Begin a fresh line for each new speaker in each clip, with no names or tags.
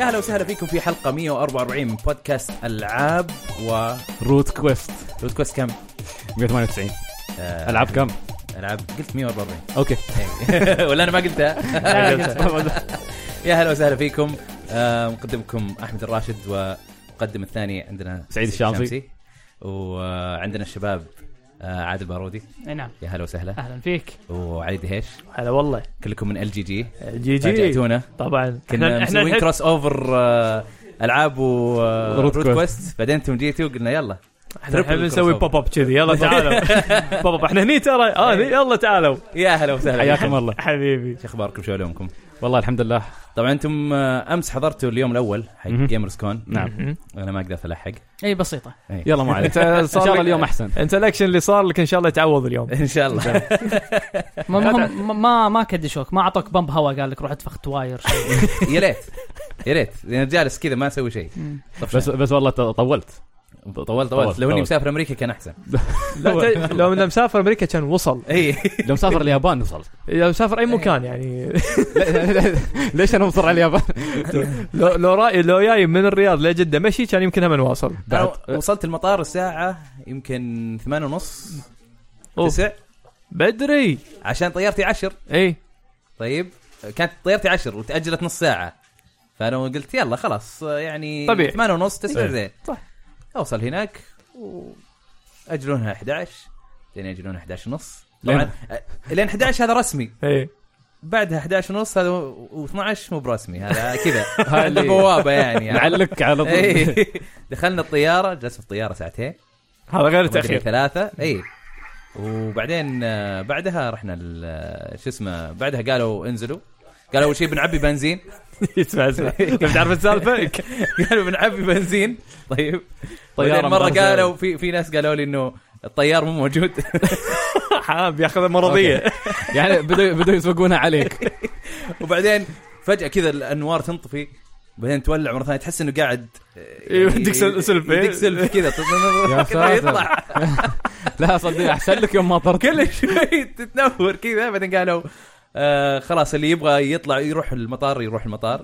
اهلا وسهلا فيكم في حلقه 144 من بودكاست العاب و
روت كويست
روت كويست كم؟
198
آه،
العاب كم؟
العاب قلت 144
اوكي
إيه. ولا انا ما قلتها يا هلا وسهلا فيكم آه، مقدمكم احمد الراشد ومقدم الثاني عندنا
سعيد الشامسي.
وعندنا الشباب آه، عادل بارودي
اي نعم
يا هلا وسهلا
اهلا فيك
وعلي دهيش
هلا والله
كلكم من ال جي جي
جي جي
فاجأتونا
طبعا
كنا مسويين
نحب-
كروس اوفر آه، العاب و آه،
روت
روت
كويست.
كويست بعدين انتم جيتوا وقلنا يلا
احنا نحب
triple
نسوي
crossover.
بوب اب كذي يلا تعالوا بوب اب احنا هني ترى اه هني يلا تعالوا
يا اهلا وسهلا
إيه. حياكم الله
حبيبي
شو اخباركم شو علومكم؟
والله الحمد لله
طبعا انتم آه، امس حضرتوا اليوم الاول حق
مهم.
جيمرز كون
نعم
انا ما إيه. قدرت الحق
اي بسيطه
يلا ما عليك ان شاء الله اليوم احسن
انت الاكشن اللي صار لك ان شاء الله يتعوض اليوم
ان شاء الله
ما ما ما, ما كدشوك ما اعطوك بمب هواء قال لك روح ادفخ تواير شيء.
يا ليت يا ريت لان جالس كذا ما اسوي شيء
بس بس والله ط- طولت
طولت طولت
طولت،
لو اني
طولت.
مسافر امريكا كان احسن
لو ت- لو انه مسافر امريكا كان وصل
اي
لو مسافر اليابان وصل
لو مسافر اي مكان يعني
ليش انا مصر على اليابان؟
لو لو راي لو جاي من الرياض لجده مشي كان يمكن هم نواصل
أنا وصلت المطار الساعه يمكن ثمانية ونص
أوف.
تسع
بدري
عشان طيارتي عشر
اي
طيب كانت طيارتي عشر وتاجلت نص ساعه فانا قلت يلا خلاص آه، يعني
طبيعي.
ثمانية ونص تسعة
إيه.
زين
صح.
اوصل هناك واجلونها 11 بعدين ياجلونها 11 ونص
لين-
طبعا آه، لين 11 هذا رسمي
اي
بعدها 11 ونص هذا و12 مو برسمي هذا كذا
هاي
هذا
اللي-
بوابه يعني
نعلق على طول
إيه. دخلنا الطياره جلسنا في الطياره ساعتين
هذا
تأخير
غير التاخير
ثلاثة اي وبعدين آه، بعدها رحنا ال- آه، شو اسمه بعدها قالوا انزلوا قالوا اول شيء بنعبي بنزين
اسمع اسمع لو تعرف السالفه
قالوا بنعبي بنزين طيب طيب
طيارة
مره
مغرزة.
قالوا في في ناس قالوا لي انه الطيار مو موجود
حرام بياخذ مرضيه
يعني بدوا بدوا يسوقونها عليك
وبعدين فجاه كذا الانوار تنطفي بعدين تولع مره ثانيه تحس انه قاعد آه،
إيه، يديك سل- سلفي.
يديك سلفي كذا
يا
كذا
ساتر.
يطلع
لا صدق احسن لك يوم ما طرت
كل شوي تتنور كذا بعدين قالوا آه خلاص اللي يبغى يطلع يروح المطار يروح المطار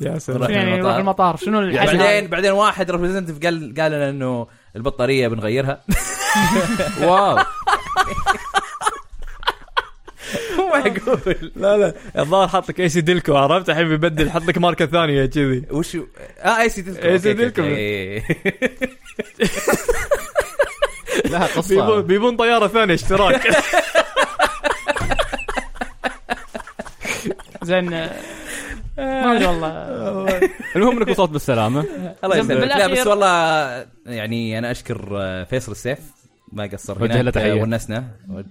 يا سلام
رحنا
يعني
المطار. يعني
روح المطار شنو الحل
بعدين
هذا؟
بعدين واحد ريبريزنتيف قال قال لنا انه البطاريه بنغيرها
واو
مو معقول
لا لا الظاهر حاط لك اي سي ديلكو عرفت الحين بيبدل حط لك ماركه ثانيه كذي
وش اه اي سي تلكم
إي سي
أوكي، أوكي،
تلكم.
إي.
لها
بيبون,
قصه
بيبون طياره ثانيه اشتراك
زين آه، ما ادري والله
المهم انك وصلت بالسلامه
الله يسلمك لا
بالأخير-
بس والله يعني انا اشكر آه، فيصل السيف ما قصر
وجه له
هناك، آه،
تحية.
ونسنا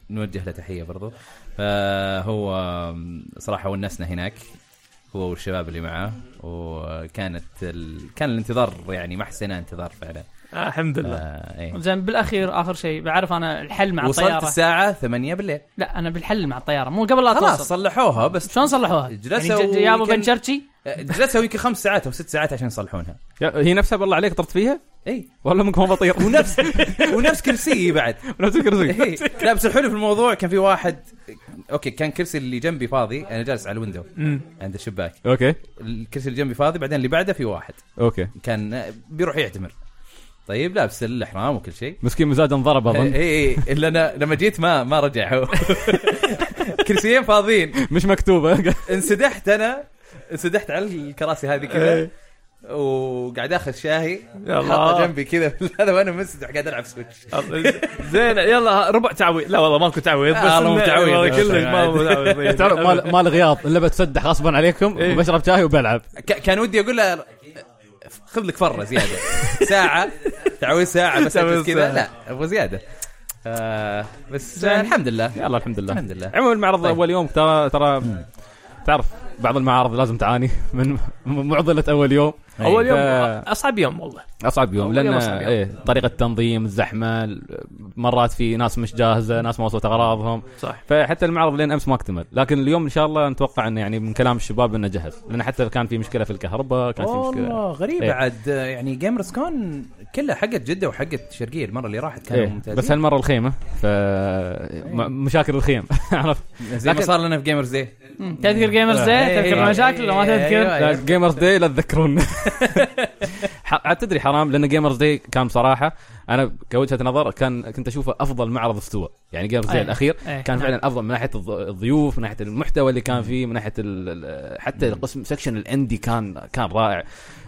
نوجه له تحيه برضو فهو آم، صراحه ونسنا هناك هو والشباب اللي معاه وكانت ال... كان الانتظار يعني ما حسينا انتظار فعلا
آه الحمد لله
آه، إيه.
زين بالاخير اخر شيء بعرف انا الحل مع
وصلت
الطياره
الساعه 8 بالليل
لا انا بالحل مع الطياره مو قبل لا
خلاص
توصل
صلحوها بس
شلون صلحوها؟
جلسوا
يعني ج- جابوا
ويكن-
بن شرشي
جلسوا يمكن خمس ساعات او ست ساعات عشان يصلحونها
يا- هي نفسها بالله عليك طرت فيها؟
اي
والله منك ما بطير
ونفس ونفس كرسيي بعد
نفس الكرسي
إيه. لا بس الحلو في الموضوع كان في واحد اوكي كان كرسي اللي جنبي فاضي انا جالس على الويندو عند الشباك
اوكي
الكرسي اللي جنبي فاضي بعدين اللي بعده في واحد
اوكي
كان آه، بيروح يعتمر طيب لابس الاحرام وكل شيء إيه،
مسكين مزاج انضرب
اي
إيه.
اظن
اي الا انا لما جيت ما ما رجع هو كرسيين فاضيين
مش مكتوبه
انسدحت انا انسدحت على الكراسي هذه كذا وقاعد اخذ شاهي
يلا.
حاطه جنبي كذا هذا وانا منسدح قاعد العب سويتش
زين يلا ربع تعويض لا والله ماكو تعويض بس
آه، والله مو
إنه-
تعويض.
والله كلش ماكو
تعرف
تعويض
مال مال غياط الا بتسدح غصبا عليكم
إيه.
وبشرب شاي وبلعب
ك- كان ودي اقول له خذ لك فره زياده ساعه تعويض ساعه بس
تعويض
أجلس كذا
ساعة.
لا ابغى زياده آه بس
زين.
الحمد لله
يلا الحمد لله
الحمد لله
عموما المعرض
طيب.
اول يوم ترى ترى تعرف بعض المعارض لازم تعاني من من معضله اول يوم
اول يوم
ف-
اصعب يوم والله
اصعب يوم
أول
لان
يوم أصعب يوم.
إيه طريقه التنظيم الزحمه ال- مرات في ناس مش جاهزه ناس ما وصلت اغراضهم
صح
فحتى المعرض لين امس ما اكتمل لكن اليوم ان شاء الله نتوقع انه يعني من كلام الشباب انه جهز لان حتى كان في مشكله في الكهرباء كان في مشكله
والله غريبه
إيه.
عاد آه، يعني جيمرز كون كلها حقت جده وحقت شرقيه المره اللي راحت كانوا
إيه.
ممتازين
بس هالمره الخيمه ف
إيه.
م- مشاكل الخيم عرفت
زي ما
لكن-
صار لنا في جيمرز داي
مم. تذكر جيمرز داي
إيه.
تذكر مشاكل لو ما
أيوة،
تذكر
آه،
جيمرز داي لا تذكرون ح- عاد تدري حرام لان جيمرز داي كان بصراحه انا كوجهه نظر كان كنت اشوفه افضل معرض استوى يعني جيمرز داي
أيه.
الاخير
إيه.
كان فعلا افضل من ناحيه الض- الضيوف من ناحيه المحتوى اللي كان فيه من ناحيه ال- ال- حتى القسم سكشن الاندي كان كان رائع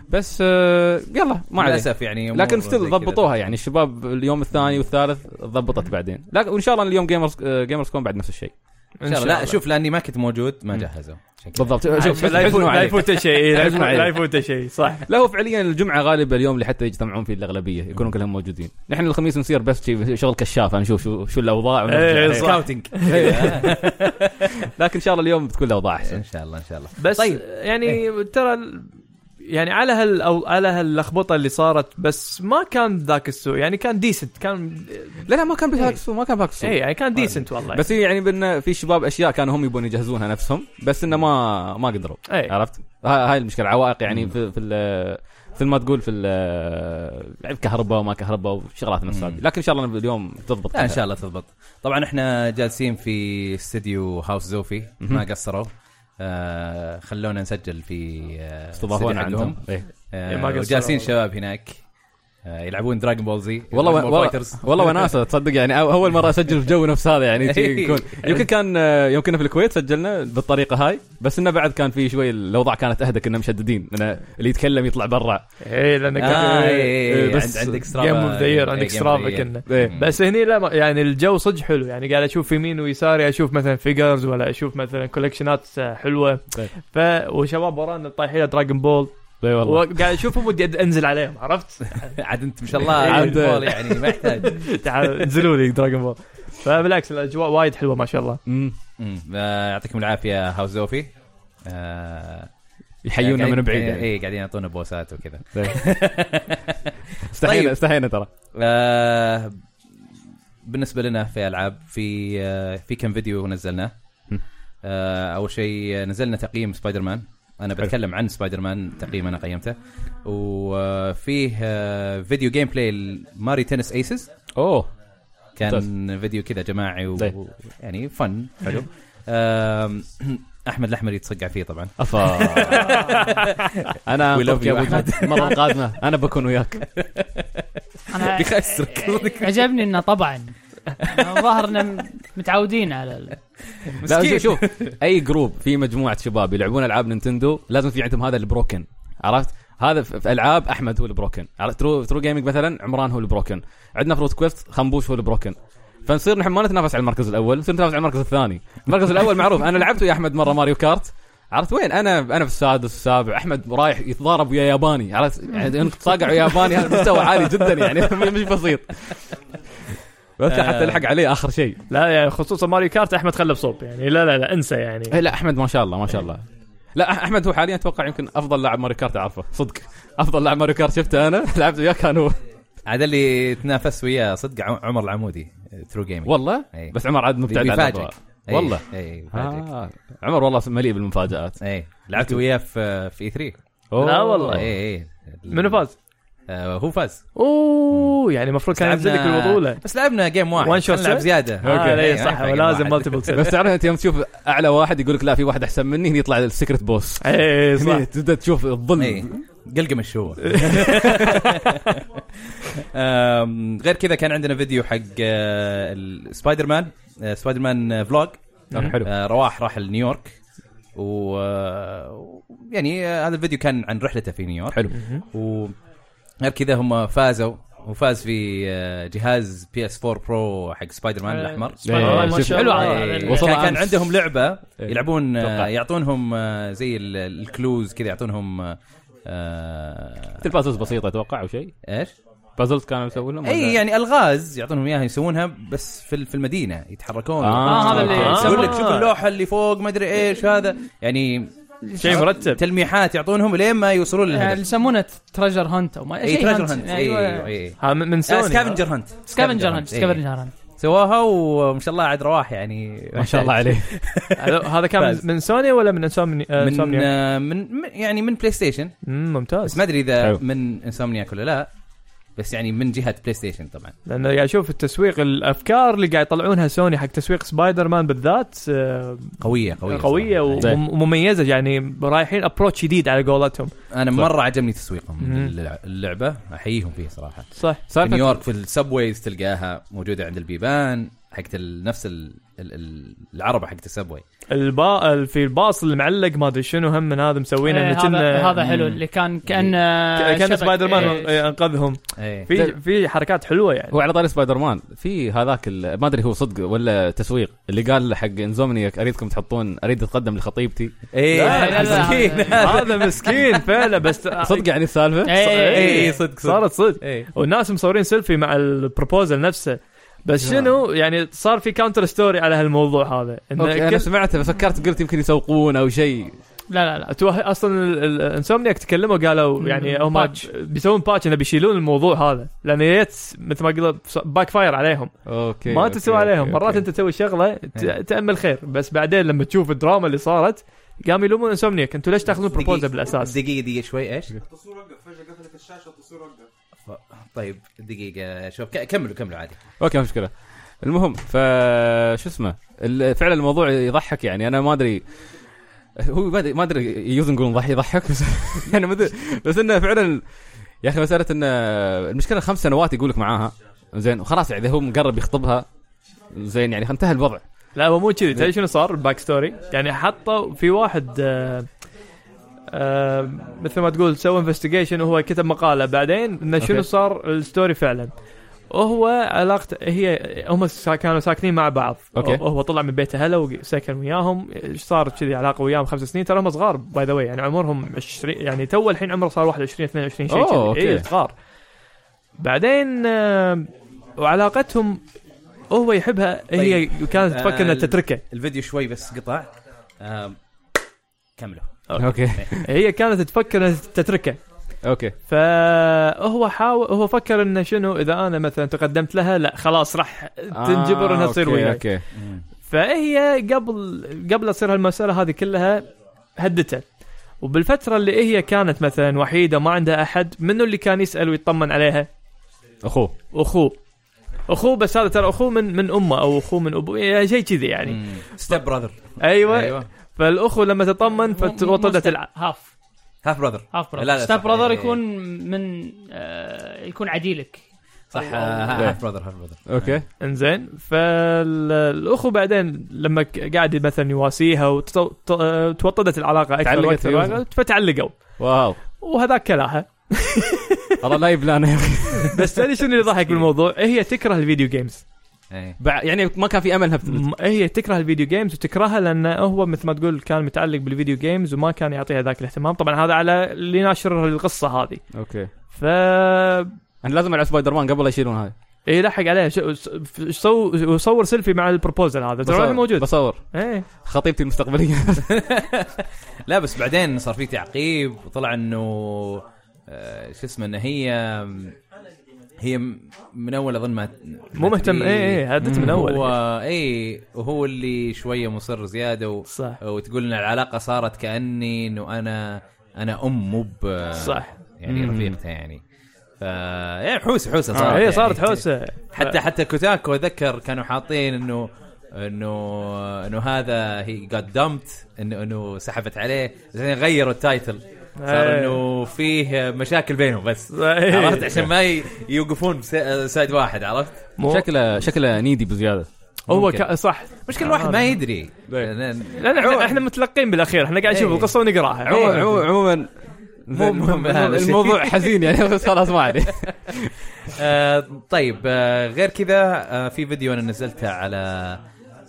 بس آه، يلا ما
مع
عليه
الاسف يعني أمور
لكن
زي
ستيل
كذا.
ضبطوها يعني الشباب اليوم الثاني والثالث ضبطت بعدين لكن وان شاء الله اليوم جيمرز آه، جيمرز كون بعد نفس الشيء
إن شاء الله. لا شوف لاني ما كنت موجود ما جهزوا عشان كذا.
بالضبط شوف
لا يفوت-
حزنوا
لا
عليك.
يفوته شيء إيه، لا يفوت-
حزنوا عليك.
لا يفوته شيء صح
لا هو فعليا الجمعه غالبا اليوم اللي حتى يجتمعون فيه الاغلبيه يكونون كلهم موجودين نحن الخميس نصير بس شي- شغل كشافه نشوف شو شو الاوضاع ونرجع.
إيه، صح.
سكاوتنج
لكن ان شا الله اليوم بتكون الاوضاع احسن
ان شاء الله ان شاء الله
بس
طيب.
طيب. يعني ترى ال- يعني على هال أو على هاللخبطه اللي صارت بس ما كان ذاك السوء يعني كان ديسنت كان
لا لا ما كان بهاك السوق ما كان بهاك
اي
السوق
يعني كان ديسنت والله
بس يعني بان في شباب اشياء كانوا هم يبون يجهزونها نفسهم بس انه ما ما قدروا
اي
عرفت ها- هاي المشكله عوائق يعني في في ال- مثل ما تقول في ال- يعني كهرباء وما كهرباء وشغلات من السالفه لكن ان شاء الله اليوم تضبط
لا ان شاء الله تضبط طبعا احنا جالسين في استديو هاوس زوفي ما قصروا آه خلونا نسجل في آه،
استضافونا
استديو
عندهم
حقهم.
إيه.
آه
إيه، ما قصروا
وجالسين
والله.
شباب هناك آه يلعبون دراجون بول زي
والله
دراجون بول
والله
فايترز.
والله وناسه تصدق يعني أو- اول مره اسجل في جو نفس هذا يعني
إيه.
شي يكون يمكن كان آه، يوم كنا في الكويت سجلنا بالطريقه هاي بس انه بعد كان في شوي الاوضاع كانت اهدى كنا مشددين لأن اللي يتكلم يطلع برا
اي لان كان
آه إيه، إيه،
بس
عند- عندك سترافا
جيم اوف ذا يير
إيه،
عندك
Game of the
سترافا
Year.
كنا
إيه.
بس هني لا ما- يعني الجو صدق حلو يعني قاعد اشوف يمين ويساري اشوف مثلا فيجرز ولا اشوف مثلا كولكشنات آه، حلوه
طيب.
ف وشباب ورانا طايحين دراجون بول
اي إيه، والله
وقاعد اشوفهم ودي أد- انزل عليهم عرفت؟
عاد انت ما شاء الله
إيه.
عاد بول يعني ما يحتاج
تعال انزلوا لي دراجون بول فبالعكس الاجواء وايد حلوه ما شاء الله
مم.
مم. آه، يعطيكم العافيه هاوس زوفي آه،
يحيونا
قاعدين-
من بعيد
إيه،
يعني.
ايه قاعدين يعطونا بوسات وكذا
طيب.
طيب.
استحينا استحينا ترى
آه، بالنسبه لنا في العاب في آه، في كم فيديو نزلناه
مم.
آه، اول شيء آه، نزلنا تقييم سبايدر مان انا
حلو.
بتكلم عن سبايدر مان تقييم انا قيمته وفيه آه، فيديو جيم بلاي ماري تنس ايسز
اوه
كان فيديو كذا جماعي
طيب.
و... يعني فن حلو آم، احمد الاحمر يتصقع فيه طبعا
افا انا
We love
أنطرك يا
you
أبو
أحمد.
جهد. المره القادمه انا بكون وياك
انا
بيخسرك
عجبني انه طبعا الظاهر انه متعودين على ال-
لا شوف- شوف اي جروب في مجموعه شباب يلعبون العاب نينتندو لازم في عندهم هذا البروكن عرفت هذا في في العاب احمد هو البروكن عرفت ترو ترو جيمنج مثلا عمران هو البروكن عندنا فروت كويست خنبوش هو البروكن فنصير نحن ما نتنافس على المركز الاول نصير نتنافس على المركز الثاني المركز الاول معروف انا لعبت ويا احمد مره ماريو كارت عرفت وين انا انا في السادس السابع احمد رايح يتضارب ويا ياباني عرفت يعني انك تصاقع ويا ياباني هذا مستوى عالي جدا يعني مش بسيط بس حتى الحق عليه اخر شيء
لا يعني خصوصا ماريو كارت احمد خله بصوب يعني لا لا لا انسى يعني
إيه لا احمد ما شاء الله ما شاء الله لا أح- احمد هو حاليا اتوقع يمكن افضل لاعب ماريو كارت اعرفه صدق افضل لاعب ماريو كارت شفته انا لعبت وياه كان هو
عاد اللي تنافس وياه صدق ع- عمر العمودي ترو جيمنج
والله
إيه.
بس عمر عاد مبتعد عن الأضواء.
بيفاجئك إيه،
والله
إيه، بيفاجئك
آه. عمر والله مليء بالمفاجات
اي لعبت وياه في في E اي 3
لا والله.
اي اي
منو فاز؟
آه، هو فاز
اوه يعني المفروض كان ينزل لك
لعبنا-
البطوله
بس لعبنا جيم واحد
One shot
خلينا نلعب
set؟
زياده
اه
إيه،
لا صح
إيه،
لازم
واحد.
مالتيبل سيت
بس تعرف انت يوم تشوف اعلى واحد يقول لك لا في واحد احسن مني هني يطلع السكرت بوس
اي إيه، صح إيه.
هني تبدا تشوف
اي
الظلم
قلقمش هو أم، غير كذا كان عندنا فيديو حق آه، ال- سبايدر مان آه، سبايدر مان فلوج
طب آه، حلو
رواح راح لنيويورك و آه، يعني آه، هذا الفيديو كان عن رحلته في نيويورك
حلو
وغير كذا هم فازوا وفاز في آه، جهاز بي اس 4 برو حق سبايدر
آه،
مان الاحمر
سبحان الله، ما
شوف.
شاء الله.
إيه،
يعني
وصل
كان, كان
أمس.
عندهم لعبه
إيه.
يلعبون آه،
أتوقع.
يعطونهم آه، زي ال- الكلوز كذا يعطونهم آه، آه،
مثل بازلز بسيطه اتوقع او شيء
ايش؟
بازلز كانوا يسوون لهم
إيه،
ولا؟
اي يعني الغاز يعطونهم اياها يسوونها بس في ال- في المدينه يتحركون
آه،
هذا اللي
أوكي.
آه.
يقول لك شوف اللوحه اللي فوق ما ادري ايش هذا يعني
شيء مرتب
تلميحات يعطونهم لين ما يوصلون
يعني
للهدف
يسمونه تريجر هانت او ما
اي
شيء
تريجر
hunt.
هانت
أيوة.
اي اي
ها آه، من من سوني
سكافنجر هانت
سكافنجر هانت
إي.
سكافنجر هانت
سواها وما شاء الله عاد رواح يعني
ما شاء
إيه.
الله عليه
هذا- هذا كان من-
فاز.
من سوني ولا من انسومني
من
انسومنيا
آه، من من- يعني من بلاي ستيشن
ممتاز
بس ما ادري اذا
حلو.
من انسومنياك ولا لا بس يعني من جهه بلاي ستيشن طبعا
لانه قاعد اشوف يعني التسويق الافكار اللي قاعد يطلعونها سوني حق تسويق سبايدر مان بالذات آه،
قويه قويه
قويه
صراحة.
طيب.
زين.
وم- ومميزه يعني رايحين ابروتش جديد على قولتهم
انا
صح.
مره يعني عجبني تسويقهم
مم.
للع- اللعبه احييهم فيه صراحه
صح
في
سالفه
نيويورك في السبويز تلقاها موجوده عند البيبان حقت ال- نفس ال- ال- ال- العربه حقت السبوي
البا ال- في الباص اللي معلق ما ادري شنو هم من هذا مسوينه
إيه،
انه
هذا
كنا
هذا حلو اللي كان كان آه،
كان
شبك-
سبايدر مان
إيه، طيب.
إيه، انقذهم
ايه
في في حركات حلوه يعني
هو على طاري سبايدر مان في هذاك ال- ما ادري هو صدق ولا تسويق اللي قال حق انزومنياك اريدكم تحطون اريد اتقدم لخطيبتي
إيه،
لا، إيه، لا، آه، لا،
مسكين
هذا مسكين فعلا بس
صدق يعني السالفه
إيه، إيه، إيه.
اي صدق صدق
صارت صدق
ايه
والناس مصورين سيلفي مع البروبوزل نفسه بس شنو يعني صار في كاونتر ستوري على هالموضوع هذا
اوكي
انه
انا
كل-
سمعتها فكرت قلت يمكن يسوقون او شيء
لا لا لا
أتوه... اصلا الانسومنياك تكلموا قالوا يعني هم
باتش.
بيسوون باتش انه بيشيلون الموضوع هذا لان يت مثل ما قلت باك فاير عليهم
اوكي
ما
أوكي،
تسوى
أوكي،
عليهم مرات
أوكي.
انت تسوي شغله ت... تامل خير بس بعدين لما تشوف الدراما اللي صارت قام يلومون انسومنياك انتوا ليش تاخذون بروبوزل بالاساس؟
دقيقه دقيقه شوي ايش؟
التصوير وقف فجاه قفلت الشاشه التصوير وقف
طيب دقيقه شوف ك- كملوا كملوا عادي
اوكي ما مشكله المهم ف شو اسمه ال- فعلا الموضوع يضحك يعني انا ما ادري هو ما ادري ما ادري يوز نقول ضحي يضحك بس يعني ما ادري بس انه فعلا يا اخي مساله انه المشكله خمس سنوات يقول لك معاها زين وخلاص يعني هو مقرب يخطبها زين يعني انتهى الوضع
لا هو مو كذي تدري شنو صار الباك ستوري؟ يعني حطوا في واحد آه آه مثل ما تقول سوى انفستيجيشن وهو كتب مقاله بعدين انه شنو
أوكي.
صار الستوري فعلا وهو علاقته هي هم سا- كانوا ساكنين مع بعض
أوكي.
وهو طلع من بيته هلا وسكن وياهم ايش صار كذي علاقه وياهم خمس سنين ترى هم صغار باي ذا يعني عمرهم 20 يعني تو الحين عمره صار 21 22 شيء
أوه،
كذي
أوكي.
اي صغار بعدين آه وعلاقتهم هو يحبها هي
طيب.
كانت تفكر انها
آه،
تتركه
الفيديو شوي بس قطع آم، كملوا
اوكي
هي كانت تفكر انها تتركه
اوكي
فهو حاول هو فكر انه شنو اذا انا مثلا تقدمت لها لا خلاص راح تنجبر انها
آه،
تصير
أوكي،
وياك
اوكي
فهي قبل قبل لا تصير هالمساله هذه كلها هدته وبالفتره اللي هي كانت مثلا وحيده ما عندها احد منو اللي كان يسال ويطمن عليها
اخوه
اخوه اخوه بس هذا ترى اخوه من من امه او اخوه من ابوه يعني شيء كذي يعني
ستيب براذر
ايوه, أيوة.
ايوه
فالاخو لما تطمن فتوطدت الع...
هاف
هاف براذر
هاف
لا، لا،
براذر
صح.
ستاب براذر
إيه.
يكون من آه، يكون عديلك
صح آه، هاف براذر هاف براذر
اوكي
انزين فالاخو بعدين لما ك- قاعد مثلا يواسيها وتوطدت العلاقه اكثر
تعلقت
وأكثر
فيه.
وأكثر، فتعلقوا
واو
وهذاك كلاها
والله لا يبلانا يا اخي
بس تدري شنو اللي ضحك بالموضوع؟ هي تكره الفيديو جيمز
إيه.
بع- يعني ما كان في املها بت-
م- هي تكره الفيديو جيمز وتكرهها لانه هو مثل ما تقول كان متعلق بالفيديو جيمز وما كان يعطيها ذاك الاهتمام طبعا هذا على اللي ناشر القصه هذه
اوكي
ف
انا لازم العب سبايدر مان قبل لا يشيلون هاي
اي لحق عليها شو- س- سو- صور سيلفي مع البروبوزل هذا ترى الحين موجود
بصور
ايه
خطيبتي المستقبليه
لا بس بعدين صار في تعقيب وطلع انه آه، شو اسمه انه هي هي م- من اول اظن ما
مو مهتم ايه ايه هدت من
هو
اول
اي وهو اللي شويه مصر زياده و...
صح
وتقول ان العلاقه صارت كاني انه انا انا ام مو ب
صح
يعني
مم.
رفيقتها يعني ف يعني حوسه حوسه صارت
صارت آه، هي
يعني.
إيه، صارت حوسه
حتى حتى كوتاكو اتذكر كانوا حاطين انه انه انه هذا هي جاد دمت انه انه سحبت عليه زين غيروا التايتل صار
إيه.
انه فيه مشاكل بينهم بس
إيه.
عرفت عشان ما ي- يوقفون بس- آه، سايد واحد عرفت
مو-
شكله شكله نيدي بزياده
هو
ممكن.
ك... صح
مشكلة الواحد ما يدري
إيه.
لان احنا, احنا متلقين بالاخير احنا قاعد نشوف
إيه.
القصه ونقراها
عموما عموما عموما
مو مهم هذا الشيء.
الموضوع حزين يعني بس خلاص ما عليه
آه، طيب آه، غير كذا آه، في فيديو انا نزلته على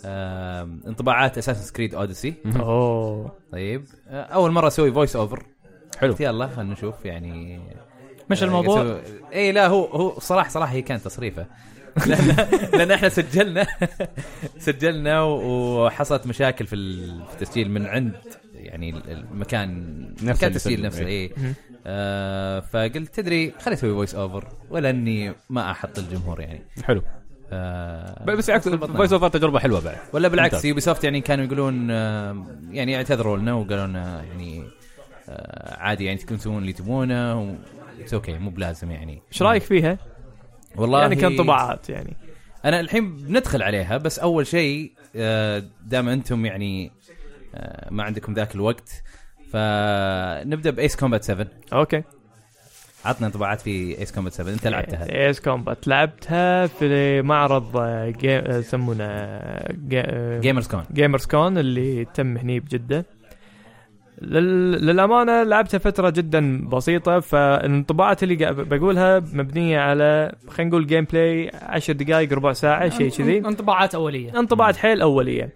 آه، انطباعات اساسن سكريد اوديسي
اوه
طيب آه، اول مره اسوي فويس اوفر
حلو.
قلت يلا خلينا نشوف يعني
مش الموضوع
اي لا هو هو صراحه صراحه هي كانت تصريفه لان لان احنا سجلنا سجلنا وحصلت مشاكل في ال- في التسجيل من عند يعني ال- المكان مكان
اللي
التسجيل
سجل،
نفسه
إيه.
اي آه فقلت تدري خليني اسوي فويس اوفر ولا اني ما احط الجمهور يعني
حلو
آه
بس بالعكس فويس اوفر تجربه حلوه بعد
ولا بالعكس يوبي سوفت يعني كانوا يقولون آه، يعني اعتذروا لنا وقالوا لنا يعني آه، عادي يعني تكونوا تسوون اللي تبونه اتس اوكي مو بلازم يعني
ايش رايك فيها؟
والله
يعني كانطباعات يعني
انا الحين بندخل عليها بس اول شيء آه، دام انتم يعني آه، ما عندكم ذاك الوقت فنبدا بايس كومبات 7
اوكي
عطنا انطباعات في ايس كومبات 7 انت لعبتها
ايس إيه. كومبات لعبتها في معرض آه، جي- آه، يسمونه آه، جي- آه،
جيمرز كون
جيمرز كون اللي تم هني بجده لل... للامانه لعبتها فتره جدا بسيطه فالانطباعات اللي قاعد بقولها مبنيه على خلينا نقول جيم بلاي 10 دقائق ربع ساعه شيء كذي
انطباعات اوليه
انطباعات حيل اوليه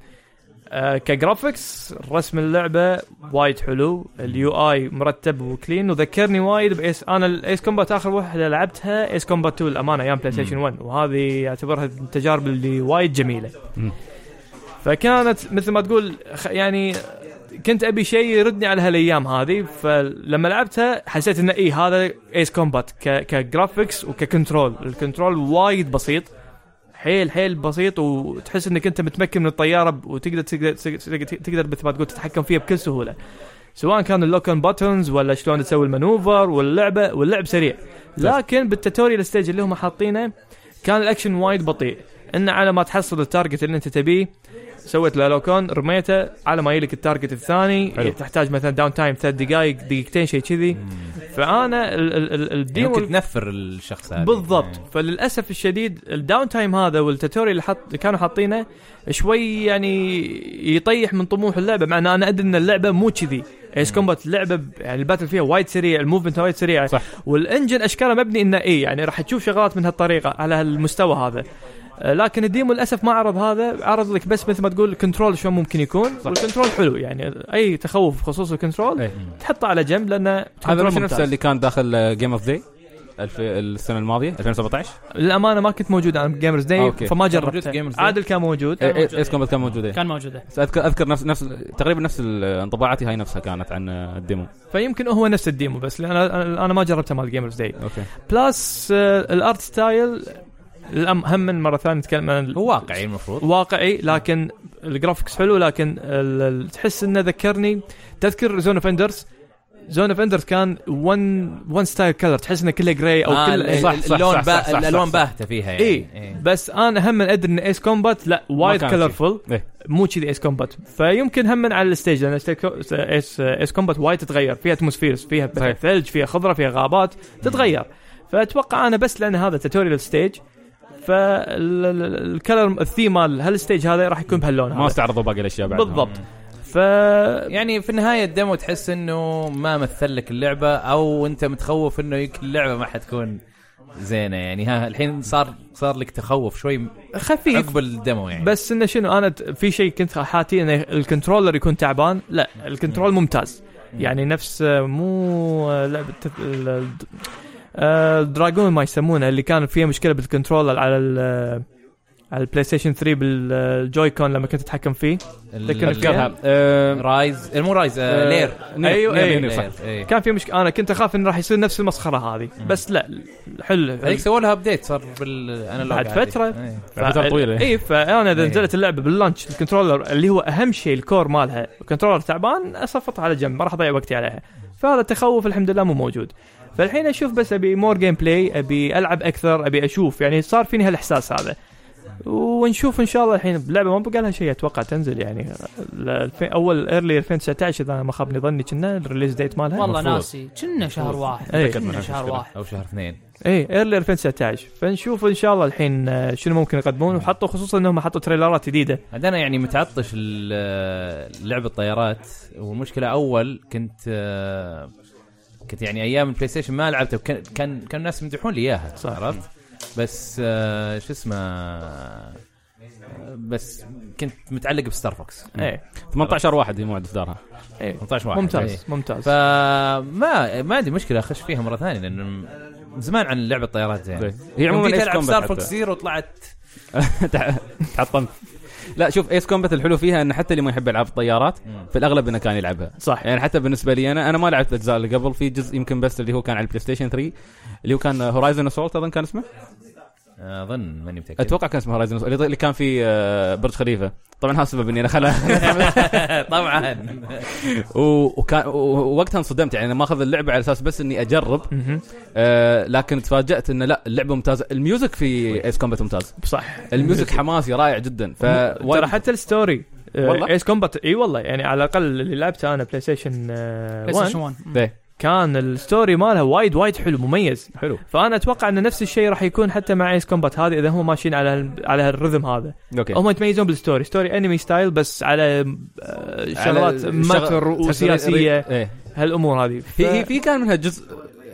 آه كجرافكس رسم اللعبه وايد حلو اليو اي مرتب وكلين وذكرني وايد بايس انا الايس كومبات اخر واحده لعبتها ايس كومبات 2 الامانه ايام بلاي ستيشن 1 وهذه يعتبرها من التجارب اللي وايد جميله
مم.
فكانت مثل ما تقول خ- يعني كنت ابي شيء يردني على هالايام هذه فلما لعبتها حسيت انه اي هذا ايس كومبات ك- كجرافكس وككنترول الكنترول وايد بسيط حيل حيل بسيط وتحس انك انت متمكن من الطياره ب- وتقدر تقدر تقدر, تقدر مثل ما تقول تتحكم فيها بكل سهوله سواء كان اللوكن باتونز ولا شلون تسوي المانوفر واللعبه واللعب سريع لكن بالتوتوريال ستيج اللي هم حاطينه كان الاكشن وايد بطيء ان على ما تحصل التارجت اللي انت تبيه سويت له لوكون رميته على ما يلك التارجت الثاني
حلو.
تحتاج مثلا داون تايم ثلاث دقائق دقيقتين شيء كذي فانا ال- ال- ال-
يعني
الديمو
ممكن تنفر الشخص يعني هذا
بالضبط
إيه.
فللاسف الشديد الداون تايم هذا والتوتوريال اللي حط كانوا حاطينه شوي يعني يطيح من طموح اللعبه مع ان انا ادري ان اللعبه مو كذي ايس كومبات اللعبه ب- يعني الباتل فيها وايد سريع الموفمنت وايد سريع
صح.
والانجن اشكاله مبني انه اي يعني راح تشوف شغلات من هالطريقه على هالمستوى هذا آه، لكن الديمو للاسف ما عرض هذا عرض لك بس مثل ما تقول كنترول شلون ممكن يكون والكنترول حلو يعني اي تخوف بخصوص الكنترول
إيه.
تحطه على جنب لانه
هذا
كنترول
مش
ممتاز.
نفسه اللي كان داخل جيم اوف ذا السنه الماضيه 2017
للامانه ما كنت موجود انا جيمرز داي
أوكي.
فما
كان موجود
جربته
في Gamers Day؟
عادل كان موجود
إيه، إيه،
موجود.
ايس كومبات كان موجود إيه.
كان موجوده
بس اذكر اذكر نفس نفس تقريبا نفس ال- انطباعاتي هاي نفسها كانت عن الديمو
فيمكن هو نفس الديمو بس لان انا أنا ما جربته مال جيمرز داي
اوكي
بلس آه، الارت ستايل الأم- هم من مره ثانيه نتكلم عن
هو واقعي المفروض
واقعي لكن الجرافكس حلو لكن ال- ال- تحس انه ذكرني تذكر زون اوف اندرز زون اوف اندرز كان ون ون ستايل كلر تحس انه كله جراي او
آه،
كله
ال-
صح، صح،
اللون
صح،
با-
صح، صح،
الالوان
صح.
باهته فيها يعني
إيه. بس انا هم من ادري ان ايس كومبات لا وايد
كان فيه.
كلرفول
إيه.
مو كذي ايس كومبات فيمكن هم من على الستيج لان أيس- ايس ايس كومبات وايد تتغير فيها اتموسفيرس فيها مثلاً
صحيح.
ثلج فيها خضره فيها غابات تتغير فاتوقع انا بس لان هذا توتوريال ستيج فالكلر الثيم مال هالستيج هذا راح يكون بهاللون
ما
هذا
استعرضوا باقي الاشياء بعد
بالضبط ف
يعني في النهايه الدمو تحس انه ما مثل لك اللعبه او انت متخوف انه يمكن اللعبه ما حتكون زينه يعني ها الحين صار صار لك تخوف شوي
خفيف
عقب الدمو يعني
بس انه شنو انا ت- في شيء كنت حاتي ان الكنترولر يكون تعبان لا الكنترول ممتاز يعني نفس آه، مو آه، لعبه تف- ال- ال- آه، دراجون ما يسمونه اللي كان فيها مشكله بالكنترولر على ال آه، على البلاي ستيشن 3 بالجوي كون لما كنت تتحكم فيه لكن
ال- رايز مو رايز آه،
آه،
لير
آه، نير،
أيوة،
نير،
أيوة،
نير، صح.
لير، إيه.
كان في مشكله انا كنت اخاف انه راح يصير نفس المسخره هذه بس لا حلو
هذيك سووا لها ابديت صار بالانالوج
بعد
عادي.
فترة.
إيه.
بعد فترة طويلة.
اي فانا اذا
إيه.
نزلت اللعبه باللانش الكنترولر اللي هو اهم شيء الكور مالها الكنترولر تعبان اصفطها على جنب ما راح اضيع وقتي عليها فهذا التخوف الحمد لله مو موجود فالحين اشوف بس ابي مور جيم بلاي ابي العب اكثر ابي اشوف يعني صار فيني هالاحساس هذا ونشوف ان شاء الله الحين اللعبه ما بقى لها شيء اتوقع تنزل يعني ال- الف- اول ايرلي 2019 اذا أنا ما خابني ظني كنا الريليز ديت مالها
والله
المفروض.
ناسي كنا شهر واحد
إيه.
كنا شهر واحد
او شهر اثنين
ايه ايرلي 2019 فنشوف ان شاء الله الحين آه، شنو ممكن يقدمون وحطوا خصوصا انهم حطوا تريلرات جديده
عاد انا يعني متعطش ال- لعبه طيارات والمشكله اول كنت آه، كنت يعني ايام البلاي ستيشن ما لعبته وكان كان كان الناس يمدحون لي اياها
صح.
عرفت بس آه، شو اسمه آه، بس كنت متعلق بستار فوكس
ايه
18 واحد هي موعد اصدارها
ايه
18 واحد إيه.
ممتاز ممتاز
فما ما عندي مشكله اخش فيها مره ثانيه لان من زمان عن لعبه الطيارات زين
هي عموما
جيت
Ace
العب
Combat
ستار
حتى.
فوكس زيرو طلعت
تحطمت لا شوف ايس كومبات الحلو فيها ان حتى اللي ما يحب العاب الطيارات في الاغلب انه كان يلعبها
صح
يعني حتى بالنسبه لي انا انا ما لعبت الاجزاء اللي قبل في جزء يمكن بس اللي هو كان على البلاي ستيشن 3 اللي هو كان هورايزن اسولت اظن كان اسمه
اظن ماني متاكد
اتوقع كان اسمه هورايزن اللي كان في آه، برج خليفه طبعا هذا السبب اني انا خلا
طبعا
و- وكان و- ووقتها انصدمت يعني انا ماخذ اللعبه على اساس بس اني اجرب آه لكن تفاجات انه لا اللعبه ممتازه الميوزك في ايس كومبات ممتاز
صح
الميوزك حماسي رائع جدا ف
ترى حتى الستوري آه،
والله؟
ايس كومبات اي والله يعني على الاقل اللي لعبته انا بلاي ستيشن آه،
بلاي
1
ستيشن 1 مم.
إيه.
كان الستوري مالها وايد وايد حلو مميز
حلو
فانا اتوقع ان نفس الشيء راح يكون حتى مع ايس كومبات هذه اذا هم ماشيين على هال- على هالرذم هذا
اوكي
هم يتميزون بالستوري ستوري انمي ستايل بس على آه، شغلات ماتر وسياسيه
ايه
هالامور هذه ف-
هي هي في كان منها جزء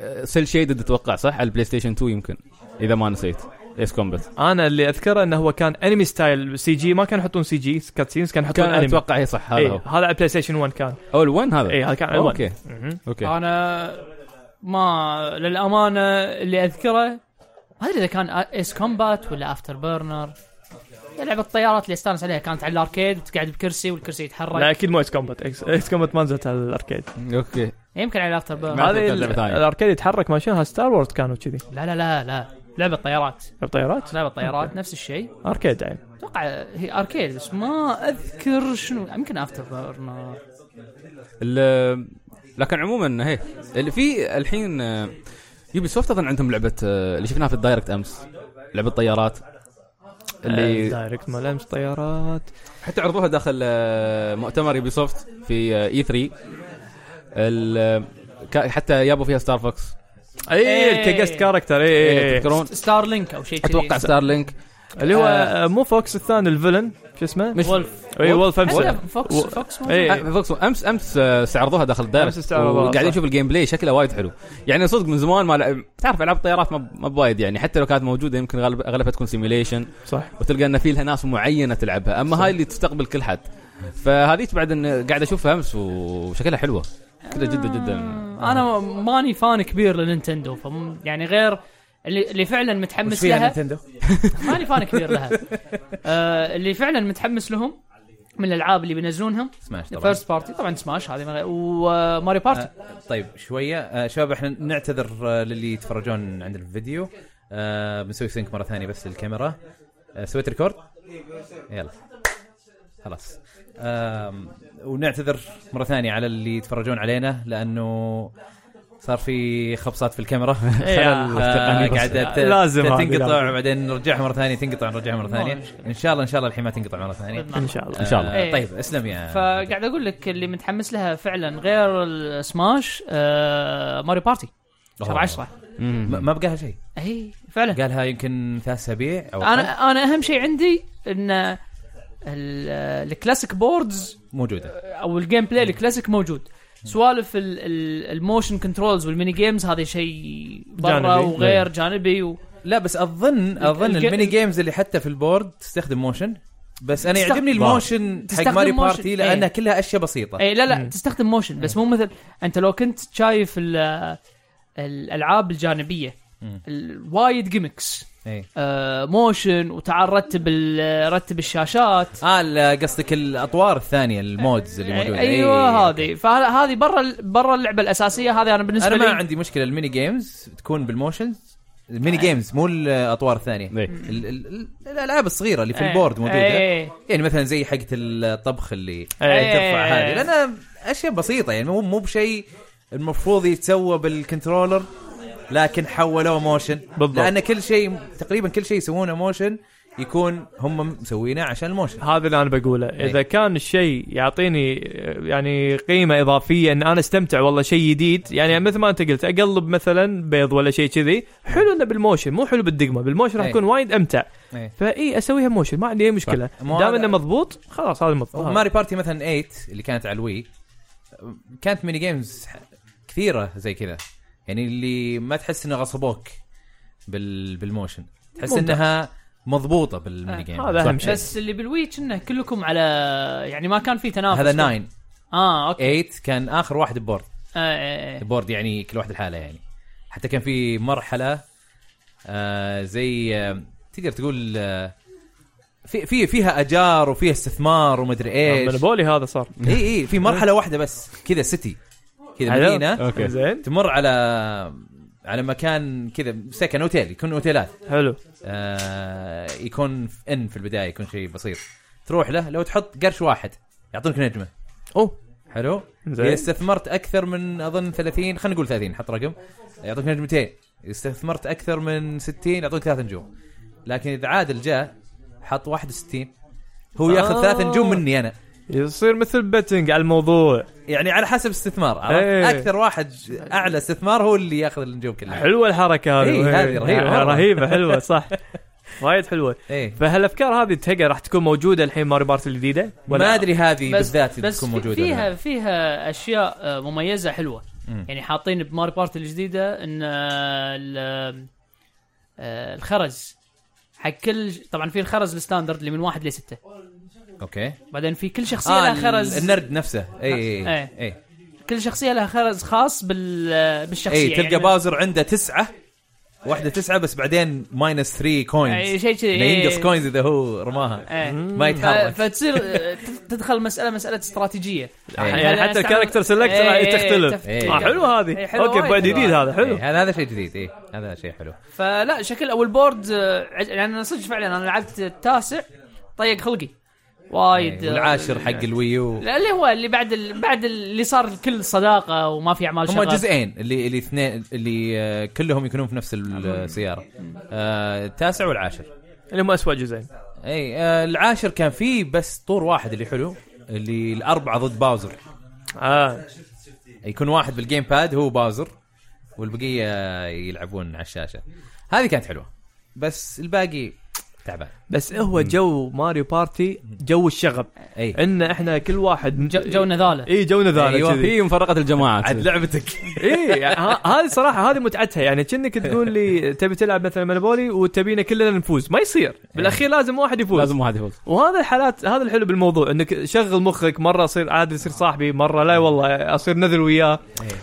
آه، سيل شيدد اتوقع صح على البلاي ستيشن 2 يمكن اذا ما نسيت ايس كومبات
انا اللي اذكره انه هو كان انمي ستايل سي جي ما كانوا يحطون سي جي كاتسينز كانوا يحطون إيه.
كان
انمي
اتوقع هي صح هذا
اي
هو
هذا على بلاي ستيشن 1 كان
او الون هذا
اي إيه، هذا كان على 1
اوكي
آه.
اوكي
انا ما للامانه اللي اذكره ما ادري اذا كان ايس كومبات ولا افتر برنر هي لعبه الطيارات اللي استانس عليها كانت على الاركيد وتقعد بكرسي والكرسي
لا
يتحرك
اكيد مو اكس كومبات اكس كومبات ما نزلت على الاركيد
اوكي
يمكن على الافتر برنر
ما-
هذه
لعبة
ال-
ثانية.
الاركيد يتحرك ما شنو ستار وورز كانوا كذي
لا لا لا لا لعبه طيارات
بطيارات
لعبه طيارات نفس الشيء
اركيد يعني
اتوقع هي اركيد بس ما اذكر شنو يمكن افتر برنر
ال- لكن عموما هي اللي في الحين آه، يوبي سوفت اظن عندهم لعبه آه، اللي شفناها في الدايركت امس لعبه طيارات
اللي
اللي
دايركت آه، مال امس طيارات
حتى عرضوها داخل آه، مؤتمر يوبي سوفت في اي 3 ال- كا- حتى جابوا فيها ستار فوكس إيه،
اي كجست كاركتر اي
تذكرون
ستار لينك او شيء كذي.
اتوقع ستار لينك
اللي هو
آه.
آه، مو فوكس الثاني الفيلن شو اسمه؟ إيه،
مش
وولف
اي وولف
هلا،
امس
فوكس
و-
فوكس
إيه.
آه، فوكس امس امس آه، استعرضوها داخل
أمس
الدايركت
استعرضوها،
وقاعدين
صح.
نشوف الجيم بلاي شكله وايد حلو يعني صدق من زمان ما لعب تعرف العاب الطيارات ما ما بوايد يعني حتى لو كانت موجوده يمكن غالب- اغلبها تكون سيميليشن
صح
وتلقى ان في لها ناس معينه تلعبها اما هاي اللي تستقبل كل حد فهذيك بعد ان قاعد اشوفها امس وشكلها حلوه كذا جدا جدا
انا ماني فان كبير لنينتندو فم يعني غير اللي اللي فعلا متحمس
فيها
لها
نينتندو
ماني فان كبير لها آه اللي فعلا متحمس لهم من الالعاب اللي بينزلونها
سماش طبعا
فيرست بارتي طبعا سماش هذه ما- وماري بارتي
طيب شويه آه، شباب احنا نعتذر آه، للي يتفرجون عندنا الفيديو آه، بنسوي سينك مره ثانيه بس للكاميرا آه، سويت ريكورد يلا خلاص آم، ونعتذر مره ثانيه على اللي يتفرجون علينا لانه صار في خبصات في الكاميرا
إيه،
خلل آه، قاعده ت-
لازم هذه،
تنقطع
لازم.
وبعدين نرجعها مره ثانيه تنقطع نرجعها مره ثانيه ان شاء الله ان شاء الله الحين ما تنقطع مره ثانيه
نعم.
ان شاء الله
ان شاء الله
آه، طيب اسلم يا
فقاعد اقول لك اللي متحمس لها فعلا غير السماش آه ماري بارتي شهر
أوه.
10
ما ما بقاها شيء
اي فعلا
قالها يمكن ثلاث اسابيع او أقل.
انا انا اهم شيء عندي آه، ان ال- الكلاسيك بوردز
موجوده
او الجيم بلاي الكلاسيك موجود سوالف ال- ال- الموشن كنترولز والميني جيمز هذا شيء برا
جانبي.
وغير جانبي و...
لا بس اظن اظن
الج-
الميني جيمز اللي حتى في البورد تستخدم موشن بس انا
تست-
يعجبني الموشن حق
تستخدم
ماري
موشن.
بارتي لانها
إيه.
كلها اشياء بسيطه
اي إيه، لا لا تستخدم موشن بس مو مثل انت لو كنت شايف ال- الالعاب الجانبيه
مم.
ال- وايد جيمكس
إيه.
آه موشن وتعال رتب ال- رتب الشاشات
اه لا، قصدك الاطوار الثانيه المودز اللي موجوده إيه،
ايوه
أوكي.
هذه فهذه برا ال- برا اللعبه الاساسيه هذه انا بالنسبه
انا
لي
ما عندي مشكله الميني جيمز تكون بالموشنز الميني جيمز مو الاطوار الثانيه
إيه.
ال- ال- ال- الالعاب الصغيره اللي في
إيه.
البورد موجوده
إيه.
يعني مثلا زي حقه الطبخ اللي
إيه.
ترفع هذه
إيه.
لانها اشياء بسيطه يعني مو مو بشيء المفروض يتسوى بالكنترولر لكن حولوه موشن
بالضبط.
لان كل شيء تقريبا كل شيء يسوونه موشن يكون هم مسوينه عشان الموشن
هذا اللي انا بقوله
إيه.
اذا كان الشيء يعطيني آه، يعني قيمه اضافيه ان انا استمتع والله شيء جديد يعني مثل ما انت قلت اقلب مثلا بيض ولا شيء كذي حلو انه بالموشن مو حلو بالدقمه بالموشن راح
إيه.
يكون وايد امتع
إيه.
فاي اسويها موشن ما عندي اي مشكله
مو
دام
هذا-
انه مضبوط خلاص هذا مضبوط
ماري بارتي مثلا 8 اللي كانت على الوي كانت ميني جيمز ح- كثيره زي كذا يعني اللي ما تحس انه غصبوك بال بالموشن تحس
ممتاز. إيه،
انها مضبوطه بالميني
آه،
جيم
هذا اهم شيء
بس اللي بالوي كنا كلكم على يعني ما كان في تنافس
هذا 9
اه اوكي
8 كان اخر واحد ببورد
آه، آه، آه.
بورد يعني كل واحد لحاله يعني حتى كان في مرحله آه زي آه تقدر تقول آه في في فيها اجار وفيها استثمار ومدري ايش
مونوبولي آه، هذا صار
اي اي في مرحله واحده بس كذا سيتي كذا
حلو. آه.
مدينه
اوكي
زين
تمر على على مكان كذا سكن اوتيل يكون اوتيلات
حلو
آه يكون في ان في البدايه يكون شيء بسيط تروح له لو تحط قرش واحد يعطونك نجمه
اوه
حلو
زين.
اذا استثمرت اكثر من اظن 30 خلينا نقول 30 حط رقم يعطوك نجمتين اذا استثمرت اكثر من 60 يعطوك ثلاث نجوم لكن اذا عادل جاء حط 61 هو ياخذ
آه.
ثلاث نجوم مني انا
يصير مثل بيتنج على الموضوع
يعني على حسب استثمار عرفت؟
إيه.
اكثر واحد اعلى استثمار هو اللي ياخذ النجوم كلها
حلوه الحركه هذه
إيه، هذه رهيبة مرة.
يعني رهيبه حلوه صح وايد حلوه
ايه
فهالافكار هذه تلقى راح تكون موجوده الحين ماري بارتي الجديده ولا
ما ادري هذه بالذات اذا
بس
تكون
في-
موجوده ولا لا.
فيها فيها اشياء آه، مميزه حلوه
مم.
يعني حاطين بماري بارتي الجديده ان آه، ال- آه، الخرز حق كل طبعا في الخرز الستاندرد اللي من واحد لسته
اوكي
بعدين في كل شخصيه
آه
لها خرز
النرد نفسه اي اي
إيه.
اي
كل شخصيه لها خرز خاص بال بالشخصيه
اي إيه، تلقى
يعني
باوزر عنده تسعه واحده تسعه بس بعدين ماينس 3
أي
كوينز
شيء كذي
انه
إيه.
ينقص كوينز اذا هو رماها
إيه.
ما
ف-
يتحرك
فتصير آه، تد- تدخل مساله مساله استراتيجيه
إيه.
يعني
هل أنا
حتى
أستعمل-
الكاركتر سيلكت
إيه، إيه،
تختلف
تختلف.
آه، حلوه
إيه،
هذه
حلوة
اوكي
وايد
بعد
حلوة
جديد
هذه.
هذا حلو
إيه، هذا هذا شيء جديد اي هذا شيء حلو
فلا شكل او البورد آه، عج- يعني انا صدق فعلا انا لعبت التاسع طيق خلقي وايد
إيه، والعاشر حق الويو
لا اللي هو اللي بعد ال... بعد ال- اللي صار الكل صداقه وما في اعمال
هم
شغال
جزئين اللي اللي اثنين اللي آه، كلهم يكونون في نفس
أمم.
السياره آه، التاسع والعاشر
اللي هم اسوء جزئين
اي آه، العاشر كان فيه بس طور واحد اللي حلو اللي الاربعه ضد باوزر
اه
يكون واحد بالجيم باد هو باوزر والبقيه يلعبون على الشاشه هذه كانت حلوه بس الباقي تعبان
بس هو جو ماريو بارتي جو الشغب
اي
ان احنا كل واحد إيه، من-
جو- جو نذاله
اي جو نذاله
أيوة،
كذي
في مفرقه الجماعه
عاد لعبتك
اي يعني ه- هذه صراحه هذه متعتها يعني كأنك تقول لي تبي تلعب مثلا مونوبولي وتبينا كلنا نفوز ما يصير بالاخير إيه. لازم واحد يفوز
لازم واحد يفوز
وهذا الحالات هذا الحلو بالموضوع انك شغل مخك مره اصير عادل يصير صاحبي مره لا والله اصير نذل وياه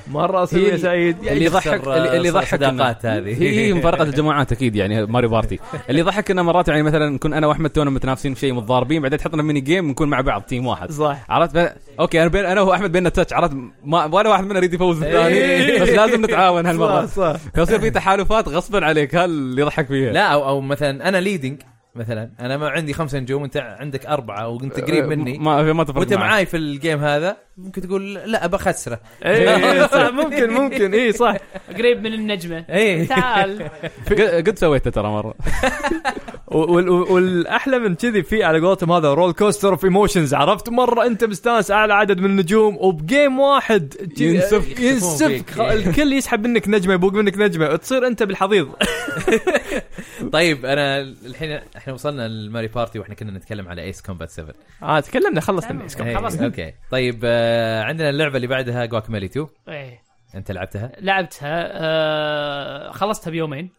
مره اصير
إيه. هي-
ويا سعيد يعني
يعني
اللي يضحك اللي اللي يضحك
آه، صداقات
إنه-
هذه.
هي هي مفارقه الجماعات اكيد يعني ماريو بارتي اللي يضحك انه مرات يعني مثلا نكون انا واحمد تونا متنافسين في شيء متضاربين بعدين تحطنا ميني جيم نكون مع بعض تيم واحد
صح
عرفت ب... اوكي انا بين انا واحمد بيننا تاتش عرفت ما ولا واحد منا يريد يفوز الثاني
إيه.
بس لازم نتعاون هالمره
صح
فيصير في تحالفات غصبا عليك هل اللي يضحك فيها
لا او او مثلا انا ليدنج مثلا انا ما عندي خمسه نجوم وانت عندك اربعه وانت قريب مني
آه، ما ما تفرق
وانت
معك.
معاي في الجيم هذا ممكن تقول لا بخسره
اي إي، إيه، صح ممكن ممكن اي صح
إيه.
قريب من النجمه
اي
تعال
قد قد سويته ترى مره
وال- وال- والاحلى من كذي في على قولتهم هذا رول كوستر اوف ايموشنز عرفت مره انت مستانس اعلى عدد من النجوم وبجيم واحد كذي-
ينسف- ينسفون
ينسف
فيك.
خ-
إيه.
الكل يسحب منك نجمه يبوق منك نجمه تصير انت بالحضيض
طيب انا الحين احنا وصلنا لماري بارتي واحنا كنا نتكلم على ايس كومبات 7
اه تكلمنا خلصنا
إيه،
خلاص.
اوكي طيب آه، عندنا اللعبه اللي بعدها جواكاميلي 2
إيه.
انت لعبتها
لعبتها آه خلصتها بيومين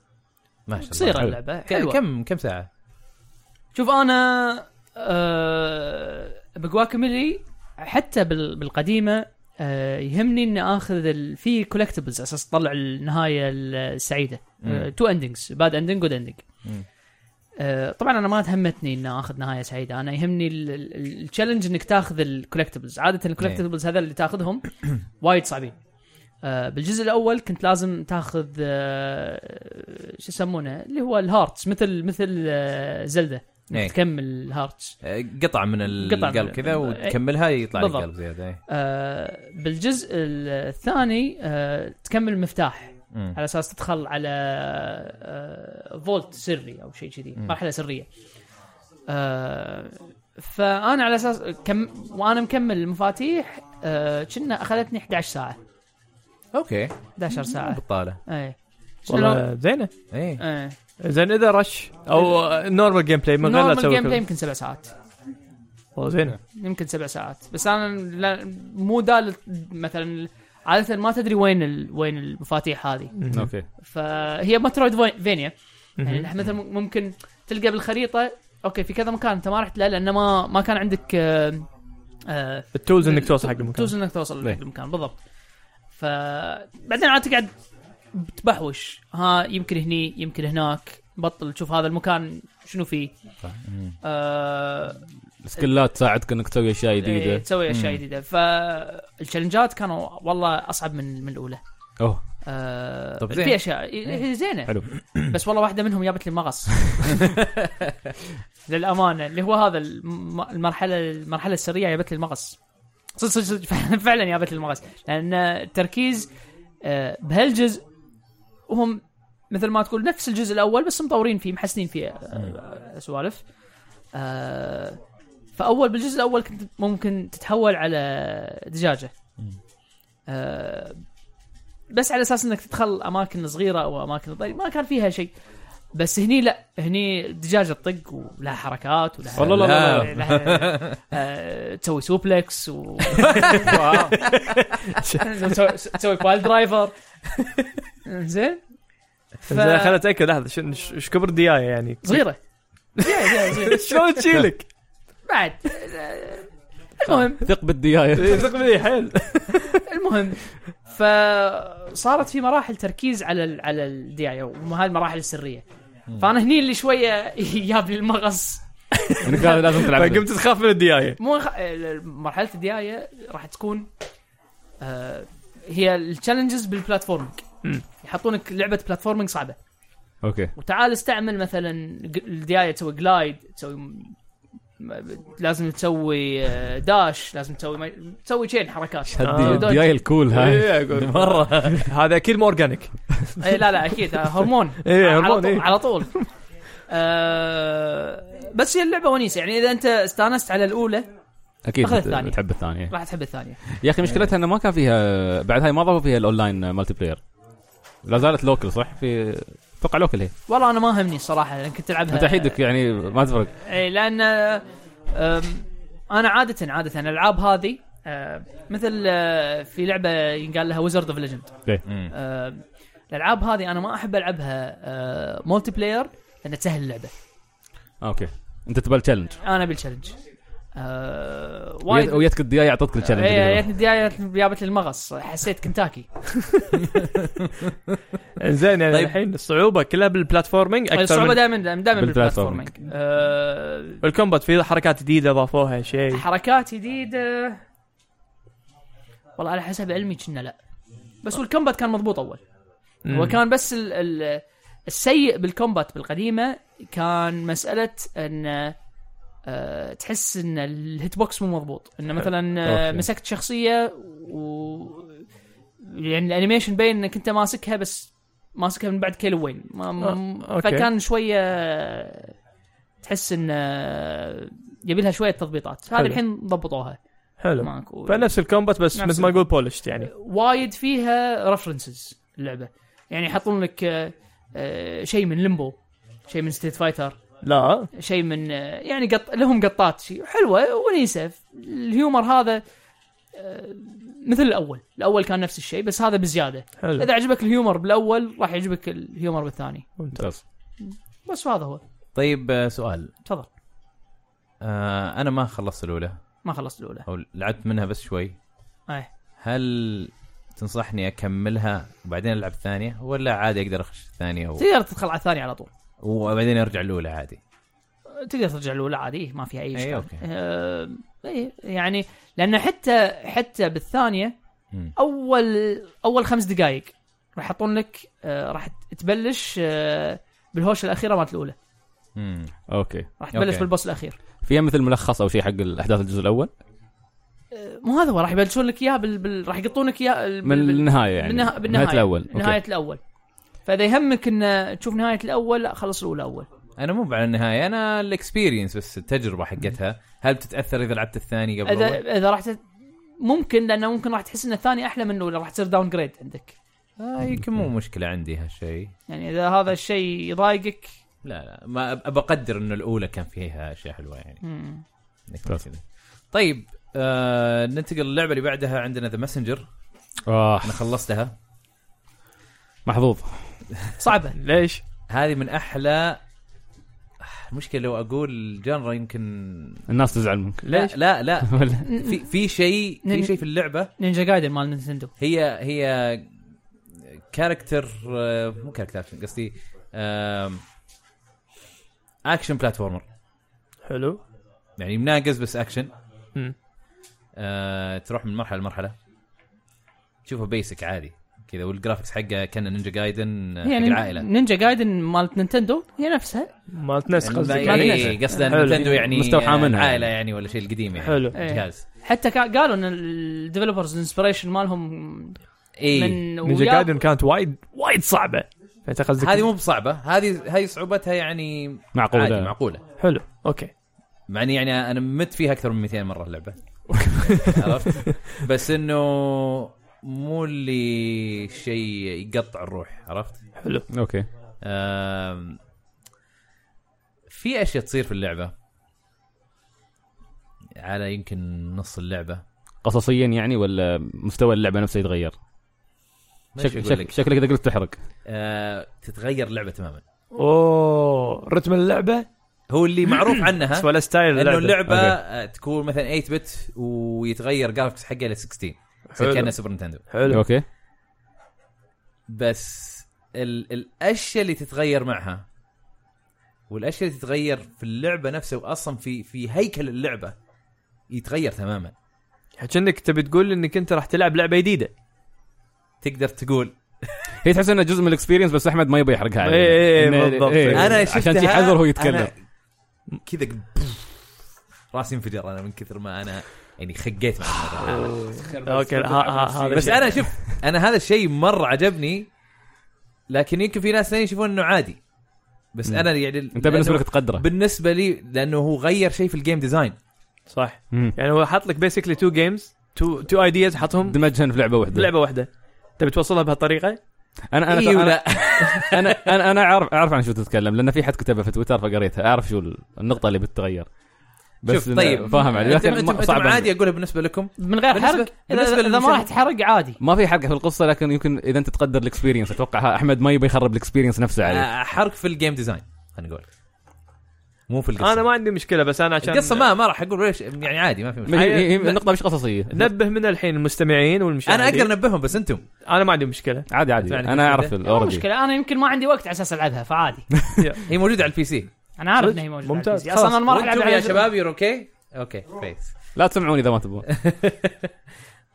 ما شاء الله
قصيره
حلو.
اللعبه
ك-
حلوه
كم كم ساعه
شوف انا آه بجواكاميلي حتى بال- بالقديمه آه يهمني اني اخذ ال... في كولكتبلز اساس اطلع النهايه السعيده
مم.
تو اندنجز باد اندنج جود اندنج
مم.
طبعا انا آه، ما تهمتني اني اخذ نهايه سعيده انا يهمني التشالنج انك تاخذ الكولكتبلز عاده الكولكتبلز هذا اللي تاخذهم وايد صعبين آه، بالجزء الاول كنت لازم تاخذ آه، شو يسمونه اللي هو الهارتس مثل مثل آه، زلده
إيه.
انك تكمل الهارتس
آه، قطعه من
قطعة
القلب
من-
كذا
آه،
وتكملها يطلع لك
بالضبط.
قلب زياده إيه.
آه، بالجزء الثاني آه، تكمل مفتاح
مم.
على اساس تدخل على آه، فولت سري او شيء كذي مرحله سريه آه، فانا على اساس كم وانا مكمل المفاتيح آه، كنا اخذتني 11 ساعه
اوكي
11 ساعه
بطاله
اي
والله زينه
اي
ايه
زين اذا رش او نورمال جيم بلاي من غير لا
نورمال
تسوي
جيم بلاي
كذا.
يمكن سبع ساعات
والله زينه
يمكن سبع ساعات بس انا لا مو دال مثلا عاده ما تدري وين ال... وين المفاتيح هذه
اوكي
فهي مترويد فينيا يعني
مهم.
نحن مثلا ممكن تلقى بالخريطه اوكي في كذا مكان انت ما رحت له لانه ما ما كان عندك آه، آه،
التولز انك توصل حق المكان إيه.
توز انك توصل
ليه؟
للمكان بالضبط فبعدين عاد تقعد تبحوش ها يمكن هني يمكن هناك بطل تشوف هذا المكان شنو فيه آه
سكلات تساعدك انك تسوي اشياء
إيه،
جديده
تسوي اشياء جديده فالتشالنجات كانوا والله اصعب من من الاولى
اوه
آه
طب زين. إيه.
في اشياء هي زينه
حلو
بس والله واحده منهم جابت لي مغص للامانه اللي هو هذا الم- المرحله المرحله السريه جابت لي المغص صدق صدق صدق فعلاً- فعلا جابت لي المغص لان التركيز آه، بهالجزء وهم مثل ما تقول نفس الجزء الاول بس مطورين فيه محسنين فيه آه، سوالف آه، فاول بالجزء الاول كنت ممكن تتحول على دجاجه آه، بس على اساس انك تدخل اماكن صغيره او اماكن طيب ما كان فيها شيء بس هني لا هني الدجاجه تطق ولها حركات ولها
والله لا لا
لا.
لها- آه، تسوي سوبلكس و تسوي- تسوي بايل درايفر زين ف-
خليني اتاكد لحظه شن- ش- ايش كبر دياي يعني
صغيره زين، زين، زين.
شلون تشيلك؟
بعد آه، المهم
ثق بالديايه
إيه، ثق بي حيل
المهم فصارت في مراحل تركيز على ال على الديايه وهاي المراحل السريه فانا هني اللي شويه جاب لي المغص
انك لازم- لازم تلعب
فقمت طيب، تخاف من الدياي
مو خ... مرحله الديايه راح تكون آه هي التشالنجز بالبلاتفورمينج يحطونك لعبه بلاتفورمينج صعبه
اوكي
وتعال استعمل مثلا ج- الديايه تسوي جلايد تسوي م- م- لازم تسوي آه، داش لازم تسوي ما... تسوي شين حركات
آه.
هالدي-
دوج.
الديايه الكول هاي
مره هذا اكيد مو اورجانيك
اي لا لا اكيد آه، هرمون
إيه،
على
هرمون،
طول-
إيه.
على طول آه، بس هي اللعبه ونيسه يعني اذا انت استانست على الاولى
اكيد
أخذ الثانية.
تحب الثانيه
راح تحب الثانيه
يا اخي مشكلتها انه ما كان فيها بعد هاي ما ضافوا فيها الاونلاين مالتي بلاير لا زالت لوكل صح؟ في اتوقع لوكل هي
والله انا ما همني الصراحه لان كنت العبها
انت حيدك يعني ما تفرق
اي لان آه، أم، انا عاده عاده الالعاب هذه آه، مثل آه، في لعبه ينقال لها ويزرد اوف ليجند
مم.
الالعاب هذه انا ما احب العبها مولتي بلاير لان تسهل اللعبه
آه، اوكي انت تبى تشالنج
انا بالتشالنج آه،
ويت-
وايد
ويتك الدياي اعطتك
إيه،
التشالنج
جتني الدياية جابت لي المغص حسيت كنتاكي
زين يعني
طيب.
الحين الصعوبه كلها بالبلاتفورمينج اكثر
الصعوبه
من
دائما دائما
بالبلاتفورمينج.
بالبلاتفورمينج آه،
الكومبات في حركات جديده ضافوها شيء
حركات جديده والله على حسب علمي كنا لا بس والكومبات كان مضبوط اول
مم.
هو كان بس ال ال السيء بالكومبات بالقديمه كان مساله ان آه، تحس ان الهيت بوكس مو مضبوط انه مثلا آه،
أوكي.
مسكت شخصيه و يعني الانيميشن باين انك انت ماسكها بس ماسكها من بعد كيلوين ما ما
آه، أوكي.
فكان شويه آه، تحس ان آه، يبي لها شويه تضبيطات هذه
حلو.
الحين ضبطوها
حلو
ماكو
فنفس الكومبات بس
نفس
مثل ما اقول بولشت يعني
وايد فيها رفرنسز اللعبه يعني يحطون لك آه، آه، شيء من ليمبو شيء من ستيت فايتر
لا
شيء من آه، يعني قط لهم قطات شيء حلوه ونيسه الهيومر هذا آه، مثل الاول الاول كان نفس الشيء بس هذا بزياده
حلو
اذا عجبك الهيومر بالاول راح يعجبك الهيومر بالثاني
ممتاز
بس هذا هو
طيب آه، سؤال
تفضل
آه انا ما خلصت الاولى
ما خلصت الاولى
او لعبت منها بس شوي
أي.
هل تنصحني اكملها وبعدين العب الثانيه ولا عادي اقدر اخش الثانيه و...
تقدر تدخل على الثاني على طول
وبعدين ارجع الاولى عادي
تقدر ترجع الاولى عادي ما فيها اي
أي،
اشكال
إيه، أوكي.
آه، أي، يعني لان حتى حتى بالثانيه
مم.
اول اول خمس دقائق راح يحطون لك آه، راح تبلش آه، بالهوشه الاخيره مالت الاولى
مم.
اوكي
راح تبلش
أوكي.
بالبوس الاخير
فيها مثل ملخص او شيء حق الاحداث الجزء الاول
آه، مو هذا هو راح يبلشون لك اياه بال... بال... راح يقطونك اياه ال-
من
بال...
النهايه يعني
بالنها... بالنهايه
نهايه الاول
نهايه
اوكي
الاول فاذا يهمك ان تشوف نهايه الاول لا خلص الاولى اول
انا مو على النهايه انا الاكسبيرينس بس التجربه حقتها هل بتتاثر اذا لعبت الثانيه قبل الأول؟
اذا اذا راح تت... ممكن لانه ممكن راح تحس ان الثاني احلى من الاولى راح تصير داون جريد عندك
آه يمكن
أمم.
مو مشكله عندي هالشيء
يعني اذا هذا الشيء يضايقك
لا لا ما أب- بقدر انه الاولى كان فيها اشياء حلوه يعني
مم.
نكمل كذا. طيب آه ننتقل للعبه اللي بعدها عندنا ذا ماسنجر
آه
انا خلصتها
محظوظ
صعبه
ليش؟
هذه من احلى آه، المشكله لو اقول جنرا يمكن
الناس تزعل منك
ليش؟ لا لا, لا.
ولا
في في شيء في شيء في اللعبه
نينجا جايدن مال نينتندو
هي هي كاركتر آه، مو كاركتر أكشن، قصدي آم، اكشن بلاتفورمر
حلو
يعني مناقز بس اكشن
مم.
آه، تروح من مرحله لمرحله تشوفه بيسك عادي كذا والجرافكس حقه كان نينجا جايدن آه، حق
يعني
العائله
نينجا جايدن مالت نينتندو هي نفسها
مالت ناس قصدك
يعني
يعني
إيه، قصده
حلو.
نينتندو يعني
مستوحى منها.
عائله يعني ولا شيء القديم يعني
حلو.
إيه.
جهاز
حتى كا- قالوا ان الديفلوبرز الانسبريشن مالهم
اي
من
نينجا
ويا-
جايدن كانت وايد وايد صعبه فانت قصدك
هذه مو بصعبه هذه هاي صعوبتها يعني
معقولة.
عادي معقوله
حلو اوكي
مع اني يعني انا مت فيها اكثر من 200 مره اللعبه عرفت بس انه مو اللي شيء يقطع الروح عرفت
حلو
اوكي
آم، في اشياء تصير في اللعبه على يمكن نص اللعبه
قصصيا يعني ولا مستوى اللعبه نفسها يتغير
ما
شك
شك
شك
شك
شكلك اذا قلت تحرق
آه تتغير اللعبه تماما
اوه رتم اللعبه
هو اللي معروف عنها
بس ولا ستايل
انه اللعبه
أوكي.
آه، تكون مثلا 8 بت ويتغير جرافكس حقها ل 16
حلو.
يصير كانها سوبر نتندو
حلو
اوكي
بس ال الاشياء اللي تتغير معها والاشياء اللي تتغير في اللعبه نفسها واصلا في في هيكل اللعبه يتغير تماما
كأنك تبي تقول انك انت راح تلعب لعبه جديده
تقدر تقول
هي تحس انه جزء من الاكسبيرينس بس احمد ما يبي يحرقها علينا.
إيه،
إنه-
بالضبط.
إيه،
انا شفتها
عشان شي حذر هو يتكلم
أنا كذا قلت بوف، راسي انفجر انا من كثر ما انا يعني خقيت مع الموضوع
اوكي ها ها هذا
بس
شيء.
انا شوف انا هذا الشيء مره عجبني لكن يمكن في ناس ثانيين يشوفون انه عادي بس انا يعني
انت بالنسبه لك تقدره
بالنسبه لي لانه هو غير شيء في الجيم ديزاين
صح
مم.
يعني هو حاط لك بيسكلي تو جيمز تو تو ايدياز حطهم
دمجهن في لعبه واحده
بلعبه واحده تبي توصلها بهالطريقه
انا انا
إيه
أنا-
ولا
انا انا انا اعرف اعرف عن شو تتكلم لان في حد كتبها في تويتر فقريتها اعرف شو النقطه اللي بتتغير بس
شوف
إنه
طيب
فاهم علي
انتم
لكن
انتم-
صعب
انتم عادي اقولها بالنسبه لكم
من غير
بالنسبة-
حرق
بالنسبة
بالنسبة اذا ما
للإنسان-
راح تحرق عادي
ما في حرقه في القصه لكن يمكن اذا انت تقدر الاكسبيرينس اتوقع ها- احمد ما يبي يخرب الاكسبيرينس نفسه عليه
آه، حرق في الجيم ديزاين خلينا نقول مو في القصه
انا ما عندي مشكله بس انا عشان
القصه ما ما راح اقول ليش يعني عادي ما في
هي-
مشكله
هي- هي النقطه مش قصصيه
نبه من الحين المستمعين والمشاهدين
انا اقدر انبههم بس انتم
انا ما عندي مشكله
عادي عادي
يعني
انا اعرف
كده.
مو
الاوريدي
مشكله انا يمكن ما عندي وقت على اساس العبها فعادي
هي موجوده على البي سي
انا عارف
صدق؟
انها هي موجوده
ممتاز.
على البي سي.
خلاص.
اصلا انا ما راح العب
وانتم
على
يا
الجزء-
شباب يور اوكي اوكي كويس
لا تسمعوني اذا ما تبغون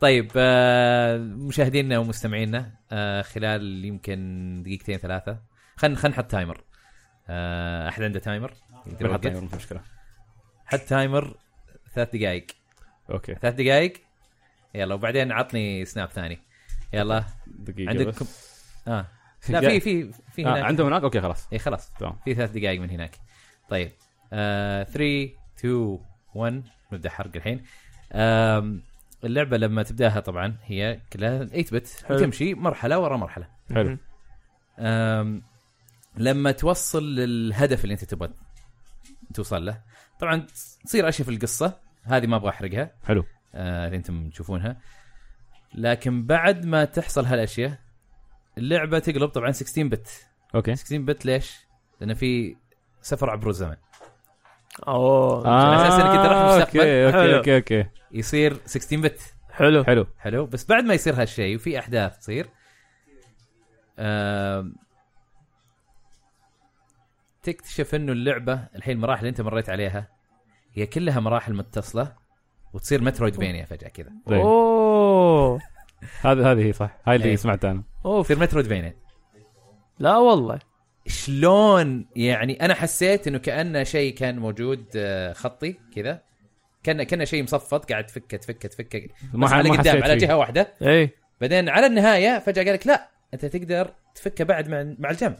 طيب آه، مشاهدينا ومستمعينا آه، خلال يمكن دقيقتين ثلاثه خلينا خلينا نحط تايمر آه، احد عنده تايمر؟ يقدر
بنحط
يوقف؟
مش مشكله
حط تايمر ثلاث دقائق
اوكي
ثلاث دقائق يلا وبعدين عطني سناب ثاني يلا
دقيقه
عندكم
بس.
اه لا
يا-
في في في
آه
هناك
عندهم هناك اوكي خلاص
اي خلاص
تمام
في ثلاث دقائق من هناك طيب 3 2 1 نبدا حرق الحين آم، اللعبه لما تبداها طبعا هي كلها 8 بت
حلو.
وتمشي مرحله ورا مرحله
حلو
آم، لما توصل للهدف اللي انت تبغى توصل له طبعا تصير اشياء في القصه هذه ما ابغى احرقها
حلو
آه، اللي انتم تشوفونها لكن بعد ما تحصل هالاشياء اللعبه تقلب طبعا 16 بت
اوكي
16 بت ليش؟ لان في سفر عبر الزمن
اوه
آه،
أساس إنك أنت رايح المستقبل.
اوكي
حلو.
اوكي اوكي اوكي
يصير 16 بت
حلو
حلو
حلو بس بعد ما يصير هالشيء وفي احداث تصير آم، تكتشف انه اللعبه الحين المراحل اللي انت مريت عليها هي كلها مراحل متصله وتصير مترويد بينيا فجاه كذا
زين.
اوه
هذه طيب. هذه هي صح هاي
إيه.
اللي سمعتها انا
اوف
تصير مترويد بينيا
لا والله
شلون يعني انا حسيت انه كانه شيء كان موجود آه، خطي كذا كان كان شيء مصفط قاعد تفكه تفكه تفكه
ما
بس
ح-
على
ما
قدام
حسيت
على
فيه.
جهه واحده
اي
بعدين على النهايه فجاه قال لك لا انت تقدر تفكه بعد مع مع الجنب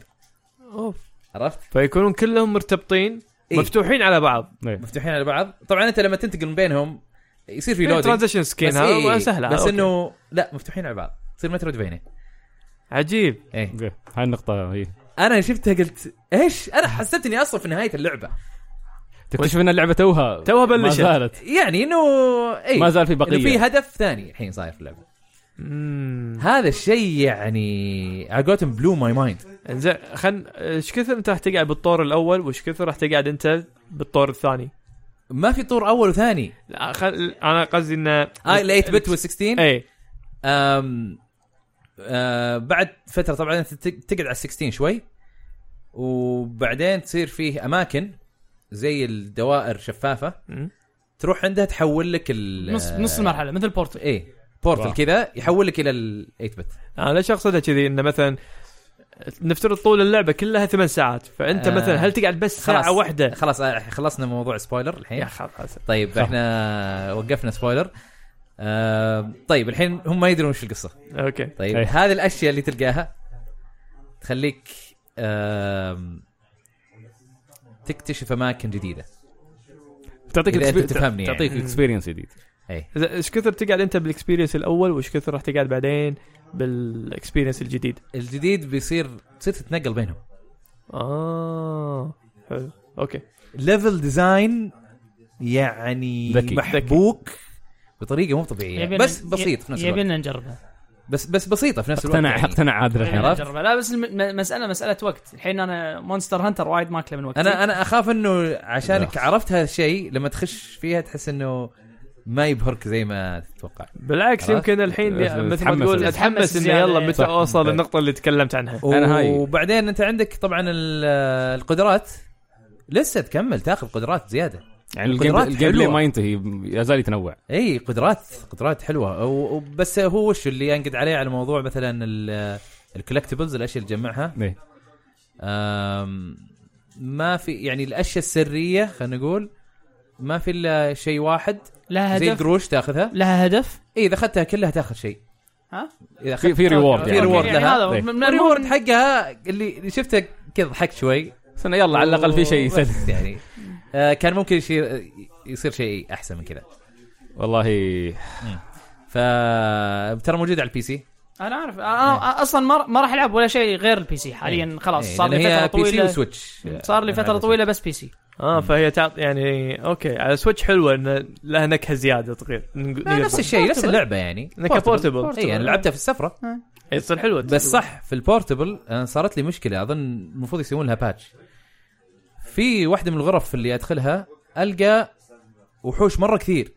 اوف
عرفت؟
فيكونون كلهم مرتبطين
إيه.
مفتوحين على بعض
إيه.
مفتوحين على بعض طبعا انت لما تنتقل من بينهم يصير في لودينج
ترانزيشن سكين هذا سهله
بس
أوكي.
انه لا مفتوحين على بعض تصير مترو بينه
عجيب
ايه
اوكي هاي النقطه هي
انا شفتها قلت ايش انا حسبت اني اصلا في نهايه اللعبه
تكتشف ان اللعبه توها
توها
ما
بلشت.
زالت
يعني انه اي
ما زال في بقية.
إنه في هدف ثاني الحين صاير في اللعبه
امم
هذا الشيء يعني على قولتهم بلو ماي مايند
زين خل ايش كثر انت راح تقعد بالطور الاول وايش كثر راح تقعد انت بالطور الثاني
ما في طور اول وثاني
لا خل... انا قصدي إيه. انه
اه ال 8 بت وال 16
اي
أم آه بعد فتره طبعا انت تق- تقعد على 16 شوي وبعدين تصير فيه اماكن زي الدوائر شفافه
مم.
تروح عندها تحول لك ال
نص نص المرحله مثل بورتل
ايه بورتل
واو.
كذا يحولك الى ال 8 بت
انا ليش اقصدها كذي انه مثلا نفترض طول اللعبه كلها ثمان ساعات فانت
آه.
مثلا هل تقعد بس ساعه
خلاص.
واحده
خلاص آه، خلصنا موضوع سبويلر الحين
يا خلاص
طيب احنا وقفنا سبويلر آه طيب الحين هم ما يدرون وش القصه
اوكي
طيب
أي.
هذه الاشياء اللي تلقاها تخليك آم، تكتشف اماكن جديده
تعطيك
إذا أنت
exper-
تفهمني يعني.
تعطيك اكسبيرينس جديد
اي
إذا- ايش كثر تقعد انت بالاكسبيرينس الاول وايش كثر راح تقعد بعدين بالاكسبيرينس الجديد
الجديد بيصير تصير تتنقل بينهم
اه حلو اوكي
ليفل ديزاين يعني
ذكي.
محبوك بطريقه مو طبيعيه
يبينا-
بس بسيط في نفس الوقت
يبينا نجربها
بس بس بسيطه في نفس الوقت
اقتنع
يعني.
اقتنع عادل الحين
يبينا
عرفت؟
نجربها لا بس الم- م- مساله مساله وقت الحين انا مونستر هانتر وايد ماكله من وقتي
انا انا اخاف انه عشانك
لا.
عرفت هذا الشيء لما تخش فيها تحس انه ما يبهرك زي ما تتوقع
بالعكس
خلاص.
يمكن الحين مثل ما
أتحمس
تقول
زيادة.
اتحمس انه
زيادة.
يلا متى
صح.
اوصل
إيه.
للنقطه اللي تكلمت عنها
أنا هاي.
وبعدين انت عندك طبعا ال- القدرات لسه تكمل تاخذ قدرات زياده
يعني الجيم
القدرات
الجيم بلاي
حلوة.
ما ينتهي يزال يتنوع
اي قدرات قدرات حلوه و- وبس هو وش اللي ينقد عليه على موضوع مثلا الكولكتبلز الاشياء اللي تجمعها
إيه.
أم، ما في يعني الاشياء السريه خلينا نقول ما في الا شيء واحد
لها
زي
هدف
القروش تاخذها
لها هدف
اي اذا اخذتها كلها تاخذ شيء
ها؟
اذا اخذت
في في ريورد
في reward
يعني
لها.
هذا
إيه.
من- من-
الريورد حقها اللي شفته كذا ضحكت شوي
بس إنه يلا على الاقل في شيء يسد
بس يعني آه، كان ممكن يصير يصير شيء احسن من كذا
والله
ف ترى موجود على البي سي
انا اعرف انا اصلا ما ما راح العب ولا شيء غير البي سي حاليا خلاص
إيه،
صار لي
لأن هي
فتره
بي سي
طويله
وسويتش
صار لي
آه،
فتره
على
طويله بس بي سي
اه فهي تعط يعني اوكي على سويتش حلوه انه لها نكهه زياده تغير
Switch. آه، نفس الشيء نفس اللعبه يعني
نكهه بورتبل
اي انا لعبتها في السفره
إيه، تصير حلوه
بس صح في البورتبل آه، صارت لي مشكله اظن المفروض يسوون لها باتش في واحده من الغرف اللي ادخلها القى وحوش مره كثير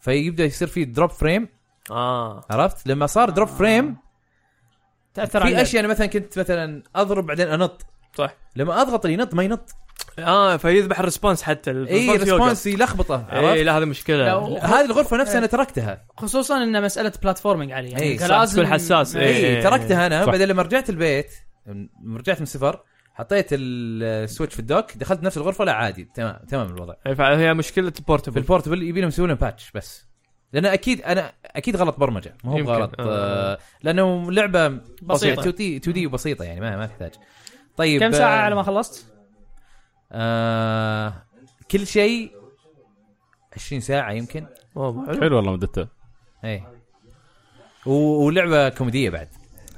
فيبدا يصير في دروب فريم
اه
عرفت لما صار دروب فريم
تاثر على
في اشياء انا مثلا كنت مثلا اضرب بعدين انط
صح
لما اضغط اللي ينط ما ينط
اه فيذبح الريسبونس حتى
اي
إيه، الريسبونس يوقف.
ريسبونس يلخبطه
اي
عرفت
إيه، لا هذه مشكله
لا،
هذه الغرفه نفسها انا تركتها
خصوصا انه مساله بلاتفورمينج علي يعني
إيه،
أنت
صح،
تكون حساس. إيه.
اي تركتها انا
صح.
بعدين لما رجعت البيت لما رجعت من السفر حطيت السويتش في الدوك دخلت نفس الغرفه لا عادي تمام تمام الوضع
إيه، فهي مشكله
في
البورتبل
البورتبل يبي لهم يسوون باتش بس لان اكيد انا اكيد غلط برمجه ما هو
يمكن.
غلط
آه.
آه. لانه لعبه
بسيطة.
2 دي 2 دي وبسيطه يعني ما ما تحتاج طيب
كم ساعه
آه،
على ما خلصت؟
آه كل شيء 20 ساعه يمكن
أوه، حلو.
حلو والله مدته
اي و- ولعبه كوميديه بعد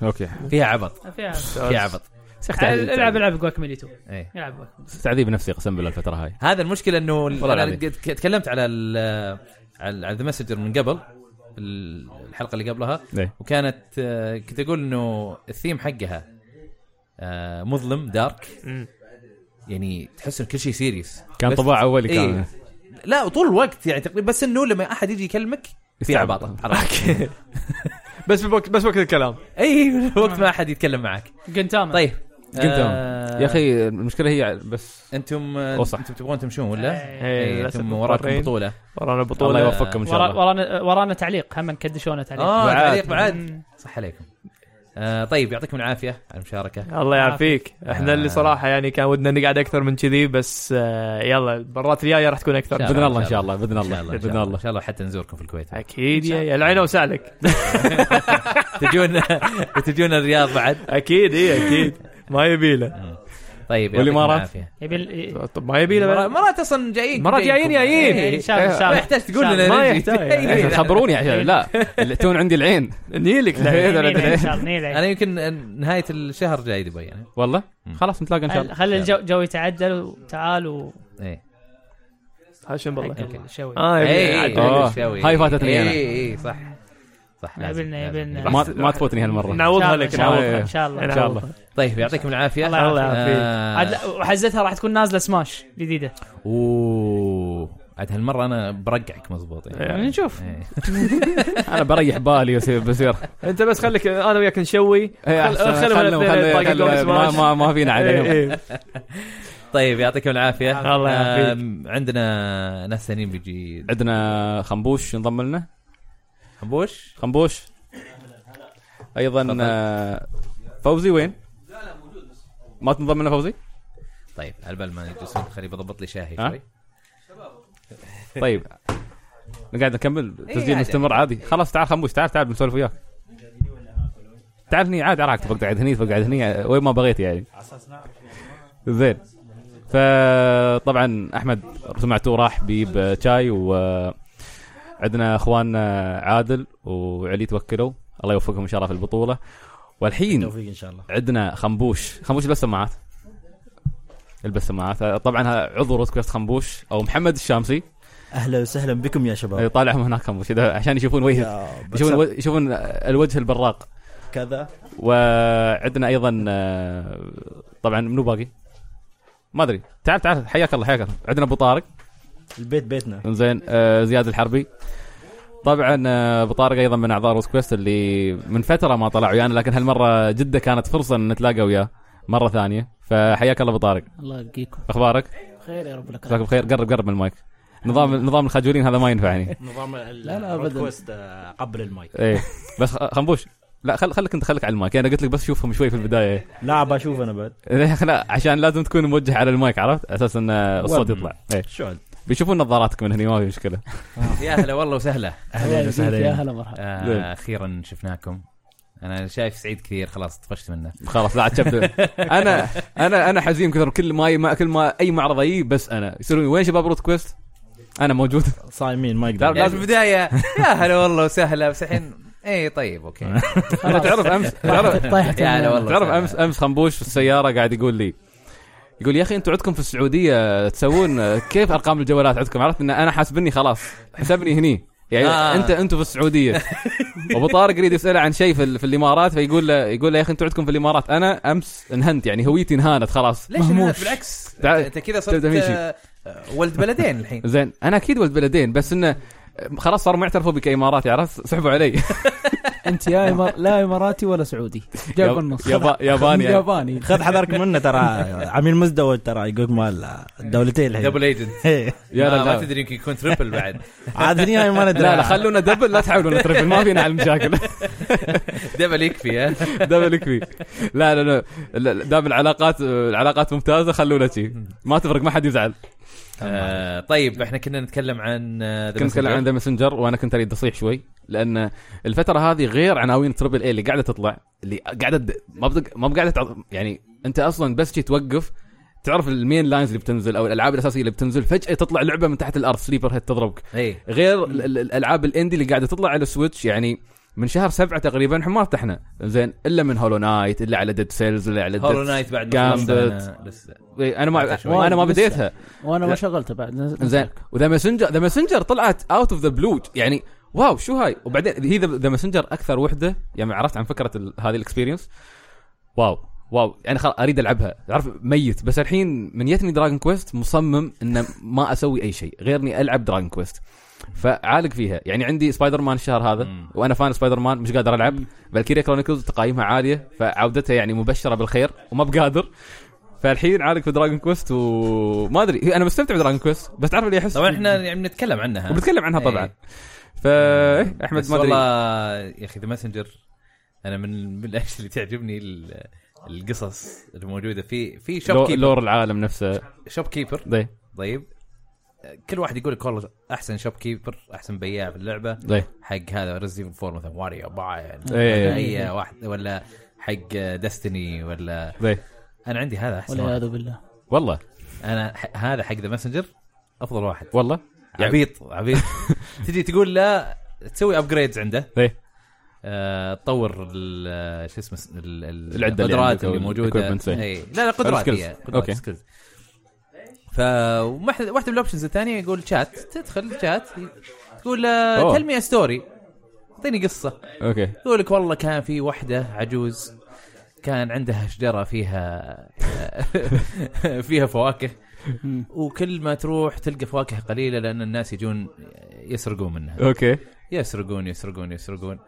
اوكي
فيها عبط
فيها
فيها عبط
بس يا أخي تعذيب-
العب العب جواكميلي 2
اي
العب Guacamelee.
تعذيب نفسي اقسم بالله الفتره هاي
هذا المشكله انه ال-
والله
انا
العظيم.
قد- تكلمت على ال- على ذا مسجر من قبل ال- الحلقه اللي قبلها
إيه.
وكانت آه، كنت اقول انه الثيم حقها آه، مظلم دارك
مم.
يعني تحس ان كل شيء سيريس
كان
بس-
طباع اولي كان
إيه. لا طول الوقت يعني تقريبا بس انه لما احد يجي يكلمك في
يستعبط.
عباطه عرفت؟
بس بوقت بس وقت الكلام
اي وقت ما احد يتكلم معك
جنتاما
طيب آه،
قلتها. يا اخي المشكله هي بس
انتم
وصح.
انتم آه، تبغون تمشون ولا؟
إيه.
إيه،
إيه،
انتم
للأسف
وراكم
مضطرين.
بطوله
ورانا
الله
بطوله
يوفقكم ان شاء
ورا-
الله
ورانا ورانا تعليق هم كدشونا تعليق
اه
بعد.
تعليق بعد
مم.
صح عليكم آه طيب يعطيكم العافيه على المشاركه
الله يعافيك احنا اللي
آه.
صراحه يعني كان ودنا نقعد اكثر من كذي بس آه، يلا المرات الجايه راح تكون اكثر
باذن الله ان شاء الله باذن الله
إن شاء
باذن
ان
الله
شاء الله حتى نزوركم في الكويت
اكيد يا يا العين وسالك
تجون تجون الرياض بعد
اكيد اي اكيد إيه، ما يبي له
طيب
والإمارات؟
يبي ال-
طب ما يبي له
مرات اصلا جايين
مرات جايين جايين.
إيه، ان شاء الله ان شاء
ما
الله
يحتاج تقول
إن
لنا
شاء
الله. ما
نجي.
يحتاج.
إيه.
إيه، خبروني عشان لا اللي- تون عندي العين
نيلك لا
إيه،
نيل عين،
إيه.
إن شاء الله، نيل عين.
انا يمكن نهايه الشهر جاي دبي يعني
والله
مم.
خلاص نتلاقى ان شاء الله
خلي الجو جو يتعدل وتعال و
ايه
هاشم بالله
شوي
اه
إيه،
يبي
إيه،
عاد.
آه.
الشاوي.
هاي فاتتني أنا.
إيه، اي صح صح لازم،
يبيلنا-
لازم.
يبيلنا.
ما ما تفوتني هالمره
نعوضها لك
ان شاء الله
نعوضها.
ان شاء الله
إن شاء الله.
طيب يعطيكم العافيه
الله يعافيك.
الله يعافيك.
آه،
عاد لا، وحزتها راح تكون نازله سماش جديده
اوه عاد هالمره انا برقعك مضبوط يعني
يعني
نشوف
إيه.
انا بريح بالي وسي- بصير
انت بس خليك انا وياك نشوي
إيه،
خل-
أحسن.
خلهم
خلهم-
الاثنين
خلهم-
يطاقوا
خلهم-
قبل
ما
سماش.
ما ما فينا
إيه،
عليهم
إيه.
طيب يعطيكم العافيه
الله يعافيك.
آم، عندنا ناس ثانيين بيجي
عندنا خنبوش انضم لنا
خنبوش
خنبوش ايضا آه، فوزي وين؟ ما تنضم لنا فوزي؟
طيب على بال ما يجلسون خلي بضبط لي شاهي
ها؟
شوي
طيب نقعد نكمل تسجيل
عادي.
مستمر عادي خلاص تعال خنبوش تعال تعال بنسولف وياك تعال هني عادي عراك تبغى تقعد هني تبغى تقعد هني وين ما بغيت يعني زين فطبعا احمد سمعتوه راح بيجيب شاي و عندنا اخواننا عادل وعلي توكلوا الله يوفقهم ان شاء الله في البطوله والحين
توفيق ان شاء الله
عندنا خنبوش خنبوش بس سماعات البس سماعات طبعا ها- عضو رودكاست خنبوش او محمد الشامسي
اهلا وسهلا بكم يا شباب
يطالعهم هناك خنبوش إذا- عشان يشوفون وجهك
يا
يشوفون
بكسب
و- يشوفون الوجه البراق
كذا
وعندنا ايضا آه، طبعا منو باقي؟ ما ادري تعال تعال حياك الله حياك الله عندنا ابو طارق
البيت بيتنا
زين آه، زياد الحربي طبعا آه، ابو طارق ايضا من اعضاء روس كويست اللي من فتره ما طلع ويانا لكن هالمره جده كانت فرصه ان نتلاقى وياه مره ثانيه فحياك الله ابو طارق
الله يلقيكم
اخبارك؟
خير يا رب لك
جزاك بخير قرب قرب من المايك نظام نظام الخجولين هذا ما يعني. ينفعني
نظام
آه. لا، لا، أبداً.
الرودكوست، آه، قبل المايك
ايه بس خ- خنبوش لا خل خليك انت خليك على المايك انا قلت لك بس شوفهم شوي في البدايه
لا بشوف انا بعد
إيه، لا عشان لازم تكون موجه على المايك عرفت اساس ان الصوت
وين؟
يطلع ايه
شو
بيشوفون نظاراتك من هنا ما في مشكله
يا هلا والله وسهلا
اهلا
يا
وسهلا
هلا مرحبا
آه،
زين.
اخيرا شفناكم انا شايف سعيد كثير خلاص طفشت منه
خلاص لا عاد شبت انا انا انا حزين كثر كل ما, ما كل ما اي معرض اجي بس انا يسالوني وين شباب روت كويست؟ انا موجود
صايمين ما
تعرف
يعني
يقدر
لازم-
في البدايه يا هلا والله وسهلا بس الحين ايه طيب اوكي
انا تعرف امس تعرف
طايحة
يا هلا والله
تعرف
وسهلا.
امس امس خنبوش في السياره قاعد يقول لي يقول يا اخي انتم عندكم في السعوديه تسوون كيف ارقام الجوالات عندكم عرفت ان انا حاسبني خلاص حسبني هني يعني
آه.
آه. انت انتم في السعوديه ابو طارق يريد يساله عن شيء في, ال- في الامارات فيقول له يقول له يا اخي انتم عندكم في الامارات انا امس انهنت يعني هويتي انهانت خلاص
ليش هذا بالعكس
تعال-
انت كذا صرت
تبدأ ميشي.
آه، ولد بلدين الحين
زين انا اكيد ولد بلدين بس انه خلاص صاروا ما يعترفوا بي كاماراتي عرفت سحبوا علي
انت يا إمار... لا اماراتي ولا سعودي جايب النص
يابا- ياباني يعني.
ياباني
خذ حذرك منه ترى عميل مزدوج ترى يقول مال الدولتين الحين
دبل ايجنت
إيه.
يا
ما
لا لا
تدري يمكن يكون تربل بعد
عاد هني أنا ما ندري
لا لا خلونا دبل لا تحاولون تربل ما فينا على المشاكل
دبل يكفي ها
دبل يكفي لا لا لا لا، لا، دام العلاقات العلاقات ممتازه خلونا شي ما تفرق ما حد يزعل
آه، طيب احنا كنا نتكلم عن آه، The
كنت اتكلم
Messenger.
عن ذا ماسنجر وانا كنت اريد اصيح شوي لان الفتره هذه غير عناوين تربل اي اللي قاعده تطلع اللي قاعده د- ما بتق... ما قاعده تع- يعني انت اصلا بس شي توقف تعرف المين لاينز اللي بتنزل او الالعاب الاساسيه اللي بتنزل فجاه تطلع لعبه من تحت الارض سليبر هيد تضربك
ايه
غير ال- ال- الالعاب الاندي اللي قاعده تطلع على السويتش يعني من شهر سبعة تقريبا إحنا ما فتحنا زين الا من هولو نايت الا على ديد سيلز الا على
هولو
Dead
نايت بعد ما خلصت
Gambit.
أنا لسه
إيه، انا ما
شوي.
انا ما
لسه.
بديتها
وانا
لا.
ما شغلته بعد
زين وذا ماسنجر ذا ماسنجر طلعت اوت اوف ذا بلو يعني واو شو هاي وبعدين هي ذا ماسنجر اكثر وحده يعني عرفت عن فكره ال- هذه الاكسبيرينس واو واو يعني خلاص اريد العبها تعرف ميت بس الحين من يتني دراجون كويست مصمم ان ما اسوي اي شيء غير اني العب دراجون كويست فعالق فيها يعني عندي سبايدر مان الشهر هذا
مم.
وانا فان سبايدر مان مش قادر العب فالكيريا كرونيكلز تقايمها عاليه فعودتها يعني مبشره بالخير وما بقادر فالحين عالق في دراجون كويست وما ادري هي- انا مستمتع بدراجون كويست بس تعرف اللي احس
طبعا احنا يعني بنتكلم عنها
وبتكلم عنها
إيه.
طبعا فا إيه، احمد
بس
ما
والله
ادري
يا اخي ذا ماسنجر انا من من الاشياء اللي تعجبني ال- القصص الموجوده في في شوب
لو-
كيبر
لور العالم نفسه
شوب كيبر
ذي
طيب كل واحد يقول لك والله احسن شوب كيبر احسن بياع في اللعبه
ذي
حق هذا ريزيفل فور مثلا واريو باي
إيه.
اي واحد ولا حق دستني ولا
ذي
انا عندي هذا احسن واحد.
والعياذ بالله
والله
انا ح- هذا حق ذا ماسنجر افضل واحد
والله
عبيط عبيط تجي تقول لا تسوي ابجريدز عنده
إيه.
آه، تطور ال- آه، شو اسمه ال- ال-
العدة اللي
القدرات
عندك
اللي
أو
موجوده
ال equipments، إيه.
إيه. لا لا قدرات
الskills.
هي
أوكي.
قدرات سكيلز ف ومح- واحده من الاوبشنز الثانيه يقول شات تدخل آه، شات تقول
أوه.
تل مي ستوري اعطيني قصه
اوكي
يقول لك والله كان في وحده عجوز كان عندها شجره فيها آه، فيها فواكه وكل ما تروح تلقى فواكه قليله لان الناس يجون يسرقون منها
اوكي
يسرقون يسرقون يسرقون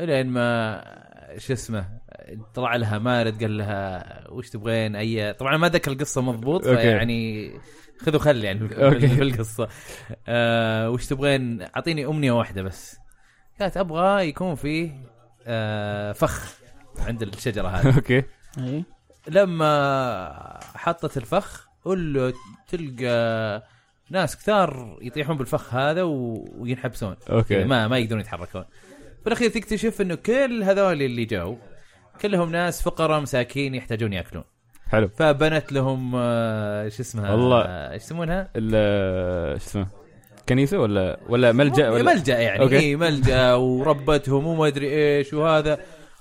الين ما شو اسمه طلع لها مارد قال لها وش تبغين اي طبعا ما ذكر القصه مضبوط
أوكي.
يعني خذوا خل يعني
أوكي.
في القصه آه وش تبغين اعطيني امنيه واحده بس كانت ابغى يكون فيه آه، فخ عند الشجره هذه
اوكي
اي
لما حطت الفخ كله تلقى ناس كثار يطيحون بالفخ هذا و... وينحبسون يعني
اوكي
ما ما يقدرون يتحركون بالاخير تكتشف انه كل هذول اللي جو كلهم ناس فقراء مساكين يحتاجون ياكلون
حلو
فبنت لهم آه، شو اسمها
والله.
آه، ايش يسمونها؟
ال- شو اسمه كنيسه ولا ولا ملجا ولا
ملجا يعني
أوكي.
اي ملجا وربتهم وما ادري ايش وهذا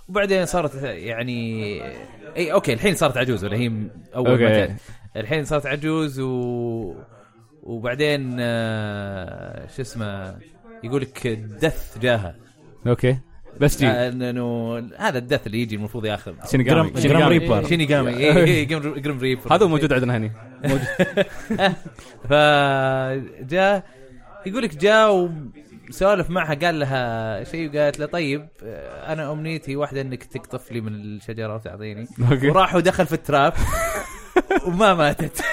وبعدين صارت يعني اي اوكي الحين صارت عجوز ولا هي م- اول ما
أوكي.
كانت. الحين صارت عجوز و وبعدين آه، شو اسمه يقول لك الدث جاها
اوكي بس جي
آه، انه هذا الدث اللي يجي المفروض ياخذ إيه،
شينيغامي
جرام-
شينيغامي.
جرام ريبر.
شيني قامي جريم ريبر
هذا هو موجود عندنا هني
فجاء يقول لك جاء وسولف معها قال لها شيء وقالت له طيب آه، انا امنيتي واحده انك تقطف لي من الشجره وتعطيني
اوكي
وراح ودخل في التراب وما ماتت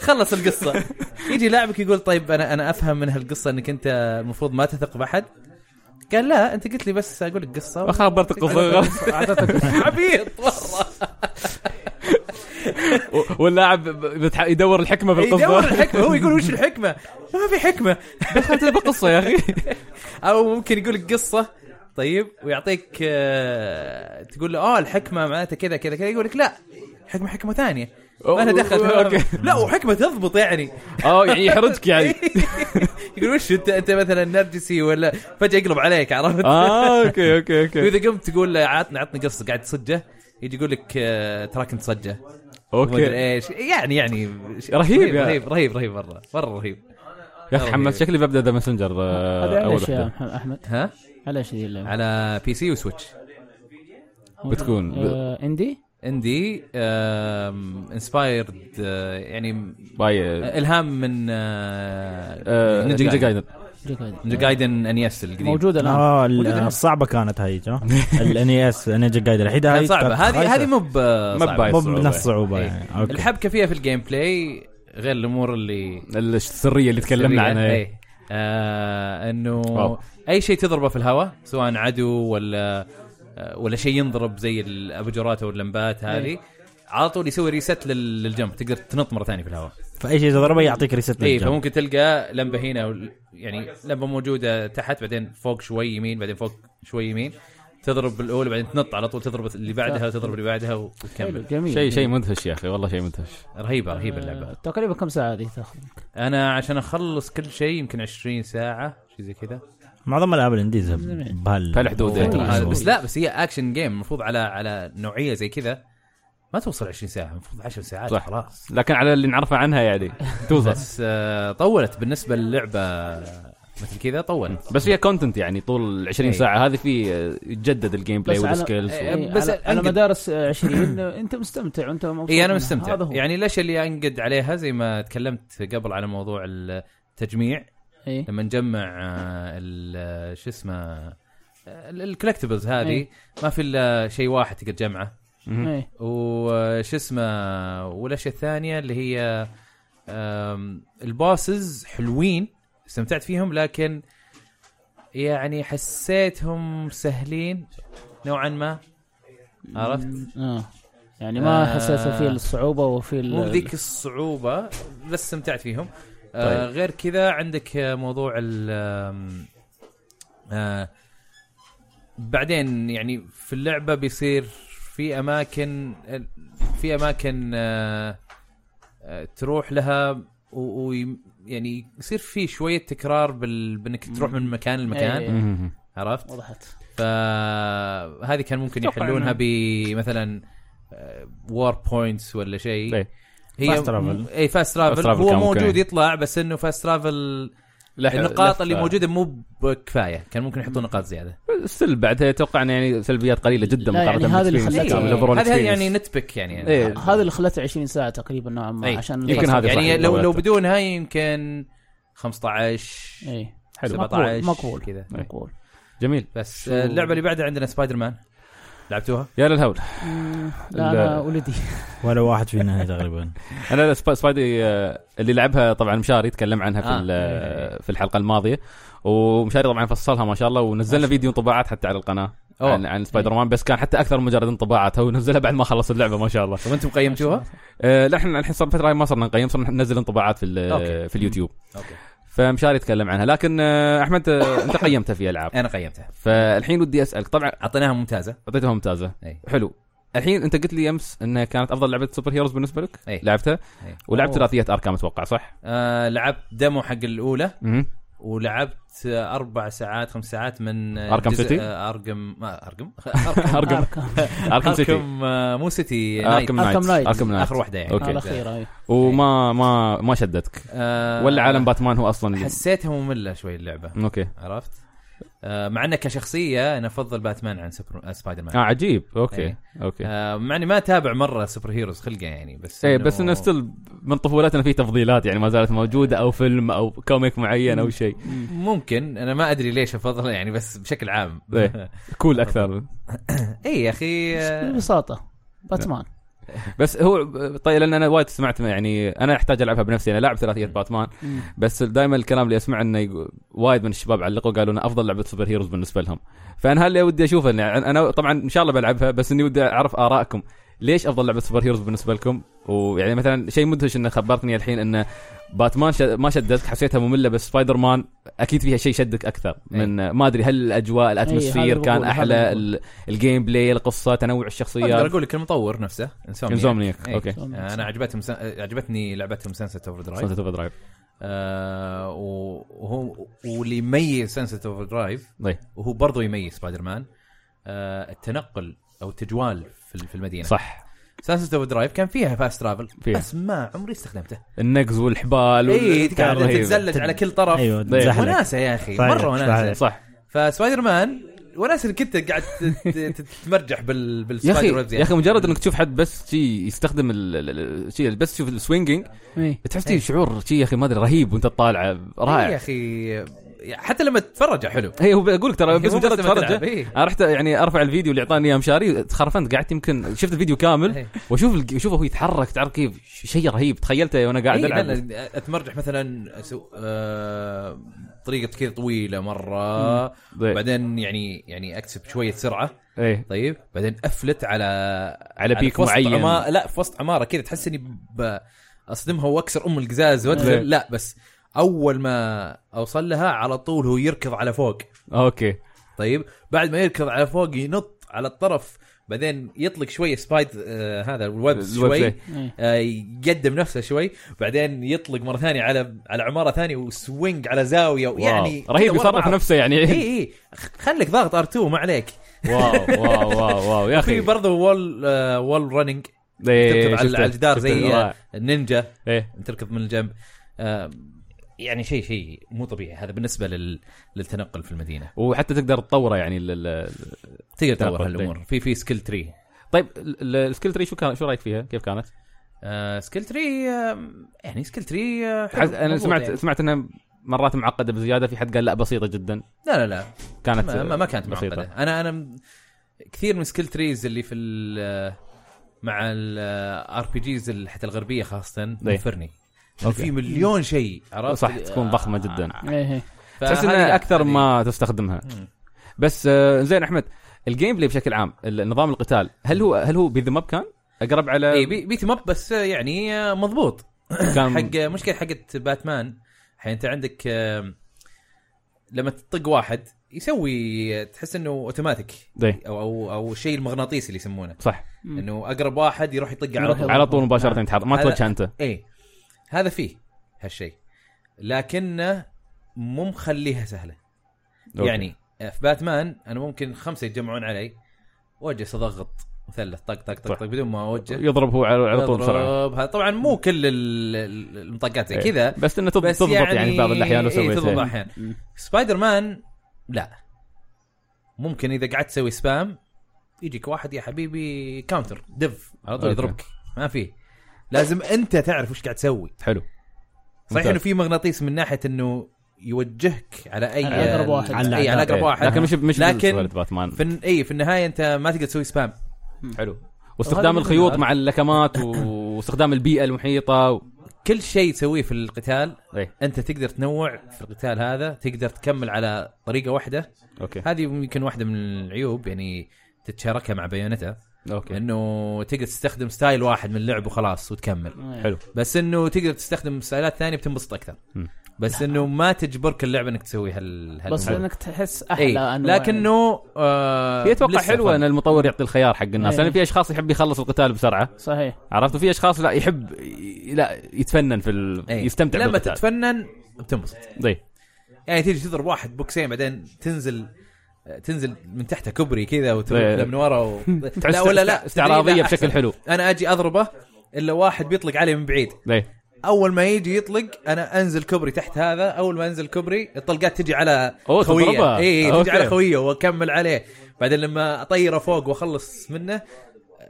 خلص القصه يجي لاعبك يقول طيب انا انا افهم من هالقصه انك انت المفروض ما تثق باحد قال لا انت قلت لي بس اقول لك قصه و-
خبرت القصه غلط
عبيط والله
و- واللاعب بتح- يدور الحكمه في
يدور
القصه
الحكمه هو يقول وش الحكمه ما في حكمه
دخلت بقصه يا اخي
او ممكن يقول لك قصه طيب ويعطيك آه، تقول له اه الحكمه معناتها كذا كذا كذا يقول لك لا حكمه حكمه ثانيه ما لها دخل
اوكي
لا وحكمه تضبط يعني
اه يعني يحرجك يعني
يقول وش انت انت مثلا نرجسي ولا فجاه يقلب عليك عرفت؟
اه اوكي اوكي اوكي
واذا قمت تقول له عطني عطني قصه قاعد تصجه يجي يقول لك آه، تراك انت صجه
اوكي
مدري ايش يعني يعني شيء
رهيب يا-
رهيب رهيب رهيب مره مره رهيب
يا اخي حمد شكلي ببدا ذا آه، ماسنجر
يعني
هذا
اول
على ايش يا
وحده
محمد- احمد؟
ها
على ايش ذي اللعبه؟
على بي سي وسويتش
بتكون ب-
آه، اندي؟
عندي انسبايرد يعني
باي
الهام من
آه،
آه،
نينجا نينجا جايدن
نينجا جايدن انيس القديم موجود
موجوده الان
آه،
اه ال- الصعبه كانت هاي جو الاني اس نينجا جايد الوحيده هاي
صعبة هذه هذه مو
ما
صعبة
ببايظ.
مو بنفس
صعوبة.
الصعوبه
إيه.
يعني اوكي
الحبكة فيها في الجيم بلاي غير الامور اللي
السريه اللي تكلمنا
سرية.
عنها
إيه. آه، انه
واو.
اي شيء تضربه في الهواء سواء عدو ولا آه، ولا شيء ينضرب زي الابجورات او اللمبات هذه على طول يسوي ريست لل- للجنب تقدر تنط مره ثانيه في الهواء
فاي شيء تضربه يعطيك ريست
اي
للجو.
إيه، فممكن تلقى لمبه هنا أو يعني لمبه موجوده تحت بعدين فوق شوي يمين بعدين فوق شوي يمين تضرب الاولى بعدين تنط على طول تضرب اللي بعدها تضرب اللي بعدها
حلو،
وتكمل
جميل
شيء شيء مدهش يا اخي والله شيء مدهش
رهيبه رهيبه
آه.
اللعبه
تقريبا كم ساعه هذه تاخذ؟
انا عشان اخلص كل شيء يمكن 20 ساعه شيء زي كذا
معظم الالعاب الانديز بهال
فالحدود
أوه،
يعني.
هذا- بس لا بس هي اكشن جيم المفروض على على نوعيه زي كذا ما توصل 20 ساعه المفروض 10 ساعات
صح.
خلاص
لكن على اللي نعرفه عنها يعني توصل
بس آه، طولت بالنسبه للعبه مثل كذا طولت
بس فيها كونتنت يعني طول ال 20
إيه.
ساعه هذه في آه، يتجدد الجيم بلاي
بس على-
والسكيلز و-
إيه،
إيه،
بس
على, على
أنقد.
مدار الس- 20 انت مستمتع وانت مبسوط
إيه،
اي انا
منها.
مستمتع
هذا هو
يعني ليش اللي انقد عليها زي ما تكلمت قبل على موضوع التجميع
إيه.
لما نجمع آه، ال- شو اسمه الكولكتبلز هذه
إيه.
ما في الا شيء واحد تقدر تجمعه
إيه.
وش آه، اسمه والاشياء الثانيه اللي هي آم، الباسز حلوين استمتعت فيهم لكن يعني حسيتهم سهلين نوعا ما عرفت
آه. يعني ما
آه.
حسيت في الصعوبه وفي ال-
مو بذيك الصعوبه بس استمتعت فيهم آه غير كذا عندك آه، موضوع ال آم، آه بعدين يعني في اللعبه بيصير في اماكن في اماكن آه آه، تروح لها و- و- يعني يصير في شويه تكرار بال... بانك تروح من مكان لمكان
إيه.
مهم.
عرفت
وضحت
فهذه كان ممكن
أتوقع
يحلونها
إنه-
بمثلا وار بوينتس ولا شيء
إيه.
هي
Fast travel.
اي فاست
Fast
ترافل
travel
هو
كان ممكن،
موجود
إيه.
يطلع بس انه فاست ترافل
لح-
النقاط
لفة.
اللي موجوده مو بكفايه كان ممكن يحطون نقاط زياده
ستيل بعدها اتوقع إن يعني سلبيات قليله جدا
لا، يعني هذا اللي
بالexperience.
خلاك-
إيه،
تعمل
overall
هذه يعني
experience.
نت بيك يعني
إيه.
هذا اللي خلته 20 ساعه تقريبا نوعا ما
إيه.
عشان
يمكن هذا
يعني
صحيح.
لو لو بدونها يمكن 15
اي
حلو.
إيه. مقبول
17
مقبول
كذا
مقبول
إيه. جميل
بس آه، اللعبه اللي بعدها عندنا سبايدر مان لعبتوها؟
يا للهول لا.
لا انا ولدي
ولا واحد فينا تقريبا
انا سبا- سبايدي آه، اللي لعبها طبعا مشاري تكلم عنها في
آه.
ال- في الحلقه الماضيه ومشاري طبعا فصلها ما شاء الله ونزلنا فيديو انطباعات حتى على القناه
أوه.
عن, عن سبايدر مان بس كان حتى اكثر من مجرد انطباعات هو نزلها بعد ما خلص اللعبه ما شاء الله
طب انتم قيمتوها؟
آه، لا احنا الحين صار فتره ما صرنا نقيم صرنا ننزل انطباعات في ال- آه،
أوكي.
في اليوتيوب
اوكي
فمشاري يتكلم عنها لكن آه، احمد آه، انت قيمتها في العاب
انا قيمتها
فالحين ودي اسالك طبعا
اعطيناها ممتازه
اعطيتها ممتازه
أي.
حلو الحين انت قلت لي امس انها كانت افضل لعبه سوبر هيروز بالنسبه لك
أي.
لعبتها
أي.
ولعبت
أوه.
ثلاثيه اركام اتوقع صح؟
آه لعبت ديمو حق الاولى
مهم.
ولعبت آه، اربع ساعات خمس ساعات من آه،
أركام سيتي؟
ارقم ما ارقم
اركم اركم سيتي
ارقم آه، مو سيتي نايت.
اركم نايت
أركام نايت.
اركم نايت
اخر واحده يعني
أوكي.
على خير أي.
إيه.
وما ما ما شدتك
آه،
ولا عالم باتمان هو اصلا
حسيتها ممله شوي اللعبه
اوكي
عرفت؟ آه، مع انه كشخصيه انا افضل باتمان عن سوبر آه، سبايدر
اه
مان
عجيب اوكي
أي.
اوكي
آه، مع اني ما تابع مره سوبر هيروز خلقه يعني بس
ايه بس انه ستيل من طفولتنا في تفضيلات يعني ما زالت موجوده او فيلم او كوميك معين او شيء
ممكن انا ما ادري ليش افضله يعني بس بشكل عام
إيه. كول اكثر
اي يا اخي آه،
ببساطه باتمان
بس هو طيب لان انا وايد سمعت يعني انا احتاج العبها بنفسي انا لاعب ثلاثيه باتمان
مم.
بس دائما الكلام اللي اسمعه انه يقو- وايد من الشباب علقوا قالوا انه افضل لعبه سوبر هيروز بالنسبه لهم فانا هل ودي اشوفها يعني انا طبعا ان شاء الله بلعبها بس اني ودي اعرف ارائكم ليش افضل لعبه سوبر هيروز بالنسبه لكم ويعني مثلا شيء مدهش انه خبرتني الحين انه باتمان شد ما شدتك حسيتها ممله بس سبايدر مان اكيد فيها شيء شدك اكثر من ما ادري هل الاجواء
إيه. هذا
الاتموسفير
اللي
كان
بقوله، هذا
احلى
اللي بقوله.
ال- الجيم بلاي القصه تنوع
اقدر
الشخصيات
اقول لك المطور نفسه انسومنياك
انزومنياك
إيه.
اوكي
آه، انا عجبتهم سن... آه، عجبتني لعبتهم سنسيت اوفر درايف
سنة اوف درايف
آه و- وهو واللي يميز سنسيت اوفر درايف
طيب
وهو برضو يميز سبايدر مان آه التنقل او التجوال في في المدينه
صح
سانسيت اوف درايف كان فيها فاست ترافل
فيها.
بس ما عمري استخدمته
النقز والحبال وال-
اي
كان
قاعد
رهيب.
تتزلج على كل طرف
ايوه
طيب.
زحلق
وناسه يا اخي
صحيح،
مره وناسه
صحيح.
صح
فسبايدر مان وناس اللي كنت قاعد تت- تت- تتمرجح بال
يا
بالسبايدر ويبز يعني.
اخي يا اخي مجرد انك تشوف حد بس شي يستخدم ال- ال- ال- شي بس تشوف السوينجينج
إيه.
تحس فيه شعور شي يا اخي ما ادري رهيب وانت تطالعه
إي إيه يا
رائع
اخي حتى لما تتفرج حلو
هي هو بقول لك ترى
مو
بس مجرد
بس لما
تفرجه
تلعب، إيه.
انا رحت يعني ارفع الفيديو اللي اعطاني اياه مشاري تخرفنت قعدت يمكن شفت الفيديو كامل
إيه.
واشوف الج- اشوفه هو يتحرك تعرف كيف ش- شيء رهيب تخيلته وانا قاعد
إي، لا،
العب
لا، اتمرجح مثلا أسو... آه... طريقه كذا طويله مره
طيب.
بعدين يعني يعني اكسب شويه سرعه
ايه
طيب بعدين افلت على
على بيك
في وسط
معين.
عما... لا في وسط عماره كذا تحس اني ب... اصدمها واكسر ام القزاز
إيه.
وادخل لا بس اول ما اوصل لها على طول هو يركض على فوق
اوكي
طيب بعد ما يركض على فوق ينط على الطرف بعدين يطلق شوي سبايد آه هذا الويب
الويب
شوي
زي.
إيه.
آه يقدم نفسه شوي بعدين يطلق مره ثانيه على على عماره ثانيه وسوينج على زاويه
واو.
يعني إيه.
رهيب يصرف نفسه يعني
اي اي خليك ضاغط ار2 ما عليك
واو واو واو واو يا
في
اخي
برضه وول آه وول رننج
إيه،
تركض على
شفته،
على الجدار
شفته،
زي
رائع.
النينجا
ايه
تركض من الجنب آه، يعني شيء شيء مو طبيعي هذا بالنسبه لل... للتنقل في المدينه
وحتى تقدر تطوره يعني ال- ال-
تقدر تطور
تنقل، إيه.
هالامور في في سكيل تري
طيب ال- ال- السكيل تري شو كان شو رايك فيها؟ كيف كانت؟
آه، سكيل تري آه، يعني سكيل تري آه، حلو،
حز... انا
مضبوط
سمعت
يعني.
سمعت انها مرات معقده بزياده في حد قال لا بسيطه جدا
لا لا لا
كانت
ما, ما- ما كانت
بسيطة.
معقده انا انا م- كثير من سكيل تريز اللي في ال- آه، مع آه، الار بي جيز حتى الغربيه خاصه تنفرني
إيه. أوكي.
في مليون شيء عرفت
صح تكون ضخمه جدا
إيه إيه.
تحس
فهذه-
انها اكثر
هذه-
ما تستخدمها بس آه، زين احمد الجيم بلاي بشكل عام ال- نظام القتال هل هو هل هو بذمب كان؟ اقرب على
اي إيه، بي- بيت ماب بس يعني مضبوط
كان
حق مشكله حقت باتمان الحين انت عندك آم، لما تطق واحد يسوي تحس انه اوتوماتيك
دي.
او او او الشيء المغناطيسي اللي يسمونه
إيه، صح
انه اقرب واحد يروح يطق على طول
على طول مباشره يتحرك ما
هذا-
توجه انت
اي هذا فيه هالشيء لكنه مو مخليها سهله
أوكي.
يعني في باتمان انا ممكن خمسه يتجمعون علي واجلس اضغط مثلث طق طق طق
صح.
طق بدون ما اوجه
طيب. يضرب هو على على طول بسرعه
يضرب. هذا طبعا مو كل ال- ال- المطاقات زي
إيه.
كذا
بس انه تض-
بس
تضبط يعني في بعض الاحيان لو
إيه
سويت
تضبط
إيه.
احيانا سبايدر مان لا ممكن اذا قعدت تسوي سبام يجيك واحد يا حبيبي كاونتر دف على طول
أوكي.
يضربك ما في لازم انت تعرف وش قاعد تسوي
حلو
صحيح
ممتاز.
انه في مغناطيس من ناحيه انه يوجهك على اي
على أقرب واحد.
على اي على اقرب واحد
إيه. لكن مش مش
لكن-
لكن باتمان
في الن- اي في النهايه انت ما تقدر تسوي سبام
حلو واستخدام الخيوط مع اللكمات و- واستخدام البيئه المحيطه و...
كل شيء تسويه في القتال
إيه.
انت تقدر تنوع في القتال هذا تقدر تكمل على طريقه واحده
اوكي
هذه يمكن واحده من العيوب يعني تتشاركها مع بايونتا
اوكي
انه تقدر تستخدم ستايل واحد من اللعب وخلاص وتكمل
حلو
بس انه تقدر تستخدم ستايلات ثانيه بتنبسط اكثر
مم.
بس انه ما تجبرك اللعبه انك تسوي هال هال
بس
هال-
انك تحس احلى
اي
أنواع.
إيه. لكنه آه
هي اتوقع
لسه
حلوه ان
فن.
المطور يعطي الخيار حق الناس
إيه.
لان في اشخاص يحب يخلص القتال بسرعه
صحيح
عرفت وفي اشخاص لا يحب ي- لا يتفنن في ال...
إيه.
يستمتع
لما
بالقتال
تتفنن بتنبسط
إيه.
يعني تيجي تضرب واحد بوكسين بعدين تنزل تنزل من تحته كبري كذا
إيه.
وتضرب من ورا و...
تحس
لا ولا لا إيه،
استعراضيه
لا،
بشكل
أحسن.
حلو
انا اجي اضربه الا واحد بيطلق علي من بعيد
إيه.
اول ما يجي يطلق انا انزل كبري تحت هذا اول ما انزل كبري الطلقات تجي على
أوه،
خويه
تضربها.
اي
أوكي.
تجي على خويه واكمل عليه بعدين لما اطيره فوق واخلص منه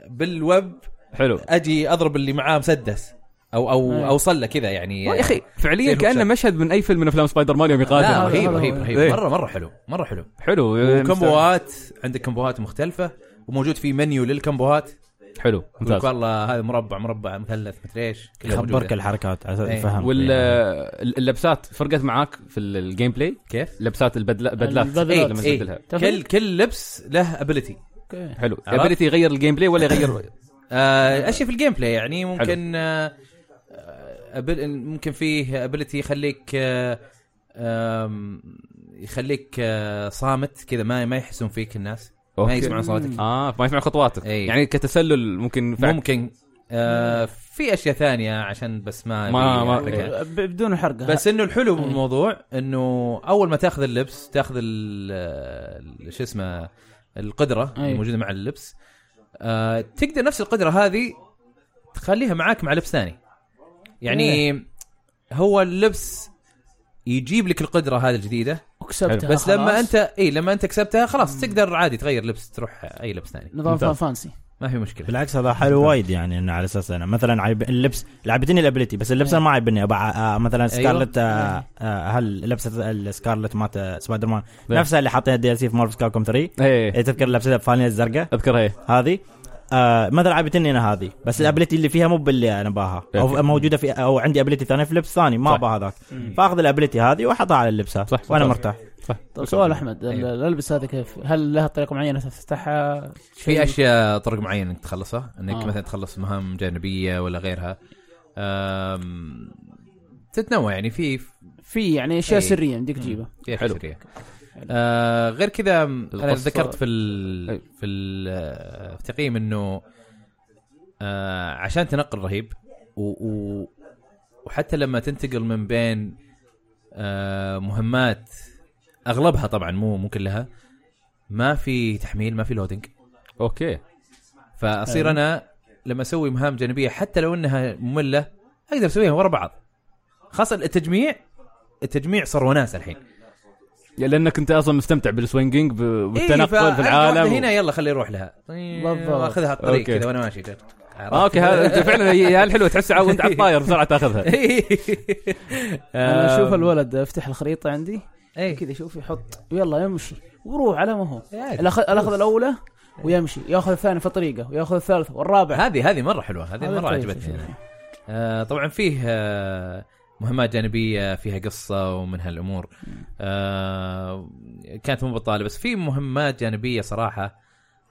بالوب
حلو
اجي اضرب اللي معاه مسدس او او اوصل له كذا يعني
إيه. يا اخي فعليا
سيف
كانه
وسيف.
مشهد من اي فيلم من افلام سبايدر مان يوم يقاتل
لا رهيب
هذا
رهيب
هو.
رهيب
إيه.
مره مره حلو مره حلو
حلو
وكمبوهات عندك كمبوهات مختلفه وموجود في منيو للكمبوهات
حلو
يقولك
ممتاز
والله هذا مربع مربع مثلث مدري ايش كلها
يخبرك
موجودة.
الحركات على اساس
إيه.
يفهم
واللبسات فرقت معاك في ال- الجيم بلاي
كيف؟
لبسات البدلات بدلات
البدلات.
إيه، لما
إيه.
تبدلها
كل كل لبس له ابيلتي
اوكي
حلو
عرفت؟
ابيلتي يغير الجيم بلاي ولا يغير
آه، اشياء في الجيم بلاي يعني ممكن آه، آه، أبل- ممكن فيه ابيلتي يخليك آه، آم، يخليك آه، صامت كذا ما ما يحسون فيك الناس ما
أوكي.
يسمعون صوتك
اه ما يسمع خطواتك
إيه.
يعني كتسلل ممكن ينفعك.
ممكن آه، في اشياء ثانيه عشان بس ما
ما- ما-
أحرقها.
ب- بدون حرق
بس انه الحلو بالموضوع انه اول ما تاخذ اللبس تاخذ ال- ال- شو اسمه القدره
أي.
الموجوده مع اللبس آه تقدر نفس القدره هذه تخليها معاك مع لبس ثاني يعني هو اللبس يجيب لك القدره هذه الجديده
وكسبتها
بس لما
خلاص.
انت اي لما انت كسبتها خلاص تقدر عادي تغير لبس تروح اي لبس ثاني
نظام
ممتاز.
فانسي
ما في مشكله
بالعكس هذا حلو وايد يعني انه على اساس انا مثلا عيب اللبس لعبتني الابيلتي بس اللبس انا ما عيبني ابى آه، مثلا
أيوة.
سكارلت
إيه.
آه، آه، هل لبسه السكارلت مات آه، سبايدر مان
إيه.
نفسها اللي حاطينها دي ال سي في مارفل سكار كوم 3
ايه
إيه، تذكر لبستها بفانيلا الزرقاء
اذكرها ايه
هذه آه مثلا عيبتني انا هذه
إيه.
بس الابيلتي اللي فيها مو باللي انا باها او
أوكي.
موجوده في او عندي ابيلتي ثانيه في لبس ثاني ما
إيه. صح.
ابغى هذاك فاخذ الابيلتي هذه واحطها على اللبسه
صح، صح،
وانا
صح.
مرتاح
طيب سؤال احمد ال-
أيوة.
الالبسه هذه كيف؟ هل لها طريقه معينه تفتحها؟
في اشياء طرق معينه انك تخلصها انك
آه.
آه. مثلا تخلص مهام جانبيه ولا غيرها أم... تتنوع يعني في
في يعني اشياء
أي.
سريه يمديك تجيبها
في
حلو.
حلو آه غير كذا انا
القصة-
ذكرت في ال...
أي.
في, ال... آه، في التقييم انه آه عشان تنقل رهيب و... و... وحتى لما تنتقل من بين آه مهمات اغلبها طبعا مو مو كلها ما في تحميل ما في لودنج
اوكي أيوه.
فاصير انا لما اسوي مهام جانبيه حتى لو انها ممله اقدر اسويها ورا بعض خاصه التجميع التجميع صار وناس الحين
لانك انت اصلا مستمتع بالسوينجينج ب-
إيه،
بالتنقل في
فألقى واحدة
العالم
هنا يلا خليه يروح لها
بالضبط.
اخذها الطريق
أوكي.
كذا وانا ماشي
آه، اوكي هذا انت فعلا هي هي الحلوه تحس عا- وانت على الطاير بسرعه تاخذها
آه.
انا اشوف الولد افتح الخريطه عندي
اي
كذا شوف يحط يلا يمشي وروح على ما هو
عادي.
الأخ- الاخذ الاولى ويمشي ياخذ الثاني في طريقه وياخذ الثالث والرابع
هذه هذه مره حلوه هذه
هذا
مره
طيب.
عجبتني أنا. آه، طبعا فيه آه، مهمات جانبيه فيها قصه ومن هالامور آه، كانت مو بطاله بس في مهمات جانبيه صراحه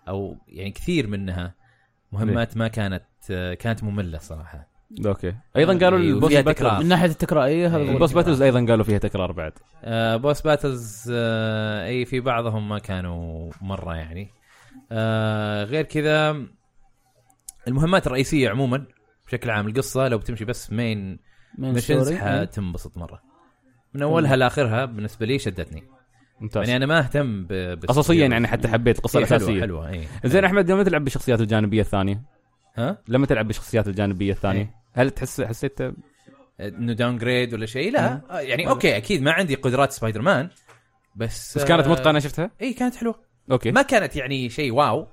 او يعني كثير منها مهمات ما كانت آه، كانت ممله صراحه
اوكي ايضا قالوا
إيه،
البوس
وفيها
باتل
تكرار.
من ناحيه التكرار اي هذا
إيه.
هو.
البوس باتلز ايضا قالوا فيها تكرار بعد
آه، بوس باتلز آه، اي في بعضهم ما كانوا مره يعني آه، غير كذا المهمات الرئيسيه عموما بشكل عام القصه لو بتمشي بس مين
من
ميشنز
الستوري.
إيه.
حتنبسط مره من اولها لاخرها بالنسبه لي شدتني
ممتاز
يعني انا ما اهتم ب بس-
قصصيا يعني حتى حبيت القصه
إيه، حلوة-
الاساسيه
حلوه اي
زين احمد لما تلعب بالشخصيات الجانبيه الثانيه
ها
لما تلعب بالشخصيات الجانبيه الثانيه
إيه.
هل تحس حسيت
انه داون جريد ولا شيء لا آه، يعني اوكي اكيد ما عندي قدرات سبايدر مان بس
بس كانت
آه،
متقنه شفتها
اي كانت حلوه
اوكي
ما كانت يعني شيء واو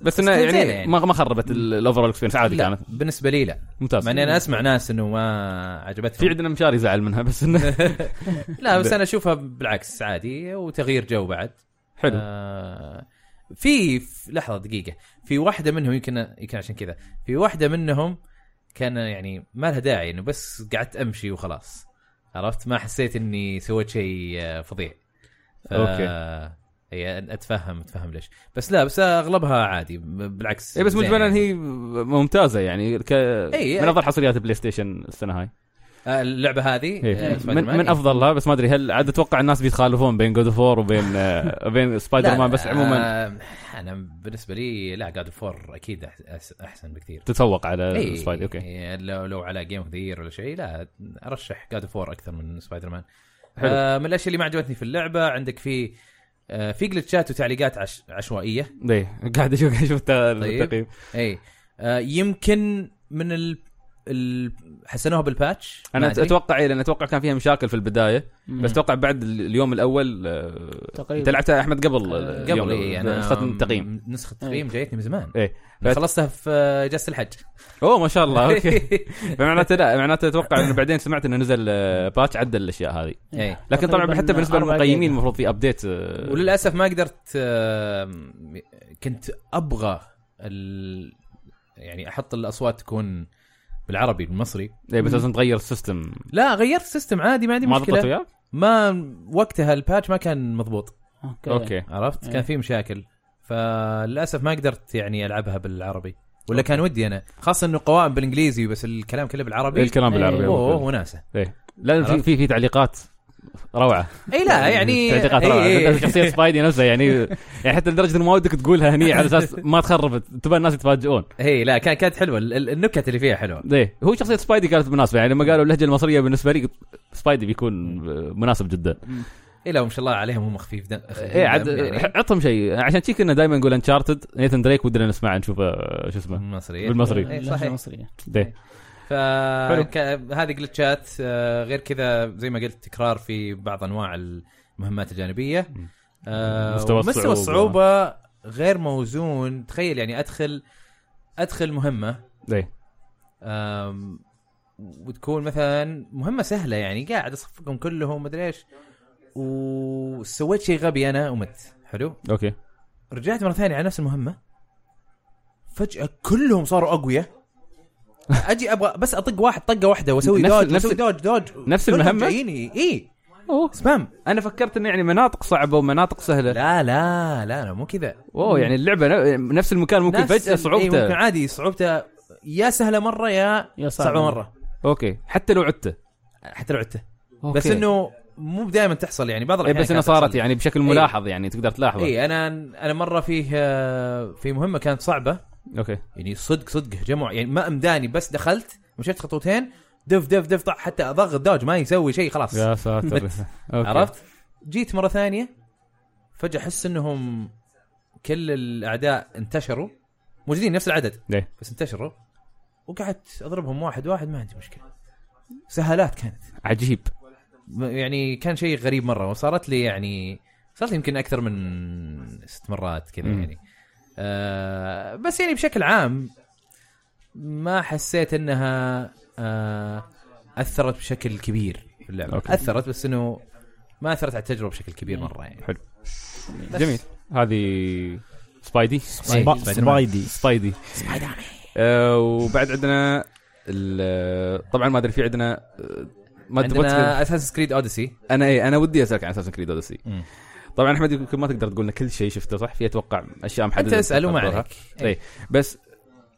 بس انه
زينة
يعني,
يعني.
ما ما خربت الاوفرول اكسبيرينس عادي
لا
كانت
بالنسبه لي لا
ممتاز
مع اني انا اسمع ناس انه ما
في
عجبتهم
عندنا مشاري يزعل منها بس
إيه.
انه
لا بس انا اشوفها بالعكس عادي وتغيير جو بعد
حلو
آه، في في- لحظه دقيقه في واحده منهم يمكن يمكن عشان كذا في واحده منهم كان يعني ما لها داعي انه بس قعدت امشي وخلاص عرفت ما حسيت اني سويت شيء آه، فظيع ف-
أوكي.
هي اتفهم اتفهم ليش بس لا بس اغلبها عادي ب- بالعكس
اي إيه، بس
زين
مجملا
يعني. إيه،
هي ممتازه يعني ك...
إي.
من افضل حصريات بلاي ستيشن السنه هاي
آه، اللعبه هذه آه،
إيه.
سبايدر
من,
مان،
من
إيه.
افضلها بس ما ادري هل عاد اتوقع الناس بيتخالفون بين جود فور وبين آه، وبين سبايدر مان
لا،
بس عموما
آه، انا بالنسبه لي لا جاد فور اكيد أح- أحس- احسن بكثير
تتفوق على
اي
سبايدر اوكي
إيه، لو لو على جيم اوف ذا يير ولا شيء لا ارشح جاد فور اكثر من سبايدر مان
حلو.
آه من الاشياء اللي ما عجبتني في اللعبه عندك في آه في جلتشات وتعليقات عش عشوائيه
اي إيه. قاعد اشوف قاعد اشوف الت-
طيب.
التقييم
اي آه يمكن من ال, ال... حسنوها بالباتش
انا
ما أدري.
اتوقع إيه، لان اتوقع كان فيها مشاكل في البدايه بس اتوقع بعد ال- اليوم الاول آه،
تقريبا.
انت لعبتها احمد قبل
آه، قبل إيه، يعني اي انا
اخذت آه، التقييم
م- نسخه التقييم جايتني من زمان
ايه
أنا
فأت-
خلصتها في آه، جلسه الحج
اوه ما شاء الله اوكي فمعناته لا معناته اتوقع انه بعدين سمعت انه نزل آه، باتش عدل الاشياء هذه
اي
لكن طبعا
تقريباً
حتى بالنسبه
أربعة
للمقيمين
جيجا.
المفروض في آه، ابديت
وللاسف ما قدرت آم، كنت ابغى ال... يعني احط الاصوات تكون بالعربي بالمصري
اي إيه، بس لازم تغير السيستم
لا غيرت سيستم عادي ما عندي
ما ضبطت
مشكله
وياك؟
ما وقتها الباتش ما كان مضبوط
اوكي
عرفت كان في مشاكل فللاسف ما قدرت يعني العبها بالعربي ولا كان ودي انا خاصه انه قوائم بالانجليزي بس الكلام كله بالعربي
إيه، الكلام بالعربي
اوه
أوكي.
وناسه
إيه. لا في
عرفت؟
في في تعليقات روعه
اي
آه،
لا يعني
تعليقات
إي-
روعه
إي.
شخصيه سبايدي نفسها يعني يعني حتى لدرجه انه ما ودك تقولها هني على اساس ما تخرب تبى الناس يتفاجئون
اي لا كان- كانت حلوه ال- ال- النكت اللي فيها حلوه
ايه هو شخصيه سبايدي كانت مناسبه يعني لما قالوا اللهجه المصريه بالنسبه لي قلت سبايدي بيكون مناسب جدا
اي لا ما شاء الله عليهم هم خفيف دم
ايه عاد
دم يعني.
عطهم شيء عشان شي كنا دائما نقول انشارتد نيثن دريك ودنا نسمعه نشوفه شو اسمه
بالمصري
بالمصري.
إيه، صحيح
مصرية
إيه. حلو.
فهذه جلتشات آه، غير كذا زي ما قلت تكرار في بعض انواع المهمات الجانبيه آه،
مستوى
ومستوى
الصعوبة.
الصعوبه غير موزون تخيل يعني ادخل ادخل مهمه
ايه
آم، وتكون مثلا مهمه سهله يعني قاعد اصفقهم كلهم مدري ايش وسويت شيء غبي انا ومت حلو
اوكي
رجعت مره ثانيه على نفس المهمه فجاه كلهم صاروا اقوياء اجي ابغى بس اطق واحد طقه واحده واسوي
نفس-
دوج
نفس-
اسوي دوج دوج
نفس
كلهم
المهمة؟
جاييني اي
أوه.
سبام
انا فكرت انه يعني مناطق صعبه ومناطق سهله
لا لا لا لا مو كذا
اوه يعني اللعبه ن- نفس المكان ممكن
نفس
فجاه
ال- إيه،
صعوبته
ممكن عادي صعوبته يا سهله مره يا,
يا
صعبه,
صعبة.
مره
اوكي حتى لو عدته
حتى لو عدته
أوكي.
بس انه مو دائما تحصل يعني بعض
إيه
الاحيان
بس انها
كانت
صارت
تحصل. إيه،
يعني بشكل ملاحظ يعني تقدر تلاحظه
اي انا انا مره فيه آه، في مهمه كانت صعبه
اوكي
يعني صدق صدق هجموا يعني ما امداني بس دخلت مشيت خطوتين دف دف دف طع- حتى اضغط دوج ما يسوي شيء خلاص
يا ساتر
مت.
أوكي.
عرفت؟ جيت مره ثانيه فجاه احس انهم كل الاعداء انتشروا موجودين نفس العدد
إيه.
بس انتشروا وقعدت اضربهم واحد واحد ما عندي مشكله سهالات كانت
عجيب
م- يعني كان شيء غريب مره وصارت لي يعني صارت لي يمكن اكثر من ست مرات كذا
مم.
يعني آه بس يعني بشكل عام ما حسيت انها آه اثرت بشكل كبير في اللعبه
أوكي.
أوكي. اثرت بس انه ما اثرت على التجربه بشكل كبير مره يعني
حلو. جميل هذه سبايدي
إيه،
سبا- سبايدي
سبايدي آه وبعد عندنا ال- طبعا ما ادري في عندنا آه، ما
عندنا اساس كريد اوديسي
انا ايه انا ودي اسالك عن اساسن كريد اوديسي
مم.
طبعا احمد يمكن ما تقدر تقول لنا كل شيء شفته صح في اتوقع اشياء محدده
انت اسال وما
تقدرها.
عليك
إيه. بس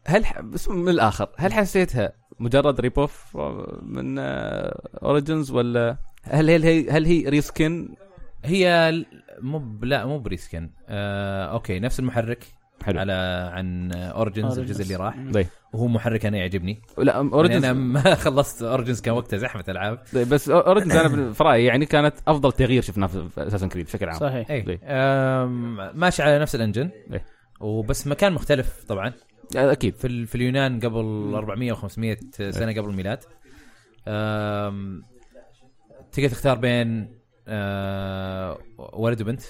هل ح... بس من الاخر هل حسيتها مجرد ريب اوف من اوريجنز ولا هل هل هي هل هي ريسكن
هي ال- مو ب- لا مو بريسكن آه اوكي نفس المحرك
حلو طيب. على...
على عن اورجنز الجزء اللي راح وهو محرك انا يعجبني
لا
اورجنز
اوريجنز
انا ما خلصت اورجنز كان وقتها زحمه العاب
بس اوريجنز انا في رايي يعني كانت افضل تغيير شفناه في اساسن كريد بشكل عام
صحيح
اي
ليه؟
إيه. أم، ماشي على نفس الانجن
ليه؟
وبس مكان مختلف طبعا
اكيد
في ال- في اليونان قبل 400 و500 سنه
إيه.
قبل الميلاد أم، تقدر تختار بين أه، ولد وبنت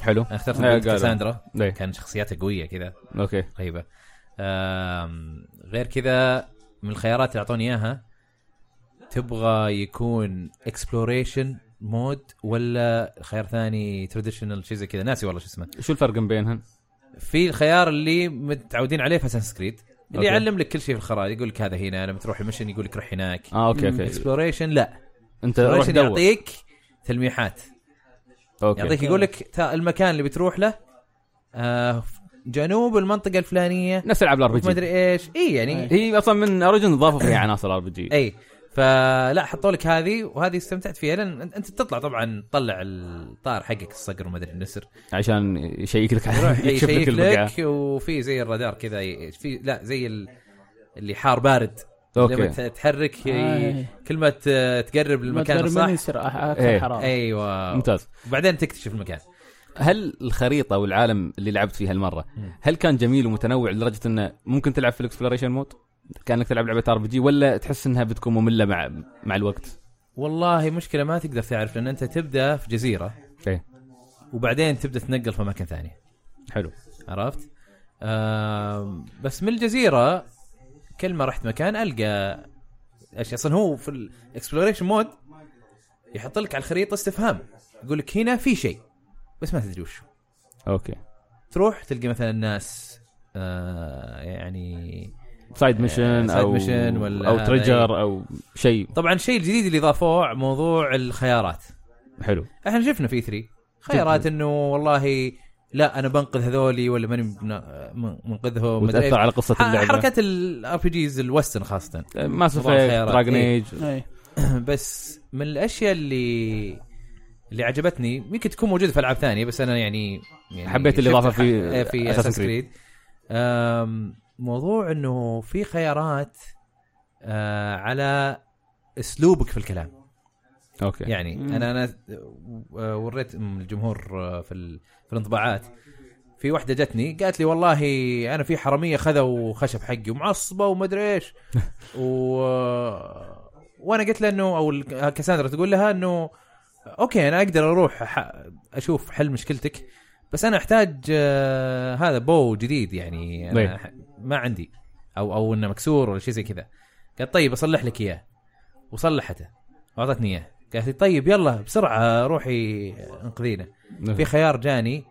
حلو
اخترت
إيه،
بنت
قالوا.
كاساندرا
إيه.
كان شخصيتها قويه كذا
اوكي
رهيبه آم، غير كذا من الخيارات اللي اعطوني اياها تبغى يكون اكسبلوريشن مود ولا خيار ثاني تراديشنال شيء زي كذا ناسي والله شو اسمه
شو الفرق بينهم؟
في الخيار اللي متعودين عليه في اساس كريد اللي
أوكي.
يعلم لك كل شيء في الخرائط يقول لك هذا هنا لما تروح المشن يقول لك روح هناك
اه اوكي اوكي
اكسبلوريشن لا
انت روح
اكسبلوريشن
دور
يعطيك تلميحات
اوكي
يعطيك يقول لك تا- المكان اللي بتروح له آه جنوب المنطقه الفلانيه
نفس العاب الار بي
ما إيه.
جي
ادري ايش اي يعني
هي اصلا من اوريجن ضافوا فيها عناصر ار بي جي
اي فلا حطوا لك هذه وهذه استمتعت فيها لان أنت- انت تطلع طبعا تطلع الطار حقك الصقر وما ادري النسر
عشان يشيك لك
يروح
يكشف لك
إيه، يشيك
البقعه
لك وفي زي الرادار كذا ي- في لا زي ال- اللي حار بارد لما ت-
اوكي
تحرك ي-
آي.
كل آه، إيه. ما ت- تقرب للمكان الصح
إيه.
اكثر حرام
ايوه
ممتاز
وبعدين تكتشف المكان
هل الخريطه والعالم اللي لعبت فيه هالمره هل كان جميل ومتنوع لدرجه انه ممكن تلعب في الاكسبلوريشن مود؟ كانك تلعب لعبه ار بي جي ولا تحس انها بتكون ممله مع مع الوقت؟
والله مشكله ما تقدر تعرف لان انت تبدا في جزيره
ايه
وبعدين تبدا تنقل في اماكن ثانيه
حلو
عرفت؟ آم، بس من الجزيره كل ما رحت مكان القى ايش اصلا هو في الاكسبلوريشن مود يحط لك على الخريطه استفهام يقول لك هنا في شيء بس ما تدري وش هو.
اوكي
تروح تلقى مثلا ناس آه يعني
سايد ميشن
سايد
او
ميشن ولا
او
هذا، إيه.
تريجر او شيء
طبعا الشيء الجديد اللي ضافوه موضوع الخيارات
حلو
احنا شفنا في 3 خيارات انه والله لا انا بنقذ هذولي ولا ماني بنا- من- منقذهم مدري إيش.
وتاثر على آه، قصه
ح-
اللعبه
حركات الار بي جيز الوستن خاصه
ماس
طبعاً
افكت
خيارات،
دراجن
إيه.
ايج
إيه.
بس من الاشياء اللي اللي عجبتني يمكن تكون موجوده في العاب ثانيه بس انا يعني, يعني
حبيت الإضافة
شفت
في-
ح- في
Assassin's
اساس كريد موضوع انه في خيارات آه، على اسلوبك في الكلام
اوكي
يعني انا انا آه، وريت الجمهور آه، في ال- في الانطباعات في واحده جتني قالت لي والله انا في حراميه خذوا خشب حقي ومعصبه وما ادري ايش و وانا قلت لها انه او ال- كاساندرا تقول لها انه اوكي انا اقدر اروح أح- اشوف حل مشكلتك بس انا احتاج آه، هذا بو جديد يعني
طيب.
أنا ح- ما عندي او او انه مكسور ولا شيء زي كذا قالت طيب اصلح لك اياه وصلحته واعطتني اياه قالت لي طيب يلا بسرعه روحي انقذينا في خيار جاني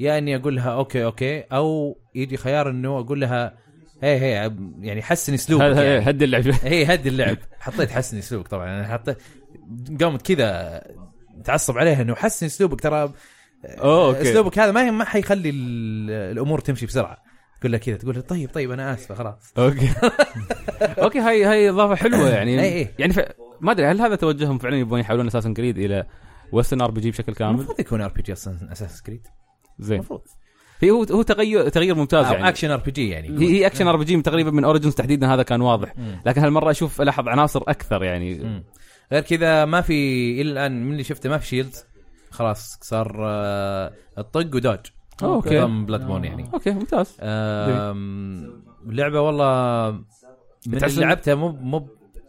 يا اني اقول لها اوكي اوكي او يجي خيار انه اقول لها هي هي يعني حسن اسلوبك
هذا-
يعني.
هذا- هدي اللعب شوي.
هي هدي اللعب حطيت حسن اسلوبك طبعا انا حطيت قامت كذا تعصب عليها انه حسن اسلوبك ترى
اوه اوكي
اسلوبك هذا ما ي- ما حيخلي ال- الامور تمشي بسرعه تقول لها كذا تقول لها طيب طيب انا اسفه خلاص
اوكي اوكي هاي هاي اضافه حلوه يعني
إيه، إيه.
يعني ف... ما ادري هل هذا توجههم فعلا يبغون يحولون اساسا كريد الى وستن ار بي جي بشكل كامل
المفروض يكون ار بي جي اصلا اساس كريد
زين
المفروض
هي هو هو تغير تغيير ممتاز
او
يعني
اكشن ار بي جي يعني
هي هي اكشن ار بي جي تقريبا من اوريجنز تحديدا هذا كان واضح
مم.
لكن هالمره اشوف الاحظ عناصر اكثر يعني
مم. غير كذا ما في الى الان من اللي شفته ما في شيلد خلاص صار آه، الطق ودوج
أوكي.
نظام بلاد بون يعني
اوكي ممتاز
آم، اللعبه والله من
بتحس
اللي
إن-
لعبتها مو مو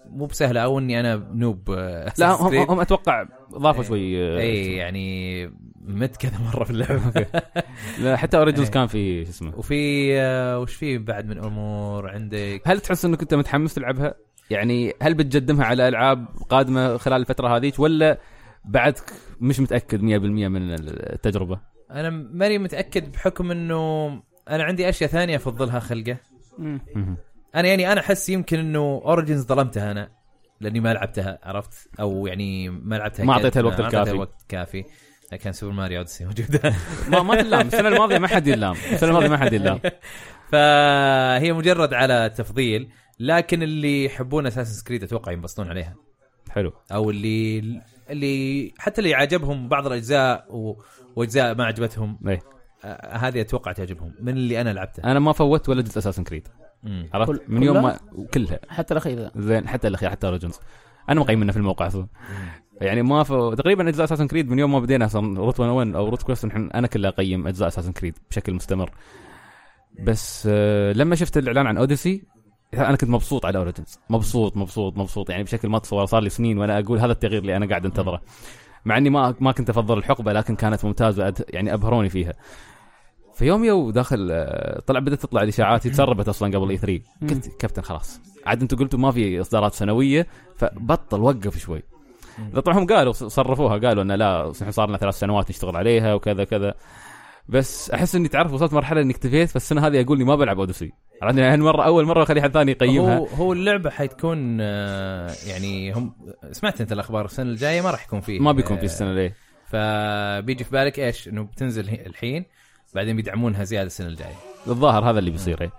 مو بسهله او اني انا نوب آه،
لا
Assassin's
هم,
Creed. إيه.
هم اتوقع ضافوا شوي آه،
اي يعني مت كذا مره في اللعبه
لا، حتى اوريجنز
إيه.
كان في شو اسمه
وفي آه، وش في بعد من امور عندك
هل تحس انك انت متحمس تلعبها؟ يعني هل بتقدمها على العاب قادمه خلال الفتره هذيك ولا بعدك مش متاكد 100% من التجربه؟
انا ماني متاكد بحكم انه انا عندي اشياء ثانيه افضلها خلقه
مم.
مهم.
انا يعني انا احس يمكن انه اوريجنز ظلمتها انا لاني ما لعبتها عرفت او يعني ما لعبتها
ما
قد-
أعطيتها الوقت
ما أعطيتها
الكافي.
الوقت الكافي كان سوبر ماريو اوديسي موجوده
ما ما تنلام السنه الماضيه ما حد ينلام السنه الماضيه ما حد ينلام
فهي مجرد على تفضيل لكن اللي يحبون اساسن كريد اتوقع ينبسطون عليها
حلو
او اللي اللي حتى اللي عجبهم بعض الاجزاء و... واجزاء ما عجبتهم
إيه.
آه، هذه اتوقع تعجبهم من اللي انا لعبته
انا ما فوت ولا جزء اساسن كريد
مم.
عرفت
كل-
من يوم ما
كلها؟
كلها
حتى الاخير ذا
زين حتى الاخير حتى اوريجنز انا مقيم منه في الموقع اصلا يعني ما ف... تقريبا اجزاء اساسن كريد من يوم ما بدينا اصلا روت 101 او روت كويست نحن انا كلها اقيم اجزاء اساسن كريد بشكل مستمر بس آه لما شفت الاعلان عن اوديسي انا كنت مبسوط على اوريجنز مبسوط مبسوط مبسوط يعني بشكل ما تصور صار لي سنين وانا اقول هذا التغيير اللي انا قاعد انتظره مع اني ما ما كنت افضل الحقبه لكن كانت ممتازه أد- يعني ابهروني فيها في يوم يو داخل آه، طلع بدات تطلع الاشاعات هي تسربت اصلا قبل اي 3 قلت كابتن خلاص عاد انتم قلتوا ما في اصدارات سنويه فبطل وقف شوي طبعا هم قالوا صرفوها قالوا انه لا نحن صار لنا ثلاث سنوات نشتغل عليها وكذا كذا بس احس اني تعرف وصلت مرحله اني اكتفيت فالسنه هذه اقول لي ما بلعب اوديسي عرفت يعني هالمره اول مره اخلي حد ثاني يقيمها
هو هو اللعبه حتكون آه، يعني هم سمعت انت الاخبار السنه الجايه ما راح يكون فيه
ما بيكون في
آه،
السنه ليه
فبيجي في بالك ايش انه بتنزل هي- الحين بعدين بيدعمونها زياده السنه الجايه
الظاهر هذا اللي بيصير إيه.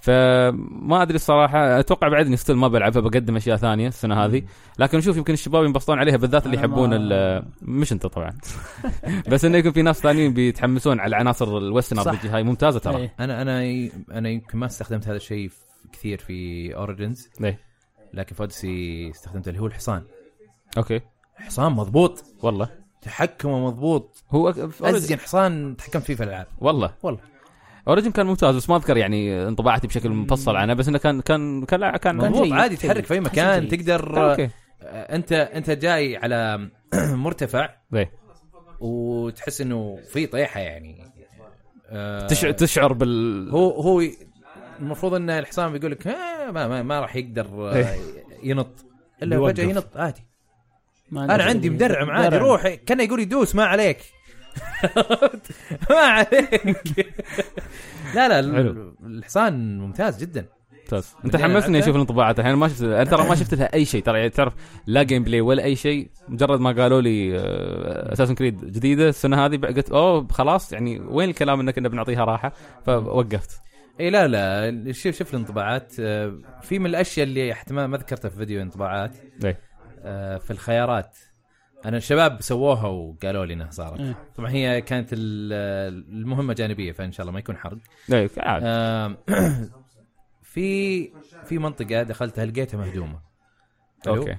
فما ادري الصراحه اتوقع بعد اني ستيل ما بلعبها بقدم اشياء ثانيه السنه هذه لكن نشوف يمكن الشباب ينبسطون عليها بالذات اللي
أنا ما-
يحبون ال- مش انت طبعا بس انه يكون في ناس ثانيين بيتحمسون على عناصر الوستن ار
صح.
هاي ممتازه ترى
إيه.
انا انا انا يمكن ما استخدمت هذا الشيء ف- كثير في اوريجنز
إيه.
لكن في اوديسي استخدمته اللي هو الحصان
اوكي
حصان مضبوط
والله
تحكمه مضبوط
هو أك- في أوريجن-
ازين حصان تحكمت فيه في الالعاب
والله
والله.
اوريجن كان ممتاز بس ما اذكر يعني انطباعتي بشكل مفصل عنه بس انه كان كان كان كان,
مضبوط
جيد،
عادي
جيد.
تحرك في اي
حصان
مكان
جيد.
تقدر آه،
اوكي
انت انت جاي على مرتفع
إيه.
وتحس انه في طيحه يعني آه،
تشعر تشعر بال
هو هو ي- المفروض ان الحصان بيقول لك آه، ما, ما, ما راح يقدر آه، ينط الا
بيوقف.
فجاه ينط عادي
ما
انا عندي مدرعم عادي
مدرعم.
روح كان يقول يدوس ما عليك ما عليك لا لا ال-
حلو.
الحصان ممتاز جدا
ممتاز انت
بعدين
حمسني
لعبته؟
اشوف الانطباعات الحين ما شفت انا ترى ما شفت لها اي شيء ترى يعني تعرف لا جيم بلاي ولا اي شيء مجرد ما قالوا لي آه، اساسن كريد جديده السنه هذه بقى- قلت اوه خلاص يعني وين الكلام انك كنا بنعطيها راحه فوقفت
اي لا لا شوف شوف الانطباعات آه، في من الاشياء اللي احتمال ما ذكرتها في فيديو انطباعات
إيه.
آه، في الخيارات انا الشباب سووها وقالوا لي انها صارت
إيه.
طبعا هي كانت ال- المهمه جانبيه فان شاء الله ما يكون حرق
إيه، عادي.
آم، في في منطقه دخلتها لقيتها مهدومه حلو؟
اوكي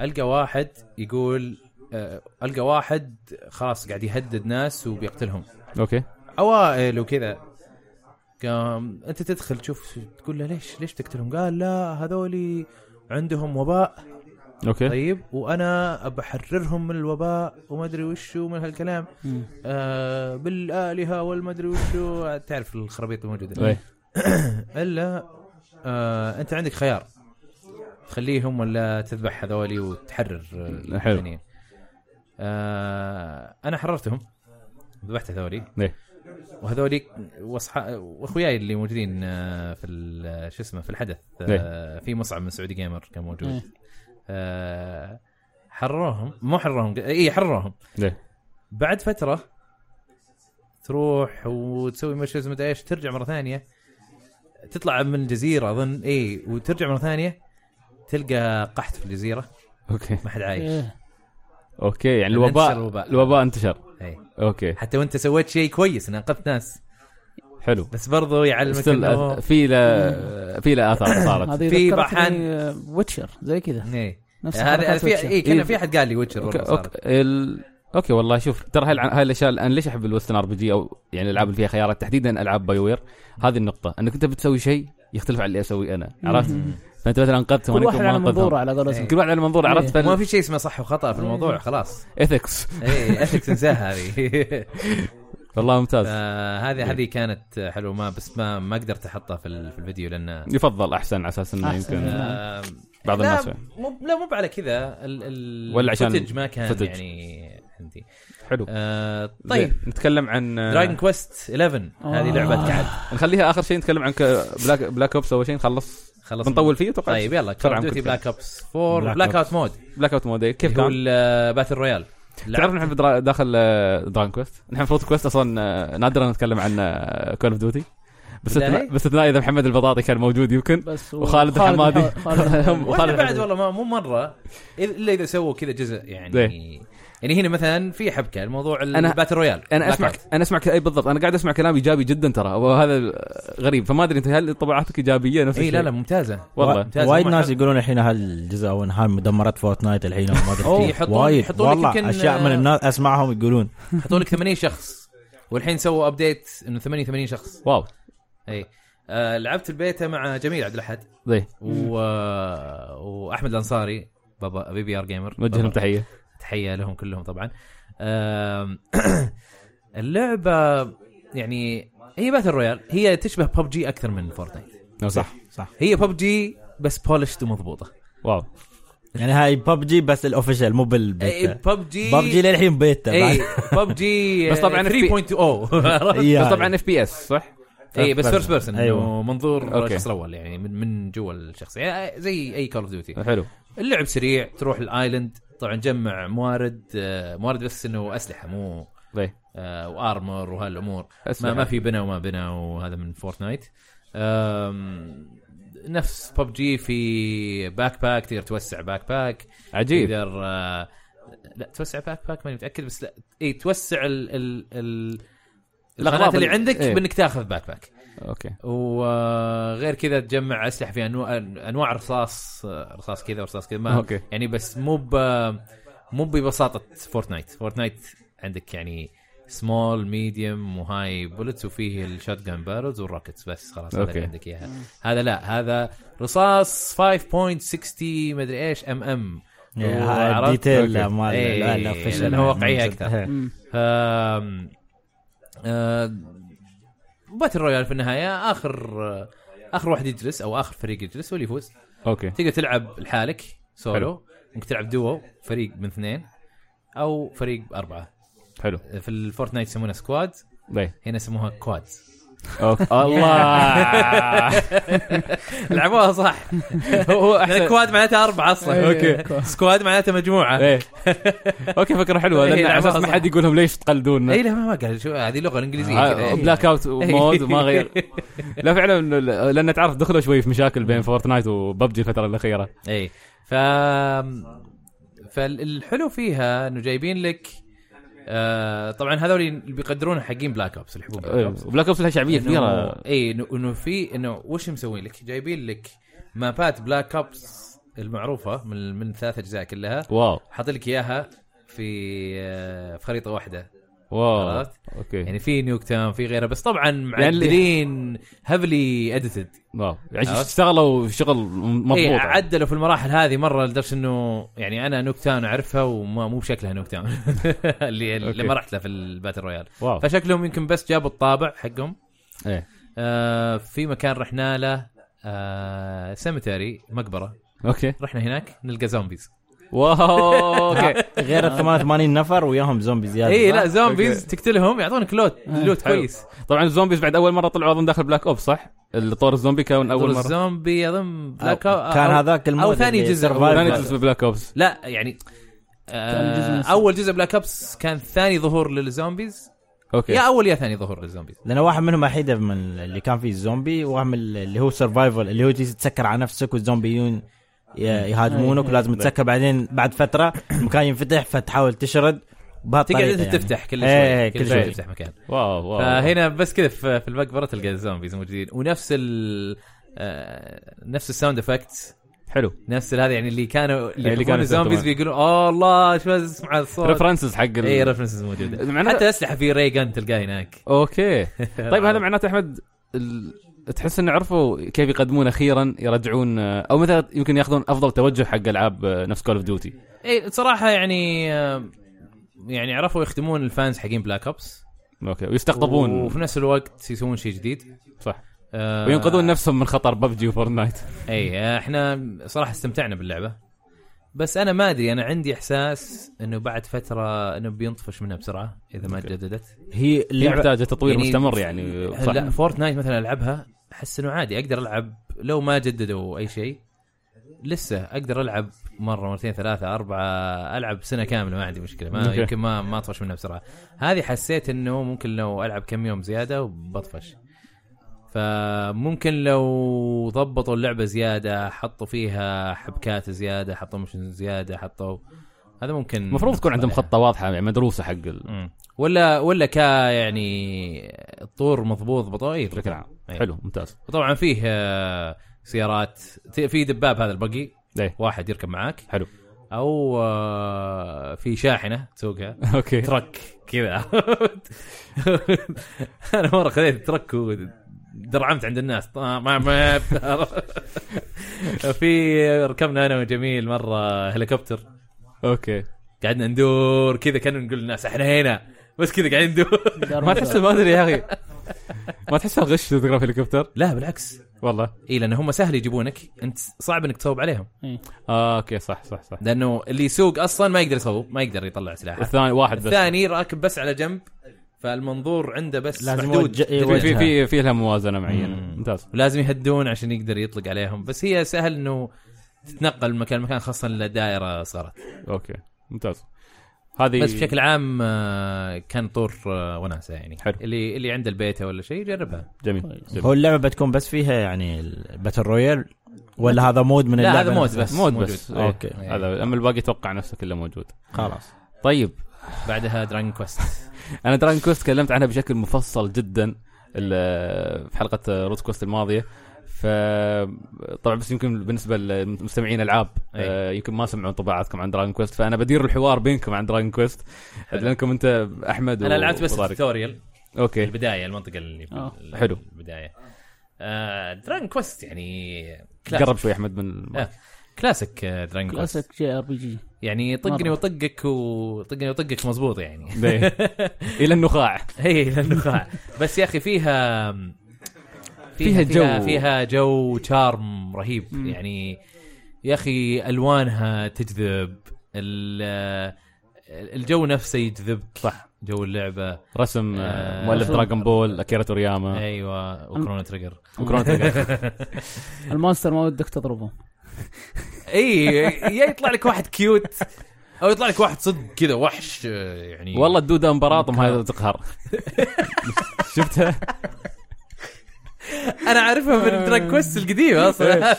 القى واحد يقول آه، القى واحد خلاص قاعد يهدد ناس وبيقتلهم
اوكي
اوائل وكذا قام انت تدخل تشوف تقول له ليش ليش تقتلهم؟ قال لا هذولي عندهم وباء
اوكي
طيب وانا بحررهم من الوباء وما ادري وشو من هالكلام
مم.
آه بالالهه والما ادري وشو تعرف الخرابيط الموجوده
إيه.
الا آه انت عندك خيار تخليهم ولا تذبح هذولي وتحرر آه،
حلو.
الثانيين. آه انا حررتهم ذبحت هذولي
إيه.
وهذولي واصحى واخوياي اللي موجودين آه، في ال- شو اسمه في الحدث آه في مصعب من سعودي جيمر كان موجود
إيه.
آه حرروهم مو حرروهم اي حرروهم
إيه.
بعد فتره تروح وتسوي مشهد مدري ايش ترجع مره ثانيه تطلع من الجزيره اظن اي وترجع مره ثانيه تلقى قحط في الجزيره
اوكي
ما حد عايش
إيه.
اوكي يعني
انتشر
الوباء
الوباء.
الوباء انتشر
إيه.
اوكي
حتى وانت سويت شيء كويس ان انقذت ناس
حلو
بس برضو يعلمك
ستيل
انه
أث- في لا في لا اثار صارت
هذه
في
في
بحان-
بحان ويتشر زي كذا
ايه
نفس
هذا هذا
حركات
في
ويتشر.
اي كان
إيه.
في احد قال لي ويتشر
اوكي
والله صارت.
اوكي ال- اوكي والله شوف ترى هاي الع- هاي الاشياء انا ليش احب الوستن ار بي جي او يعني الالعاب اللي فيها خيارات تحديدا العاب باي وير هذه النقطه انك انت بتسوي شيء يختلف عن اللي اسوي انا عرفت
مم.
فانت مثلا انقذتهم
كل
وانا
واحد
كنت ما
على منظوره
انقذتهم
على قولتهم
كل واحد على منظور عرفت
ما
فال
في شيء اسمه صح وخطا في
إيه.
الموضوع خلاص
ايثكس
اي اثكس انساها هذه
والله ممتاز
آه،
إيه.
هذه هذه كانت حلوه ما بس ما ما قدرت احطها في ال- في الفيديو لان
يفضل احسن على اساس انه
أحسن.
يمكن
آه،
بعض
لا
الناس يعني.
مو لا مو على كذا ال- ال-
ولا عشان
الفوتج ما كان
فوتج.
يعني عندي
حلو
آه، طيب
زين. نتكلم عن آه،
دراجون كويست 11 هذه
آه.
لعبه كعد
نخليها اخر شيء نتكلم عن ك- بلاك بلاك اوبس اول شيء نخلص
خلص
بنطول فيه اتوقع
طيب يلا كول
بسرعة
اوف ديوتي
ممكن.
بلاك اوبس 4
Black
بلاك
Ops.
اوت مود
بلاك اوت مود إيه. كيف
كيف هو
كان؟
الباتل رويال
تعرف نحن في درا- داخل آه، دراجون كويست نحن المفروض كويست اصلا آه، نادرا نتكلم عن آه، كول اوف ديوتي
بالله؟
باستثناء باستثناء اذا محمد البطاطي كان موجود يمكن
بس و-
وخالد الحمادي
الح- خالد الحمادي.
وخالد
ولا بعد
الحمادي.
والله ما مو مره الا اذا سووا كذا جزء يعني يعني هنا مثلا في حبكه الموضوع
أنا-
الباتل رويال
انا
Black
اسمع
Ops.
انا اسمع اي بالضبط انا قاعد اسمع كلام ايجابي جدا ترى وهذا غريب فما ادري انت هل طبعاتك ايجابيه نفس
اي
الشيء
إيه، لا لا ممتازه
والله
ممتاز.
وايد
هم
ناس
حط-
يقولون الحين هالجزء او إن هاي مدمرات فورتنايت الحين وما
أوه،
ادري كيف.
يحطون-
وايد
يحطون لك يمكن-
والله اشياء من الناس اسمعهم يقولون
حطوا لك 80 شخص والحين سووا ابديت انه 88 شخص
واو
اي آه لعبت البيتا مع جميل عبد الاحد
زي
و... واحمد الانصاري بابا بي بي ار جيمر
نوجه لهم تحيه
تحيه لهم كلهم طبعا آم، اللعبه يعني هي باتل رويال هي تشبه ببجي اكثر من فورتنايت
صح
صح
هي ببجي بس بولشت ومضبوطه
واو
يعني هاي ببجي بس الاوفيشال مو
إيه،
بالبيتا
ببجي
ببجي للحين بيتا
اي
إيه، بعد.
ببجي
بس طبعاً
يا.
بس طبعا اف بي اس صح؟
اي oh. إيه، بس
First
فيرست
person.
بيرسون
أيوة.
ايوه منظور
أوكي.
الشخص الاول يعني من من جوا الشخص يعني زي اي كول اوف ديوتي
حلو
اللعب سريع تروح الايلاند طبعا جمع موارد آه، موارد بس انه اسلحه مو
طيب
آه، وارمر وهالامور ما,
أسلحة.
ما في بنا وما بنا وهذا من فورتنايت آم، نفس ببجي في باك باك تقدر توسع باك باك
عجيب
تقدر آه، لا توسع باك باك ماني متاكد بس لا اي توسع ال ال ال الخانات
الأغراض
اللي
ال-
عندك
إيه.
بانك تاخذ باك باك
اوكي
وغير كذا تجمع اسلحه في انواع انواع رصاص رصاص كذا ورصاص كذا ما
أوكي.
يعني بس مو ب مو ببساطه فورتنايت فورتنايت عندك يعني سمول ميديوم وهاي بولتس وفيه الشوت جان بارلز والروكتس بس خلاص هذا اللي
أوكي.
عندك اياها هذا لا هذا رصاص 5.60 مدري ايش ام ام
يا، هاي إيه، الديتيل مال
إيه،
لا، لا، official.
اللي هو واقعيه اكثر
إيه.
آم، آه، باتل رويال في النهايه اخر اخر واحد يجلس او اخر فريق يجلس هو اللي يفوز
اوكي
تقدر تلعب لحالك سولو
حلو.
ممكن تلعب دوو فريق من اثنين او فريق اربعه
حلو
في الفورتنايت يسمونها سكواد
طيب
هنا يسموها كوادز
اوكي الله
آه. لعبوها صح
هو
يعني
احسن
كواد معناته اربعه اصلا
أوكي.
سكواد معناته مجموعه
ايه اوكي فكره حلوه
إيه،
لان على اساس
لعبها
ما
صح.
حد يقول لهم ليش تقلدون
اي إيه، لا ما ما قال شو هذه لغه الانجليزيه كذا. إيه.
بلاك اوت مود ما غير لا فعلا ال- لان تعرف دخلوا شوي في مشاكل بين فورتنايت وببجي الفتره الاخيره
اي ف إيه. فالحلو فيها انه جايبين لك آه طبعا هذول اللي بيقدرون حقين بلاك اوبس اللي يحبون بلاك اوبس
بلاك اوبس إيه. لها شعبيه كبيره
اي إيه، إنه- انه في انه وش مسوين لك؟ جايبين لك مابات بلاك اوبس المعروفه من من ثلاث اجزاء كلها
واو
حاط لك اياها في آه في خريطه واحده
واو
عرفت؟
اوكي
يعني في نيوك تاون في غيرها بس طبعا
يعني اللي-
معدلين هافلي اديتد
واو يعني
عرفت؟
اشتغلوا شغل مضبوط
اي
يعني.
إيه، عدلوا في المراحل هذه مره لدرجه انه يعني انا نوكتاون اعرفها وما مو بشكلها نوكتاون اللي اللي
أوكي.
ما رحت له في الباتل رويال
واو
فشكلهم يمكن بس جابوا الطابع حقهم
ايه
آه في مكان رحنا له آه سيمتري مقبره
اوكي
رحنا هناك نلقى زومبيز
واو اوكي
غير ال 88 نفر وياهم زومبي زياده
اي
صح؟
إيه، لا زومبيز تقتلهم يعطونك لوت
آه،
لوت
حلو.
كويس
طبعا الزومبيز بعد اول مره طلعوا اظن داخل بلاك اوبس صح؟ الطور الزومبي كان اول مره
الزومبي اظن بلاك أو-
آه، كان
أو-
هذاك المود
او ثاني
اللي
جزء
survival.
أو-
ثاني جزء في بلاك اوبس
لا يعني
كان جزء من
آه
السنة.
اول جزء بلاك ابس كان ثاني ظهور للزومبيز
اوكي
يا اول يا ثاني ظهور للزومبيز
لان واحد منهم وحيده من اللي كان فيه الزومبي واحد من اللي هو سرفايفل اللي هو تيجي تسكر على نفسك والزومبيون ي- يهاجمونك ولازم تسكر بعدين بعد فتره المكان ينفتح فتحاول تشرد
تقعد
بهالطريقه
انت
يعني.
تفتح كل شوي
إيه، كل
كل
شوي.
شوي تفتح مكان
واو واو
فهنا بس كذا في في المقبره تلقى الزومبيز موجودين ونفس ال آه، نفس الساوند افكت
حلو
نفس هذا يعني اللي كانوا اللي,
اللي
اللي
كانوا
كانوا الزومبيز
يستخدمون.
بيقولوا اه الله شو اسمع الصوت
ريفرنسز حق ال...
اي ريفرنسز موجوده
معناته-
حتى اسلحه في ري جن تلقاه هناك
اوكي طيب هذا معناته احمد ال... تحس انه عرفوا كيف يقدمون اخيرا يرجعون آه، او مثلا يمكن ياخذون افضل توجه حق العاب آه، نفس كول اوف ديوتي
اي صراحه إيه، يعني آه، يعني عرفوا يخدمون الفانز حقين بلاك ابس
اوكي ويستقطبون
وفي نفس الوقت يسوون شيء جديد
صح
آه،
وينقذون نفسهم من خطر ببجي وفورتنايت
اي احنا صراحه إيه، استمتعنا باللعبه بس انا ما ادري انا عندي احساس انه بعد فتره انه بينطفش منها بسرعه اذا ما تجددت
هي
هي
اللعبه
محتاجه تطوير
يعني-
مستمر يعني صح
لا فورتنايت مثلا العبها احس انه عادي اقدر العب لو ما جددوا اي شيء لسه اقدر العب مره مرتين ثلاثه اربعه العب سنه كامله ما عندي مشكله ما
أوكي.
يمكن ما ما اطفش منها بسرعه هذه حسيت انه ممكن لو العب كم يوم زياده وبطفش فممكن لو ضبطوا اللعبه زياده حطوا فيها حبكات زياده حطوا مشن زياده حطوا هذا ممكن
المفروض تكون عندهم
عليها.
خطه واضحه يعني مدروسه حق ال-
مم. ولا ولا كا يعني الطور مضبوط بطيء
بشكل عام
أي.
حلو ممتاز
وطبعا فيه آه، سيارات ت- في دباب هذا البقي
ايه
واحد يركب معاك
حلو
او آه، في شاحنه تسوقها
اوكي
ترك كذا انا مره خذيت ترك ودرعمت عند الناس طا- ما- ما- آه، في ركبنا انا وجميل مره هليكوبتر
اوكي
قعدنا ندور كذا كنا نقول للناس احنا هنا بس كذا قاعدين ندور
ما تحس ما ادري يا اخي ما تحسها غش تقرا هليكوبتر
لا بالعكس
والله
اي لان هم سهل يجيبونك انت صعب انك تصوب عليهم
آه اوكي صح صح صح
لانه اللي يسوق اصلا ما يقدر يصوب ما يقدر يطلع سلاحه
الثاني واحد بس
الثاني راكب بس على جنب فالمنظور عنده بس
لازم
محدود
يوجه-
جداً.
في في في, في لها موازنه معينه
مم.
ممتاز
ولازم يهدون عشان يقدر يطلق عليهم بس هي سهل انه تتنقل من مكان لمكان خاصه الدائره صارت
اوكي ممتاز هذه
بس بشكل عام آه، كان طور آه، وناسه يعني
حلو.
اللي اللي عنده البيت ولا شيء يجربها
جميل, جميل.
هو اللعبه بتكون بس فيها يعني الباتل رويال ولا هذا مود من
لا
اللعبه
هذا مود
نفسها؟
بس
مود
موجود.
بس إيه.
أوكي.
إيه.
هذا اما الباقي توقع نفسه كله موجود
خلاص
آه،
طيب
بعدها دراجون كويست
انا دراجون كوست تكلمت عنها بشكل مفصل جدا ال- في حلقه روت كوست الماضيه ف طبعا بس يمكن بالنسبه لمستمعين العاب
أي.
آه، يمكن ما سمعوا انطباعاتكم عن دراجون كويست فانا بدير الحوار بينكم عن دراجون كويست لانكم انت احمد
انا
و-
لعبت بس
وطارق.
التوتوريال
اوكي
البدايه المنطقه اللي
آه.
بال-
حلو.
البدايه آه دراجون كويست يعني كلاسيك
قرب شوي احمد من
آه. كلاسيك آه، دراجون كويست
كلاسيك جي ار بي جي
يعني طقني
مرة.
وطقك وطقني وطقك مزبوط يعني
ليه؟ الى إيه. النخاع
هي للنخاع بس يا اخي فيها
فيها جو.
فيها, فيها جو تشارم رهيب يعني يا اخي الوانها تجذب ال- آه، الجو نفسه يجذبك صح جو اللعبه
رسم
آه،
آه، مؤلف
رسم.
دراجون بول اكيرا تورياما
ايوه وكرونو تريجر
وكرون تريجر.
المونستر ما ودك تضربه
اي يا يطلع لك واحد كيوت او يطلع لك واحد صدق كذا وحش آه، يعني
إيه. والله الدوده امبراطم هذا تقهر شفتها؟
انا عارفها من دراج كويست القديمه
إيه،
اصلا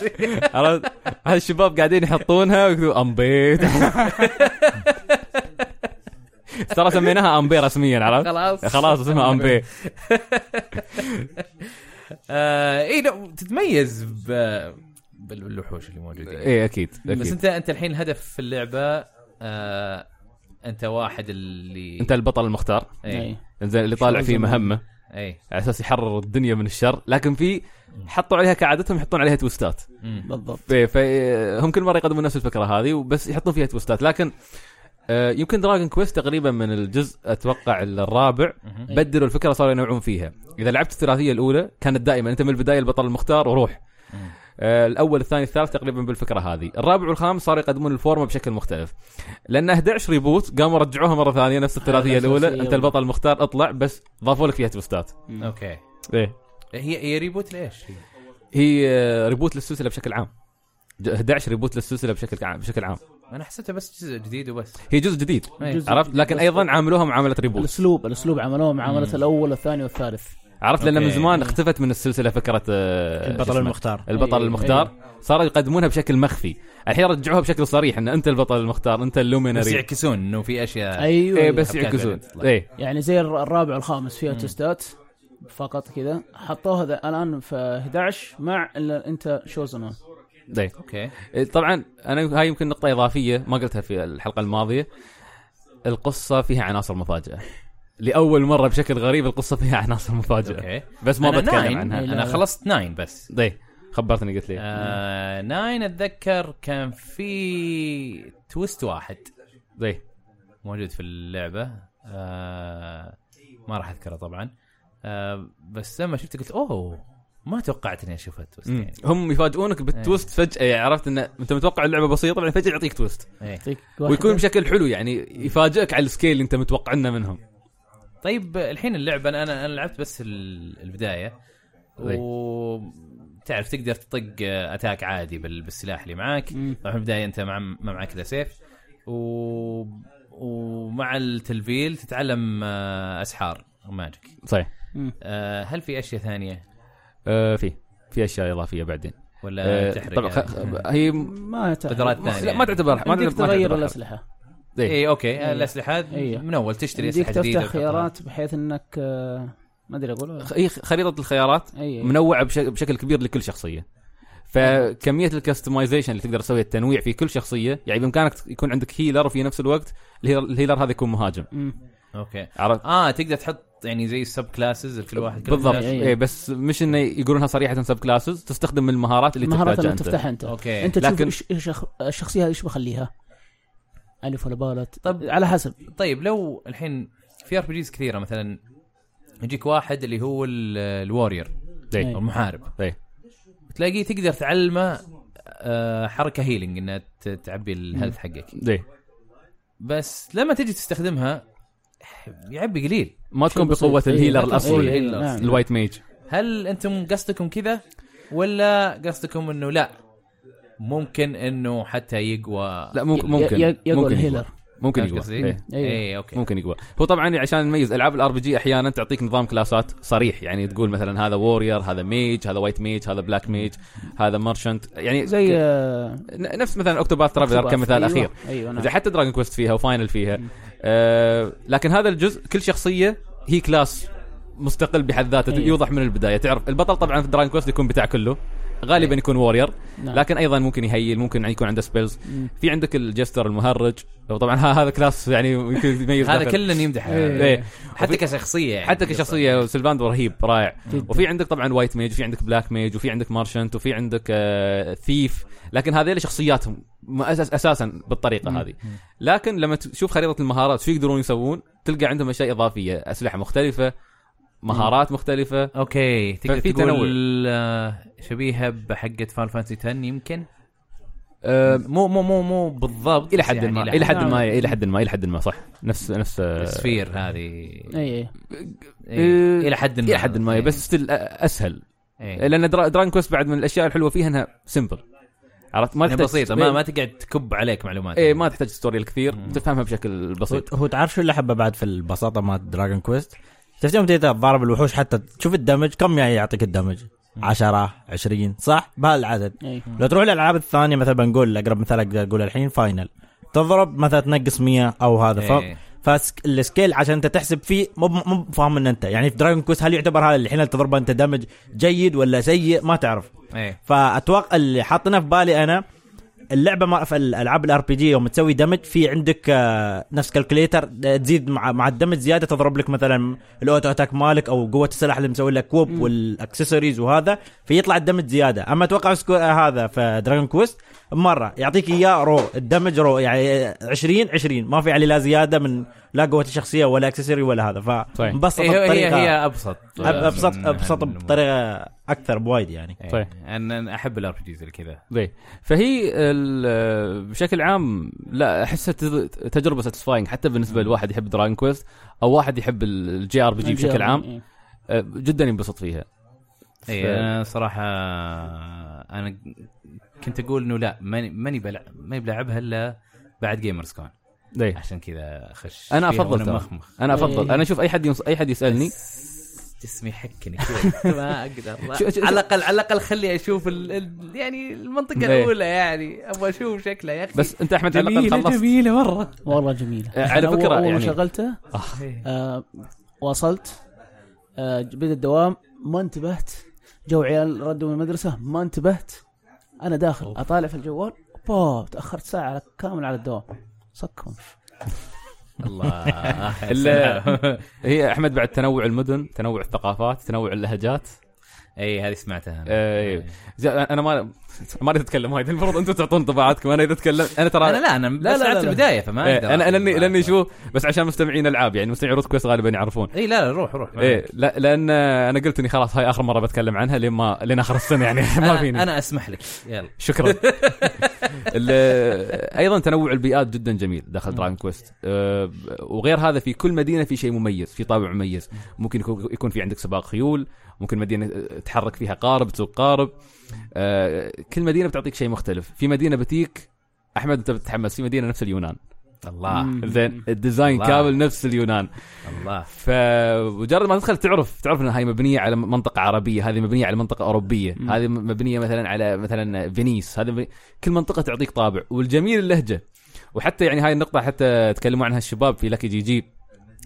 عرفت؟ هالشباب قاعدين يحطونها ويقولوا امبيت ترى سميناها امبي رسميا عرفت؟
خلاص
خلاص اسمها امبي
آه اي لا تتميز ب بالوحوش اللي موجودين
ايه اكيد
بس
اكيد
انت انت الحين الهدف في اللعبه آه انت واحد اللي إيه،
انت البطل المختار
اي
زين اللي طالع فيه مهمه
اي
على اساس يحرر الدنيا من الشر لكن في حطوا عليها كعادتهم يحطون عليها توستات
بالضبط
إيه، فهم كل مره يقدمون نفس الفكره هذه وبس يحطون فيها توستات لكن آه، يمكن دراجون كويست تقريبا من الجزء اتوقع الرابع بدلوا الفكره صاروا ينوعون فيها اذا لعبت الثلاثيه الاولى كانت دائما انت من البدايه البطل المختار وروح آه، الاول الثاني الثالث تقريبا بالفكره هذه الرابع والخامس صاروا يقدمون الفورمه بشكل مختلف لان 11 ريبوت قاموا رجعوها مره ثانيه نفس الثلاثيه الاولى
الأساسية.
انت البطل المختار اطلع بس ضافوا لك فيها توستات
اوكي
ايه
هي هي ريبوت ليش؟
هي آه، ريبوت للسلسله بشكل عام ج- 11 ريبوت للسلسله بشكل عام بشكل عام
انا حسيتها بس جزء جديد وبس
هي جزء جديد
إيه.
جزء
عرفت لكن ايضا عاملوها معامله ريبوت
الاسلوب الاسلوب عملوه معامله الاول والثاني والثالث
عرفت لان من
أوكي.
زمان اختفت من السلسله فكره آه، شو
البطل
اسمه؟
المختار
البطل
أيوة.
المختار صاروا يقدمونها بشكل مخفي الحين رجعوها بشكل صريح ان انت البطل المختار انت
بس
اللومينري
يعكسون انه في اشياء
ايوه
يعني
ايه بس
أبكاك
يعكسون
بعدين.
ايه
يعني زي الر- الرابع والخامس فيها توستات فقط كذا حطوها ذا- الان في 11 مع إلا انت شوزن ون.
ايه
اوكي
إيه، طبعا انا هاي يمكن نقطه اضافيه ما قلتها في الحلقه الماضيه القصه فيها عناصر مفاجاه لاول مره بشكل غريب القصه فيها عناصر مفاجاه
اوكي
بس ما
أنا
بتكلم
ناين.
عنها
انا خلصت ناين بس
ايه خبرتني قلت لي
آه ناين اتذكر كان في تويست واحد
ايه
موجود في اللعبه آه ما راح اذكره طبعا آه بس لما شفته قلت اوه ما توقعت اني اشوفها تويست
مم.
يعني
هم يفاجئونك بالتويست
إيه.
فجاه يعني عرفت ان انت متوقع اللعبه بسيطه بعدين فجاه يعطيك تويست
إيه.
يعطيك واحدة.
ويكون بشكل حلو يعني يفاجئك على السكيل اللي انت متوقع انه منهم
إيه.
طيب الحين اللعبه انا انا أنا لعبت بس ال- البدايه
طيب.
و تعرف تقدر تطق اتاك عادي بال- بالسلاح اللي معاك طبعا في البدايه انت مع ما معك الا سيف و... ومع التلفيل تتعلم آه، اسحار ماجيك
صحيح
آه، هل في اشياء ثانيه
آه في في اشياء اضافيه بعدين
ولا
آه
تحرق
طبعا
يعني.
خ... خ- هي م-
ما يتع-
قدرات
ما-
ثانيه
لا ما تعتبر ما تعتبر
إيه. يمديك
ما
تغير
تعتبر-
الاسلحه
إيه.
اي اوكي
إيه.
الاسلحه
إيه.
آه، من اول تشتري
يمديك
اسلحه جديده
تفتح
وتحطها.
خيارات بحيث انك آه، ما ادري اقول
خ- هي خريطه الخيارات
اي
منوعه بش... بشكل كبير لكل شخصيه فكميه الكستمايزيشن اللي تقدر تسويها التنويع في كل شخصيه يعني بامكانك يكون عندك هيلر وفي نفس الوقت الهيلر, الهيلر هذا يكون مهاجم
اوكي
عرفت
اه تقدر تحط يعني زي السب كلاسز لكل واحد كل
بالضبط
واحد.
أي-
إيه بس مش انه يقولونها صريحه سب كلاسز تستخدم من المهارات اللي
المهارات
تحتاجها
اللي
انت
تفتحها انت
اوكي
انت تشوف
لكن-
إيش- إيش أخ- الشخصيه هذه ايش بخليها الف ولا باء ولا ت-
طب-
على حسب
طيب لو الحين في ار بي جيز كثيره مثلا يجيك واحد اللي هو ال- الوارير
إيه.
او المحارب
إيه.
تلاقيه تقدر تعلمه آه، حركه هيلينج انها ت- تعبي الهيلث حقك
إيه.
بس لما تجي تستخدمها يعبي قليل
ما تكون
بسيط.
بقوه
إيه.
الهيلر
إيه.
الاصلي
إيه. نعم.
الوايت ميج
هل انتم قصدكم كذا ولا قصدكم انه لا ممكن انه حتى يقوى
لا ممكن ممكن
ي- ي- يقول
ممكن يقوى.
هيلر
ممكن
فاهم
يقوى
قصدي؟
إيه.
أيوة.
اي اوكي
ممكن يقوى هو طبعا يعني عشان نميز العاب الار بي جي احيانا تعطيك نظام كلاسات صريح يعني تقول مثلا هذا وورير هذا ميج هذا وايت ميج هذا بلاك ميج هذا مارشنت يعني
زي
ك-
آه،
ن- نفس مثلا اوكتوباث ترافلر طيب، كمثال
أيوة.
اخير
ايوه
زي
نعم
حتى دراجون كويست فيها وفاينل فيها آه لكن هذا الجزء كل شخصيه هي كلاس مستقل بحد ذاته
أيوة.
يوضح من البدايه تعرف البطل طبعا في دراجون كويست يكون بتاع كله غالبا يكون وورير
إيه. نعم.
لكن ايضا ممكن يهيل ممكن يكون عنده سبيلز في عندك الجستر المهرج وطبعا ه- هذا كلاس يعني يمكن يميز
هذا
داخل-
كله يمدح
إيه.
حتى كشخصيه يعني
حتى كشخصيه سلفاندو رهيب رائع وفي عندك طبعا وايت ميج وفي عندك بلاك ميج وفي عندك مارشنت وفي عندك آه ثيف لكن هذيل شخصياتهم م- أساس اساسا بالطريقه هذه لكن لما تشوف خريطه المهارات شو يقدرون يسوون تلقى عندهم اشياء اضافيه اسلحه مختلفه مهارات مختلفه
اوكي تقدر
ففي
تقول آه، شبيهه بحقه فان فانسي 10 يمكن
آه
مو مو مو مو بالضبط
الى
بس
حد
يعني
ما
لا.
الى حد ما الى حد ما الى حد ما صح نفس نفس آه،
السفير هذه
اي اي
إيه، الى حد ما
الى حد ما
إيه.
بس آه، still اسهل
إيه.
لان درا- دراجون كويست بعد من الاشياء الحلوه فيها انها سمبل عرفت ما
إنها
تحتاج-
بسيطه يعني ما ما تقعد تكب عليك معلومات
ايه ما تحتاج ستوري الكثير تفهمها بشكل بسيط
هو تعرف شو اللي حبه بعد في البساطه مال دراجون كويست؟ شفت يوم تيجي تضارب الوحوش حتى تشوف الدمج كم يعني يعطيك الدمج؟ 10 20 صح؟ بهالعدد
اي
لو تروح للالعاب الثانيه مثلا بنقول اقرب مثال اقدر اقول الحين فاينل تضرب مثلا تنقص 100 او هذا ف...
إيه.
فالسكيل عشان انت تحسب فيه مو مو فاهم ان انت يعني في دراجون كويست هل يعتبر هذا الحين اللي تضربه انت دمج جيد ولا سيء ما تعرف
ايه
فاتوقع اللي حاطينه في بالي انا اللعبه ما في الالعاب الار بي جي يوم تسوي دمج في عندك آه، نفس كالكليتر تزيد مع مع الدمج زياده تضرب لك مثلا الاوتو اتاك مالك او قوه السلاح اللي مسوي لك كوب والاكسسوارز وهذا فيطلع الدمج زياده اما اتوقع سكو... آه، هذا في دراجون كويست مره يعطيك اياه رو الدمج رو يعني آه، 20 20 ما في عليه لا زياده من لا قوه الشخصيه ولا اكسسوري ولا هذا
صحيح.
فمبسط
إيه، هي هي,
بطريقه
هي ابسط
أب- ابسط
من-
ابسط
من-
بطريقه اكثر بوايد يعني
إيه.
طيب.
انا أنا احب الار بي جيز اللي كذا
ايه فهي ال- بشكل عام لا احسها تز- تجربه ساتسفاينج حتى بالنسبه لواحد يحب دراجون كويست او واحد يحب ال- الجي ار بي جي بشكل عام
إيه.
آه، جدا ينبسط فيها ف-
اي انا صراحه انا كنت اقول انه لا ماني ماني بلعب ماني بلعبها الا بعد جيمرز كون
إيه.
عشان كذا اخش
انا
فيها
أفضل
وأنا
ترى.
مخمخ
انا افضل
إيه.
انا اشوف اي حد ينص... اي حد يسالني
جسمي يحكني كذا ما اقدر
شو- شو-
على الاقل على الاقل خلي اشوف ال... ال... يعني المنطقه
إيه.
الاولى يعني ابغى اشوف شكله يا اخي
بس انت احمد على الاقل خلصت
جميله مره
والله جميله
آه، على
أنا
فكرة
اول ما
يعني-
شغلته آه وصلت آه بدا الدوام ما انتبهت جو عيال ردوا من المدرسه ما انتبهت انا داخل اطالع في الجوال بوه تاخرت ساعه على كامل على الدوام صكهم
الله
ال- هي احمد بعد تنوع المدن تنوع الثقافات تنوع اللهجات
اي هذه سمعتها أنا.
إيه. زي- انا ما ما اريد اتكلم هاي المفروض انتم تعطون طباعاتكم انا اذا اتكلم انا ترى
انا لا انا
لا،
لا
لا،
لا لعبت
لا.
البدايه فما اقدر
إيه انا لاني لاني
شو
شو بس عشان مستمعين العاب يعني مستمعين روت كويست غالبا يعرفون
اي إيه، لا لا روح روح
ايه لا لان انا قلت اني خلاص هاي اخر مره بتكلم عنها لين ما لين اخر السنه يعني ما
انا
فيني
انا اسمح لك يلا
شكرا ال- ايضا تنوع البيئات جدا جميل داخل دراجون كويست أه، وغير هذا في كل مدينه في شيء مميز في طابع مميز ممكن يكون- يكون في عندك سباق خيول ممكن مدينه أه، تحرك فيها قارب تسوق قارب أه، كل مدينه بتعطيك شيء مختلف في مدينه بتيك احمد انت بتتحمس في مدينه نفس اليونان آه،
الله
زين الديزاين
الله.
كامل نفس اليونان
الله
فمجرد ما تدخل تعرف تعرف ان هاي مبنيه على منطقه عربيه هذه مبنيه على منطقه اوروبيه هذه م- مبنيه مثلا على مثلا فينيس هذا مبني- كل منطقه تعطيك طابع والجميل اللهجه وحتى يعني هاي النقطه حتى تكلموا عنها الشباب في لكي جي جي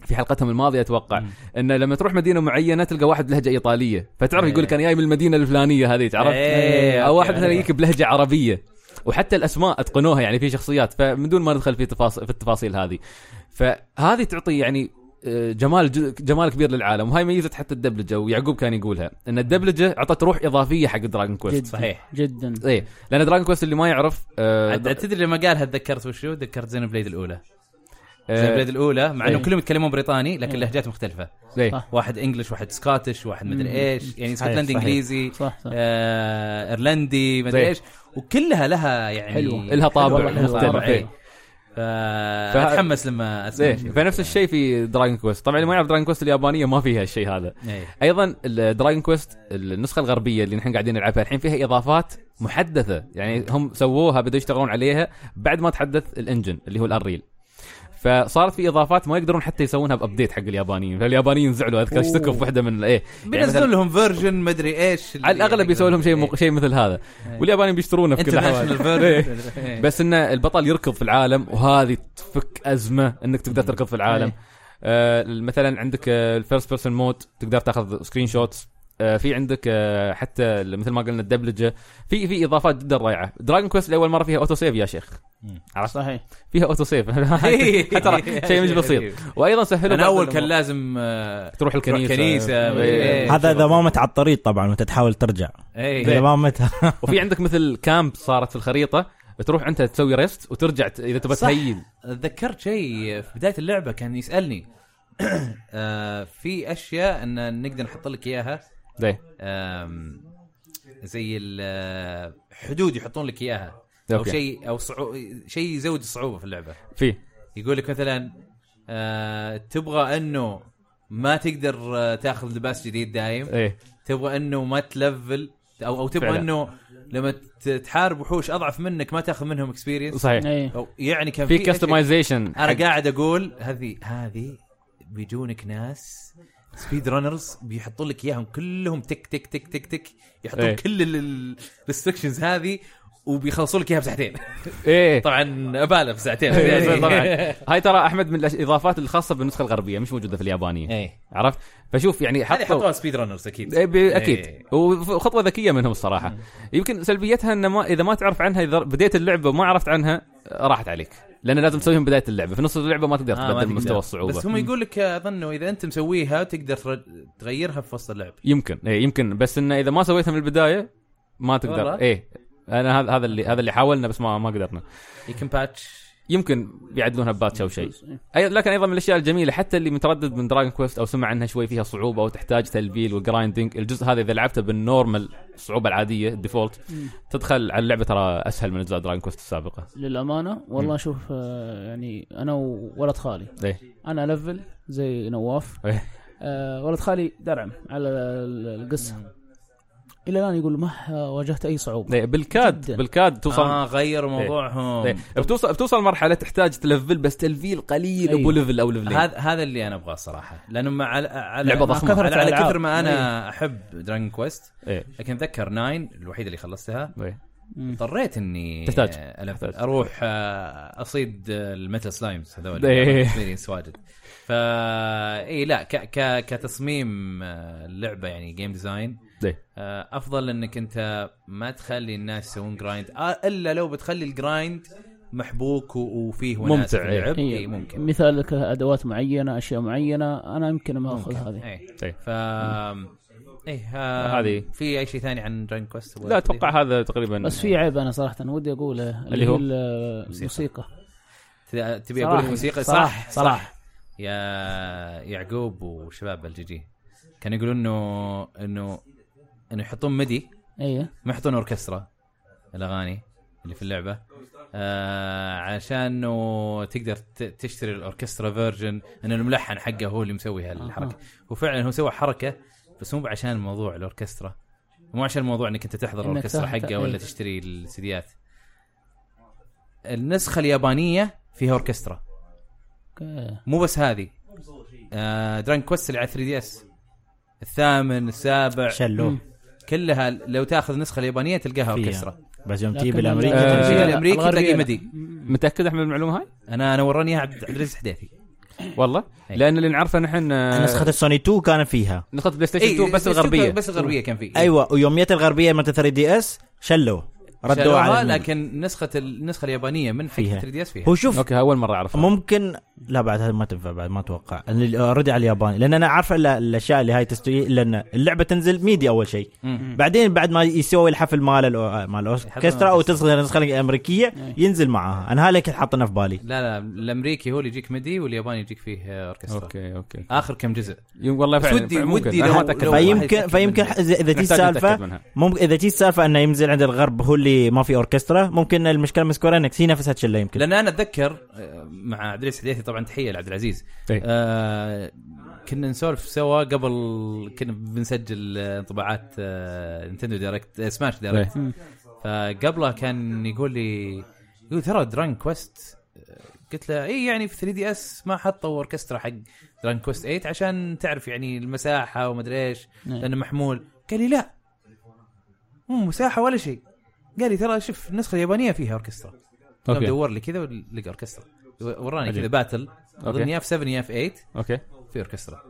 في حلقتهم الماضيه اتوقع ان لما تروح مدينه معينه تلقى واحد بلهجه ايطاليه فتعرف يقول لك انا جاي من المدينه الفلانيه هذه تعرف
إيه،
او
أوكي،
واحد مثلا
أيوة.
يجيك بلهجه عربيه وحتى الاسماء اتقنوها يعني في شخصيات فمن دون ما ندخل في تفاصيل في التفاصيل هذه فهذه تعطي يعني آه، جمال ج- جمال كبير للعالم وهاي ميزه حتى الدبلجه ويعقوب كان يقولها ان الدبلجه اعطت روح اضافيه حق دراجون كويست
جد.
صحيح
جدا
ايه لان دراجون كويست اللي ما يعرف آه،
عاد- عاد تدري لما قالها تذكرت وشو؟ ذكرت زين بليد الاولى
آه،
زين بليد الاولى مع انهم
إيه.
كلهم يتكلمون بريطاني لكن
إيه.
لهجات مختلفه
إيه.
صح.
واحد انجلش واحد سكوتش واحد مدري
مم.
ايش يعني
صحيح،
اسكتلندي
صحيح.
انجليزي
صح
إيه.
صح
آه، ايرلندي
زين.
مدري ايش وكلها لها يعني
إيه. حلوة. إلها طابع
حلوة، لها
مختلف.
طابع إيه.
فه-
فاتحمس لما اسمع
زين
شيء.
إيه، فنفس الشيء في دراجون كويست طبعا اللي ما يعرف دراجون كويست اليابانيه ما فيها الشيء هذا
إيه.
ايضا دراجون كويست النسخه الغربيه اللي نحن قاعدين نلعبها الحين فيها اضافات محدثه يعني هم سووها بدأوا يشتغلون عليها بعد ما تحدث الانجن اللي هو الانريل فصارت في اضافات ما يقدرون حتى يسوونها بابديت حق اليابانيين فاليابانيين زعلوا اذكر اشتكوا في واحده من ايه يعني مثلاً
بينزلون لهم فيرجن مدري ايش
على الاغلب
إيه.
يسوي لهم شيء مق... شيء مثل هذا واليابانيين بيشترونه في كل
انترناشونال
الأحوال. إيه.
فيرجن إيه.
بس ان البطل يركض في العالم وهذه تفك ازمه انك تقدر تركض في
إيه.
العالم آه مثلا عندك آه، الفيرست بيرسون مود تقدر تاخذ سكرين شوتس آه في عندك آه حتى ال- مثل ما قلنا الدبلجه في في اضافات جدا رائعه دراجون كويست لاول مره فيها اوتو سيف يا شيخ
صحيح
فيها اوتو سيف ترى شيء مش
أيوه.
بسيط وايضا سهلوا
انا
بعض
اول كان
الأمور.
لازم آه،
تروح الكنيسه
كنيسة، مدري إيه.
هذا اذا ما مت على الطريق طبعا وانت تحاول ترجع اذا
ايه
ما مت
وفي عندك مثل كامب صارت في الخريطه تروح انت تسوي ريست وترجع ت- اذا تبى
صح.
تهيل
تذكرت شيء في بدايه اللعبه كان يسالني آه، في اشياء ان نقدر نحط لك اياها
زي
آم، زي الحدود يحطون لك اياها او
أوكي.
شيء او صعو... شيء يزود الصعوبه في اللعبه
في
يقول لك مثلا آه، تبغى انه ما تقدر آه، تاخذ لباس جديد دايم
ايه
تبغى انه ما تلفل او او تبغى
فعلاً.
انه لما ت- تحارب وحوش اضعف منك ما تاخذ منهم اكسبيرينس
صحيح
ايه
او يعني كان
في
أشياء-
كستمايزيشن
انا قاعد اقول هذه هذه بيجونك ناس سبيد رانرز بيحطون لك اياهم كلهم تك تك تك تك تك يحطون
إيه.
ايه. كل الريستكشنز هذه وبيخلصون لك اياها بساعتين
ايه
طبعا ابالغ بساعتين
إيه،
يعني
طبعا هاي ترى احمد من الأش- الاضافات الخاصه بالنسخه الغربيه مش موجوده في اليابانيه
ايه
عرفت فشوف يعني
هذه
إيه. حطوا
حطوها سبيد رانرز اكيد
إيه، ب- اكيد
إيه.
وخطوه ذكيه منهم الصراحه يمكن سلبيتها ان ما اذا ما تعرف عنها اذا بديت اللعبه وما عرفت عنها آه، راحت عليك لان لازم تسويها من بدايه اللعبه في نص اللعبه ما تقدر
آه، ما
تبدل
تقدر.
مستوى الصعوبه
بس هم يقول لك اظن اذا انت مسويها تقدر تر- تغيرها في وسط اللعب
يمكن ايه يمكن بس انه اذا ما سويتها من البدايه ما تقدر
والله.
ايه انا هذا هذا اللي هذا اللي حاولنا بس ما ما قدرنا
يمكن باتش
يمكن بيعدلونها بباتش او شيء أي- لكن ايضا من الاشياء الجميله حتى اللي متردد من دراجون كويست او سمع عنها شوي فيها صعوبه او تحتاج تلفيل وجرايندنج الجزء هذا اذا لعبته بالنورمال الصعوبه العاديه الديفولت تدخل على اللعبه ترى اسهل من اجزاء دراجون كويست السابقه
للامانه والله شوف آه، يعني انا وولد خالي
ايه
انا لفل زي نواف
إيه.
آه ولد خالي درعم على ال- القصه الى الان يقول ما ح- واجهت اي صعوبه
إيه، بالكاد
جداً.
بالكاد توصل
اه غيروا موضوعهم
إيه، بتوصل بتوصل مرحله تحتاج تلفل بس تلفيل قليل
أيوة.
ابو ليفل او ليفلين
هذا هذا اللي انا ابغاه صراحه لانه مع على على
لعبة
مع
ضخمة.
كثرة- على, على
الألعاب.
كثر ما انا احب دراجون كويست
إيه.
لكن اتذكر ناين الوحيده اللي خلصتها
إيه.
اضطريت اني
تحتاج.
آه، ألف-
تحتاج.
اروح آه، اصيد آه، الميتال سلايمز هذول
إيه.
اكسبيرينس واجد فا اي لا ك ك كتصميم آه، اللعبه يعني آه، جيم ديزاين
إيه.
افضل انك انت ما تخلي الناس يسوون جرايند آه، الا لو بتخلي الجرايند محبوك و- وفيه وناس
ممتع،
في
إيه.
اللعب
إيه.
إيه، ممكن
مثال لك ادوات معينه اشياء معينه انا يمكن ما اخذ هذه
ايه
إيه.
ف ايه آه،
هذه.
في اي شيء ثاني عن درين كويست
لا اتوقع هذا تقريبا
بس في عيب انا صراحه ودي اقوله
اللي هو؟
ال- الموسيقى
ت- تبي اقول لك
صراحة.
موسيقى
صراحة.
صح صح يا يعقوب وشباب الجي جي كانوا يقولون انه انه انه يحطون ميدي
ايه
ما يحطون اوركسترا الاغاني اللي في اللعبه آه عشان انه تقدر ت- تشتري الاوركسترا فيرجن ان الملحن حقه هو اللي مسوي هالحركه وفعلا هو سوى حركه بس مو عشان موضوع الاوركسترا مو عشان موضوع انك انت تحضر
إنك
الاوركسترا
تحضر،
حقه ولا
إيه.
تشتري السيديات النسخه اليابانيه فيها اوركسترا
أوكي.
مو بس هذه آه دران كويست اللي على 3 دي اس الثامن السابع
شلوه
كلها لو تاخذ النسخه اليابانيه تلقاها
فيها.
اوركسترا
بس يوم
لكن
تجيب
ال-
الامريكي
آه،
الجيل
لا،
الامريكي
الغربية
تلاقيه
لا.
مدي
متاكد احمد من المعلومه هاي
انا انا وراني اياها عبد عبد العزيز حديثي
والله
إيه.
لان اللي نعرفه نحن آه،
نسخه السوني 2 كان فيها
نسخه
إيه،
بلاي ستيشن 2 بس الغربيه
أيوة.
بس الغربيه كان في
ايوه ويوم جت الغربيه مالت 3 دي اس شلوه ردوا
شالوها،
على لكن
لكن نسخه النسخه اليابانيه من حق
فيها.
3 دي اس فيها
هو شوف
اوكي اول مره اعرفها
ممكن لا بعد هذا ما تنفع بعد ما اتوقع اوريدي على الياباني لان انا عارف ال- الاشياء اللي هاي تستوي لان اللعبه تنزل ميدي اول شيء
مم.
بعدين بعد ما يسوي الحفل مال الأو- مال الاوركسترا او تنسخ النسخه الامريكيه ينزل معاها انا هالك حاطنا في بالي
لا لا الامريكي هو اللي يجيك ميدي والياباني يجيك فيه اوركسترا
اوكي اوكي
اخر كم جزء
يم- والله فعلا
ودي-
فعلا
ودي
ممكن
لو-
انا ما اتاكد
لو-
منها.
واحد
فيمكن
يتأكد
فيمكن
منها.
اذا إذا تي
نحتاج نتأكد
السالفه
منها.
ممكن اذا تي السالفه انه ينزل عند الغرب هو اللي ما في اوركسترا ممكن المشكله من سكوير انكس هي نفسها تشله يمكن
لان انا اتذكر آه، مع عبد العزيز حديثي طبعا تحيه لعبد العزيز
إيه.
آه كنا نسولف سوا قبل كنا بنسجل آه، انطباعات آه نتندو دايركت آه سماش
إيه.
دايركت فقبله كان يقول لي يقول ترى دران كويست آه، قلت له اي يعني في 3 دي اس ما حطوا اوركسترا حق دران كويست 8 عشان تعرف يعني المساحه ومدري ايش
إيه.
لانه محمول قال لي لا مو مساحه ولا شيء قال لي ترى شوف النسخه اليابانيه فيها اوركسترا اوكي
اوكي
دور لي كذا لقى اوركسترا وراني
عجيب.
كذا باتل اظن
أوكي.
يا في 7 يا في 8
اوكي
في اوركسترا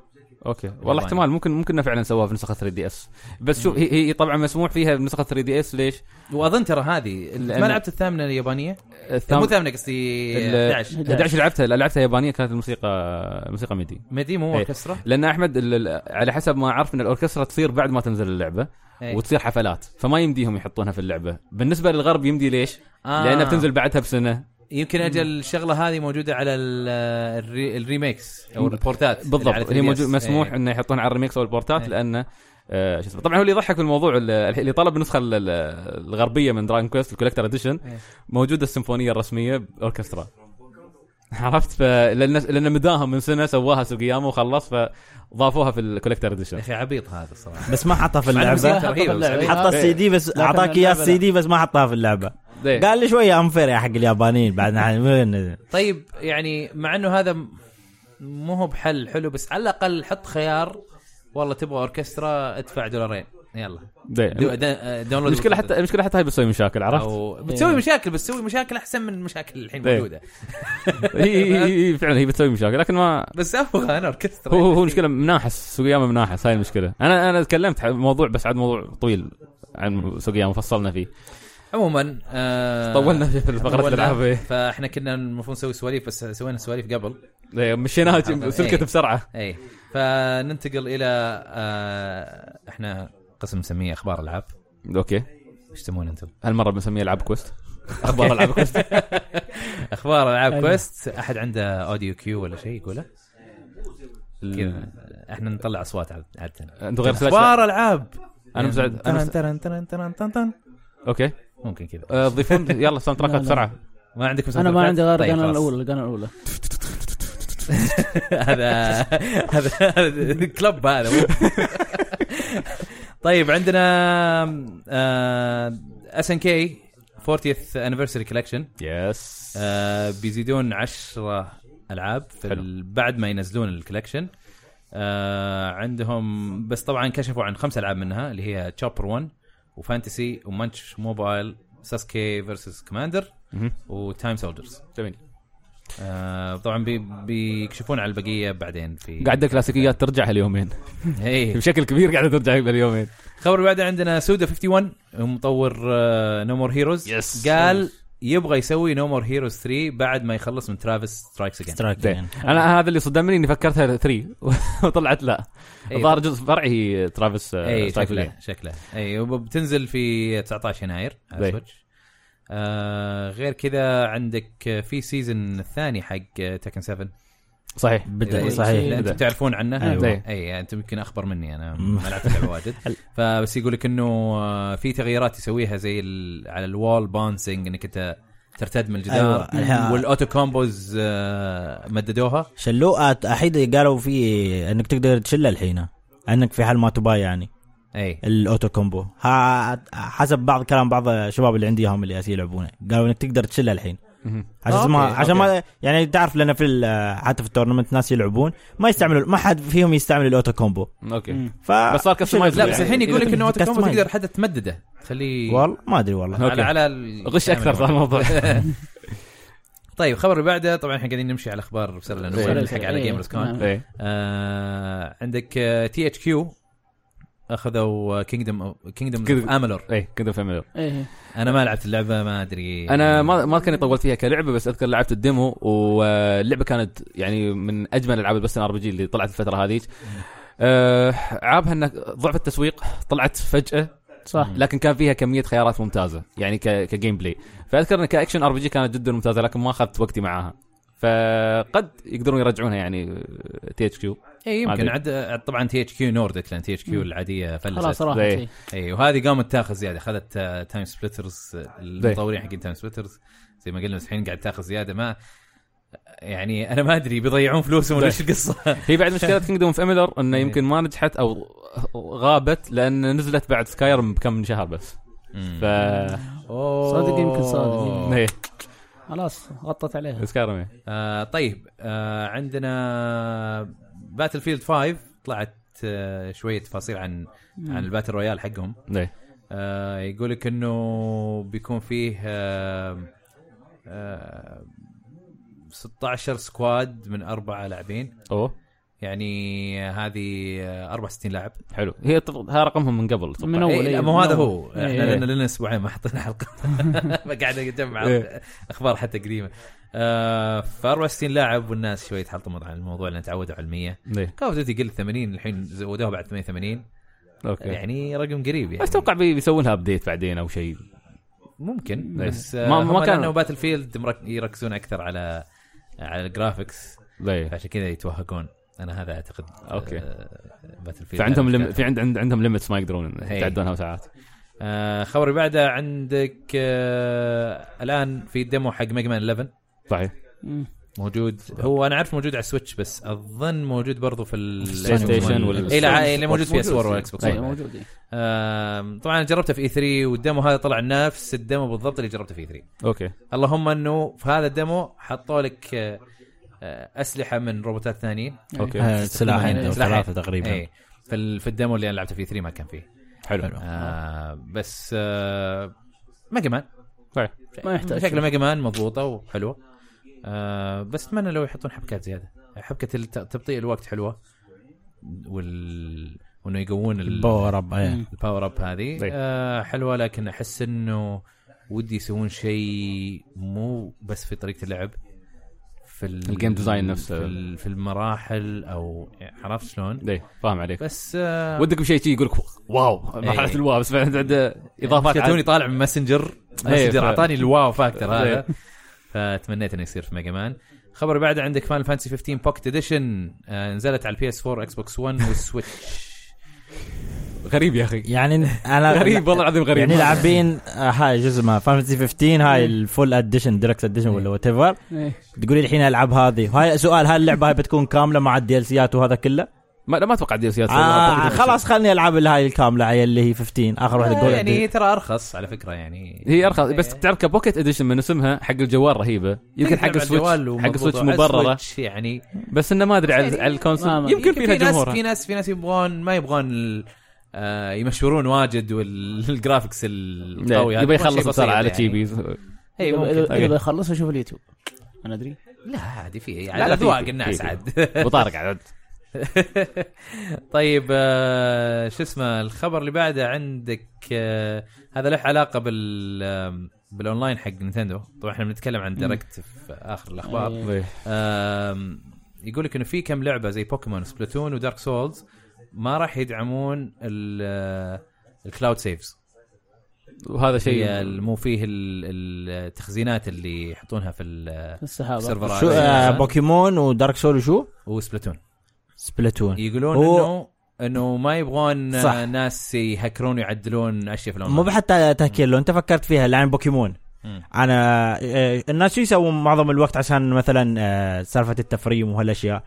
اوكي
ياباني.
والله احتمال ممكن ممكن إنه فعلا سواها في نسخه 3 دي اس بس شوف هي, هي طبعا مسموح فيها بنسخه 3 دي اس ليش؟
واظن ترى هذه
لأن-
ما لعبت الثامنه اليابانيه
الثام...
آه، مو الثامنه قصدي
ال-
11
11 لعبتها لا لعبتها يابانيه كانت الموسيقى موسيقى ميدي
ميدي مو
إيه.
اوركسترا
لان احمد ال- ال- على حسب ما اعرف ان الاوركسترا تصير بعد ما تنزل اللعبه
إيه.
وتصير حفلات فما يمديهم يحطونها في اللعبه بالنسبه للغرب يمدي ليش
آه.
لانها بتنزل بعدها بسنه
يمكن اجل الشغله هذه موجوده على ال- الري الريميكس او البورتات اللي يعني على
بالضبط
3DS.
هي موجود مسموح
إيه.
انه يحطون على الريميكس او البورتات
إيه.
لانه آه، شو اسمه طبعا هو اللي يضحك بالموضوع ال- اللي طلب النسخه ال- ال- الغربيه من دراجون كويست الكوليكتر اديشن
إيه.
موجوده السيمفونيه الرسميه باوركسترا عرفت ف لان لأن مداهم من سنه سواها سوقياما وخلص فضافوها في الكوليكتر اديشن
يا اخي عبيط هذا صراحه
بس ما حطها في اللعبه
الموسيقى رهيبة، بس عبيط.
حط السي دي بس
لكن
اعطاك اياه
اللعبة
السي دي بس ما حطها في اللعبه
إيه.
إيه.
قال لي شويه انفير يا حق اليابانيين بعد نحن وين-
طيب يعني مع انه هذا م- مو هو بحل حلو بس على الاقل حط خيار والله تبغى اوركسترا ادفع دولارين يلا دو
زين
دا- داونلود
المشكله حتى المشكله حتى هاي بتسوي مشاكل عرفت
او بتسوي مشاكل بس تسوي مشاكل احسن من المشاكل الحين
إيه.
موجوده
هي- هي هي- هي فعلا هي بتسوي مشاكل لكن ما
بس ابغى انا اوركسترا
هو هو مشكله مناحس سوقياما مناحس هاي المشكله انا انا تكلمت ح- موضوع بس عاد موضوع طويل عن سوقياما فصلنا فيه
عموما آه
طولنا في فقره
طولنا.
الالعاب إيه.
فاحنا كنا المفروض نسوي سواليف بس سوينا سواليف قبل
إيه، مشيناها
إيه.
سلكت بسرعه
اي فننتقل الى آه احنا قسم نسميه اخبار العاب
اوكي
ايش تسمون انتم؟
هالمره بنسميه العاب كويست اخبار العاب كويست
اخبار العاب
أيوة.
كويست احد عنده اوديو كيو ولا شيء يقوله؟ كذا احنا نطلع اصوات عاد- عاده
انتم غير سلاش لا.
اخبار العاب
انا مساعد أنا
ترن
مس-
ترن ترن ترن ترن ترن.
اوكي
ممكن كذا
آه، ضيفون يلا ساوند
لا،
تراكات
لا.
بسرعه
ما عندكم
انا ما
سندرات؟
عندي غير
طيب،
القناه
خلاص.
الاولى القناه الاولى
هذا هذا هذا كلب هذا مو- طيب آه، عندنا اس ان كي 40th anniversary collection
يس
آه، بيزيدون 10 العاب في
حلو.
ال- بعد ما ينزلون الكولكشن آه، عندهم بس طبعا كشفوا عن خمس العاب منها اللي هي تشوبر 1 وفانتسي ومانش موبايل ساسكي فيرسس كوماندر
مهم.
وتايم سولجرز
جميل
طبعا آه، بي- بيكشفون عن البقيه بعدين في
قاعده كلاسيكيات ترجع هاليومين
اي
بشكل كبير قاعده ترجع هاليومين
الخبر اللي بعده عندنا سودا 51 مطور نو مور هيروز
Yes.
قال يبغى يسوي نو مور هيروز 3 بعد ما يخلص من ترافيس سترايكس اجين
سترايك
زين
يعني.
انا هذا اللي صدمني اني فكرتها 3 وطلعت لا الظاهر جزء فرعي هي ترافيس آه،
اي
سترايك لين.
إيه، شكله شكله اي وبتنزل في 19 يناير على
زي.
سويتش آه غير كذا عندك في سيزون الثاني حق تكن 7
صحيح إيه،
بدا
إذا- إيه. إذا
صحيح
انتم تعرفون عنه
أيوة. زي.
اي انتم يمكن اخبر مني انا ما لعبت اللعبه واجد فبس يقول لك انه آه، في تغييرات يسويها زي ال- على الوول بانسنج انك انت ترتد من الجدار
أيوة.
والاوتو كومبوز آه، مددوها
شلوه آت- احيد قالوا في انك تقدر تشله الحين انك في حال ما تباي يعني
اي
الاوتو كومبو ها حسب بعض كلام بعض الشباب اللي عندي هم اللي ياسي يلعبونه قالوا انك تقدر تشله الحين
مهم.
آه،
عشان ما
أوكي،
عشان ما يعني تعرف لنا في ال- حتى في التورنمنت ناس يلعبون ما يستعملوا ما حد فيهم يستعمل الاوتو كومبو
اوكي
ف
بس صار كستمايز
لا بس الحين يقول لك انه اوتو كومبو
Customize.
تقدر حتى تمدده تخليه
والله ما ادري والله
على
أوكي.
على ال-
غش اكثر في الموضوع
طيب الخبر اللي بعده طبعا احنا قاعدين نمشي على الاخبار بسرعه لانه
إيه.
نلحق على
إيه.
جيمرز كون
نعم.
إيه.
آه عندك تي اتش كيو اخذوا كينجدم كينجدم
Kingdom-
املور
اي كذا فاميلير
ايه
انا ما لعبت اللعبه ما ادري
انا ما ما كاني طولت فيها كلعبه بس اذكر لعبت الديمو واللعبه كانت يعني من اجمل العاب البستن ار بي جي اللي طلعت الفتره هذيك آه، عابها انك ضعف التسويق طلعت فجاه
صح
لكن كان فيها كميه خيارات ممتازه يعني ك... كجيم بلاي فاذكر ان كاكشن ار بي جي كانت جدا ممتازه لكن ما اخذت وقتي معاها فقد يقدرون يرجعونها يعني تي اتش كيو
إيه،
اي
ما
يمكن
أدري.
عد عد طبعا تي اتش كيو نوردك لان تي اتش كيو العاديه فلست
خلاص راحت
زي-
إيه.
اي وهذه قامت تاخذ زياده اخذت آه، تايم سبلترز آه، المطورين حقين تايم سبلترز زي ما قلنا بس الحين قاعد تاخذ زياده ما يعني انا ما ادري بيضيعون فلوسهم ولا ايش القصه
هي بعد مشكله كينجدوم فاميلر انه يمكن ما نجحت او غابت لان نزلت بعد سكاير بكم شهر بس ف
صادق يمكن صادق يمكن.
إيه،
خلاص غطت عليها
سكايرم إيه.
آه طيب آه عندنا باتل فيلد 5 طلعت آه شويه تفاصيل عن عن الباتل رويال حقهم
إيه.
آه، يقول لك انه بيكون فيه آه، آه، 16 سكواد من اربعه لاعبين
اوه
يعني هذه آه، 64 لاعب
حلو هي طب- ها رقمهم من قبل
من أول.
إيه، لا،
إيه،
مو هذا
من
هو
أول.
احنا
إيه.
لنا لنا اسبوعين ما حطينا حلقه فقاعد اجمع
إيه.
اخبار حتى قديمه آه، ف 64 لاعب والناس شوي تحطمت عن الموضوع لان تعودوا على 100
إيه.
كاف ديوتي قل 80 الحين زودوها بعد 88
اوكي
يعني رقم قريب يعني
اتوقع بي- بيسوون لها ابديت بعدين او شيء
ممكن
إيه.
بس آه،
ما-
ما
ما
ما
كانوا-
كان لانه باتل فيلد مرك- يركزون اكثر على على الجرافكس
زي
فعشان كذا يتوهقون انا هذا اعتقد
أوكي.
آه، باتل فيلد
فعندهم
هذا
لم...
مشكلة.
في عند... عند... عندهم ليمتس ما يقدرون
إيه.
يتعدونها ساعات
آه خبر بعده عندك آه الان في ديمو حق ميجا مان 11
صحيح
مم.
موجود هو انا عارف موجود على السويتش بس اظن موجود برضه في
البلاي ستيشن وال-
اي لا إيه، اللي موجود فيها سوار والاكس بوكس
إيه، موجود إيه.
آم، طبعا جربته في اي 3 والديمو هذا طلع نفس الديمو بالضبط اللي جربته في E اي 3
اوكي
اللهم انه في هذا الديمو حطوا لك آه، آه، اسلحه من روبوتات ثانيين يعني
اوكي
آه،
يعني،
سلاحين او
سلاحين.
ثلاثه تقريبا
اي إيه. في ال- في الديمو اللي انا لعبته في 3 ما كان فيه
إيه. حلو
آه بس آه ميجا مان
طيب.
ما يحتاج
شكله ميجا مان مضبوطه وحلوه آه بس اتمنى لو يحطون حبكات زياده حبكه الت- تبطيء الوقت حلوه وال وانه يقوون ال-
باور اب إيه.
مم.
الباور اب هذه
طيب.
آه حلوه لكن احس انه ودي يسوون شيء مو بس في طريقه اللعب في ال-
الجيم ديزاين نفسه.
في, ال- في المراحل او عرفت شلون
اي إيه. فاهم عليك
بس آه
ودك بشيء شي يقول لك واو مرحله
إيه.
الواو بس بعد عنده اضافات
مشكلة توني
عاد.
طالع من ماسنجر ماسنجر
ف-
اعطاني الواو فاكتور
إيه.
هذا فتمنيت انه يصير في ميجا مان خبر بعد عندك فان فانسي 15 بوكت اديشن آه نزلت على البي اس 4 اكس بوكس 1 والسويتش
غريب يا اخي
يعني انا
غريب والله العظيم غريب
يعني لاعبين آه، هاي جزء ما فانتسي 15 هاي الفول اديشن ديركت اديشن ولا وات ايفر
إيه.
تقولي الحين العب هذه هاي سؤال هل اللعبه هاي بتكون كامله مع الدي ال سيات وهذا كله؟
ما لا ما اتوقع دي سيات
آه خلاص خلني العب اللي هاي الكامله هاي اللي هي 15 اخر واحده
آه،
تقول
يعني هي
يعني
ترى ارخص على فكره يعني
هي ارخص بس تعرف كبوكيت اديشن من اسمها حق الجوال رهيبه يمكن حق
تلعب على الجوال
السويتش
ومضبوط.
حق السويتش
على
مبرره
السويتش يعني
بس انه ما ادري على
يعني
على
ما-
الكونسول
ما-
يمكن في لها
في ناس
جمهورها
في ناس في ناس يبغون ما يبغون ال- آه، يمشورون واجد والجرافكس
لا،
القوي هذا
نعم، يبي
يبغون شيء
يخلص بسرعه
بسيط
على
يعني.
تشيبي
إي،
إيه، إذا-
ممكن. طيب.
إذا- اذا بيخلص اشوف اليوتيوب انا ادري
لا عادي في
لا،
على
لا، في-
اذواق
في-
الناس
في-
عاد
ابو طارق عاد
طيب آه، شو اسمه الخبر اللي بعده عندك آه، هذا له علاقه بال آم، بالاونلاين حق نينتندو طبعا احنا بنتكلم عن دايركت في اخر الاخبار
إيه.
إيه.
آم، يقول لك انه في كم لعبه زي بوكيمون سبلاتون ودارك سولز ما راح يدعمون ال- الكلاود سيفز
وهذا
طيب.
شيء
هي ال- مو فيه ال- التخزينات اللي يحطونها في ال- آه،
السحابه
السيرفرات
شو آه بوكيمون ودارك سول وشو؟
وسبلاتون
سبلاتون
يقولون
هو-
انه انه ما يبغون
صح.
آه، ناس يهكرون ويعدلون اشياء في الاونلاين
مو حتى تهكير لو انت فكرت فيها لعن بوكيمون
مم.
انا آه، الناس شو يسوون معظم الوقت عشان مثلا آه، سالفه التفريم وهالاشياء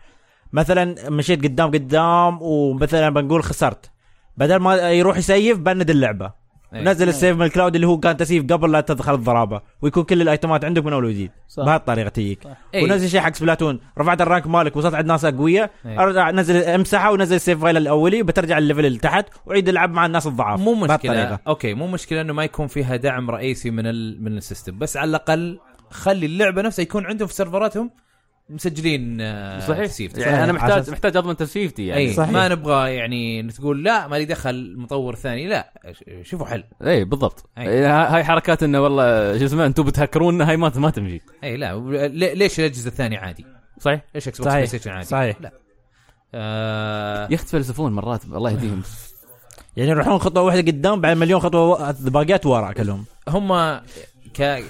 مثلا مشيت قدام قدام ومثلا بنقول خسرت بدل ما يروح يسيف بند اللعبه
إيه.
نزل السيف من الكلاود اللي هو كان تسيف قبل لا تدخل الضرابه ويكون كل الايتمات عندك من اول وجديد
صح.
بهالطريقه تجيك
إيه.
ونزل شيء حق سبلاتون رفعت الرانك مالك وصلت عند ناس اقوياء
إيه.
ارجع نزل امسحه ونزل السيف فايل الاولي وبترجع الليفل اللي تحت وعيد العب مع الناس الضعاف
مو مشكله
بهالطريقة.
اوكي مو مشكله انه ما يكون فيها دعم رئيسي من ال... من السيستم بس على الاقل خلي اللعبه نفسها يكون عندهم في سيرفراتهم مسجلين آه،
صحيح
سيفتي.
يعني انا محتاج
عشان-
محتاج اضمن تسيفتي يعني
اي
صحيح.
ما نبغى يعني تقول لا ما لي دخل مطور ثاني لا ش- شوفوا حل
اي بالضبط
أي.
إيه، ها- هاي حركات انه والله شو اسمه انتم بتهكرون هاي ما ما تمشي
اي لا لي- ليش الاجهزه الثانيه عادي؟
صحيح
ليش اكس بوكس
صحيح.
بلاي ستيشن عادي؟
صحيح.
لا آه
يا اخي تفلسفون مرات الله يهديهم
يعني يروحون خطوه واحده قدام بعد مليون خطوه و- باقيات ورا كلهم
هم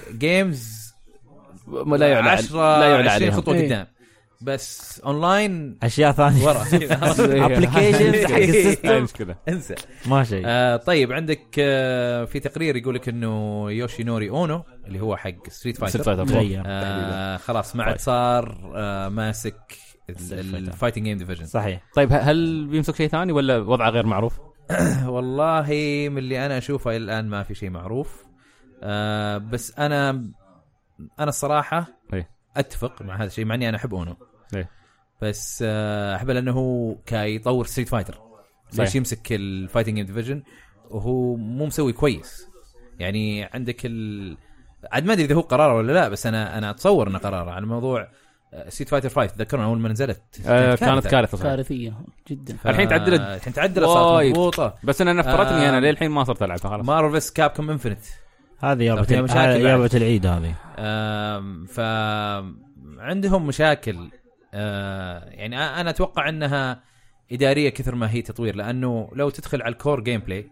كجيمز
لا يعلى
10
لا
20
يعلى عليهم
خطوه
إيه.
قدام بس اونلاين
اشياء ثانيه
ورا كذا.
Applications حق السيستم.
هاي مشكلة.
انسى
ما شيء
آه طيب عندك آه في تقرير يقول لك انه يوشي نوري اونو اللي هو حق ستريت
Street
فايتر
Fighter four.
تغير
آه خلاص ما عاد صار آه ماسك الفايتنج جيم ديفيجن
صحيح
طيب ه- هل بيمسك شيء ثاني ولا وضعه غير معروف؟
والله من اللي انا اشوفه الى الان ما في شيء معروف آه بس انا انا الصراحه
إيه.
اتفق مع هذا الشيء مع اني انا احب اونو
إيه.
بس آه احب لانه هو كيطور ستريت فايتر ليش
صحيح.
يمسك الفايتنج جيم ديفيجن وهو مو مسوي كويس يعني عندك ال عاد ما ادري اذا هو قراره ولا لا بس انا انا اتصور انه قراره على موضوع آه، ستريت فايتر 5 تذكرون اول ما نزلت
آه كانت كارثه صحيح.
كارثيه جدا
ف-
الحين تعدلت.
الحين تعدلت صارت
وايد.
مضبوطه
بس انا نفرتني
آه.
انا للحين ما صرت العبها خلاص
مارفلس كاب كوم انفنت
هذه يابة
فيها
ال-
مشاكل
هذه
بعد.
يابة العيد هذه
ف عندهم مشاكل آه، يعني أ- انا اتوقع انها اداريه كثر ما هي تطوير لانه لو تدخل على الكور جيم بلاي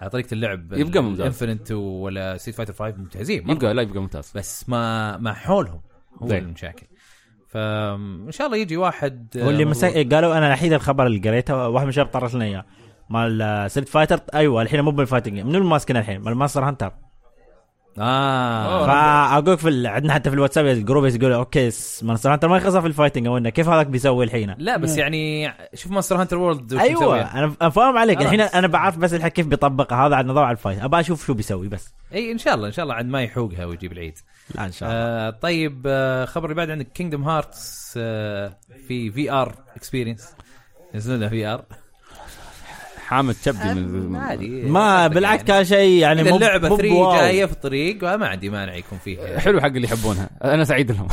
على طريقه اللعب
يبقى ممتاز.
انفنت ولا سيت فايتر 5 ممتازين مرة.
يبقى طيب. لا يبقى ممتاز
بس ما ما حولهم هو
زين.
المشاكل فان شاء الله يجي واحد آه،
واللي
مضبوط.
مسك قالوا انا الحين الخبر اللي قريته واحد من الشباب طرش لنا اياه مال آه، سيت فايتر ايوه الحين مو بالفايتنج من الماسكين الحين مال ماستر هانتر
اه
فاقولك في ال- عندنا حتى في الواتساب الجروب يقول اوكي س- ماستر هانتر ما يخسر في الفايتنج او انه كيف هذاك بيسوي الحين
لا بس يعني شوف ماستر هانتر وورلد
ايوه انا أنا فاهم عليك
خلاص.
الحين انا بعرف بس الحين كيف بيطبق هذا على النظام على الفايت ابى اشوف شو بيسوي بس
اي ان شاء الله ان شاء الله عاد ما يحوقها ويجيب العيد
لا ان شاء الله
آه طيب آه خبر اللي بعد عندك كينجدم هارتس آه في في ار اكسبيرينس ينزلون لها في ار
حامد شبدي من
عادي
ما بالعكس كان شيء يعني
يعني
مو
اللعبه
مو
3
بواو.
جايه في الطريق وما عندي مانع يكون فيها
حلو حق اللي يحبونها انا سعيد لهم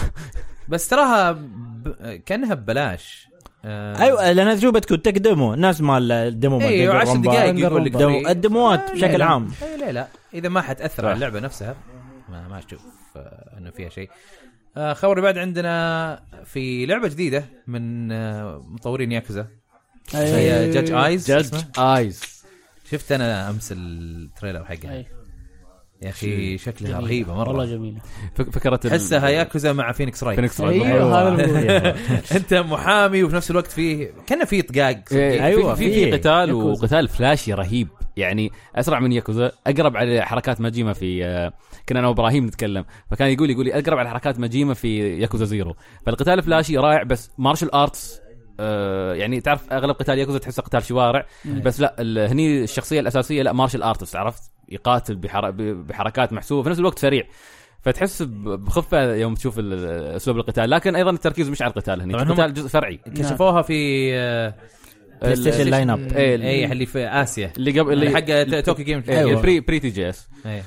بس تراها ب... كانها ببلاش آه
ايوه لان شو بتكون تك ديمو نفس مال الديمو مال
ايوه
دنجر
10
ومبا.
دقائق يقول لك آه، يعني
ديمو-
فري.
الديموات بشكل عام
اي لا لا اذا ما حتاثر على
صح.
اللعبه نفسها ما ما اشوف آه، انه فيها شيء آه، خبر اللي بعد عندنا في لعبه جديده من آه، مطورين ياكوزا
إيه.
هي جادج ايز
جدج ايز
شفت انا امس التريلر حقها
أي.
يا اخي شكلها
جميلة.
رهيبه
والله
مره
جميله
فك- فكره ال-
تحسها ياكوزا مع فينيكس رايت
فينيكس رايد.
ايوه
أيوه،
هذا الموضوع.
انت محامي وفي نفس الوقت فيه كان فيه طقاق
إيه،
أيوة،
في في
في-
قتال
ياكوزا.
وقتال فلاشي رهيب يعني اسرع من ياكوزا اقرب على حركات ماجيما في آه، كنا انا وابراهيم نتكلم فكان يقول يقول لي اقرب على حركات ماجيما في ياكوزا زيرو فالقتال فلاشي رائع بس مارشال ارتس آه، يعني تعرف اغلب قتال ياكوزا تحسه قتال شوارع بس لا ال- هني الشخصيه الاساسيه لا مارشال ارتست عرفت يقاتل بحر... ب- بحركات محسوبه في نفس الوقت سريع فتحس ب- بخفه يوم تشوف ال- اسلوب القتال لكن ايضا التركيز مش على القتال هني
طبعاً هم-
القتال جزء فرعي
كشفوها في
نعم.
آه،
بلاي ستيشن لاين اب
إيه، ال-
اي اللي في اسيا
اللي قبل
اللي
اللي
حق توكي جيم
ايوه بري بري تي جي اس
أي.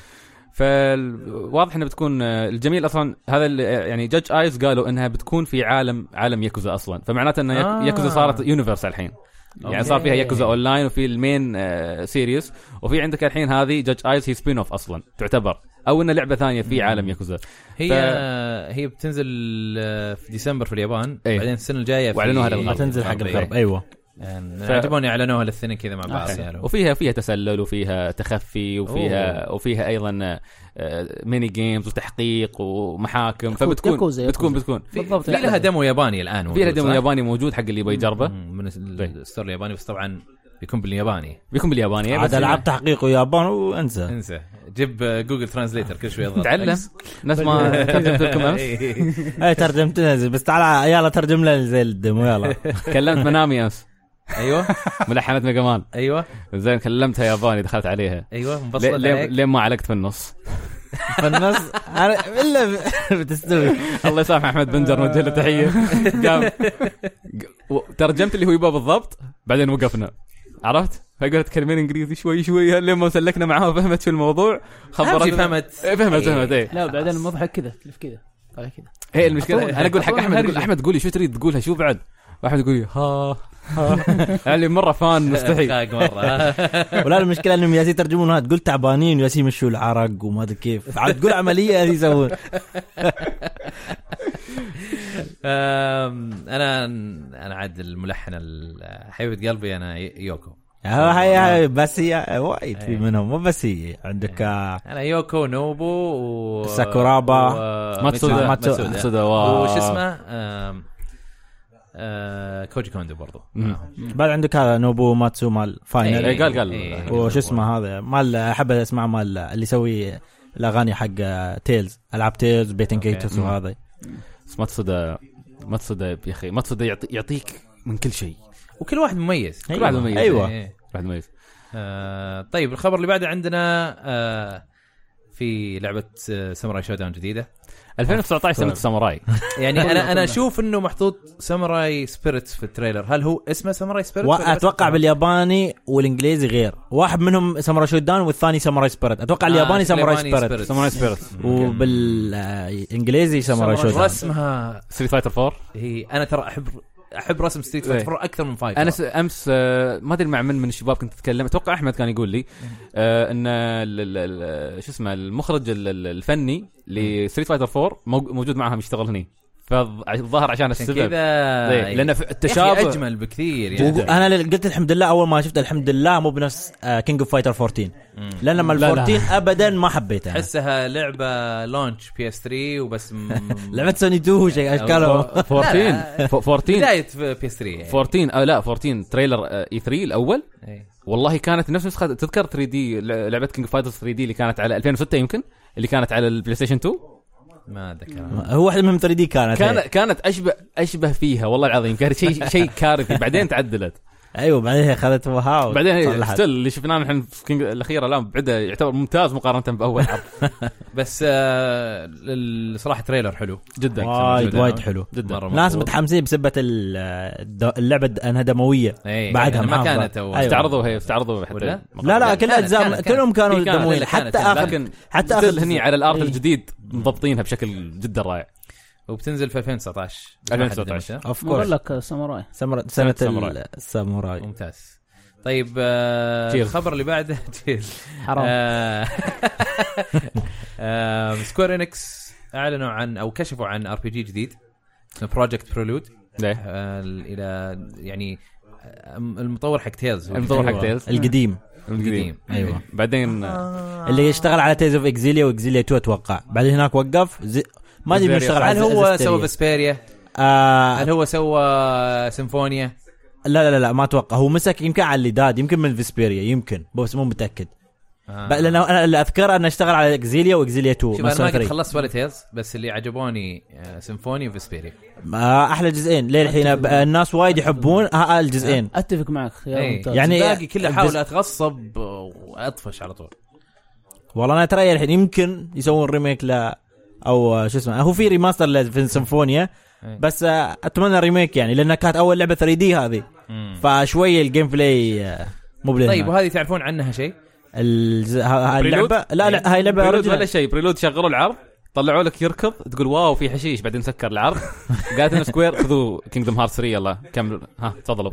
فواضح انها بتكون آه، الجميل اصلا هذا ال- آه، يعني جادج ايز قالوا انها بتكون في عالم عالم ياكوزا اصلا فمعناته ان ياك-
آه.
ياكوزا صارت يونيفرس الحين يعني
أوكي.
صار فيها ياكوزا اون لاين وفي المين آه، سيريس وفي عندك الحين هذه جادج ايز هي سبين اوف اصلا تعتبر او انها لعبه ثانيه في عالم ياكوزا
هي
ف-
هي بتنزل آه، في ديسمبر في اليابان
إيه.
بعدين السنه الجايه في-
وأعلنوها للغرب.
تنزل حق
أوكي.
الغرب ايوه
إيه.
يعني
ف- آه.
عجبوني اعلنوها للثنين كذا مع بعض
أوكي.
يعني.
وفيها فيها تسلل وفيها تخفي وفيها أوه. وفيها ايضا آه، آه، ميني جيمز وتحقيق ومحاكم فبتكون
ياكوزا-
بتكون
ياكوزا.
بتكون
بالضبط في لها دمو ياباني الان
في
موجود،
لها ديمو
صح؟
ياباني موجود حق اللي يبغى يجربه
مم، من ال-
طيب.
الستور الياباني بس طبعا بيكون بالياباني
بيكون بالياباني
عاد
يعني بس
العاب تحقيق ويابان وانسى
انسى جيب آه، جوجل ترانزليتر كل شوي اضغط
تعلم
X.
نفس ما ترجمت لكم امس
إيه.
اي ترجم تنزل بس تعال يلا ترجم لنا زي الديمو يلا
إيه.
كلمت منامي امس
ايوه
ملحنت ميجا مان
ايوه
زين كلمتها ياباني دخلت عليها
ايوه
ليه-
مبسط
ليه
عليك
ليه ما علقت في النص
فالنص انا الا بتستوي
الله يسامح احمد بنجر نوجه له تحيه قام ق- و- ترجمت اللي هو يبغى بالضبط بعدين وقفنا عرفت فقلت كلمين انجليزي شوي شوي لما سلكنا معاها وفهمت شو الموضوع
أهم شيء
خبرت
فهمت
إيه، فهمت فهمت ايه
لا بعدين المضحك كذا تلف كذا على كذا
هي المشكله انا اقول حق
أعطوني
احمد اقول
هرجة.
احمد قول لي شو تريد تقولها شو بعد احمد يقول لي ها ها اللي مره فان مستحي
دقائق مره
ولا المشكله انهم ياسين يترجمونها تقول تعبانين وياسين يمشوا العرق وما ادري كيف عاد تقول عمليه ياسين يسوون
أم، انا انا عاد الملحن ال- حبيبه قلبي انا ي- يوكو
ها- هاي هاي بس هي وايد في منهم مو بس هي عندك آه،
انا يوكو نوبو و
ساكورابا.
و-
ماتسودا
ماتسودا.
ماتسودا آه. واو.
وش اسمه أم، آه، كوجي كوندو برضو معهم.
بعد عندك هذا نوبو ماتسو مال فاينل
إيه، قال- قال.
إيه،
آه، وش اسمه هذا مال احب اسمع مال اللي يسوي الاغاني حق تيلز العاب تيلز بيتن جيتس وهذا
بس ما تصدى ما تصدى يا اخي ما تصدى يعطي- يعطيك من كل شيء
وكل واحد مميز
كل واحد مميز
أيوة.
إيه.
واحد مميز
آه، طيب الخبر اللي بعده عندنا آه، في آه، لعبه ساموراي شو داون جديده
2019 سنه الساموراي
يعني انا انا اشوف انه محطوط ساموراي سبيريت في التريلر هل هو اسمه ساموراي سبيريت
اتوقع بالياباني والانجليزي غير واحد منهم ساموراي شودان والثاني ساموراي سبيريت اتوقع
آه،
الياباني ساموراي سبيريت
ساموراي سبيرت
وبالانجليزي ساموراي شودان
رسمها
ستريت فايتر 4
هي انا ترى احب احب رسم ستريت
إيه.
فايتر اكثر من فايتر
انا س- امس آه، ما ادري مع من من الشباب كنت اتكلم اتوقع احمد كان يقول لي آه، ان ال- ال- ال- شو اسمه المخرج ال- ال- الفني لستريت فايتر 4 موج- موجود معهم يشتغل هني فالظاهر
عشان
عشان السبب
كذا يعني
إيه، لان في التشابه
يا أخي اجمل بكثير يعني
وق- انا ل- قلت الحمد لله اول ما شفت الحمد لله مو بنفس آه، كينج اوف فايتر 14 لان لما ال
لا، لا.
14 ابدا ما حبيته أنا.
احسها لعبه لونش بي اس 3 وبس م...
لعبه سوني 2 شيء اشكالهم
فو- 14 فو- 14
بدايه بي اس 3 يعني
14 آه، لا 14 تريلر آه، اي 3 الاول
إيه.
والله كانت نفس نسخه تذكر 3 دي لعبه كينج فايترز 3 دي اللي كانت على 2006 يمكن اللي كانت على البلاي ستيشن 2
ما اتذكر
هو واحده منهم 3 دي كانت
كان
كانت
كانت اشبه اشبه فيها والله العظيم كانت شيء شيء كارثي بعدين تعدلت
ايوه بعدين هي اخذت وها
بعدين هي
وصلحت.
ستيل اللي شفناه نحن في كينج الاخيره الان بعده يعتبر ممتاز مقارنه باول عرض
بس آه لل- صراحه تريلر حلو
جدا
وايد
يعني؟
وايد حلو
جدا مره
ناس
مضبوط.
متحمسين بسبه ال- الد- اللعبه د- انها دمويه
إيه،
بعدها
لأنها ما
محافظة.
كانت أول.
أيوة.
استعرضوا هي استعرضوا حتى إيه،
ولا؟
لا لا كل
كانت-
اجزاء
كانت-
كانوا كانوا
هي كانت-
دمويين
لا، كانت- يعني،
حتى اخر
لكن
حتى
ستيل
اخر
هني على الارت
إيه.
الجديد مضبطينها بشكل جدا رائع
وبتنزل في 2019
2019.
اوف
اقول
كورس
لك ساموراي
سنه
ساموراي.
ال-
أمم.
الساموراي
ممتاز طيب آه
Cheers.
الخبر اللي بعده آه، تشيز
حرام
سكوير انكس اعلنوا عن او كشفوا عن ار بي جي جديد اسمه بروجكت برولود
ليه؟
الى يعني آه، المطور حق تيلز
المطور حق
أيوة.
تيلز
القديم
أمم.
القديم
إيه.
ايوه
بعدين
اللي يشتغل على تيز اوف اكزيليا واكزيليا 2 اتوقع بعدين هناك وقف زي... ما ادري مين يشتغل على
هل هو
زيستيريا.
سوى فيسبيريا؟
آه...
هل هو سوى سيمفونيا؟
لا لا لا ما اتوقع هو مسك يمكن على الليداد يمكن من فيسبيريا يمكن بس مو متاكد
آه.
آه. لان انا اللي اذكر انه اشتغل على اكزيليا واكزيليا 2
شوف انا ما
مثلا
قد
3
خلصت ولا تيلز بس اللي عجبوني آه، سيمفونيا وفيسبيريا
آه احلى جزئين للحين ب- الناس وايد يحبون آه آه الجزئين
اتفق معك خيار
إيه.
ممتاز
يعني
الباقي كله
بس-
احاول اتغصب واطفش على طول
والله انا اتريى الحين يمكن يسوون ريميك ل او آه، شو اسمه هو في ريماستر لسيمفونيا
إيه.
بس آه اتمنى ريميك يعني لانها كانت اول لعبه 3 دي هذه فشويه الجيم بلاي آه، مو
إيه.
بالهنا.
طيب وهذه تعرفون عنها شيء؟
الز... ها- هاي اللعبه لا لا هاي لعبه
بريلود إيه. ولا
original.
شيء بريلود شغلوا العرض طلعوا لك يركض تقول واو في حشيش بعدين سكر العرض قالت لنا سكوير خذوا كينجدم هارت 3 يلا كملوا ها تفضلوا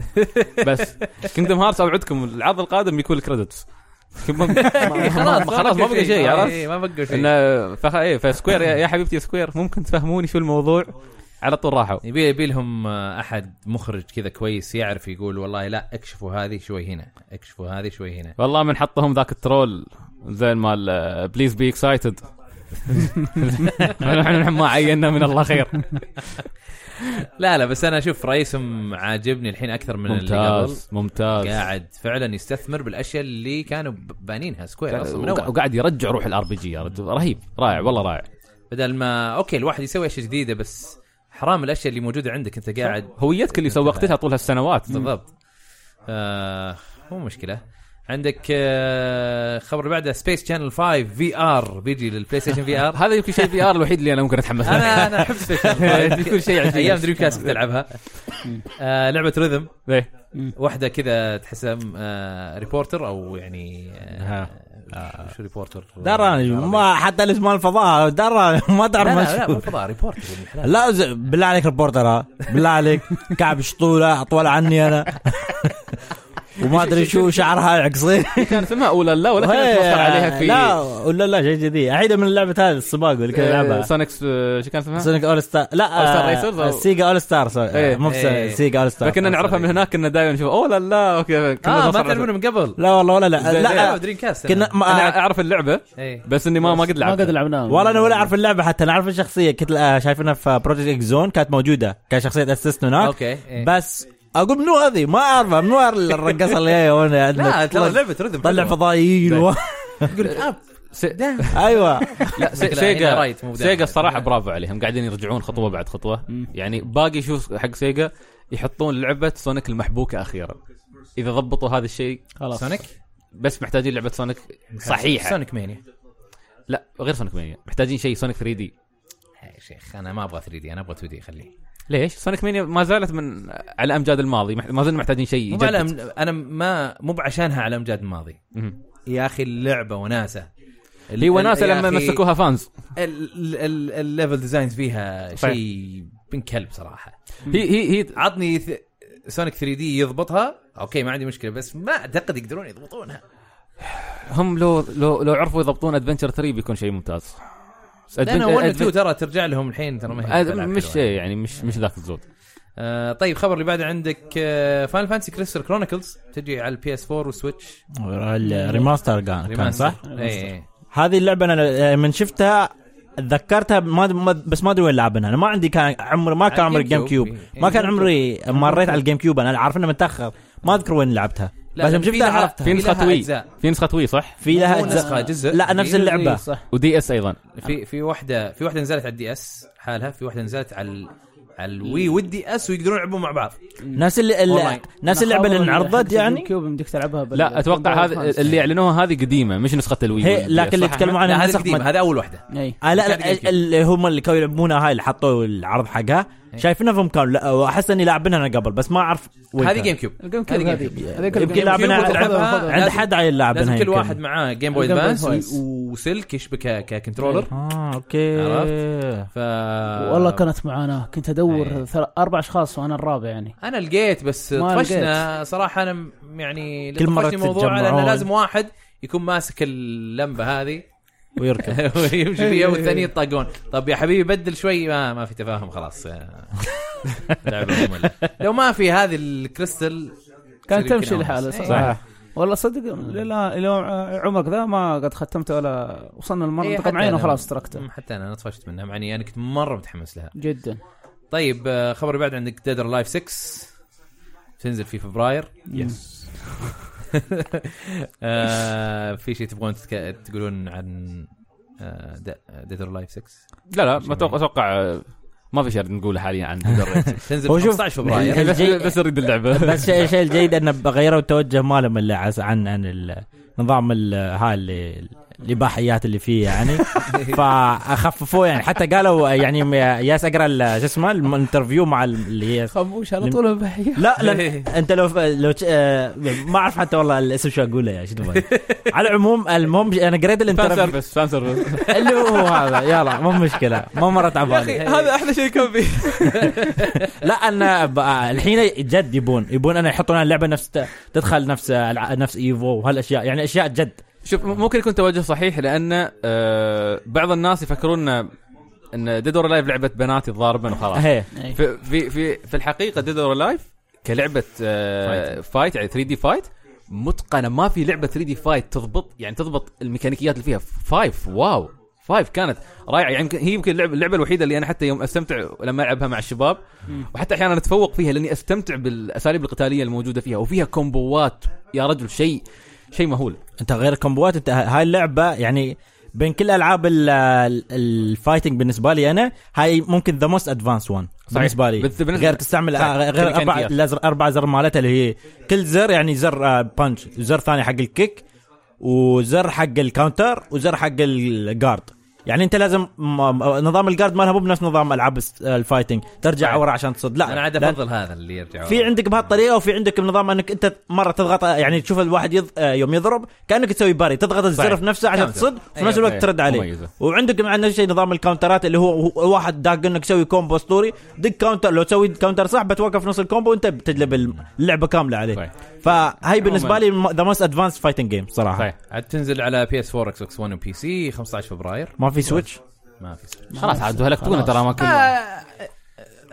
بس كينجدم هارت اوعدكم العرض القادم بيكون الكريدتس خلاص خلاص ما بقى شيء
إيه،
عرفت
ما بقى شيء
انه فخ... إيه فسكوير يا, يا حبيبتي يا سكوير ممكن تفهموني شو الموضوع على طول راحوا
يبي يبي لهم آه، احد مخرج كذا كويس يعرف يقول والله لا اكشفوا هذه شوي هنا اكشفوا هذه شوي هنا
والله من حطهم ذاك الترول زين مال آه، بليز بي اكسايتد نحن ما عينا من الله خير
لا لا بس انا اشوف رئيسهم عاجبني الحين اكثر من اللي قبل
ممتاز ممتاز
قاعد فعلا يستثمر بالاشياء اللي كانوا بانينها سكوير اصلا من
وقا-
اول
وقاعد يرجع روح الار بي جي يا رجل رهيب رائع والله رائع
بدل ما اوكي الواحد يسوي اشياء جديده بس حرام الاشياء اللي موجوده عندك انت قاعد
هويتك اللي سوقت لها طول هالسنوات
بالضبط آه مو مشكله عندك آه خبر اللي بعده سبيس شانل 5 في ار بيجي للبلاي ستيشن في ار
هذا يمكن شيء في ار الوحيد اللي انا ممكن اتحمس له
انا انا احب سبيس شانل 5
كل شيء عجيب.
ايام دريم كاست كنت العبها آه لعبه ريذم
إيه.
مم.
واحده كذا تحسها آه ريبورتر او يعني
ها.
آه شو ريبورتر
دراني ما حتى الاسم مال الفضاء دراني ما
لا
تعرف
لا, لا
مشهور.
مو فضاء ريبورتر يا ابن الحلال
لا ز- بالله عليك ريبورتر ها بالله عليك كعب شطوله اطول عني انا وما ادري شو شعرها عقصين
كان اسمها اولا لا ولا كانت توصل عليها في
لا ولا لا شيء جديد اعيدها من لعبه هذه السباق ولا كذا لعبها
سونيكس آه، شو كان اسمها؟
سونيك اول ستار لا
إيه، All Star
آه،
Racers أو-
سيجا اول ستار
إيه.
مو
إيه.
سيجا اول ستار
فكنا نعرفها من هناك كنا دائما نشوف اولا لا اوكي كنا
اه ما
نوصل عليها.
تعرفونه من قبل
لا والله ولا لا
لا
لا
دريم كاست
كنا ما-
انا
آه.
اعرف اللعبه
اي
بس اني ما ما قد
ما
لعبت
قد لعبناه
والله انا ولا اعرف اللعبه حتى انا اعرف الشخصيه كنت آه، شايفينها في بروجكت اكزون كانت موجوده كشخصيه اسست هناك
اوكي إيه.
بس اقول منو هذه ما اعرفها منو الرقصه اللي هي هنا
لا
عندنا
ترى
طلع-
لعبه رذم
طلع
حلوة.
فضائيين و-
يقول لك اب داون
ايوه
لا س-
لا، هنا
سيجا
رايت مو بداية.
سيجا الصراحه برافو عليهم قاعدين يرجعون خطوه بعد خطوه يعني باقي شو حق سيجا يحطون لعبه سونيك المحبوكه اخيرا اذا ضبطوا هذا الشيء
خلاص
سونيك
بس محتاجين لعبه سونيك صحيحه
سونيك مانيا
لا غير سونيك مانيا محتاجين شيء سونيك 3 دي
يا شيخ انا ما ابغى 3 دي انا ابغى 2 دي خليه
ليش؟ سونيك مانيا ما زالت من على امجاد الماضي مح- ما زلنا محتاجين شيء
مو
يجدد.
على انا ما مو بعشانها على امجاد الماضي
مم.
يا اخي اللعبه وناسه
اللي هو ناسا لما مسكوها فانز
الليفل ديزاينز فيها
صحيح.
شيء بن كلب صراحه
هي هي هي
عطني ث... سونيك 3 دي يضبطها اوكي ما عندي مشكله بس ما اعتقد يقدرون يضبطونها
هم لو لو لو عرفوا يضبطون ادفنشر 3 بيكون شيء ممتاز بس
لان 1 و 2
Adven-
ترى ترجع لهم الحين ترى ما هي
Adven-
بتلعب
مش
حلوة.
شيء يعني مش مش ذاك الزود
آه طيب خبر اللي بعده عندك آه فان فانسي كريستال كرونيكلز تجي على البي اس 4 والسويتش
الريماستر كان كان
ريماستر.
صح؟
اي اي
هذه اللعبه انا من شفتها تذكرتها ما ما- بس ما ادري وين لعبنا انا ما عندي كان عمر ما كان
على
عمري
الجيم
جيم
كيوب.
كيوب ما كان
إيه.
عمري مريت على الجيم كيوب انا عارف انه متاخر ما اذكر وين لعبتها
لا،
بس
لا،
يوم
في
شفتها
لها-
عرفتها
في
في لها
نسخه وي
أجزاء.
في نسخه وي صح؟
في لها
مو
أجزاء.
نسخة، جزء. إيه،
لا نفس
جزء،
اللعبه
صح
ودي اس ايضا
في في واحده في واحده نزلت على الدي اس حالها في واحده نزلت على ال- على الوي والدي اس ويقدرون يلعبون مع بعض
نفس اللي اللي-
أونلاين.
نفس اللعبه اللي
أنا حاول
انعرضت
حق
يعني
الجيم كيوب يمديك تلعبها بال-
لا اتوقع
بالموبايل
هذه
فانز.
اللي يعني اعلنوها هذه قديمه مش نسخه الوي
هي لكن اللي يتكلموا
لا
عنها
هذه
نسخ
قديمة هذا اول واحده
اي
آه لا
كان
لا
GameCube.
اللي هم اللي كانوا يلعبونها هاي اللي حطوا العرض حقها
إيه.
شايفينها في مكان لا واحس اني لاعبينها انا قبل بس ما اعرف وين
هذه
كان.
جيم كيوب
الجيم كيوب
هذه
هذه
جيم
هذيك
يمكن
الجيم
لعبنا
كيوب
على-
خذها- خذها.
عند
لازم-
حد عيل لاعبينها
لازم كل
يمكن.
واحد معاه جيم بوي
Game Boy
ادفانس
Advance.
و- وسلك يشبك ككنترولر
اه اوكي
عرفت؟ ف
والله كانت معاناه كنت ادور
إيه.
ثل- اربع اشخاص وانا الرابع يعني
انا لقيت بس
ما
طفشنا صراحه انا م- يعني
كل مرة
طفشني موضوع لانه
تتجمعون.
لازم واحد يكون ماسك اللمبه هذه
ويركض
ويمشي فيها والثانيين يطاقون طب يا حبيبي بدل شوي ما ما في تفاهم خلاص لعبه مملة. لو ما في هذه الكريستال
كانت
يمكن
تمشي
أونس.
لحالها
إيه.
صراحه والله صدق الى الى عمرك ذا ما قد ختمته ولا وصلنا
إيه،
لمنطقه
حتى
معينه
أنا-
وخلاص تركته
أم، حتى انا أنا طفشت منها مع اني انا كنت مره متحمس لها
جدا
طيب آه، خبر بعد عندك ديدر لايف 6 تنزل في فبراير يس آه، في شيء تبغون تتك- تقولون عن آه، ديد اور لايف 6
لا لا ما اتوقع اتوقع آه، ما في شيء نقوله حاليا عن Dead or Alive.
تنزل
هو شوف،
15 فبراير
بس
طيب. الجي-
بس اريد اللعبه
بس الشيء الشيء الجيد انه غيروا التوجه مالهم اللي عس- عن عن النظام ال- هاي اللي الاباحيات اللي فيه يعني فخففوه يعني حتى قالوا يعني م- ياس اقرا ال- شو اسمه الانترفيو مع ال- اللي هي
خموش على طول بحيه
لا لا انت لو لو آه، ما اعرف حتى والله الاسم شو اقوله يا شو تبغى. على العموم المهم انا قريت
فان
الانترفيو
سيرفيس فان سيرفيس
اللي هو هذا يلا مو مشكله ما مرت على بالي
هذا احلى شيء كان فيه
لا انا ب- آه، الحين جد يبون يبون انا يحطون اللعبه نفس ت- تدخل نفس الع- نفس ايفو وهالاشياء يعني اشياء جد
شوف م- ممكن يكون توجه صحيح لان آه، بعض الناس يفكرون ان ان ديد اور لايف لعبه بنات يتضاربن وخلاص
هي
في في في, في الحقيقه ديد اور لايف كلعبه آه، فايت يعني 3 دي فايت متقنه ما في لعبه 3 دي فايت تضبط يعني تضبط الميكانيكيات اللي فيها فايف واو فايف كانت رائعه يعني يمكن- هي يمكن اللعبه اللعبه الوحيده اللي انا حتى يوم استمتع لما العبها مع الشباب وحتى احيانا اتفوق فيها لاني استمتع بالاساليب القتاليه الموجوده فيها وفيها كومبوات يا رجل شيء شيء مهول
انت غير الكومبوات انت ه- هاي اللعبه يعني بين كل العاب ال- ال- الفايتنج بالنسبه لي انا هاي ممكن ذا موست ادفانس وان بالنسبه لي
بالنسبة-
غير تستعمل
صحيح.
آه، غير اربع
ميكانيكيات.
الازر اربع زر مالتها اللي هي كل زر يعني زر بانش زر ثاني حق الكيك وزر حق الكاونتر وزر حق الجارد يعني انت لازم م- م- نظام الجارد مالها مو بنفس نظام العاب الس- الفايتنج ترجع
صحيح.
ورا عشان تصد لا
انا عاد
لا،
افضل هذا اللي يرجع
في عندك بهالطريقه وفي عندك نظام انك انت مره تضغط يعني تشوف الواحد يض... آه، يوم يضرب كانك تسوي باري تضغط الزر
صحيح.
في نفسه عشان
كاونتر.
تصد في نفس
أيوة،
الوقت
أيوة.
ترد عليه
مميزة.
وعندك مع نفس الشيء نظام الكاونترات اللي هو هو- واحد داق انك تسوي كومبو اسطوري دق كاونتر لو تسوي كاونتر صح بتوقف نص الكومبو وانت بتجلب اللعبه كامله عليه
صحيح.
فهي بالنسبه لي ذا موست ادفانس فايتنج جيم صراحه
صحيح.
طيب، عاد تنزل على بي اس 4 اكس بوكس 1 وبي سي 15 فبراير
ما في سويتش
ما في سويتش.
خلاص عاد هلكتونا ترى ما كنا
آه،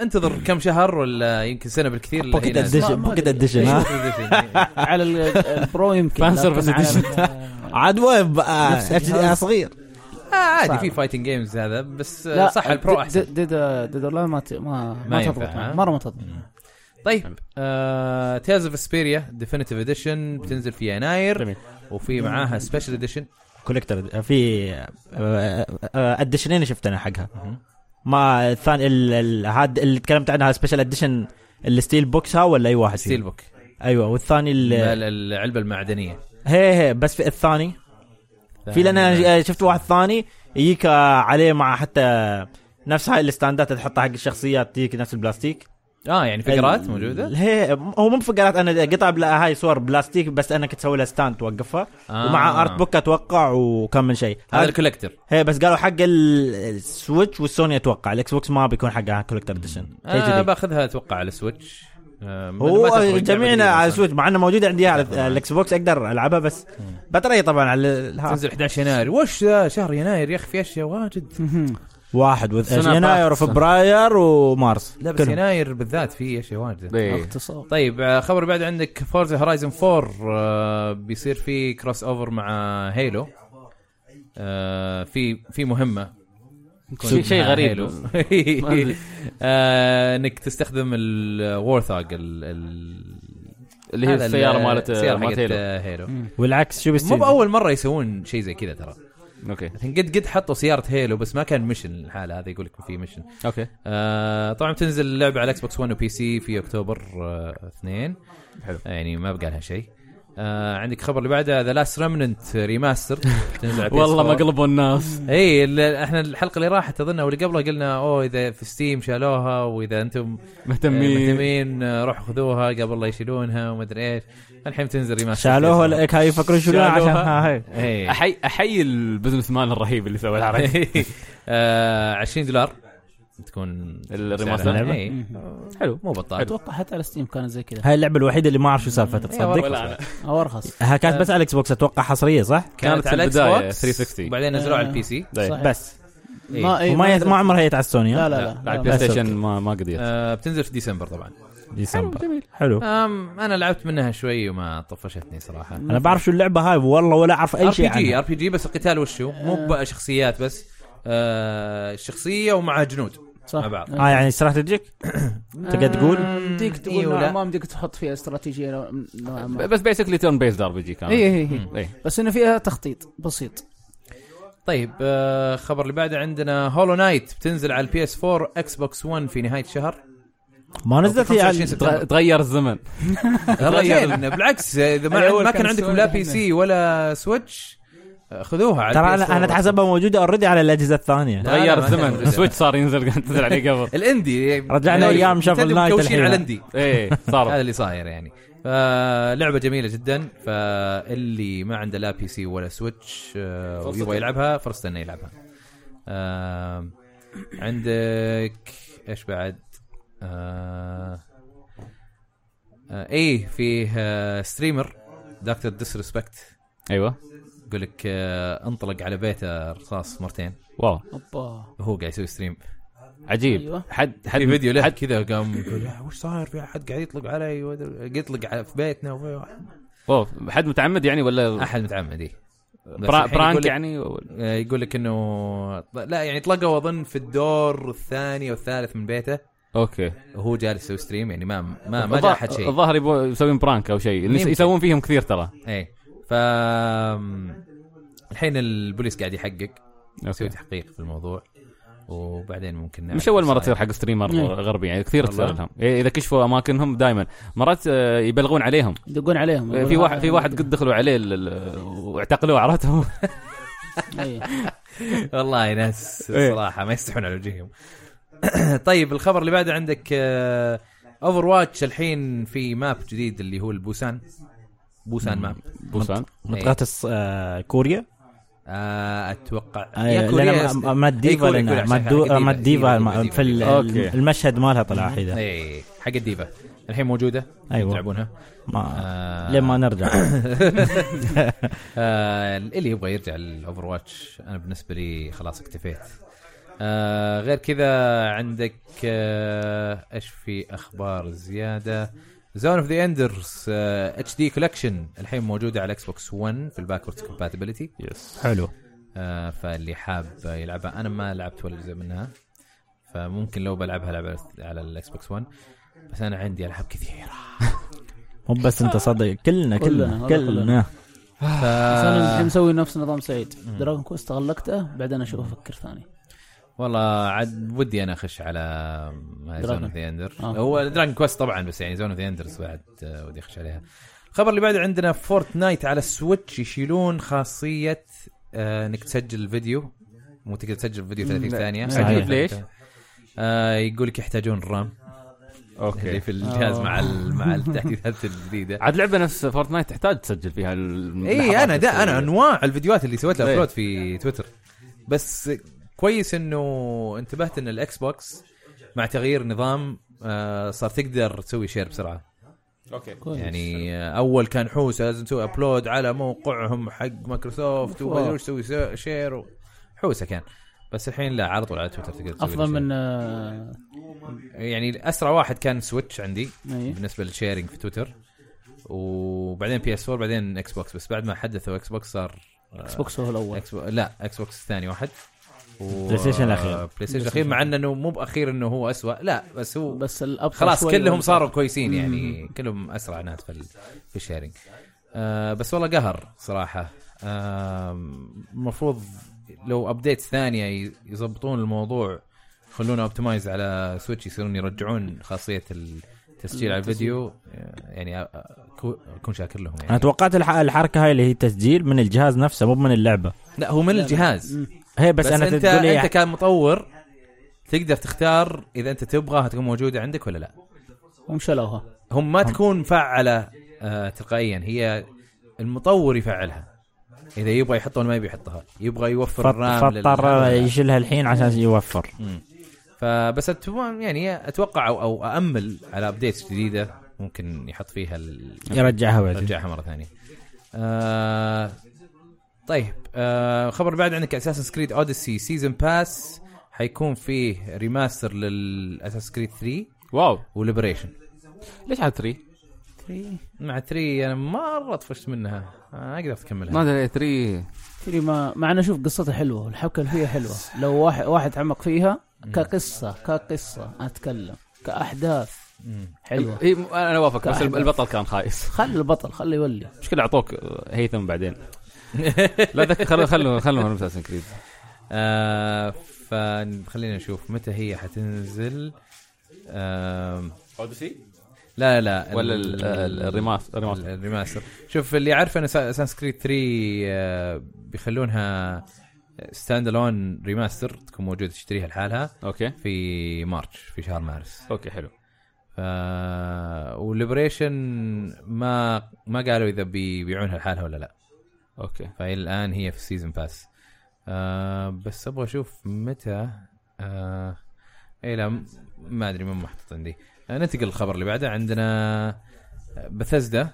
انتظر كم شهر ولا يمكن سنه بالكثير اللي
بوكيت
هينزل.
اديشن
ما- ما
بوكيت
أدري.
اديشن ها؟
على ال- البرو يمكن
فان سيرفيس
لكن على-
عاد وين بقى؟
نفس الجهاز.
صغير
آه، عادي
صعب.
في فايتنج جيمز هذا بس آه،
لا
صح البرو احسن
ديد ديد اورلاين ما ت- ما ما
ينفع،
تضبط
ها؟
معي. مره ما تضبط
طيب آه، تيلز اوف اسبيريا ديفينيتيف اديشن بتنزل في يناير
جميل.
وفي معاها سبيشل اديشن
كوليكتر في آه، آه، آه، اديشنين شفت انا حقها ما الثاني ال- ال- هاد اللي تكلمت عنها سبيشال اديشن الستيل بوكس ها ولا اي واحد
ستيل
فيه؟
بوك
ايوه والثاني ال-
ال- العلبه المعدنيه
هي هي بس في الثاني في لان
آه،
أنا شفت واحد ثاني يجيك آه، عليه مع حتى نفس هاي الستاندات اللي تحطها حق الشخصيات تجيك نفس البلاستيك
اه يعني فقرات
ال-
موجوده
هي هو مو بفقرات انا قطع بلا- هاي صور بلاستيك بس انك تسوي لها ستاند توقفها
آه.
ومع ارت بوك اتوقع وكم من شيء
هذا الكوليكتر
هي بس قالوا حق ال- السويتش والسوني اتوقع الاكس بوكس ما بيكون حقها كولكتر اديشن
انا آه، باخذها اتوقع على السويتش آه، ما- ما يعني تخرج
هو
لعبة
جميعنا
جديدة
على
أصلاً.
السويتش مع انه موجوده عندي على الاكس بوكس اقدر العبها بس بتري طبعا على ال-
آه.
ها.
تنزل 11 يناير وش ذا شهر يناير يا اخي في اشياء واجد
واحد وث-
سنة
يناير
بعد سنة.
وفبراير ومارس
لا بس
كلهم.
يناير بالذات في اشياء واجد
إيه.
اختصار
طيب آه، خبر بعد عندك فورزا هورايزن 4 آه، بيصير في كروس اوفر مع هيلو آه، في في مهمه تكون
شيء- شيء
مع
غريب.
هيلو.
ما أدري.
آه، انك تستخدم الورثاج
اللي هي السياره مالت
السياره
مالت
حقت
هيلو
آه، هيلو
والعكس شو
مو
بيصير
باول مره يسوون شيء زي كذا ترى
اوكي
الحين قد قد حطوا سياره هيلو بس ما كان ميشن الحاله هذا يقول لك في ميشن
اوكي
آه طبعا بتنزل اللعبه على اكس بوكس 1 وبي سي في اكتوبر آه، اثنين
حلو.
يعني ما بقى لها شيء آه عندك خبر اللي بعده ذا لاست ريمننت ريماستر تنزل على PS4.
والله ما قلبوا الناس
اي ال- احنا الحلقه اللي راحت اظن او اللي قبلها قلنا اوه اذا في ستيم شالوها واذا انتم آه،
مهتمين
مهتمين آه، روحوا خذوها قبل لا يشيلونها وما ادري ايش الحين بتنزل ريماستر
شالوه ولا إيه، هاي يفكرون شو
شالوها.
عشان ها هاي
اي
احيي احيي البزنس مان الرهيب اللي سوى
إيه.
العرض
آه 20 دولار تكون
الريماستر.
سعرها. إي.
حلو
مو بطال
اتوقع حتى على ستيم كانت زي كذا
هاي اللعبه الوحيده اللي ما اعرف شو سالفتها
إي، والله
تصدق
ولا انا
او ارخص
ها كانت بس على الاكس بوكس اتوقع حصريه صح؟
كانت
كانت
على اكس
البداية
بوكس
360.
وبعدين نزلوها على
آه.
البي سي
صحيح.
بس
إيه.
إيه،
وما يت-
يدري.
ما عمرها جت على السوني ها؟
لا لا لا,
بعد
لا,
بلاي
لا.
ستيشن ما ما قضيت
آه بتنزل في ديسمبر طبعا
ديسمبر حلو
أم انا لعبت منها شوي وما طفشتني صراحه
انا بعرف شو اللعبه هاي والله ولا اعرف اي
ار
شيء
بي جي
عنها آه.
ار بي جي بس القتال وشو مو بقى شخصيات بس آه شخصيه ومع جنود
صح
مع بعض.
اه يعني استراتيجيك تقدر تقول
مديك
إيه
تقول نوعاً
ولا.
ما مديك تحط فيها استراتيجيه نوعاً- نوعاً ما.
بس بيسكلي تيرن بيز ار بي جي كان إيه.
اي
إيه.
اي إي.
اي
إيه، بس انه فيها تخطيط بسيط
طيب آه خبر اللي بعده عندنا هولو نايت بتنزل على البي اس 4 اكس بوكس 1 في نهايه الشهر
ما نزلت هي
25
على-
سبتمبر
تغير الزمن
والله زين بالعكس اذا ما,
الأول
ما
كان
كان عندكم
سوني
لا بي
هنا.
سي ولا سويتش آه، خذوها على
ترى
الPS4.
انا انا اتحسبها موجوده اوريدي على الاجهزه الثانيه
لا،
تغير
ما
الزمن
تغير.
سويتش صار ينزل قاعد تنزل عليه قبل
الاندي
رجعنا أيام شافوا
نتندو
النايت
مكوشين
الحين.
يعني على الاندي
اي
هذا
صار
اللي صاير يعني فلعبة جميلة جدا فاللي ما عنده لا بي سي ولا سويتش آه، ويبغى يلعبها فرصته انه يلعبها آم، عندك ايش بعد؟ آه، آه، ايه فيه آه، ستريمر دكتور ديسريسبكت
ايوه
يقول لك آه، انطلق على بيته رصاص مرتين
واو
اوبا
وهو قاعد يسوي ستريم
عجيب
أيوة.
حد
في
حد
فيديو له كذا قام يقول "آه، وش صاير في احد قاعد يطلق علي وأدري- يطلق على- في بيتنا وفي واحد
واو حد متعمد يعني ولا
احد متعمد إيه. بس
برا-
الحين يقول
برانك
لك-
يعني ولا-
آه، يقول لك انه لا يعني طلقوا اظن في الدور الثاني او الثالث من بيته
اوكي
وهو جالس يسوي ستريم يعني ما ما ما جاء احد شيء
الظاهر يبغوا يسوون برانك او شيء اللي
يمكن.
يسوون فيهم كثير ترى
اي ف إيه. الحين البوليس قاعد يحقق يسوي
اوكي
تحقيق في الموضوع وبعدين ممكن نعرف
مش اول مره
وش
تصير
صاير.
حق ستريمر
مم.
غربي يعني كثير تصير
والله.
لهم إيه، اذا كشفوا اماكنهم دائما مرات آه، يبلغون عليهم
يدقون عليهم
في واحد في واحد قد دخلوا عليه ال- ال- واعتقلوه عرفتهم
إيه.
والله ناس
إيه.
صراحه ما يستحون على وجههم طيب الخبر اللي بعده عندك اوفر واتش الحين في ماب جديد اللي هو البوسان بوسان ماب
بوسان
منطقه الص- آه، كوريا
آه، اتوقع
أي-
كوريا
لأن
يا-
ما- ما
إيه،
الديفا
كوريا-
لنا
كوريا
ما
عشان حق
الدو-
الديفا.
ما الديفا الم-
الديفا،
في ال-
أوكي.
المشهد مالها طلع
نعم.
حيدا
اي حق الديفا الحين موجوده
أيوة.
تلعبونها
ما
آه،
لين ما نرجع
آه اللي يبغى يرجع الاوفر واتش انا بالنسبه لي خلاص اكتفيت آه غير كذا عندك آه ايش في اخبار زياده زون اوف ذا اندرز اتش دي كولكشن الحين موجوده على اكس بوكس 1 في الباكورد كومباتيبلتي
يس
حلو
آه فاللي حاب يلعبها انا ما لعبت ولا جزء منها فممكن لو بلعبها العبها على الاكس بوكس 1 بس انا عندي العاب كثيره
مو بس انت صدق
كلنا،
كلنا كلنا كلنا
كلنا.
ف...
آه، بس انا الحين مسوي نفس نظام سعيد دراجون كوست غلقته بعدين اشوف افكر ثاني
والله عاد ودي انا اخش على زون اوف
Dragon.
ذا اندر
آه.
هو دراجون كويست طبعا بس يعني زون اوف ذا اندرز بعد آه، ودي اخش عليها الخبر اللي بعده عندنا فورتنايت على السويتش يشيلون خاصيه آه، انك تسجل فيديو مو تقدر تسجل فيديو 30 ثانيه
صحيح.
عجيب
ليش؟
آه، يقول لك يحتاجون الرام اللي
اوكي
في الجهاز مع ال- مع التحديثات الجديده
عاد لعبه نفس فورتنايت تحتاج تسجل فيها ال-
اي
اللحظات
انا ده انا
السرية.
انواع الفيديوهات اللي سويت لها
إيه.
ابلود في تويتر بس كويس انه انتبهت ان الاكس بوكس مع تغيير نظام آه، صار تقدر تسوي شير بسرعه اوكي يعني آه، اول كان حوسه لازم تسوي ابلود على موقعهم حق مايكروسوفت وما ادري وش تسوي س- شير و- حوسه كان بس الحين لا على طول على تويتر تقدر تسوي
افضل
الشير.
من آه،
يعني اسرع واحد كان سويتش عندي
إيه.
بالنسبه للشيرنج في تويتر وبعدين بي اس 4 بعدين اكس بوكس بس بعد ما حدثوا اكس بوكس صار
اكس بوكس هو الاول
اكس لا اكس بوكس الثاني واحد و...
بلاي ستيشن الأخير.
بلاي ستيشن الاخير مع انه مو باخير انه هو أسوأ لا بس هو
بس الابطا
خلاص
شوي
كلهم
ولا-
صاروا كويسين يعني كلهم اسرع ناس في, ال... في الشيرنج آه بس والله قهر صراحه آه، المفروض لو ابديت ثانيه ي- يظبطون الموضوع يخلونه اوبتمايز على سويتش يصيرون يرجعون خاصيه التسجيل على الفيديو آه، يعني أ- أ- اكون شاكر لهم
انا
يعني
توقعت الح- الحركه هاي اللي هي تسجيل من الجهاز نفسه مو من اللعبه
لا هو من الجهاز
هي بس, انا
انت
تقول لي يعني-
انت كمطور تقدر تختار اذا انت تبغاها تكون موجوده عندك ولا لا
هم شالوها
هم ما تكون مفعله آه تلقائيا هي المطور يفعلها اذا يبغى يحطها ولا ما يبغى يحطها يبغى يوفر
فط-
الرام لل-
فاضطر يشيلها الحين عشان يوفر
فبس أتو- يعني اتوقع او, أو اامل على ابديتس جديده ممكن يحط فيها ال-
يرجعها بعدين
رجعها مره ثانيه آه طيب آه خبر بعد عندك اساسن سكريد اوديسي سيزون باس حيكون فيه ريماستر للاساس كريد 3
واو
وليبريشن
ليش على 3
مع 3 انا مره طفشت منها آه، ما قدرت
ما
اكملها
ادري 3
تدري ما مع انه شوف قصته حلوه والحبكه اللي فيها حلوه لو واحد واحد تعمق فيها كقصه كقصه اتكلم كاحداث
أيوة.
حلوه
إي، م- انا إيه، وافق بس الب- البطل كان خايس
خلي البطل خلي يولي
مشكله اعطوك آه، هيثم بعدين لا ذك خلوا خلوا خلوا اساسن كريد
آه فخلينا نشوف متى هي حتنزل آه
اوديسي
لا لا
ولا
ال-
ال- ال- الريماس الريماس
الريماستر شوف اللي عارف ان اساس كريد 3 آه، بيخلونها ستاند الون ريماستر تكون موجوده تشتريها لحالها
اوكي
في مارش في شهر مارس
اوكي حلو
ف وليبريشن ما ما قالوا اذا بيبيعونها لحالها ولا لا
اوكي
فهي الان هي في السيزون باس آه بس ابغى اشوف متى آه اي لا م- ما ادري من محطوط عندي آه ننتقل للخبر اللي بعده عندنا آه، بثزدا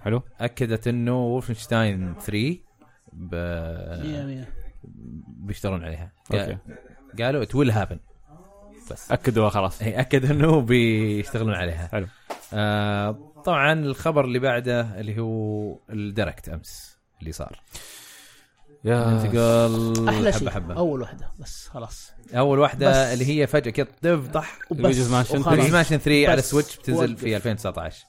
حلو
اكدت انه وولفنشتاين 3 ب...
100 100
بيشتغلون عليها
أوكي.
قالوا ات ويل هابن بس
اكدوها خلاص
إي، اكد انه إيه، بيشتغلون عليها
حلو.
آه طبعا الخبر اللي بعده اللي هو الدركت امس اللي صار
يا
ننتقل
احلى
حبه
شيء
حبه
اول وحده بس خلاص
اول واحده
بس.
اللي هي فجاه كذا طف طح
Luigi's Mansion
وخلاص.
بريز ماشن 3 على
بس.
سويتش بتنزل
وقف.
في 2019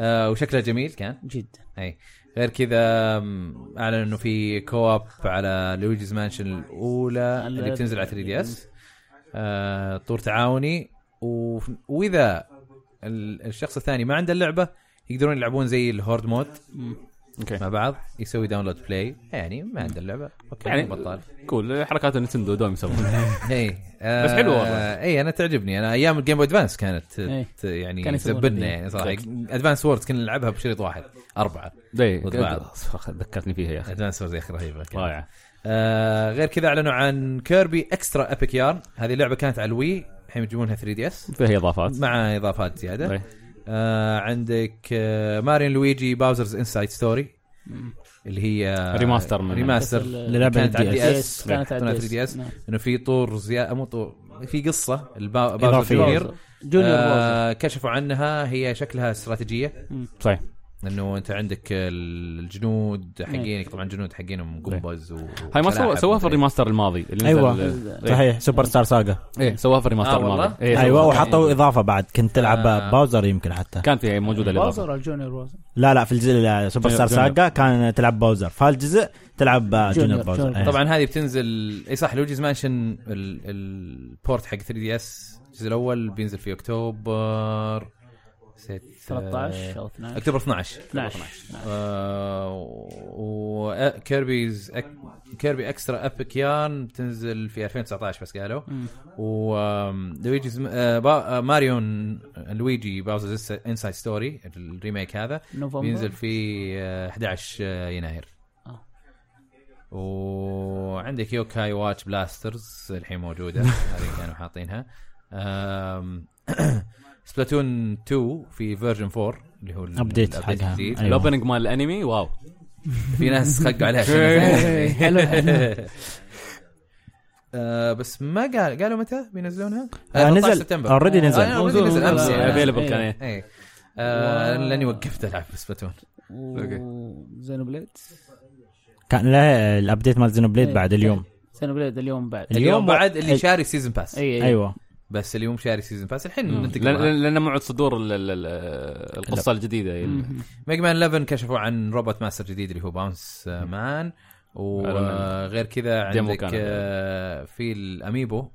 آه وشكلها جميل كان
جدا
اي غير كذا أم، اعلن انه في كواب على لويجيز مانشن الاولى اللي بتنزل على 3 دي اس آه طور تعاوني و... واذا ال- الشخص الثاني ما عنده اللعبه يقدرون يلعبون زي الهورد مود مع
اوكي
بعض يسوي داونلود بلاي يعني ما عنده اللعبه اوكي
يعني-
يعني بطال
كول حركات النتندو دوم يسوونها
اي آه
بس حلوة والله.
اي انا تعجبني انا ايام الجيم بوي ادفانس كانت
إيه.
ت- يعني
كان يسوون
تذبلنا
فيها.
إيه.
يعني صراحه ادفانس وورد كنا نلعبها بشريط واحد اربعه ضد بعض.
اي ذكرتني فيها يا اخي
ادفانس وورد يا اخي رهيبه كانت.
رائعه
آه غير كذا اعلنوا عن كيربي اكسترا ابيك يارن هذه لعبه كانت على الوي الحين يجيبونها 3 دي اس
فيها اضافات
مع اضافات زياده
طيب.
آه عندك آه مارين لويجي باوزرز انسايد ستوري اللي هي آه،
ريماستر من-
ريماستر
بس ال-
للعبة
كانت على
ال
الدي اس
DS. كانت على
يحطونها 3 دي
ال
اس
DS. نعم.
انه في طور زياده مو طور في قصه البا- باوزر
إضافية.
جونيور
جونيور آه
آه كشفوا عنها هي شكلها استراتيجيه
صحيح
انه انت عندك الجنود حقينك طبعا جنود حقينهم قنبز و
هاي ما سوى
وسلاحف
سووها في
ومدري.
الريماستر الماضي اللي نزل-
ايوه صحيح
طيب.
سوبر ستار ساجا
ايه سووها في الريماستر
آه، والله؟
الماضي إيه،
ايوه
سووها.
وحطوا اضافه بعد كنت تلعب
آه.
باوزر يمكن حتى
كان فيها موجوده الاضافه
ولا الجونيور ووزر
لا لا في الجزء سوبر ستار
جونيور.
ساجا كان تلعب باوزر فالجزء تلعب آه،
جونيور،
جونيور باوزر
جونيور.
إيه.
طبعا هذه بتنزل اي صح لوجيز مانشن ال- البورت حق 3 دي اس الجزء الاول بينزل في اكتوبر نسيت، آه،
13 او 12
اكتوبر 12
نعم.
12
آه، و آه، كيربيز أك... كيربي اكسترا ابيك يان بتنزل في 2019 بس قالوا و آم، لويجيز م- آه، با... آه، ماريون لويجي باوزرز انسايد ستوري الريميك هذا
نوفمبر
بينزل في آه، 11 يناير
آه.
وعندك يوكاي واتش بلاسترز الحين موجوده هذه كانوا حاطينها سبلاتون 2 في فيرجن 4 اللي هو ال-
Update
الupdate
حقها.
الجديد.
أيوة.
الاوبننج مال الانمي واو
في ناس خقوا عليها إيه.
إيه.
عشان آه، بس ما قال قالوا متى بينزلونها؟
آه،
13
نزل
سبتمبر
اوريدي نزل
آه، already نزل امس يعني
افيلبل كان إيه.
إيه. آه، لاني وقفت العب بس باتون
زينو بليد
كان له الابديت مال زينو بليد
إيه.
بعد اليوم
زينو بليد اليوم إيه، بعد
اليوم
اليوم بعد
أي-
اللي شاري سيزون باس
اي
إيه.
اي
ايوه
بس اللي مو شاري سيزون باس الحين ننتقل
لأن-
معاه.
لأن- لان موعد صدور ال- ال- يعني. ال- القصه الجديده ال-
ميج مان 11 كشفوا عن روبوت ماستر جديد اللي هو باونس آه، مان وغير كذا
ديمو
عندك
كان.
آه، في الاميبو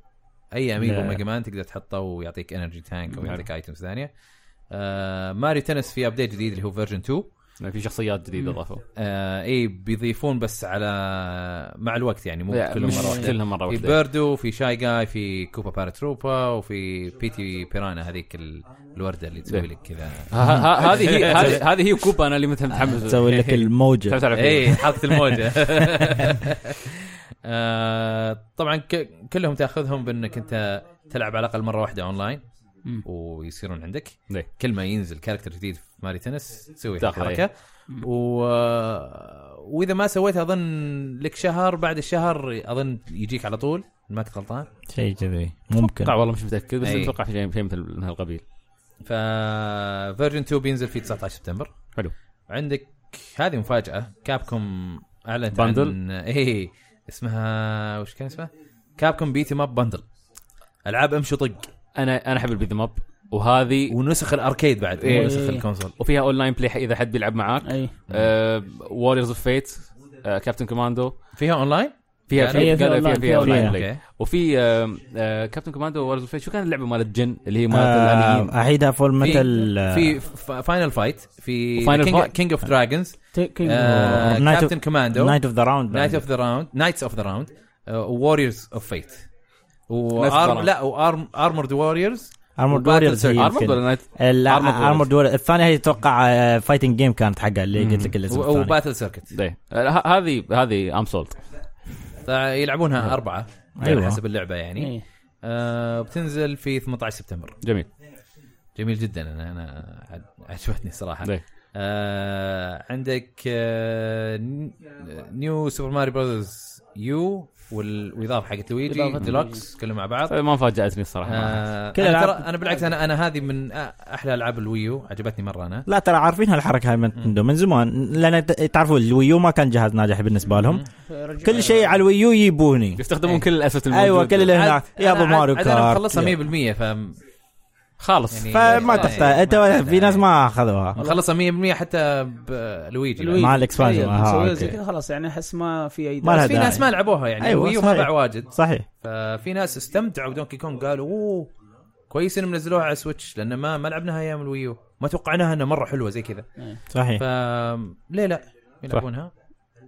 اي اميبو
لا.
ميج مان تقدر تحطه ويعطيك انرجي تانك او يعطيك ايتمز ثانيه آه، ماريو تنس في ابديت جديد اللي هو فيرجن 2
يعني في شخصيات جديده اضافوا
آه، اي بيضيفون بس على مع الوقت يعني مو
لا،
كلهم
مش
مره واحده
كلهم مره
في
واحده
بيردو في شاي جاي في كوبا باراتروبا وفي بيتي بيرانا هذيك ال- الورده اللي تسوي
إيه.
لك كذا
ه- ه- هذه هي هذه هذه هي كوبا انا اللي مت- متحمس
تسوي لك الموجه
متحمس على فيها.
اي حاطط الموجه آه، طبعا ك- كلهم تاخذهم بانك انت تلعب على الاقل مره واحده اونلاين
مم.
ويصيرون عندك
إيه.
كل ما ينزل كاركتر جديد في ماري تنس تسوي
تاخذ،
الحركه و... واذا ما سويتها اظن لك شهر بعد الشهر اظن يجيك على طول ما كنت غلطان
شيء كذي
اتوقع
ممكن
والله مش متاكد بس
إيه.
اتوقع شيء شيء مثل من هالقبيل
ف فيرجن 2 بينزل في 19 سبتمبر
حلو.
عندك هذه مفاجاه كابكوم اعلنت عن
Bundle؟
ايه اسمها وش كان اسمها؟ كابكوم بيتي ماب بندل العاب امشي طق
انا انا احب البيت ماب وهذه
ونسخ الاركيد بعد مو
إيه.
نسخ الكونسول
وفيها اون لاين بلاي اذا حد بيلعب معاك
اي
Uh, ووريرز اوف فيت كابتن كوماندو
فيها اونلاين؟
فيها
يعني-
فيها
فيها فيها, فيها,
online
فيها,
play.
online
أوكي.
play. وفي uh, كابتن كوماندو وورز اوف شو كان اللعبه مال الجن اللي هي مال
آه،
الاليين
اعيدها فول متل
في فاينل فايت في
آه، Final Fight. آه.
كينج اوف دراجونز
آه، Knight of-
كابتن كوماندو
نايت اوف ذا راوند
نايت اوف ذا راوند نايتس اوف ذا راوند ووريرز اوف فيت
Knights of the
وارم
Round.
لا وارم ارمورد ووريرز
ارمورد
وباتل
ووريرز
سيرفر.
ارمورد ولا نايت
آه،
Armored Warriors.
ارمورد ووريرز الثانيه هي اتوقع فايتنج جيم كانت حقها اللي قلت لك الاسم الثاني
وباتل سيركت
إيه. آه، ه- هذه هذه ام سولد
يلعبونها اربعه
أيوة. إيه.
على حسب اللعبه يعني
إيه.
آه بتنزل في 18 سبتمبر
جميل
جميل جدا انا انا عج- عجبتني صراحه
إيه.
آه عندك آه ن- نيو سوبر ماري بروز يو وال- والاضافه حقت لويجي
إضافة
ديلوكس كلهم مع بعض
آه، ما فاجاتني الصراحه
آه
كل
أنا,
ألعاب-
ترى انا بالعكس انا انا هذه من آه، احلى العاب الويو عجبتني مره انا
لا ترى عارفين هالحركه هاي من نتندو من زمان لان ت- تعرفوا الويو ما كان جهاز ناجح بالنسبه لهم كل شيء على الويو يجيبوني
يستخدمون
إيه.
كل الاسس الموجوده
ايوه كل اللي هناك
عاد-
يا ابو
أنا-
ماريو
عاد انا مخلصها 100%
كارت
ف
خالص
يعني-
فما
يعني-
تحتاج انت ولا- في ناس ما اخذوها
مخلصها 100% حتى
إيه،
يعني. بلويجي بعد.
مع الاكسبانشن
ايوه مسويها
آه،
زي
أوكي.
كذا خلاص يعني احس ما في اي
ما لها
بس
داعي.
في
داعي.
ناس ما لعبوها يعني
أيوة،
أيوة ويو
صحيح.
ما باع واجد
صحيح
ففي ناس استمتعوا بدونكي كونغ قالوا اوه كويس انهم نزلوها على سويتش لان
إيه.
ما ما لعبناها ايام الويو ما توقعناها انها مره حلوه زي كذا
صحيح
ف ليه لا
يلعبونها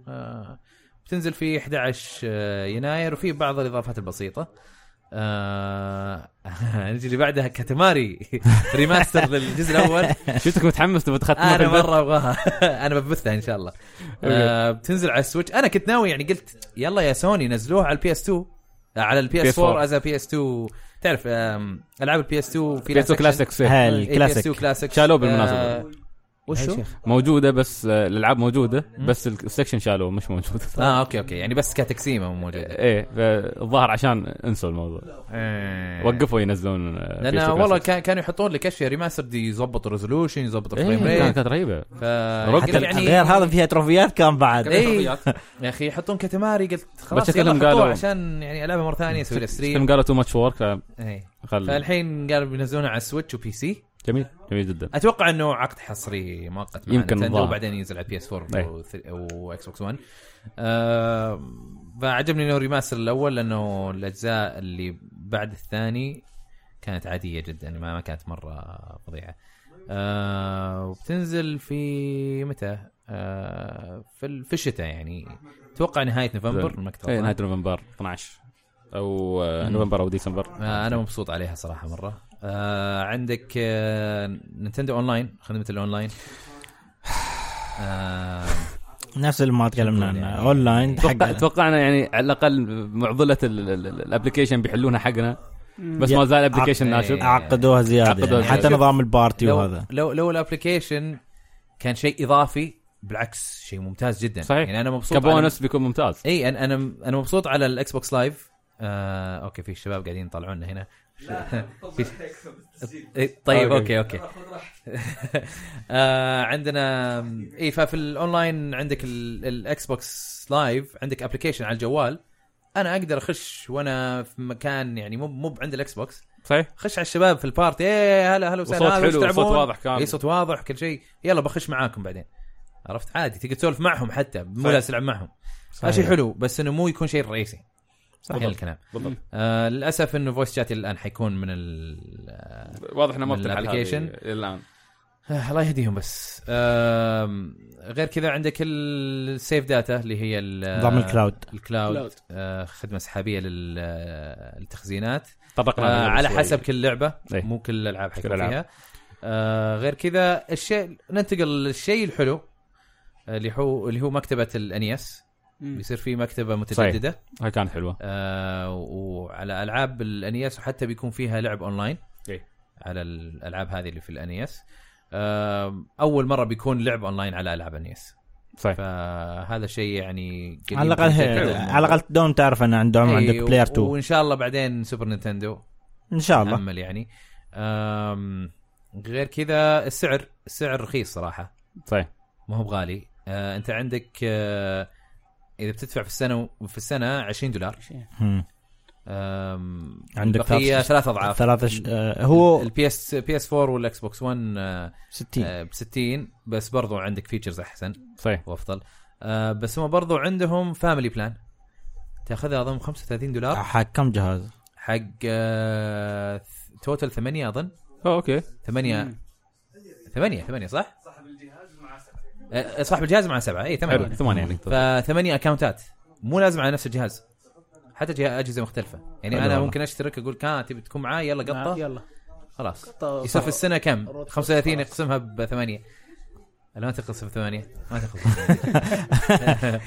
آه
بتنزل في 11 آه، يناير وفي بعض الاضافات البسيطه آه نجي اللي بعدها كاتماري ريماستر للجزء الاول
شفتك متحمس تبغى تختمها في
انا
البث.
مره ابغاها انا ببثها ان شاء الله آه بتنزل على السويتش انا كنت ناوي يعني قلت يلا يا سوني نزلوها على البي اس 2 آه، على البي اس 4
PS4.
از بي اس 2 تعرف آم، العاب البي اس 2 في إيه،
بيتو كلاسيك سيف.
كلاسيك 2
الكلاسيك
كلاسيك
شالوه بالمناسبه
آه، وشو؟
موجوده بس آه، الالعاب موجوده بس السكشن شالوه مش موجود
اه اوكي اوكي يعني بس كتقسيمه مو موجوده
ايه ف- الظاهر عشان انسوا الموضوع وقفوا ينزلون آه،
لان
PS2
إيه. آه. والله
classics.
كان كانوا يحطون لك اشياء ريماسترد يظبط الريزولوشن يظبط
إيه،
الفريم
كانت
ريت
كانت رهيبه
ف
حتى
قلت يعني
غير هذا فيها تروفيات كان بعد
إيه. يا اخي يحطون كتماري قلت خلاص
بس
يلا
شكلهم
حطوه
قالوا-
عشان يعني العبها مره ثانيه اسوي لها
فيلم
ستريم
قالوا تو ماتش وورك
إيه.
خل
فالحين قالوا بينزلونها على السويتش وبي سي
جميل جميل جدا
اتوقع انه عقد حصري مؤقت مع
يمكن
نتندو
الظاهر.
وبعدين ينزل على بي اس 4
إيه.
واكس بوكس 1 آه، فعجبني انه ريماستر الاول لانه الاجزاء اللي بعد الثاني كانت عاديه جدا ما ما كانت مره فظيعه آه، وبتنزل في متى؟ آه، في ال- في الشتاء يعني اتوقع نهايه نوفمبر ما كنت
ايه
غلطان.
نهايه نوفمبر 12 او آه، نوفمبر او ديسمبر
آه، انا مبسوط عليها صراحه مره آه عندك آه نينتندو اونلاين خدمه الاونلاين آه
نفس اللي ما تكلمنا عنه اونلاين
اتوقع
حق
اتوقعنا يعني على الاقل معضله ال- ال- ال- الابلكيشن بيحلونها حقنا بس
يا-
ما زال الابلكيشن
عق-
ناشط
إيه.
عقدوها زياده
عقدوها
يعني حتى
زيادة.
نظام البارتي
لو
وهذا
لو لو الابلكيشن كان شيء اضافي بالعكس شيء ممتاز جدا
صحيح.
يعني انا مبسوط
كبونس بيكون ممتاز
على... اي انا انا انا مبسوط على الاكس بوكس لايف آه اوكي في الشباب قاعدين يطلعونا هنا إيه، طيب اوكي اوكي آه عندنا اي ففي الاونلاين عندك ال- الاكس بوكس لايف عندك ابلكيشن على الجوال انا اقدر اخش وانا في مكان يعني مو مو عند الاكس بوكس
صحيح
خش على الشباب في البارتي ايه هلا هلا وسهلا
وصوت
هلا، وش
حلو، وصوت
تلعبون؟
واضح كامل.
اي إيه، صوت واضح وكل شيء يلا بخش معاكم بعدين عرفت عادي تقدر تسولف معهم حتى مو لازم تلعب معهم هذا شيء حلو بس انه مو يكون شيء رئيسي صحيح الكلام
بالضبط
آه للاسف انه فويس شات الان حيكون من ال- آه،
واضح انه ما
من
بتلعب
الابلكيشن.
هذه الان
آه، الله يهديهم بس آم، غير كذا عندك السيف داتا اللي هي ال-
نظام الكلاود
الكلاود
كلاود.
آه، خدمه سحابيه آه، للتخزينات
طرقنا
آه
لها
على
شوي.
حسب كل لعبه
إيه.
مو كل الالعاب حيكون
كل الألعاب.
فيها آه غير كذا الشيء ننتقل للشيء الحلو آه، اللي هو اللي هو مكتبه الانيس E بيصير في مكتبه متجدده
هاي كانت حلوه
آه وعلى العاب الانيس وحتى E بيكون فيها لعب اونلاين
إيه.
على الالعاب هذه اللي في الانيس آه اول مره بيكون لعب اونلاين على العاب انيس
صحيح
فهذا شيء يعني قليل
على الاقل
جداً.
هي- على الاقل دوم تعرف ان عندهم
إيه،
عندك بلاير 2
وان شاء الله بعدين سوبر نينتندو
ان شاء الله
نامل يعني أم غير كذا السعر السعر رخيص صراحه
صحيح
ما هو بغالي أه انت عندك أه اذا بتدفع في السنه في السنه 20 دولار
مم.
أم،
عندك
البقيه
ثلاث-
ثلاث اضعاف
ثلاثة ش... آه، هو
البي اس بي اس 4 والاكس بوكس 1
60
ب 60 آه، بس برضو عندك فيتشرز احسن
صحيح
وافضل أه بس هم برضو عندهم فاميلي بلان تاخذها اظن 35 دولار
حق آه، كم جهاز؟
حق أه توتال 8 اظن
أوه، اوكي
ثمانية ثمانية ثمانية صح؟ آه، صاحب الجهاز مع سبعة اي
حلو
ثمانية
ثمانيه يعني
فثمانية اكونتات مو لازم على نفس الجهاز حتى جه- اجهزة مختلفة يعني انا
حلو والله. نعم.
ممكن اشترك اقول كان تبي تكون معاي يلا
آه،
قطة
يلا
خلاص
طيب،
يصير في السنة كم؟ 35 يقسمها بثمانية لا ما تقسم بثمانية ما تقسم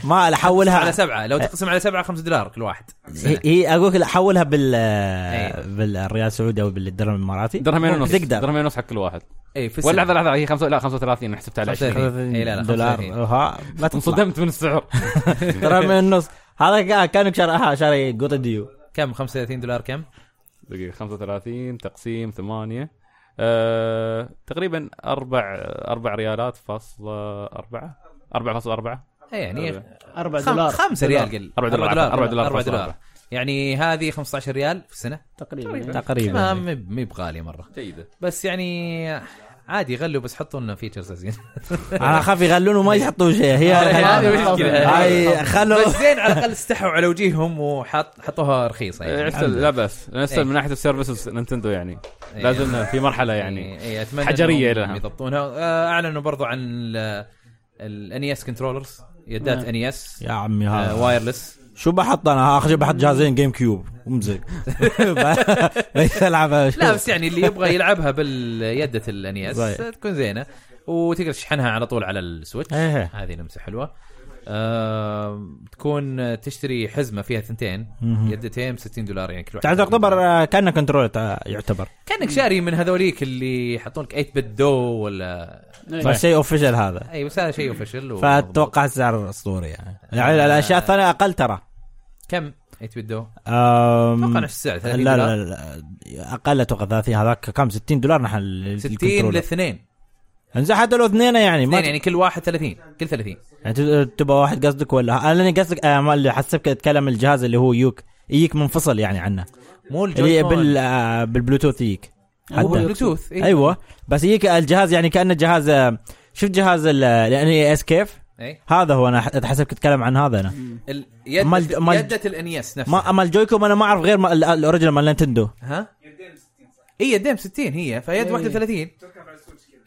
ما لا، حولها
على سبعة لو تقسم على سبعة خمسة دولار كل واحد
هي هي اقول لك لا، حولها بال آه،
أيوة.
بالريال السعودي او بالدرهم الاماراتي
درهمين ونص
تقدر.
درهمين ونص حق كل واحد
اي إيه، في
ولا لحظه
السنة
لحظه هي خمسة لا 35 انا حسبتها على 20
إي، إيه، لا، لا،
دولار
35.
ها لا تنصدم
انصدمت من السعر
ترى من النص هذا كا- آه، كانك شاريها شاري قطع ديو
كم 35 دولار كم؟
دقيقة 35 تقسيم 8 أه تقريبا أربع أربع ريالات فاصلة أربعة أربعة فاصلة أربعة
اي يعني
4
خم-
دولار
خمسة ريال قل
أربعة دولار، أربعة دولار،
أربعة
خمسة
دولار
دولار.
يعني هذه 15 ريال في السنة
طيب.
تقريبا
ما
تقريبا
مي مي بغالية مرة
جيدة
بس يعني عادي غلوا بس حطوا لنا فيتشرز زين
انا اخاف يغلون وما يحطوا شيء هي
هذه
هي-
مشكلة.
هاي خلوا
بس زين على الأقل استحوا على وجيههم وحط حطوها رخيصة يعني
آه، لا بس نفس
إيه.
من ناحية السيرفيسز نينتندو يعني
إيه.
لازم في مرحلة يعني
إيه، إيه، أتمنى
حجرية
إنهم
لها.
يضبطونها آه، أعلنوا برضو عن ال- الان اس كنترولرز يدات
آه.
ان اس
نعم. يا عمي
آه،
هذا
وايرلس
شو بحط انا اخر شيء بحط جهازين جيم كيوب امزق بس العبها
لا بس يعني اللي يبغى يلعبها باليدة الان اس
صحيح.
تكون زينه وتقدر تشحنها على طول على السويتش
إيه إيه.
هذه لمسه حلوه آه تكون تشتري حزمه فيها ثنتين
مهم.
يدتين ب 60 دولار يعني كل واحد
تعال تعتبر آه، كانه كنترول آه، يعتبر
كانك شاري من هذوليك اللي يحطون لك 8 بت دو ولا
إيه.
بس شيء اوفيشال هذا
اي بس هذا شيء وفشل و-
فاتوقع السعر اسطوري يعني يعني الاشياء الثانيه اقل ترى
كم 8 بت دو؟ اتوقع
أم...
نفس السعر 30
لا
دولار
لا لا اقل اتوقع 30 هذاك كم 60 دولار نحن ال-
60
الكنترولر.
لاثنين
انزين حتى لو اثنين يعني ما
اثنين يعني كل واحد 30 كل 30
يعني ت- تبغى واحد قصدك ولا انا لاني قصدك آه، ما اللي حسبك اتكلم الجهاز اللي هو يوك يجيك منفصل يعني عنه
مو
اللي
الجوي
بال...
كون
آه، بالبلوتوث يجيك
هو
حتى
بلوتوث إيه.
ايوه بس يجيك الجهاز يعني كانه جهاز آه، شفت جهاز الان اس كيف
إيه.
هذا هو انا ح- حسبك تتكلم عن هذا انا
اليد
ما الج- ما الج-
يدة الانيس
ما
نفسها
اما الجويكوم انا ما اعرف غير ما- ال- الاوريجنال مال نينتندو
ها؟ اي يدين 60 هي فيد 31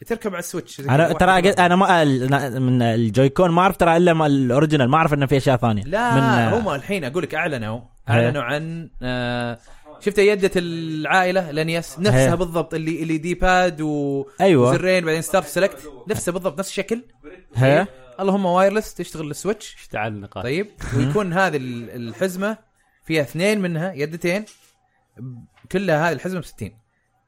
تركب على السويتش زي
انا
واحد
إيه. ترى
مرة.
أجد- انا ما ال- من الجويكون ما اعرف ترى الا ما الاوريجنال ما اعرف انه في اشياء ثانيه
لا
من إيه. آه،
هم الحين اقول لك اعلنوا
هي.
اعلنوا عن آه شفت يدة العائله الانيس نفسها
هي.
بالضبط اللي اللي دي باد و
إيه. أيوة.
زرين بعدين ستارت سلكت نفسها بالضبط نفس الشكل إيه.
ها
اللهم وايرلس تشتغل السويتش
اشتعل النقاش
طيب ويكون هذه ال- الحزمه فيها اثنين منها يدتين ب- كلها هذه الحزمه ب 60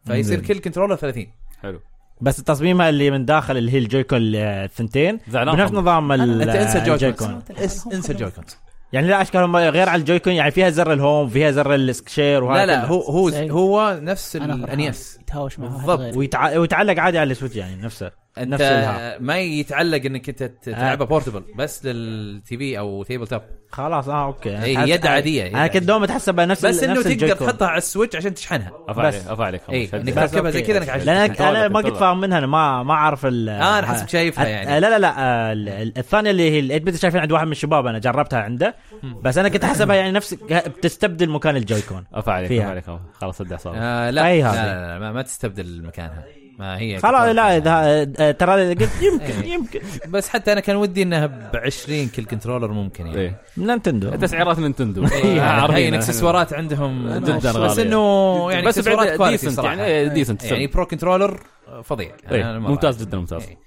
فيصير
زين.
كل كنترولر 30
حلو
بس تصميمها اللي من داخل اللي هي الجويكون ال- الثنتين
زعلان
بنفس
طبعاً.
نظام ال-
انت انسى
الجويكون
الجويكونز اس- انسى الجويكونز
يعني لا اشكالهم غير على الجويكون يعني فيها زر الهوم فيها زر السكشير
لا
وهذا
لا
كله.
هو هو
زين.
هو نفس
أنا فرحان.
الانيس
يتهاوش إيه. مع واحد
بالضبط.
غير
ويتع... ويتعلق عادي على السويتش يعني نفسه
انت
نفس الها.
ما يتعلق انك انت ت- تلعبها بورتبل بس للتي في او تيبل توب
خلاص اه اوكي أنا
إيه،
تحس-
يد عادية، يد
انا كنت
عادية.
دوم اتحسبها نفس
بس
ال-
انه
نفس
تقدر
الجويكون.
تحطها على السويتش عشان تشحنها
افا
بس.
عليك افا عليك خلاص.
اي
شد.
انك
بس
تركبها زي
أوكي.
كذا انك عشان
لان أنا-
كنترولر،
انا ما قد
كنترولر.
فاهم منها انا ما ما اعرف ال
آه، أنا حسب شايفها
أت-
يعني.
لا لا لا آه، ال- ال- الثانيه اللي هي الايد بت شايفين عند واحد من الشباب انا جربتها عنده بس انا كنت احسبها يعني نفس بتستبدل مكان الجويكون
افا عليك
فيها.
افا عليك أفا. خلاص ادع صار
آه لا, لا,
أي
لا,
هذه.
لا, ما, ما تستبدل مكانها ما هي
خلاص
كنترولر
لا
يعني.
اذا آه، ترى قلت يمكن
إيه.
يمكن
بس حتى انا كان ودي انها ب 20 كل كنترولر ممكن يعني
ايه
نينتندو
تسعيرات نينتندو
إيه، هاي
عارفين
الاكسسوارات عندهم آه،
جدا
بس
غالية.
انه يعني
بس
اكسسوارات
بعد
كواليتي
ديسنت
صراحه
يعني
يعني,
إيه، ديسنت
يعني برو كنترولر آه، فظيع يعني
إيه،
أنا مرة
ممتاز
أحب.
جدا ممتاز
إيه.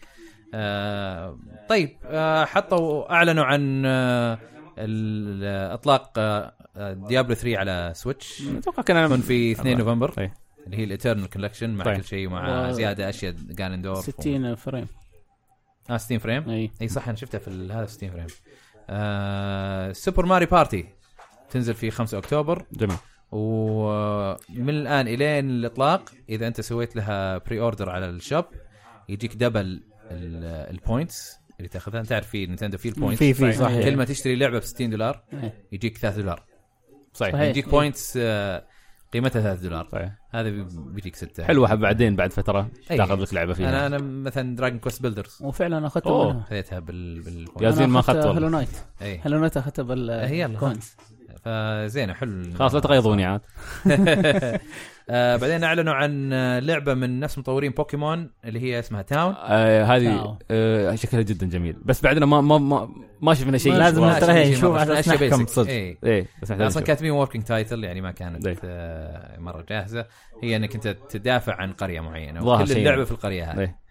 آه، طيب آه، حطوا اعلنوا عن آه، ال- اطلاق آه، آه، ديابلو 3 على سويتش
اتوقع كان
يكون
انا
في 2 نوفمبر
إيه.
اللي هي الاترنال كولكشن مع
طيب.
كل شيء مع
و-
زياده اشياء جانندورف و-
60 فريم إيه.
اه 60 فريم
اي
اي صح انا شفتها في ال- هذا 60 فريم آه سوبر ماري بارتي تنزل في 5 اكتوبر
جميل
ومن الان الين الاطلاق اذا انت سويت لها بري اوردر على الشوب يجيك دبل ال- البوينتس اللي تاخذها انت تعرف في نينتندو في البوينتس
في- في، صح.
كل ما تشتري لعبه ب 60 دولار
إيه.
يجيك 3 دولار
صحيح
صحيح.
يجيك
إيه.
بوينتس آه، قيمتها 3 دولار
صحيح
هذا بي- بيجيك 6
حلوه بعدين بعد فتره
أي.
تاخذ لك لعبه فيها
انا انا مثلا دراجون كويست بيلدرز
وفعلا اخذته
أوه.
منها
خذيتها بال بال إيه.
يا زين ما أخذت والله.
هلو نايت
اي
هلو نايت اخذته
آه، هي الله.
بالكونز
فزينه حلو
خلاص لا تغيظوني عاد
آه، بعدين اعلنوا عن آه، لعبه من نفس مطورين بوكيمون اللي هي اسمها تاون
آه هذه
واو.
آه شكلها جدا جميل بس بعدنا ما ما ما, ما شفنا شيء
لازم
واو.
نترك. ترى هي شوف عشان نحكم صدق.
ايه
ايه بس نحتاج
اصلا
نشوف.
كاتبين وركينج تايتل يعني ما كانت
إيه.
آه، مره جاهزه هي انك انت تدافع عن قريه معينه
ظاهر
وكل
شيء.
اللعبه في القريه هذه
إيه.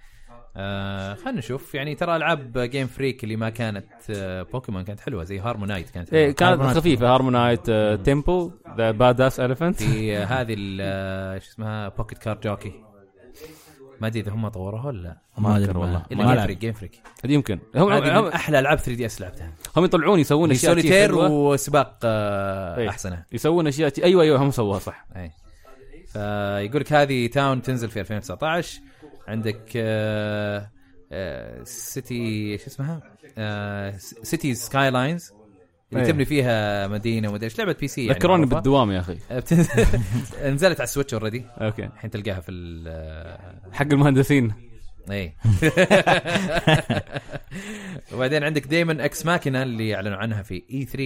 آه خلينا نشوف يعني ترى العاب جيم فريك اللي ما كانت آه بوكيمون كانت حلوه زي هارمونايت كانت حلوة.
ايه كانت
هارمونايت.
خفيفه هارمونايت آه تيمبو ذا باد اس الفنت
في آه، هذه ال- آه، شو اسمها بوكيت كار جوكي ما ادري اذا هم طوروها ولا لا
ما
أذكر والله.
الا
ما
جيم
لعب.
فريك جيم فريك
يمكن هم
هذه
هم,
من احلى العاب 3 دي اس لعبتها
هم يطلعون يسوون
من
اشياء شي
سوليتير
حلوة.
وسباق آه،
إيه.
احسنه
يسوون اشياء شي- ايوه ايوه هم سووها صح
اي فيقول لك إيه. هذه تاون تنزل في 2019 عندك آه، آه، سيتي شو اسمها؟ آه، س- سيتي سكاي لاينز اللي
إيه.
تبني فيها مدينه ومدري ايش لعبه بي سي يعني
ذكروني
معروفة.
بالدوام يا اخي
آه، بتنزل- نزلت على السويتش اوريدي
اوكي
الحين تلقاها في ال آه، إيه.
حق المهندسين
اي وبعدين عندك دايما اكس ماكينه اللي اعلنوا عنها في اي 3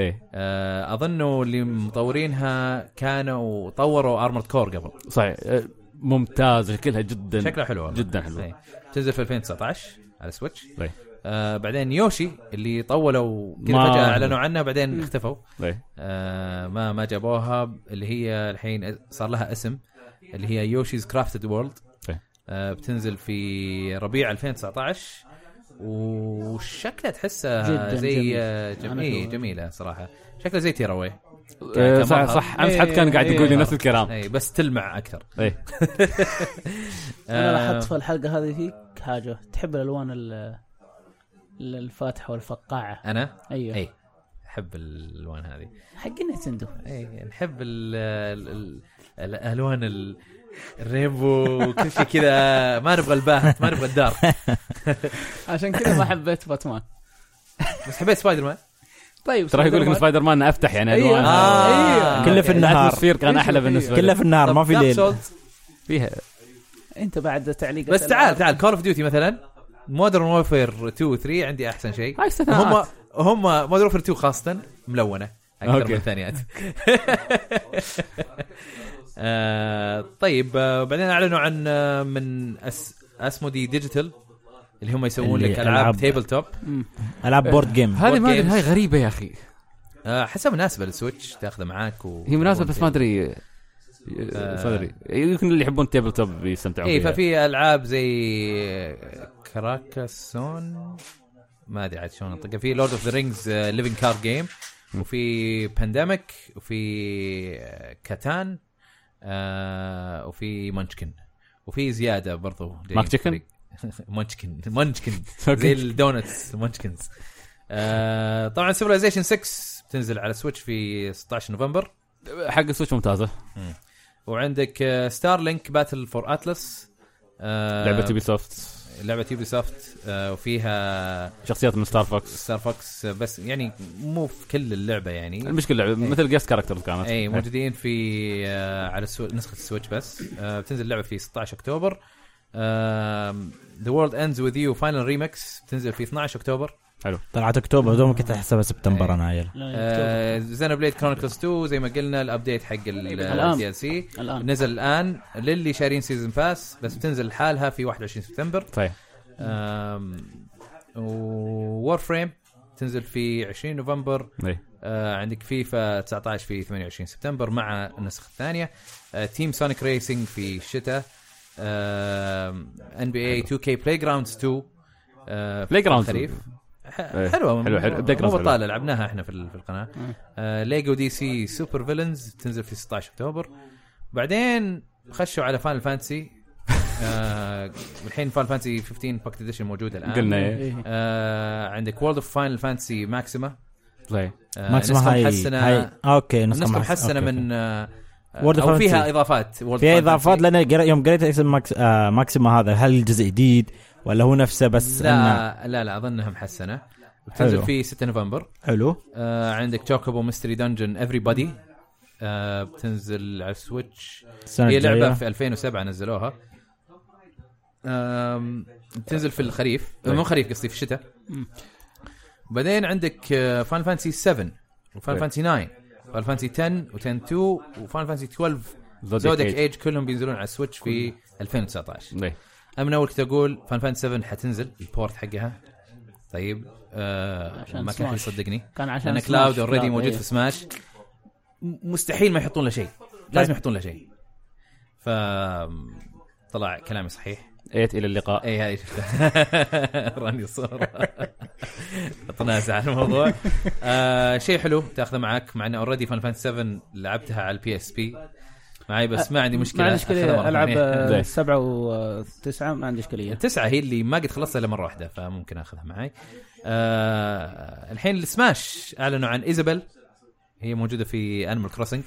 ايه
آه، اظنوا اللي مطورينها كانوا طوروا ارمورد كور قبل
صحيح آه، ممتاز شكلها جدا
شكلها حلو والله.
جدا حلو
إيه. تنزل في 2019 على سويتش
طيب.
آه، آه بعدين يوشي اللي طولوا كذا
ما-
فجاه اعلنوا عنها بعدين اختفوا
إيه.
آه ما ما جابوها اللي هي الحين صار لها اسم اللي هي يوشيز كرافتد وورلد
إيه.
آه، بتنزل في ربيع 2019 وشكلها تحسها
جداً
زي
جميل.
آه، جم...
أنا
إيه،
أشوفها.
جميلة صراحة شكلها زي تيراوي
آه، صح صح امس حد كان قاعد
إيه،
يقول لي نفس الكلام
اي بس تلمع اكثر
إيه.
انا
آه،
لاحظت في الحلقه هذه فيك حاجه تحب الالوان ال- ال- الفاتحه والفقاعه
انا
ايوه
اي احب الالوان إيه. هذه
حق النتندو
اي إيه، نحب ال ال ال الالوان ال- الرينبو وكل شيء كذا ما نبغى الباهت ما نبغى الدار
عشان كذا ما حبيت باتمان
بس حبيت سبايدر مان
طيب أيوة.
ترى يقول لك ان سبايدر مان افتح يعني الوان
إيه. آه.
كله في النهار
الاتموسفير كان احلى بالنسبه لي
كله في النهار ما في
طب Dark
ليل
Souls.
فيها
انت بعد تعليق
بس تعال تعال كول اوف ديوتي مثلا مودرن وورفير 2 و 3 عندي احسن شيء
هاي
هم
استثناءات
هم مودرن وورفير 2 خاصه ملونه اكثر
أوكي.
من الثانيات آه، طيب آه، بعدين اعلنوا عن آه، من أس اسمودي ديجيتال اللي هم يسوون
اللي
لك العاب
ألعاب-
تيبل توب
العاب
إيه.
بورد جيم
هذه ما ادري
games.
هاي غريبه يا اخي
آه، حسب مناسبه للسويتش تاخذه معاك و...
هي مناسبه بس ما ادري آه،
آه.
ما ادري يمكن اللي يحبون التيبل توب يستمتعون
اي
فيها
إيه، ففي العاب زي كراكاسون ما ادري عاد شلون انطقها في لورد اوف ذا رينجز ليفنج كارد جيم وفي بانديميك وفي كاتان آه وفي مانشكن وفي زياده برضو جايين
ماك تشيكن؟
فريق. مانشكن مانشكن
أوكي.
زي الدونتس المانشكنز آه طبعا سيفلايزيشن 6 بتنزل على سويتش في 16 نوفمبر
حق السويتش ممتازه
وعندك آه، ستار لينك باتل فور اتلس
لعبه تبي سوفت
لعبه يوبي سوفت آه، وفيها
شخصيات من ستار فوكس
ستار فوكس آه، بس يعني مو في كل اللعبه يعني
المشكله لعبه مثل جيست كاركترز كانت
اي موجودين في آه، على السو... نسخه السويتش بس آه، بتنزل اللعبه في 16 اكتوبر ذا وورلد اندز وذ يو فاينل ريمكس بتنزل في 12 اكتوبر
طلعت اكتوبر دوم كنت احسبها
إيه.
سبتمبر انا عيل
آه، زينا بليد كرونيكلز 2 زي ما قلنا الابديت حق
الآن.
الدي ال سي
الان
نزل الان للي شارين سيزون باس بس بتنزل لحالها في 21 سبتمبر
صحيح
وور فريم تنزل في 20 نوفمبر
إيه.
آه عندك فيفا 19 في 28 سبتمبر مع النسخه الثانيه آه تيم سونيك ريسنج في الشتاء ان بي اي 2 كي بلاي جراوندز 2 آه في
Play Grounds.
الخريف ح-
إيه.
حلوه
حلو- حلو. Playgrounds
مو
حلوة.
بطاله لعبناها احنا في ال- في القناه آه ليجو دي سي سوبر فيلنز تنزل في 16 اكتوبر بعدين خشوا على فان فانتسي آه الحين فان فانتسي 15 باكت اديشن موجوده الان
قلنا ايه
آه عندك وورلد اوف فاينل فانتسي ماكسيما
صحيح
آه
ماكسيما
نسخه
هاي
محسنه
هاي اوكي
نسخه
مح-
محسنه
أوكي،
من آه
World of
او فيها
Fantasy.
اضافات World
فيها
of Fantasy.
اضافات لان قرأ- يوم قريت اسم ماكس آه ماكسيما هذا هل جزء جديد ولا هو نفسه بس إنه
لا لا لا اظنها محسنه بتنزل
حلو.
في 6 نوفمبر
حلو
آه عندك توكوبو ميستري دنجن افري بادي آه بتنزل على السويتش
السنة
هي لعبه
الجاية.
في 2007 نزلوها آم، بتنزل في الخريف آه،
طيب.
مو خريف قصدي في الشتاء بعدين عندك آه، فان فانسي 7 وفان
طيب.
فانسي 9 فان فانسي 10 و10 2 وفان فانسي 12
زودك
زودك
ايه
ايج كلهم بينزلون على السويتش في 2019
إيه.
انا من اول كنت اقول فان فانسي 7 حتنزل البورت حقها طيب آه
عشان
ما كان حد
Smash.
يصدقني
كان عشان
لان
Smash.
كلاود اوريدي
Cloud،
موجود
إيه. طيب.
في سماش م- مستحيل ما يحطون له شيء لازم يحطون له شيء ف طلع كلامي صحيح
ايت الى إيه، اللقاء
اي هاي شفتها راني صورة اتنازع عن الموضوع آه شيء حلو تاخذه معك مع انه اوريدي فان فانتسي 7 لعبتها على البي اس بي معي بس ما عندي مشكله
آه، ما عندي
أخذها إيه. مرة
اشكاليه العب
ثانية.
آه،
زين.
سبعه وتسعه ما عندي اشكاليه
التسعة يعني هي اللي ما قد خلصتها الا مرة واحدة فممكن اخذها معي. آه الحين السماش اعلنوا عن ايزابيل هي موجودة في انيمال كروسنج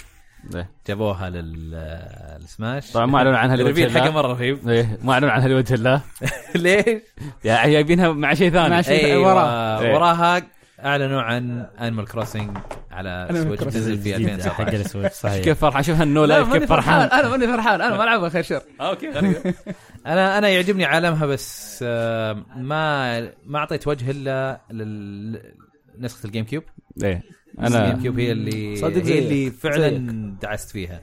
إيه.
جابوها آه، للسماش
طبعا ما اعلنوا عنها لوجه
الريفيل حقه
الله
مرة رهيب
إيه، ما اعلنوا عنها لوجه الله
ليش؟
يا جايبينها مع شيء ثاني
مع شيء
ايوه
وراها.
إيه.
وراها اعلنوا عن انيمال كروسنج على سويتش نزل في
جديد حق
2019
السويتش صحيح
كيف فرحان شوف هالنو
لا
لايف
ماني
كيف
فرحان
فرحان
انا ماني فرحان انا ما العبها خير شر
اوكي
انا انا يعجبني عالمها بس آه ما ما اعطيت وجه الا لل- نسخة الجيم كيوب
ايه
انا
انا
كيوب هي اللي
صدق
هي
زيك.
اللي فعلا دعست فيها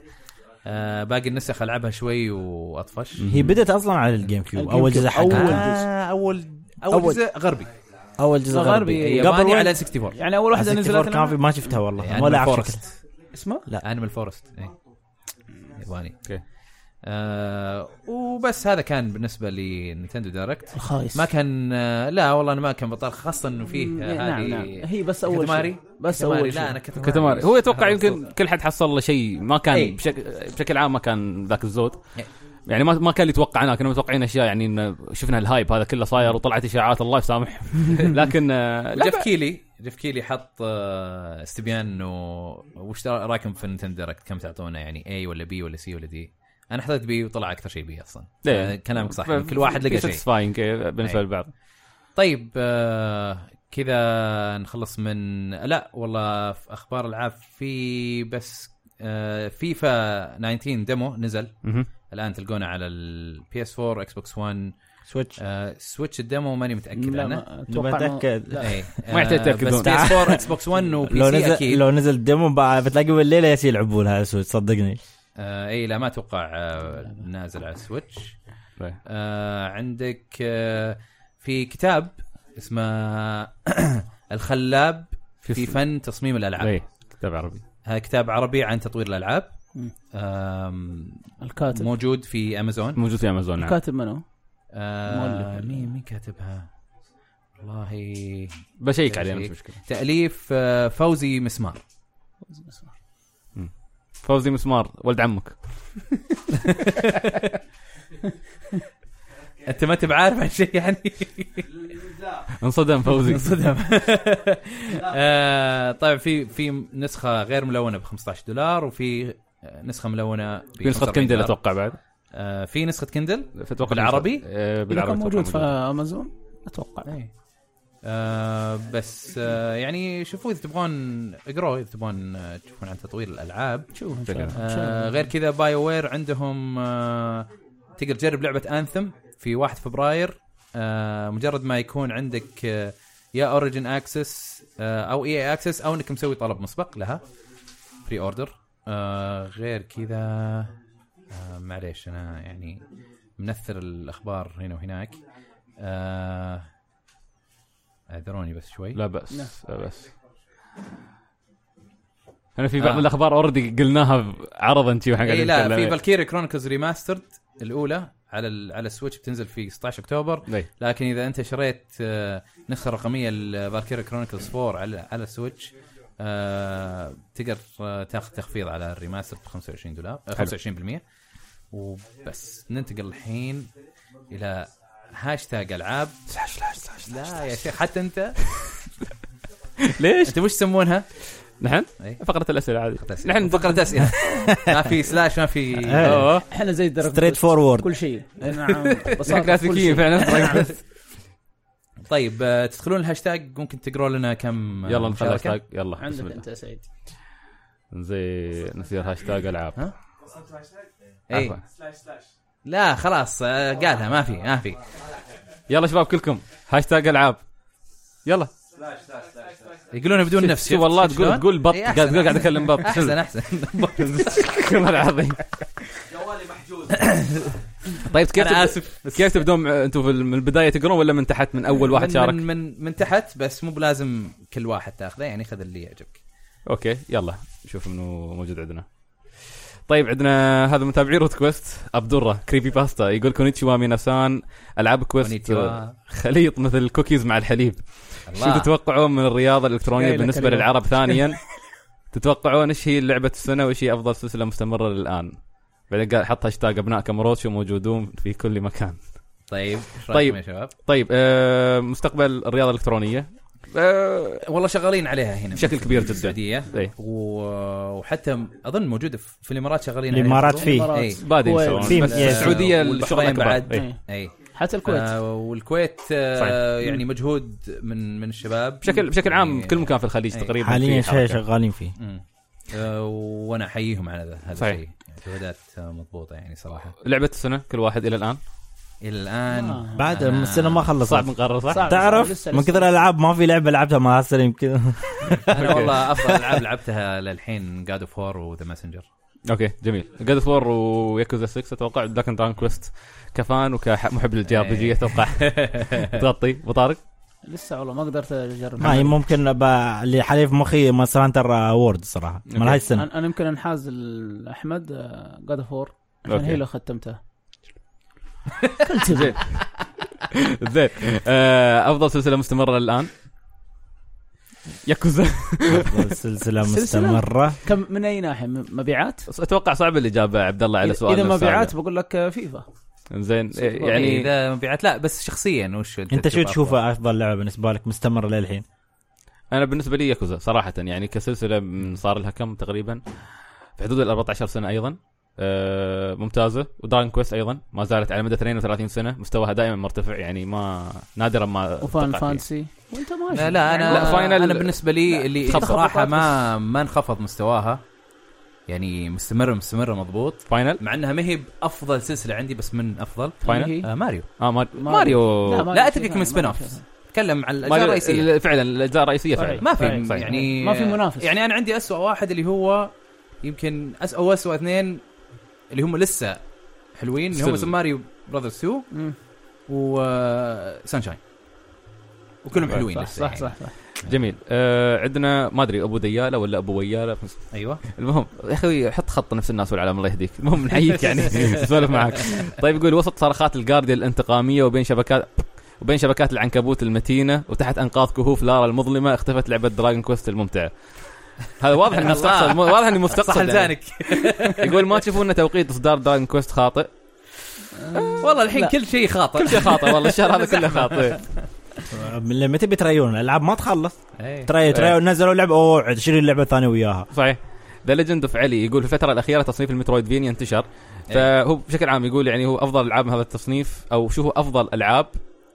آه باقي النسخ العبها شوي واطفش
هي بدت اصلا على الجيم كيوب
الجيم
اول جزء
كيوب،
حقها
أول
كان.
آه اول اول
أول.
جزء غربي
اول جزء
غربي.
غربي
إيه،
قبل
ياباني
واحد-
على 64
يعني اول واحده
64
نزلت
كان
لنا-
في ما شفتها
يعني
يعني
والله ولا اعرف شكلها
فورست
اسمه
لا.
انيمال فورست إيه. ياباني
اوكي
آه وبس هذا كان بالنسبه لنينتندو دايركت
الخايس
ما كان آه لا والله انا ما كان بطال خاصه انه فيه آه،
نعم نعم
هذه
هي بس اول
كتماري؟
شيء بس
كتماري
اول شيء
لا انا كتماري
كتماري هو يتوقع يمكن كل حد حصل له شيء ما كان
إيه.
بشكل بشكل عام ما كان ذاك الزود
إيه.
يعني ما ما كان اللي توقعناه كنا متوقعين اشياء يعني إن شفنا الهايب هذا كله صاير وطلعت اشاعات الله يسامح لكن آه، لا
جيف كيلي جيف كيلي حط آه، استبيان انه وش رايكم في نينتندو دايركت كم تعطونا يعني اي ولا بي ولا سي ولا دي انا حطيت بي وطلع اكثر شيء بي اصلا
إيه.
آه، كلامك صح كل واحد لقى شيء
ساتسفاينج بالنسبه
إيه.
للبعض
طيب آه، كذا نخلص من لا والله في اخبار العاب في بس آه، فيفا 19 ديمو نزل
مهم.
الان تلقونه على البي اس 4 اكس بوكس 1
سويتش
آه، سويتش الديمو ماني متاكد
لا
عنه
ما
نبغى
اتوقع ما-
اتاكد
إيه.
ما يحتاج
آه،
تأكدون.
بس بي اس 4 اكس بوكس 1 وبي
لو
سي
نزل
اكيد
لو نزل ديمو بع- بتلاقي بالليل ياس يلعبون هذا سويتش صدقني
آه اي لا ما اتوقع آه نازل على السويتش
طيب.
آه عندك آه في كتاب اسمه الخلاب في فن تصميم الالعاب
إيه. كتاب عربي
هذا كتاب عربي عن تطوير الالعاب
مم.
آم،
الكاتب
موجود في امازون
موجود في امازون نعم
الكاتب منو؟
آه
مؤلف.
مين مين كاتبها؟ والله
بشيك عليه مش مشكله
تاليف آه، فوزي مسمار
فوزي مسمار ولد عمك
انت ما تبى عارف عن شيء يعني
انصدم فوزي
انصدم آه، طيب في في نسخه غير ملونه ب 15 دولار وفي آه، نسخه ملونه ب
في نسخه
45
كندل
دولار.
اتوقع بعد
آه، في نسخه كندل
فاتوقع
بالعربي؟
آه،
اذا
بالعربي
كان
أتوقع
موجود في امازون اتوقع
آه، بس آه، يعني شوفوا اذا تبغون اقروا اذا تبغون آه، تشوفون عن تطوير الالعاب
شوف ان شاء الله. إن شاء
آه،
الله
غير كذا باي وير عندهم آه، تقدر تجرب لعبه انثم في 1 فبراير آه، مجرد ما يكون عندك آه، يا آه، اوريجن اكسس او اي اكسس او انك مسوي طلب مسبق لها بري اوردر غير كذا آه، معليش انا يعني منثر الاخبار هنا وهناك آه، اعذروني بس شوي
لا
لا.
بأس لا بأس انا في بعض
آه.
الاخبار اوريدي قلناها عرضا شي واحنا
اي
قاعدين
إيه، لا في
نتكلم.
فالكيري كرونيكلز ريماسترد الاولى على ال- على السويتش بتنزل في 16 اكتوبر
إيه.
لكن اذا انت شريت آه، نسخه رقميه لفالكيري كرونيكلز 4 على على السويتش آه، تقدر آه، تاخذ تخفيض على الريماستر ب 25 دولار آه، 25% وبس ننتقل الحين الى هاشتاج العاب لا يا شيخ حتى انت
ليش؟
انت وش يسمونها؟
نحن
إيه.
فقره الاسئله عادي
نحن فقره اسئله ما في سلاش ما في
اوه
احنا زي الدرجة
ستريت فورورد
كل شيء نعم
احنا كلاسيكيين
آه.
فعلا
طيب آه، تدخلون الهاشتاج ممكن تقروا لنا كم آه،
يلا نخلص طيب،
مشاركة.
هاشتاج يلا بسم
عندك
الله
انت يا سعيد
زي نصير هاشتاج العاب
اي
عفوا.
إيه. لا خلاص آه، قالها ما في ما في
يلا شباب كلكم هاشتاج العاب يلا
يقولونها بدون
شوف-
نفس
شوف والله تقول تقول بط
إي،
قاعد
أحسن،
تقول قاعد
أحسن.
اكلم بط
احسن احسن
والله العظيم
جوالي محجوز
طيب كيف
انا
تب-
اسف
كيف تبدون انتم في- من البدايه تقرون ولا من تحت من اول واحد
من-
شارك؟
من من, من تحت بس مو بلازم كل واحد تاخذه يعني خذ اللي يعجبك
اوكي يلا شوف منو موجود عندنا طيب عندنا هذا متابعي روت كويست عبد الله كريبي باستا يقول كونيتشوا ميناسان العاب كويست
كونيتشوا.
خليط مثل الكوكيز مع الحليب شو
الله
تتوقعون من الرياضه الالكترونيه
قايلة
بالنسبه
كلمة.
للعرب ثانيا تتوقعون ايش هي لعبه السنه وايش هي افضل سلسله مستمره للان بعدين قال حط هاشتاج ابناء كاموروتشو موجودون في كل مكان
طيب إيش رأيكم
طيب.
يا شباب
طيب آه مستقبل الرياضه الالكترونيه آه
والله شغالين عليها هنا
بشكل كبير جدا.
السعوديه
إيه.
و- وحتى اظن موجوده في في الامارات شغالين عليها
الامارات فيه
إيه.
بادين
كويت.
يسوون.
في-
بس
يس.
السعوديه الشغل
والبحرين
أكبر.
بعد
إيه.
إيه.
اي
حتى الكويت
آه والكويت آه يعني مجهود من من الشباب
بشكل بشكل عام
يعني-
بكل مكان في الخليج تقريبا
حاليا
في
شوي
حركة.
شغالين فيه
مم. آه وانا احييهم على هذا هذا
صحيح.
الشيء مجهودات آه، مضبوطه يعني صراحه
لعبه السنه كل واحد الى الان
الى الان
آه.
بعد السنه ما خلصت
صعب نقرر صح؟
صعب.
تعرف
لسه-
من
لسه.
كثر الالعاب ما في لعبه لعبتها مع السنه يمكن
انا والله افضل العاب لعبتها للحين جاد اوف وور وذا ماسنجر
اوكي جميل جاد اوف وور وياكوزا 6 اتوقع إيه. لكن دراgon كويست كفان وكمحب للجي ار بي جي اتوقع تغطي ابو طارق
لسه والله ما قدرت اجرب
ما هي ممكن ب... اللي حليف مخي مونستر هانتر وورد صراحه من هاي السنه
انا أنا يمكن آه، انحاز لاحمد جاد اوف وور عشان
أوكي.
هيلو ختمتها
زين زين آه، افضل سلسله مستمره الان ياكوزا
أفضل سلسله
سلسلة؟
مستمره
كم من اي ناحيه م- مبيعات؟
اتوقع صعب الاجابه عبد الله على سؤال
اذا
نفسه
مبيعات بقول لك آه، فيفا
هذا. زين إيه،
يعني
يعني
اذا مبيعات لا بس شخصيا وش
انت شو
أفضل؟
تشوفه افضل لعبه بالنسبه لك مستمره للحين؟
انا بالنسبه لي ياكوزا صراحه يعني كسلسله من صار لها كم تقريبا في حدود ال 14 سنه ايضا آه، ممتازه ودراجون كويست ايضا ما زالت على مدى 32 سنه مستواها دائما مرتفع يعني ما نادرا ما
وفان
تقع فيه.
فانسي وانت ماشي
لا, لا انا
لا، فاينل-
انا بالنسبه لي اللي
تخفض.
صراحه ما ما انخفض مستواها يعني مستمره مستمره مضبوط
فاينل
مع انها ما هي بافضل سلسله عندي بس من افضل
فاينل
هي؟
آه ماريو
اه مار-
ماريو.
ماريو
لا،
ماريو
ما-
لا
في
اترك
فاينل،
من
ما
سبين
في
اوف
فاينل.
تكلم عن الاجزاء الرئيسيه
ال- فعلا الاجزاء الرئيسيه فعلا
ما في
صحيح، صحيح.
يعني
ما في منافس.
يعني انا عندي اسوء واحد اللي هو يمكن أس او اسوء اثنين اللي هم لسه حلوين اللي هم
Still.
ماريو براذرز 2
مم.
وسانشاين آه، وكلهم
صح،
حلوين
صح،
لسه
صح
يعني.
صح صح
جميل آه عندنا ما ادري ابو دياله ولا ابو وياله
ايوه
المهم يا اخوي حط خط نفس الناس والعالم الله يهديك المهم نحييك يعني نسولف معك طيب يقول وسط صرخات الجارديا الانتقاميه وبين شبكات وبين شبكات العنكبوت المتينه وتحت انقاض كهوف لارا المظلمه اختفت لعبه دراجون كويست الممتعه هذا واضح انه مستقصد واضح اني
صح
مستقصد يعني.
لسانك
يقول ما تشوفون ان توقيت اصدار دراجون كويست خاطئ
والله الحين
لا.
كل شيء خاطئ
كل شيء خاطئ والله الشهر هذا كله خاطئ
لما تبي تريون الالعاب ما تخلص
إيه.
تري تري نزلوا لعبه اوه شيلوا اللعبه الثانيه وياها
صحيح ذا ليجند اوف علي يقول في الفتره الاخيره تصنيف المترويدفينيا انتشر
إيه.
فهو بشكل عام يقول يعني هو افضل العاب من هذا التصنيف او شو هو افضل العاب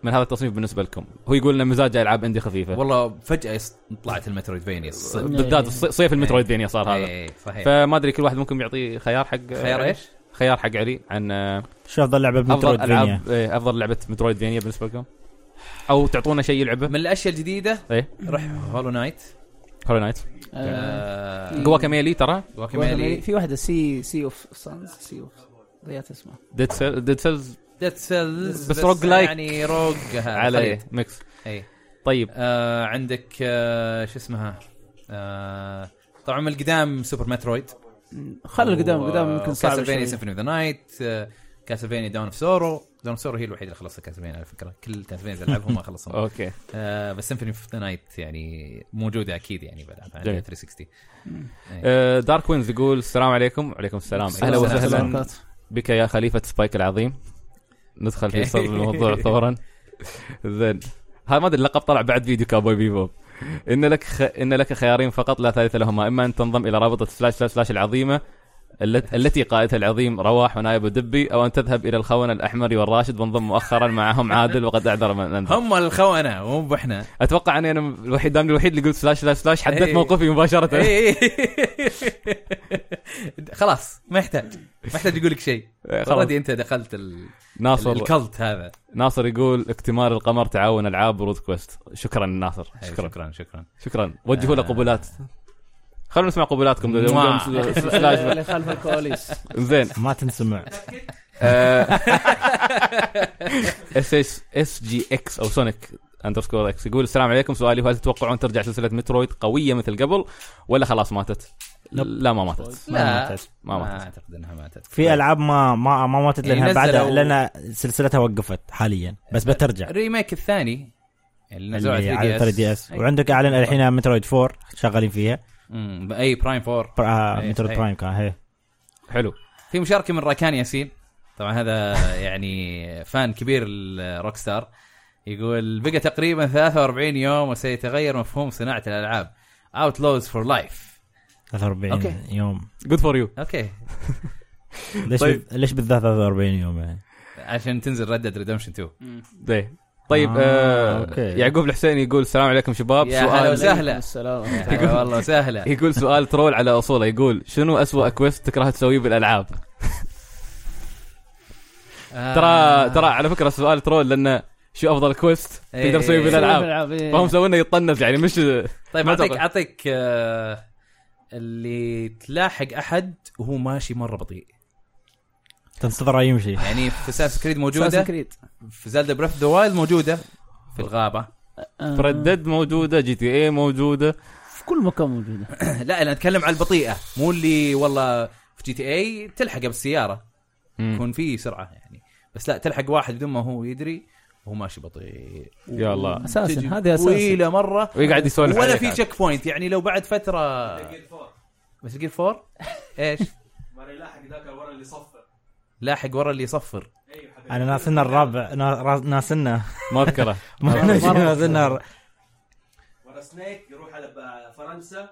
من هذا التصنيف بالنسبه لكم هو يقول ان مزاجه العاب اندي خفيفه
والله فجاه يص- طلعت المترويدفينيا الصدق
بالذات الص- صيف المترويدفينيا صار هذا
إيه، صحيح
فما ادري كل واحد ممكن يعطي خيار حق
خيار ايش؟
خيار حق علي عن آه،
شو افضل لعبه
افضل
بمترويدفينيا؟
العاب إيه، افضل لعبه مترويدفينيا بالنسبه لكم او تعطونا شيء يلعبه
من الاشياء الجديده
ايه
رح هولو نايت
هولو نايت
آه،
جوا كاميلي ترى
واكاميلي
في واحده سي سي اوف سانز سي اوف ضيعت اسمها
ديد سيل ديد سيلز
ديد سيلز
بس روج لايك.
يعني روج
على إيه، ميكس
اي
طيب
آه عندك آه شو اسمها آه طبعا من القدام سوبر مترويد
خلي القدام قدام يمكن صعب
كاسلفينيا
شوي.
سيمفوني اوف ذا نايت آه، كاسلفينيا داون اوف سورو داون اوف سورو هي الوحيده اللي خلصت كاسلفينيا على فكره كل كاسلفينيا اللي العبهم ما خلصهم
اوكي
آه بس سيمفوني اوف ذا نايت يعني موجوده اكيد يعني بلعبها عندي
جميل.
360
آه، دارك وينز يقول السلام عليكم وعليكم السلام اهلا
السلام
وسهلا
بركات.
بك يا خليفه سبايك العظيم ندخل في صلب الموضوع فورا زين هذا ما ادري اللقب طلع بعد فيديو كابوي بيبوب ان لك خ... ان لك خيارين فقط لا ثالث لهما اما ان تنضم الى رابطه سلاش سلاش سلاش العظيمه الت... التي قائدها العظيم رواح ونايب دبي او ان تذهب الى الخونه الاحمر والراشد وانضم مؤخرا معهم عادل وقد اعذر من أنذر.
هم الخونه مو احنا
اتوقع اني انا الوحيد دامني الوحيد اللي قلت سلاش سلاش سلاش حددت
إيه.
موقفي مباشره
إيه. خلاص ما يحتاج ما يحتاج يقول لك شيء
خلاص.
اوريدي انت دخلت ال... ال-
ناصر
الكلت هذا
ناصر يقول اكتمال القمر تعاون العاب رود كويست شكرا ناصر
أي،
شكرا
شكرا شكرا
شكرا وجهوا له قبولات خلونا نسمع قبولاتكم
موا.
سلاش.
اللي خلف الكواليس
زين آه،
ما تنسمع
اس اس اس جي اكس او سونيك اندرسكور اكس يقول السلام عليكم سؤالي هو هل تتوقعون ترجع سلسله مترويد قويه مثل قبل ولا خلاص ماتت؟ لا ما ماتت
لا.
ما ماتت.
ما
ما
ماتت
اعتقد انها ماتت
في العاب ما ما ما ماتت
يعني
لانها بعدها
نزلوا-
لان سلسلتها وقفت حاليا بس بترجع
الريميك الثاني اللي نزلوا
اللي على
على أيوة.
3 دي
3
اس وعندك اعلن الحين مترويد 4 شغالين فيها
اي برايم 4
بر- آه،
إيه،
مترويد
إيه.
برايم كان هي
حلو
في مشاركه من راكان ياسين طبعا هذا يعني فان كبير لروك ستار يقول بقى تقريبا 43 يوم وسيتغير مفهوم صناعه الالعاب اوتلوز فور لايف
43
أوكي.
يوم
جود فور يو
اوكي
ليش
طيب.
بال- ليش بالذات 43 يوم يعني
عشان تنزل ريد ديد ريدمشن 2
زين طيب
آه،
آه
أوكي.
يعقوب الحسيني يقول السلام عليكم شباب
يا هلا
سؤال
وسهلا
السلام
هلا والله سهله
يقول سؤال ترول على اصوله يقول شنو اسوأ كويست تكره تسويه بالالعاب؟
آه،
ترى ترى على فكره السؤال ترول لانه شو افضل كويست
إيه.
تقدر تسويه بالالعاب؟
إيه.
فهم سووا لنا يطنز يعني مش
طيب
ما
اعطيك
أتوقع.
اعطيك آه، اللي تلاحق احد وهو ماشي مره بطيء
تنتظره يمشي
يعني في اساس كريد
موجوده
موجوده
كريد
في زلدا بريف ذا وايلد موجوده في الغابه
آه،
فردد موجوده جي تي اي موجوده
في كل مكان موجوده
لا انا اتكلم على البطيئه مو اللي والله في جي تي اي تلحقه بالسياره يكون في سرعه يعني بس لا تلحق واحد بدون ما هو يدري وهو ماشي بطيء
يلا
اساسا
تجي
هذا اساسا
طويله مره
ويقعد يسولف
ولا
عليك
في
عاد.
تشيك بوينت يعني لو بعد فتره بس جير فور ايش؟
ما يلاحق ذاك ورا اللي صفر
لاحق ورا اللي يصفر
انا ناسلنا الرابع نا- را- ناسلنا
ما اذكره
ناسلنا الر-
ورا سنيك يروح على ب- فرنسا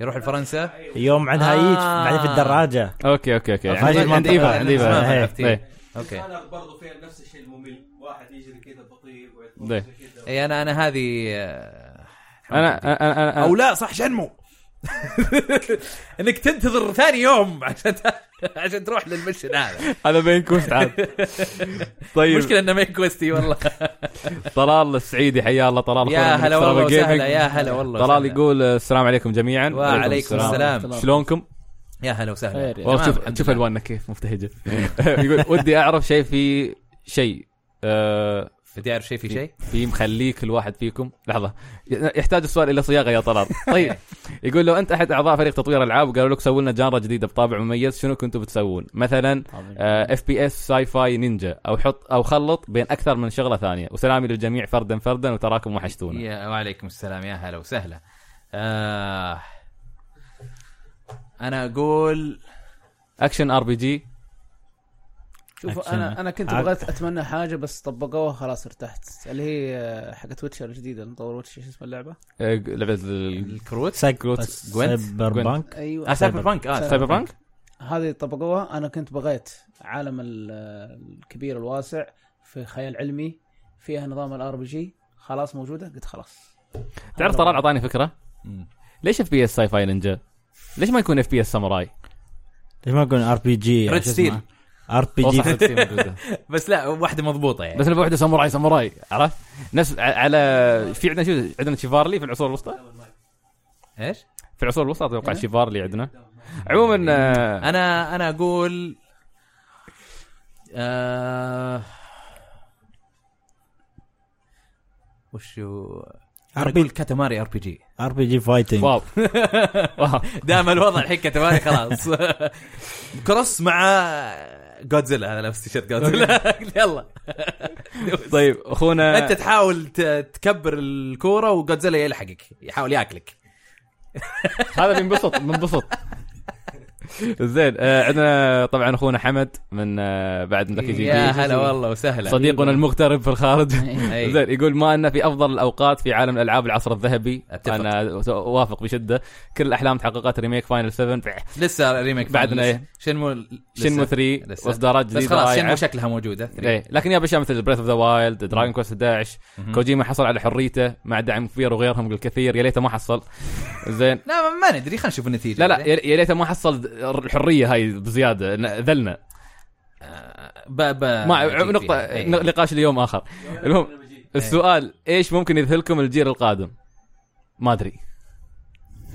يروح لفرنسا
يعني
يوم عندها
آه.
يجي بعدين في الدراجه
اوكي اوكي اوكي
أوكي.
عند عند
هذه المنطقة.
ايفا عند ايفا
اسمها.
إيه.
عرفت.
إيه.
اوكي
كان برضو فيها نفس الشيء الممل واحد يجري كذا بطيء
ده.
ويتفرج كذا
اي انا انا هذه آه،
انا انا انا
او
أنا-
لا صح شنمو انك تنتظر ثاني يوم عشان عشان تروح للمشن هذا
هذا بين كوست عاد طيب
المشكله انه مين كويستي والله
طلال السعيدي حيا الله طلال
يا هلا والله وسهلا يا هلا والله
طلال
وسهلا.
يقول آه، السلام عليكم جميعا
وعليكم السلام
شلونكم؟
يا هلا وسهلا
خير يا
والله
تمام،
شوف
الحمد
شوف
لله.
الواننا كيف مبتهجه يقول ودي اعرف شيء في شيء آه،
بدي اعرف شيء في شيء
في مخليك الواحد فيكم لحظه يحتاج السؤال الى صياغه يا طلال طيب يقول لو انت احد اعضاء فريق تطوير العاب وقالوا لك سووا لنا جانرا جديده بطابع مميز شنو كنتوا بتسوون آه، مثلا اف بي اس ساي فاي نينجا او حط او خلط بين اكثر من شغله ثانيه وسلامي للجميع فردا فردا وتراكم وحشتونا
يا وعليكم السلام يا هلا وسهلا آه انا اقول
اكشن ار بي جي
شوف
Action.
انا انا كنت
عاد.
بغيت اتمنى حاجه بس طبقوها خلاص ارتحت اللي هي آه، حقت ويتشر الجديده اللي مطور ويتشر شو اسمها اللعبه؟
لعبه آه، ال-
الكروت
سايكروت
جوينت.
سايبر
جوينت.
بانك
ايوه
آه سايبر بانك اه
سايبر بانك
هذه طبقوها انا كنت بغيت عالم ال- الكبير الواسع في خيال علمي فيها نظام الار بي جي خلاص موجوده قلت خلاص
تعرف طلال اعطاني فكره
مم.
ليش اف بي اس ساي فاي نينجا ليش ما يكون اف بي اس ساموراي
ليش ما نقول ار بي جي
Red Steel.
ار بي
أو صح،
جي
Red Steel موجودة.
بس لا واحده مضبوطه يعني
بس نبغى واحده ساموراي ساموراي عرفت نفس ع- على في عندنا شو عندنا شيفارلي في العصور الوسطى
ايش؟
في العصور الوسطى اتوقع
إيه.
شيفارلي عندنا عموما آه،
انا انا اقول آه وش هو؟ انا اقول كاتاماري ار بي جي
ار بي جي فايتنج
واو واو
دام الوضع الحين كاتاماري خلاص كروس مع جودزيلا انا لابس تيشيرت جودزيلا يلا
طيب اخونا
انت تحاول ت- تكبر الكوره وجودزيلا يلحقك يحاول ياكلك
هذا بينبسط بينبسط زين آه، عندنا طبعا اخونا حمد من آه، بعد ملكي جي
يا
بي
هلا والله وسهلا
صديقنا المغترب في الخارج
أي.
زين يقول ما ان في افضل الاوقات في عالم الالعاب العصر الذهبي
أتفق.
انا اوافق بشده كل الاحلام تحققت ريميك فاينل 7
لسه ريميك
بعدنا
لسه.
إيه؟
شنمو لسه.
شنمو 3
لسه.
واصدارات جديده
بس خلاص
رائعة.
شنمو شكلها موجوده 3
ايه لكن يا اشياء مثل بريث اوف ذا وايلد دراجون كويست 11 كوجيما حصل على حريته مع دعم كبير وغيرهم الكثير يا ليته ما حصل زين
لا ما- ما ندري خلينا نشوف النتيجه
لا لا يا يا ليته ما حصل الحريه هاي بزياده إن- ذلنا
ب... ب...
مع
آه، نجيب
نقطه
فيها. إيه.
ن- نقاش اليوم اخر المهم السؤال ايش ممكن يذهلكم الجيل القادم؟ ما ادري
إيه.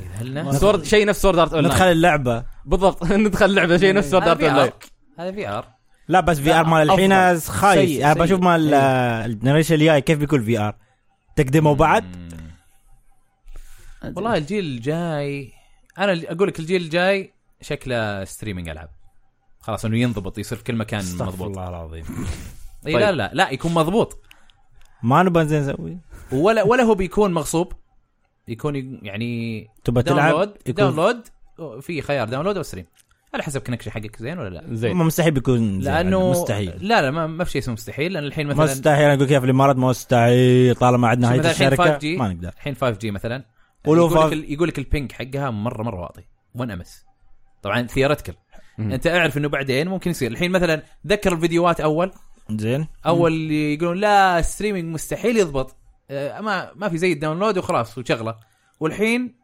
يذهلنا
سورد شيء نفس سورد ارت اون
ندخل اللعبه
بالضبط ندخل لعبه شيء نفس سورد
هذا
ارت
في
اون لاين
ار هذا في ار
لا بس في
Ah,
ار مال الحين خايس
سيء،
أنا بشوف
سيء.
مال آه، الجنريشن الجاي كيف بيكون في ار تقدمه
Hmm,
بعد
والله الجيل الجاي انا اللي- اقول لك الجيل الجاي شكله ستريمينج العاب خلاص انه ينضبط يصير في كل مكان
استغفر
مضبوط
الله العظيم
إيه
طيب.
لا لا لا يكون مضبوط
ما نبغى زين نسوي
ولا ولا هو بيكون مغصوب يكون يعني
تبى تلعب
داونلود
يكون
داونلود في خيار داونلود او ستريم على حسب كونكشن حقك زين ولا لا
زين
ما مستحيل بيكون زين، يعني
لانه
مستحيل
طيب. لا لا ما, ما في شيء اسمه مستحيل لان الحين مثلا شوف
مستحيل اقول كيف الامارات مستحيل طالما عندنا هاي
مثلا يعني الحين 5
الشركه
جي
ما نقدر
الحين 5 جي مثلا
ولو
يقول لك
5G
ال- يقول لك البينج حقها مره مره واطي 1 امس طبعا ثيوريتيكال انت اعرف انه بعدين ممكن يصير الحين مثلا تذكر الفيديوهات اول
زين
اول اللي يقولون لا ستريمينج مستحيل يضبط آه، ما ما في زي الداونلود وخلاص وشغله والحين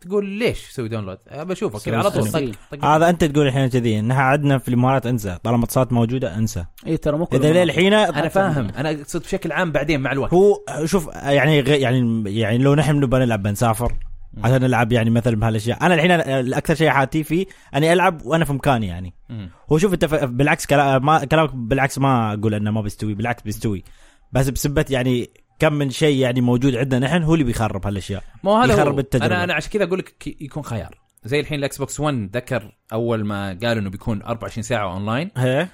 تقول ليش تسوي داونلود؟ آه، بشوفك كذا على طول
ستريم.
طق- طق.
هذا انت تقول الحين كذي نحن عندنا في الامارات انسى طالما اتصالات موجوده انسى
اي إيه، ترى مو كل
اذا ليه
المناطق.
الحين
انا فاهم انا اقصد بشكل عام بعدين مع الوقت
هو شوف يعني غ- يعني يعني لو نحن نبغى نلعب بنسافر عشان نلعب يعني مثلا بهالاشياء انا الحين الاكثر شيء حاتي فيه اني العب وانا في مكاني يعني
مم.
هو شوف انت ف- بالعكس كلا- ما- كلامك بالعكس ما اقول انه ما بيستوي بالعكس بيستوي بس بسبه يعني كم من شيء يعني موجود عندنا نحن هو اللي بيخرب هالاشياء
مو هذا
يخرب
هو.
التجربة.
انا انا عشان كذا اقول لك ك- يكون خيار زي الحين الاكس بوكس 1 ذكر اول ما قالوا انه بيكون 24 ساعه اونلاين
هي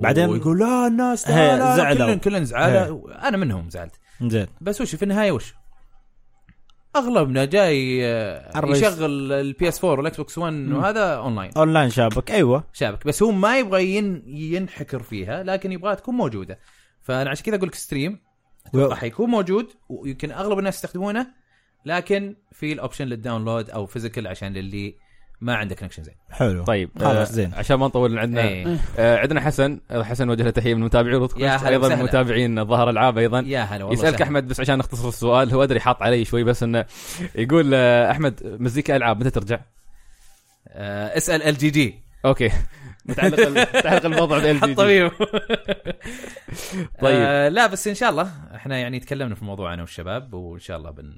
بعدين-
ويقول لا الناس لا,
هي،
لا, لا
زعلوا.
كلن كلن زعل
هي.
انا منهم زعلت
زين
بس وش في النهايه وش اغلبنا جاي آه،
الرئيس.
يشغل البي اس 4 والاكس بوكس 1 وهذا اونلاين
اونلاين شابك ايوه
شابك بس هو ما يبغى ين ينحكر فيها لكن يبغاها تكون موجوده فانا عشان كذا اقول لك ستريم
و-
راح يكون موجود ويمكن اغلب الناس يستخدمونه لكن في الاوبشن للداونلود او فيزيكال عشان اللي ما عنده كونكشن زين
حلو
طيب
خلاص
آه،
زين.
عشان ما نطول عندنا
إيه.
آه، عندنا حسن آه، حسن وجه له تحيه من المتابعين
يا هلا
ايضا
وسهلا.
من متابعين ظهر العاب ايضا
يا هلا والله
يسالك
سهل.
احمد بس عشان نختصر السؤال هو ادري حاط علي شوي بس انه يقول آه، احمد مزيكا العاب متى ترجع؟
آه، اسال ال جي جي
اوكي متعلق متعلق الموضوع بال
حط طبيب
طيب.
آه لا بس ان شاء الله احنا يعني تكلمنا في الموضوع انا والشباب وان شاء الله بن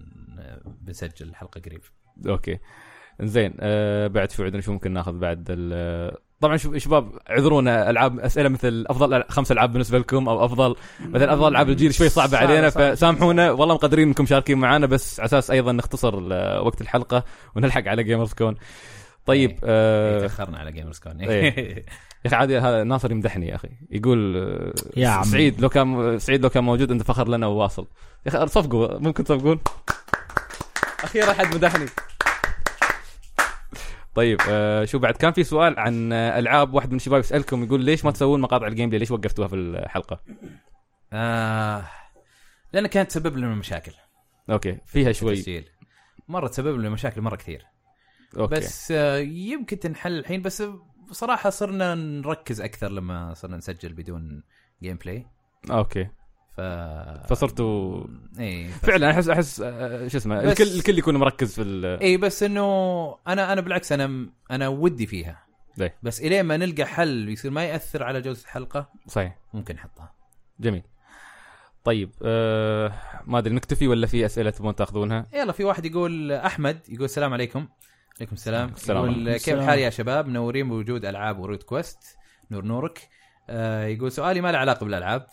بنسجل حلقه قريب
اوكي زين آه بعد شو عندنا شو ممكن ناخذ بعد ال- طبعا شو شباب عذرونا العاب اسئله مثل افضل خمس العاب بالنسبه لكم او افضل مثلا افضل العاب الجيل شوي صعبه
صعبة،
علينا
صعبة.
فسامحونا والله مقدرين انكم شاركين معانا بس على اساس ايضا نختصر ال- وقت الحلقه ونلحق على جيمرز كون طيب
إيه. إيه،
آه
تاخرنا على جيمرز كون
إيه. يا اخي عادي هذا ناصر يمدحني يا اخي يقول آه،
يا عمي.
سعيد لو كان سعيد لو كان موجود انت فخر لنا وواصل يا اخي صفقوا ممكن تصفقون اخيرا حد مدحني طيب آه شو بعد كان في سؤال عن آه، العاب واحد من الشباب يسالكم يقول ليش ما تسوون مقاطع الجيم بلاي ليش وقفتوها في الحلقه
آه لان كانت تسبب لنا مشاكل
اوكي فيها شوي
تسجيل مره تسبب لنا مشاكل مره كثير
اوكي بس
بس آه، يمكن تنحل الحين بس بصراحه صرنا نركز اكثر لما صرنا نسجل بدون جيم بلاي
اوكي
ف
فصرتوا
اي ف...
فعلا احس احس آه، شو اسمه
آه، بس-
الكل الكل يكون مركز في ال...
اي بس انه انا انا بالعكس انا م- انا ودي فيها
ليه؟
بس الين ما نلقى حل يصير ما ياثر على جوده الحلقه
صحيح
ممكن نحطها
جميل طيب آه ما ادري نكتفي ولا في اسئله تبون تاخذونها
يلا في واحد يقول احمد يقول السلام عليكم عليكم السلام
السلام
يقول
عليكم.
كيف الحال يا شباب منورين بوجود العاب ورود كويست نور نورك آه يقول سؤالي ما له علاقه بالالعاب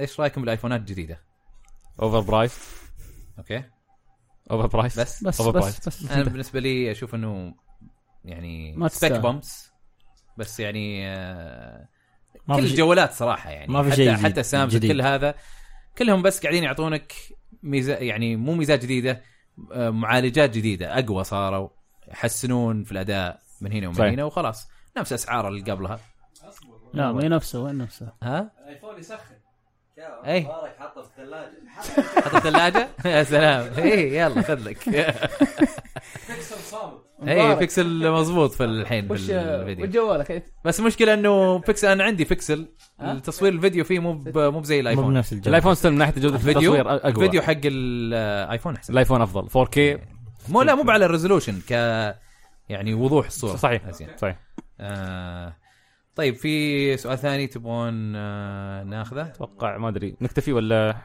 ايش رايكم بالايفونات الجديده
اوفر برايس
اوكي
اوفر برايس
بس
بس
Overpriced.
بس بس
انا بالنسبه لي اشوف انه يعني
ما
سبيك
تستاهل.
بومبس بس يعني آه
ما
كل
في شيء.
الجوالات صراحه يعني
ما في
حتى
شيء جديد-
حتى سامسونج
جديد.
كل هذا كلهم بس قاعدين يعطونك ميزه يعني مو ميزات جديده آه، معالجات جديده اقوى صاروا يحسنون في الاداء من هنا ومن
صحيح.
هنا وخلاص نفس اسعار اللي قبلها
لا وين نفسه وين نفسه
ها إيه.
الايفون يسخن
أي.
اي مبارك حطه في الثلاجه
حط الثلاجه يا سلام اي يلا خذ لك
بيكسل صامت
اي بيكسل إيه، مضبوط في الحين
وش
في
آه،
الفيديو
وش جوالك إيه؟
بس المشكله انه بيكسل انا عندي بيكسل التصوير الفيديو فيه مو ب- مو بزي
مو
الايفون
بنفس الجو
الايفون ستيل من ناحيه جوده
فيديو
التصوير اقوى
فيديو حق الايفون احسن
الايفون افضل 4K
مو لا مو على الريزولوشن ك يعني وضوح الصوره
صحيح
زين
صحيح
آه طيب في سؤال ثاني تبغون آه ناخذه
اتوقع ما ادري نكتفي ولا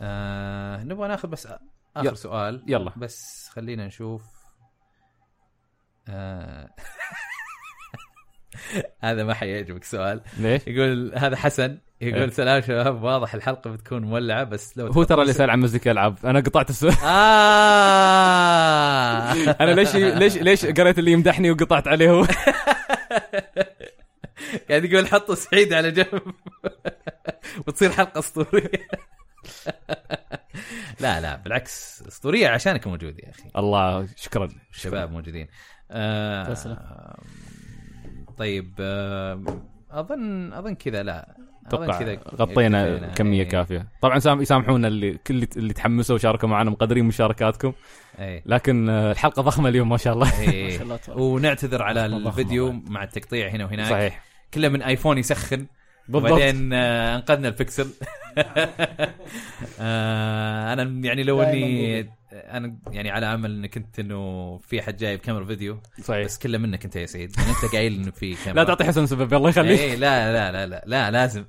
آه نبغى ناخذ بس آ- اخر
يلا.
سؤال
يلا.
بس خلينا نشوف آه هذا ما حيعجبك سؤال
ليش؟
يقول هذا حسن
إيه.
يقول سلام شباب واضح الحلقه بتكون مولعه بس لو
هو ترى اللي سال عن مزيكا العاب انا قطعت السؤال
آه
انا ليش ليش ليش قريت اللي يمدحني وقطعت عليه هو
قاعد يعني يقول حطوا سعيد على جنب وتصير حلقه اسطوريه لا لا بالعكس اسطوريه عشانك موجود يا اخي
الله شكرا
الشباب موجودين آه
تسلم.
طيب آه اظن اظن كذا لا أظن
اتوقع
كذا
غطينا
اكتفينا.
كميه
إيه،
كافيه طبعا سام- يسامحونا اللي كل اللي تحمسوا وشاركوا معنا مقدرين مشاركاتكم
إيه،
لكن آه، الحلقه ضخمه اليوم ما شاء الله
إيه.
ما شاء الله تبارك.
ونعتذر على
ضخمة، ضخمة
الفيديو
بعد.
مع التقطيع هنا وهناك
صحيح
كله من ايفون يسخن
بالضبط.
وبعدين آه، انقذنا البكسل آه، انا يعني لو اني انا يعني على امل انك كنت انه في حد جايب كاميرا فيديو
صحيح
بس كله منك انت يا سعيد انت قايل انه في كاميرا إيه.
لا تعطي حسن سبب الله يخليك
اي لا لا لا لا, لا لازم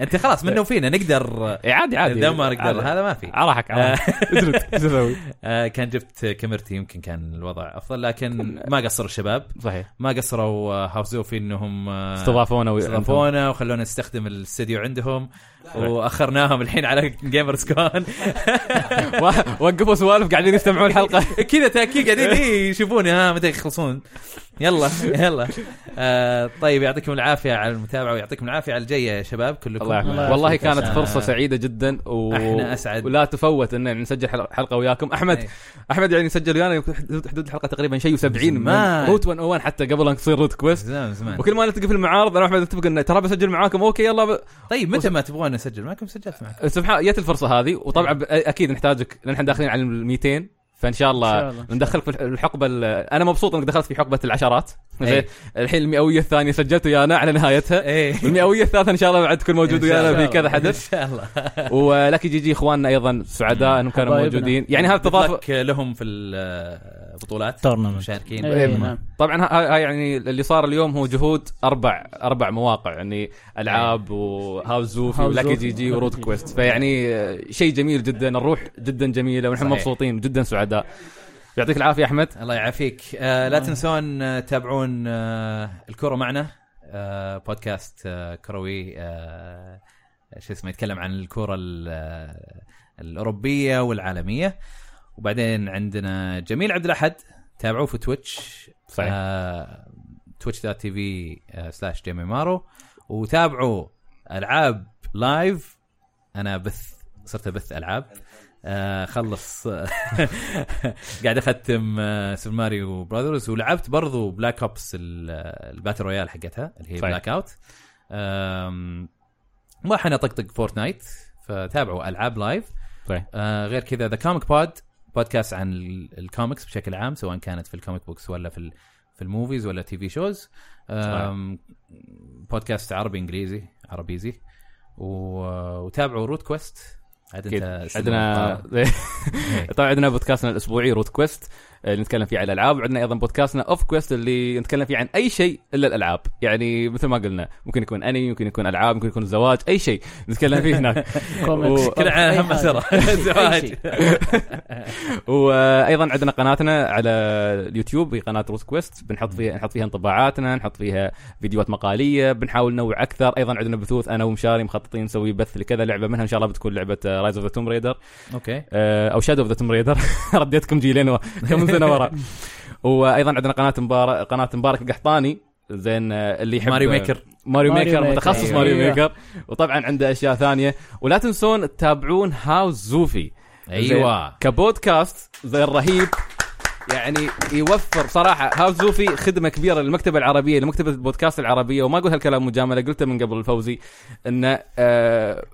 انت خلاص منا وفينا نقدر
إيه، عادي عادي
اذا ما نقدر
عادي.
هذا ما في
عراحك عراحك اترك ايش اسوي؟
آه، كان جبت كاميرتي يمكن كان الوضع افضل لكن ما قصر الشباب
صحيح
ما قصروا آه، هاوزو في انهم آه،
استضافونا وي-
استضافونا وخلونا نستخدم الاستديو عندهم واخرناهم الحين على جيمرز كون
و- وقفوا سوالف قاعدين يستمعون الحلقه
كذا تاكيد قاعدين إيه، يشوفوني ها متى يخلصون يلا يلا آه، طيب يعطيكم العافيه على المتابعه ويعطيكم العافيه على الجيه يا شباب كلكم آه،
الله يعافيك والله كانت فرصه سعيده جدا و...
احنا اسعد
ولا تفوت ان نسجل حل- حلقه وياكم احمد
إيه.
احمد يعني سجل ويانا يمكن حدود حدود الحلقه تقريبا شيء و70 من
زمان.
روت 101 حتى قبل ان تصير روت كويست
زمان زمان
وكل ما نلتقي في المعارض انا واحمد نتفق انه ترى بسجل معاكم اوكي يلا ب...
طيب متى ما تبغون اسجل معكم سجلت معكم
سبحان جت الفرصه هذه وطبعا ب- اكيد نحتاجك لان احنا داخلين على ال 200 فان شاء
إن شاء
الله
الله.
ندخلك في الح- الحقبه ال- انا مبسوط انك دخلت في حقبه العشرات زين
إيه.
الحين المئويه الثانيه سجلت ويانا على نهايتها
ايه
المئويه الثالثه ان شاء الله بعد تكون موجود
إن شاء
ويانا في
الله.
كذا حدث
ان شاء الله
ولك جي جي اخواننا ايضا سعداء انهم كانوا
طيب،
حبايبنا.
موجودين
نعم.
يعني هذا تضاف
لك لهم في البطولات
تورنمنت
مشاركين
إيه،
إيه.
نعم.
طبعا ها- ها يعني اللي صار اليوم هو جهود اربع اربع مواقع يعني العاب وهاوس زوفي
هاوس
ولاكي
زوفي
جي جي
ولاكي
ورود
جي.
كويست فيعني آه، شيء جميل جدا الروح جدا جميله ونحن
صحيح.
مبسوطين جدا سعداء يعطيك العافيه احمد
الله يعافيك آه لا تنسون آه، تابعون آه الكره معنا آه بودكاست آه كروي آه شو اسمه يتكلم عن الكره ال- آه، الاوروبيه والعالميه وبعدين عندنا جميل عبد الاحد تابعوه في تويتش
صحيح.
آه تويتش دوت تي في سلاش جيمي مارو وتابعوا العاب لايف انا بث صرت ابث العاب آه خلص قاعد اختم آه، سوبر ماريو براذرز ولعبت برضو بلاك اوبس آه، الباتل رويال حقتها اللي هي
طيب.
بلاك اوت آم، ما حنطقطق فورتنايت فتابعوا العاب لايف
طيب.
آه غير كذا ذا كوميك بود بودكاست عن ال- الكوميكس بشكل عام سواء كانت في الكوميك بوكس ولا في ال- في الموفيز ولا تي في شوز آم، بودكاست عربي انجليزي عربيزي و- وتابعوا روت كويست عاد
أكيد.
انت
عندنا طبعا عندنا بودكاستنا الاسبوعي روت كويست آه، اللي نتكلم فيه عن الالعاب وعندنا ايضا بودكاستنا اوف كويست اللي نتكلم فيه عن اي شيء الا الالعاب يعني مثل ما قلنا ممكن يكون انمي ممكن يكون العاب ممكن يكون زواج اي شيء نتكلم فيه هناك
كوميكس.
و-
كل على
أي
هم
حاجة.
ترى زواج
وايضا عندنا قناتنا على اليوتيوب هي قناه روت كويست بنحط فيها نحط فيها انطباعاتنا نحط فيها فيديوهات مقاليه بنحاول ننوع اكثر ايضا عندنا بثوث انا ومشاري مخططين نسوي بث لكذا لعبه منها ان شاء الله بتكون لعبه رايز اوف ذا توم ريدر
اوكي
او شادو اوف ذا توم ريدر رديتكم جيلين و- كم من سنه ورا وايضا عندنا قناه مبارك قناه مبارك القحطاني زين آه، اللي يحب
ماريو ميكر
ماريو
ماريو
ميكر
ميكر.
متخصص
أيوة.
ماريو
أيوة.
ميكر وطبعا عنده اشياء ثانيه ولا تنسون تتابعون هاوس زوفي زين.
ايوه
كبودكاست زي الرهيب يعني يوفر صراحه هاوس زوفي خدمه كبيره للمكتبه العربيه لمكتبه البودكاست العربيه وما اقول هالكلام مجامله قلته من قبل الفوزي انه آه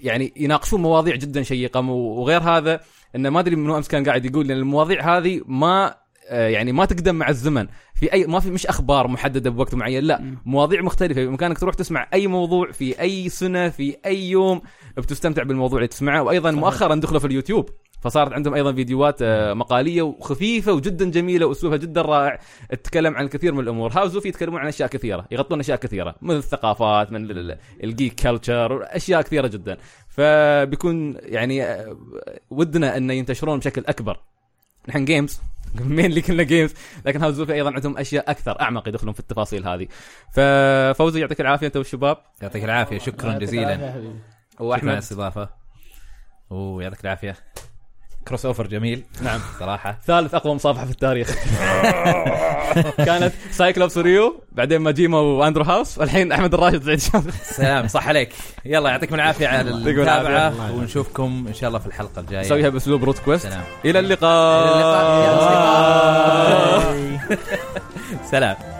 يعني يناقشون مواضيع جدا شيقه و- وغير هذا انه ما ادري منو امس كان قاعد يقول لان المواضيع هذه ما آه، يعني ما تقدم مع الزمن في اي ما في مش اخبار محدده بوقت معين لا مواضيع مختلفه بامكانك تروح تسمع اي موضوع في اي سنه في اي يوم بتستمتع بالموضوع اللي تسمعه وايضا مؤخرا دخلوا في اليوتيوب فصارت عندهم ايضا فيديوهات آه، مقاليه وخفيفه وجدا جميله واسلوبها جدا رائع تتكلم عن الكثير من الامور هاوس زوفي يتكلمون عن اشياء كثيره يغطون اشياء كثيره من الثقافات من ال- ال- الجيك كلتشر اشياء كثيره جدا فبيكون يعني آه، ودنا انه ينتشرون بشكل اكبر نحن جيمز مين اللي كنا جيمز لكن هاوس زوفي ايضا عندهم اشياء اكثر اعمق يدخلون في التفاصيل هذه ففوزي يعطيك العافيه انت والشباب
يعطيك العافيه شكرا جزيلا
يا حبيبي.
شكرا على
واحمد
الاستضافه ويعطيك العافيه كروس اوفر جميل نعم صراحه
ثالث اقوى مصافحه في التاريخ كانت سايكلوبس ريو بعدين ماجيما واندرو هاوس الحين احمد الراشد
أيوه.
سعيد شامخ
سلام صح عليك يلا يعطيكم العافيه على
يعطيكم العافية.
المتابعه ونشوفكم ان شاء الله في الحلقه الجايه
نسويها باسلوب روت كويست
سلام
الى اللقاء
آه. إلى اللقاء. يا أصدقاء. سلام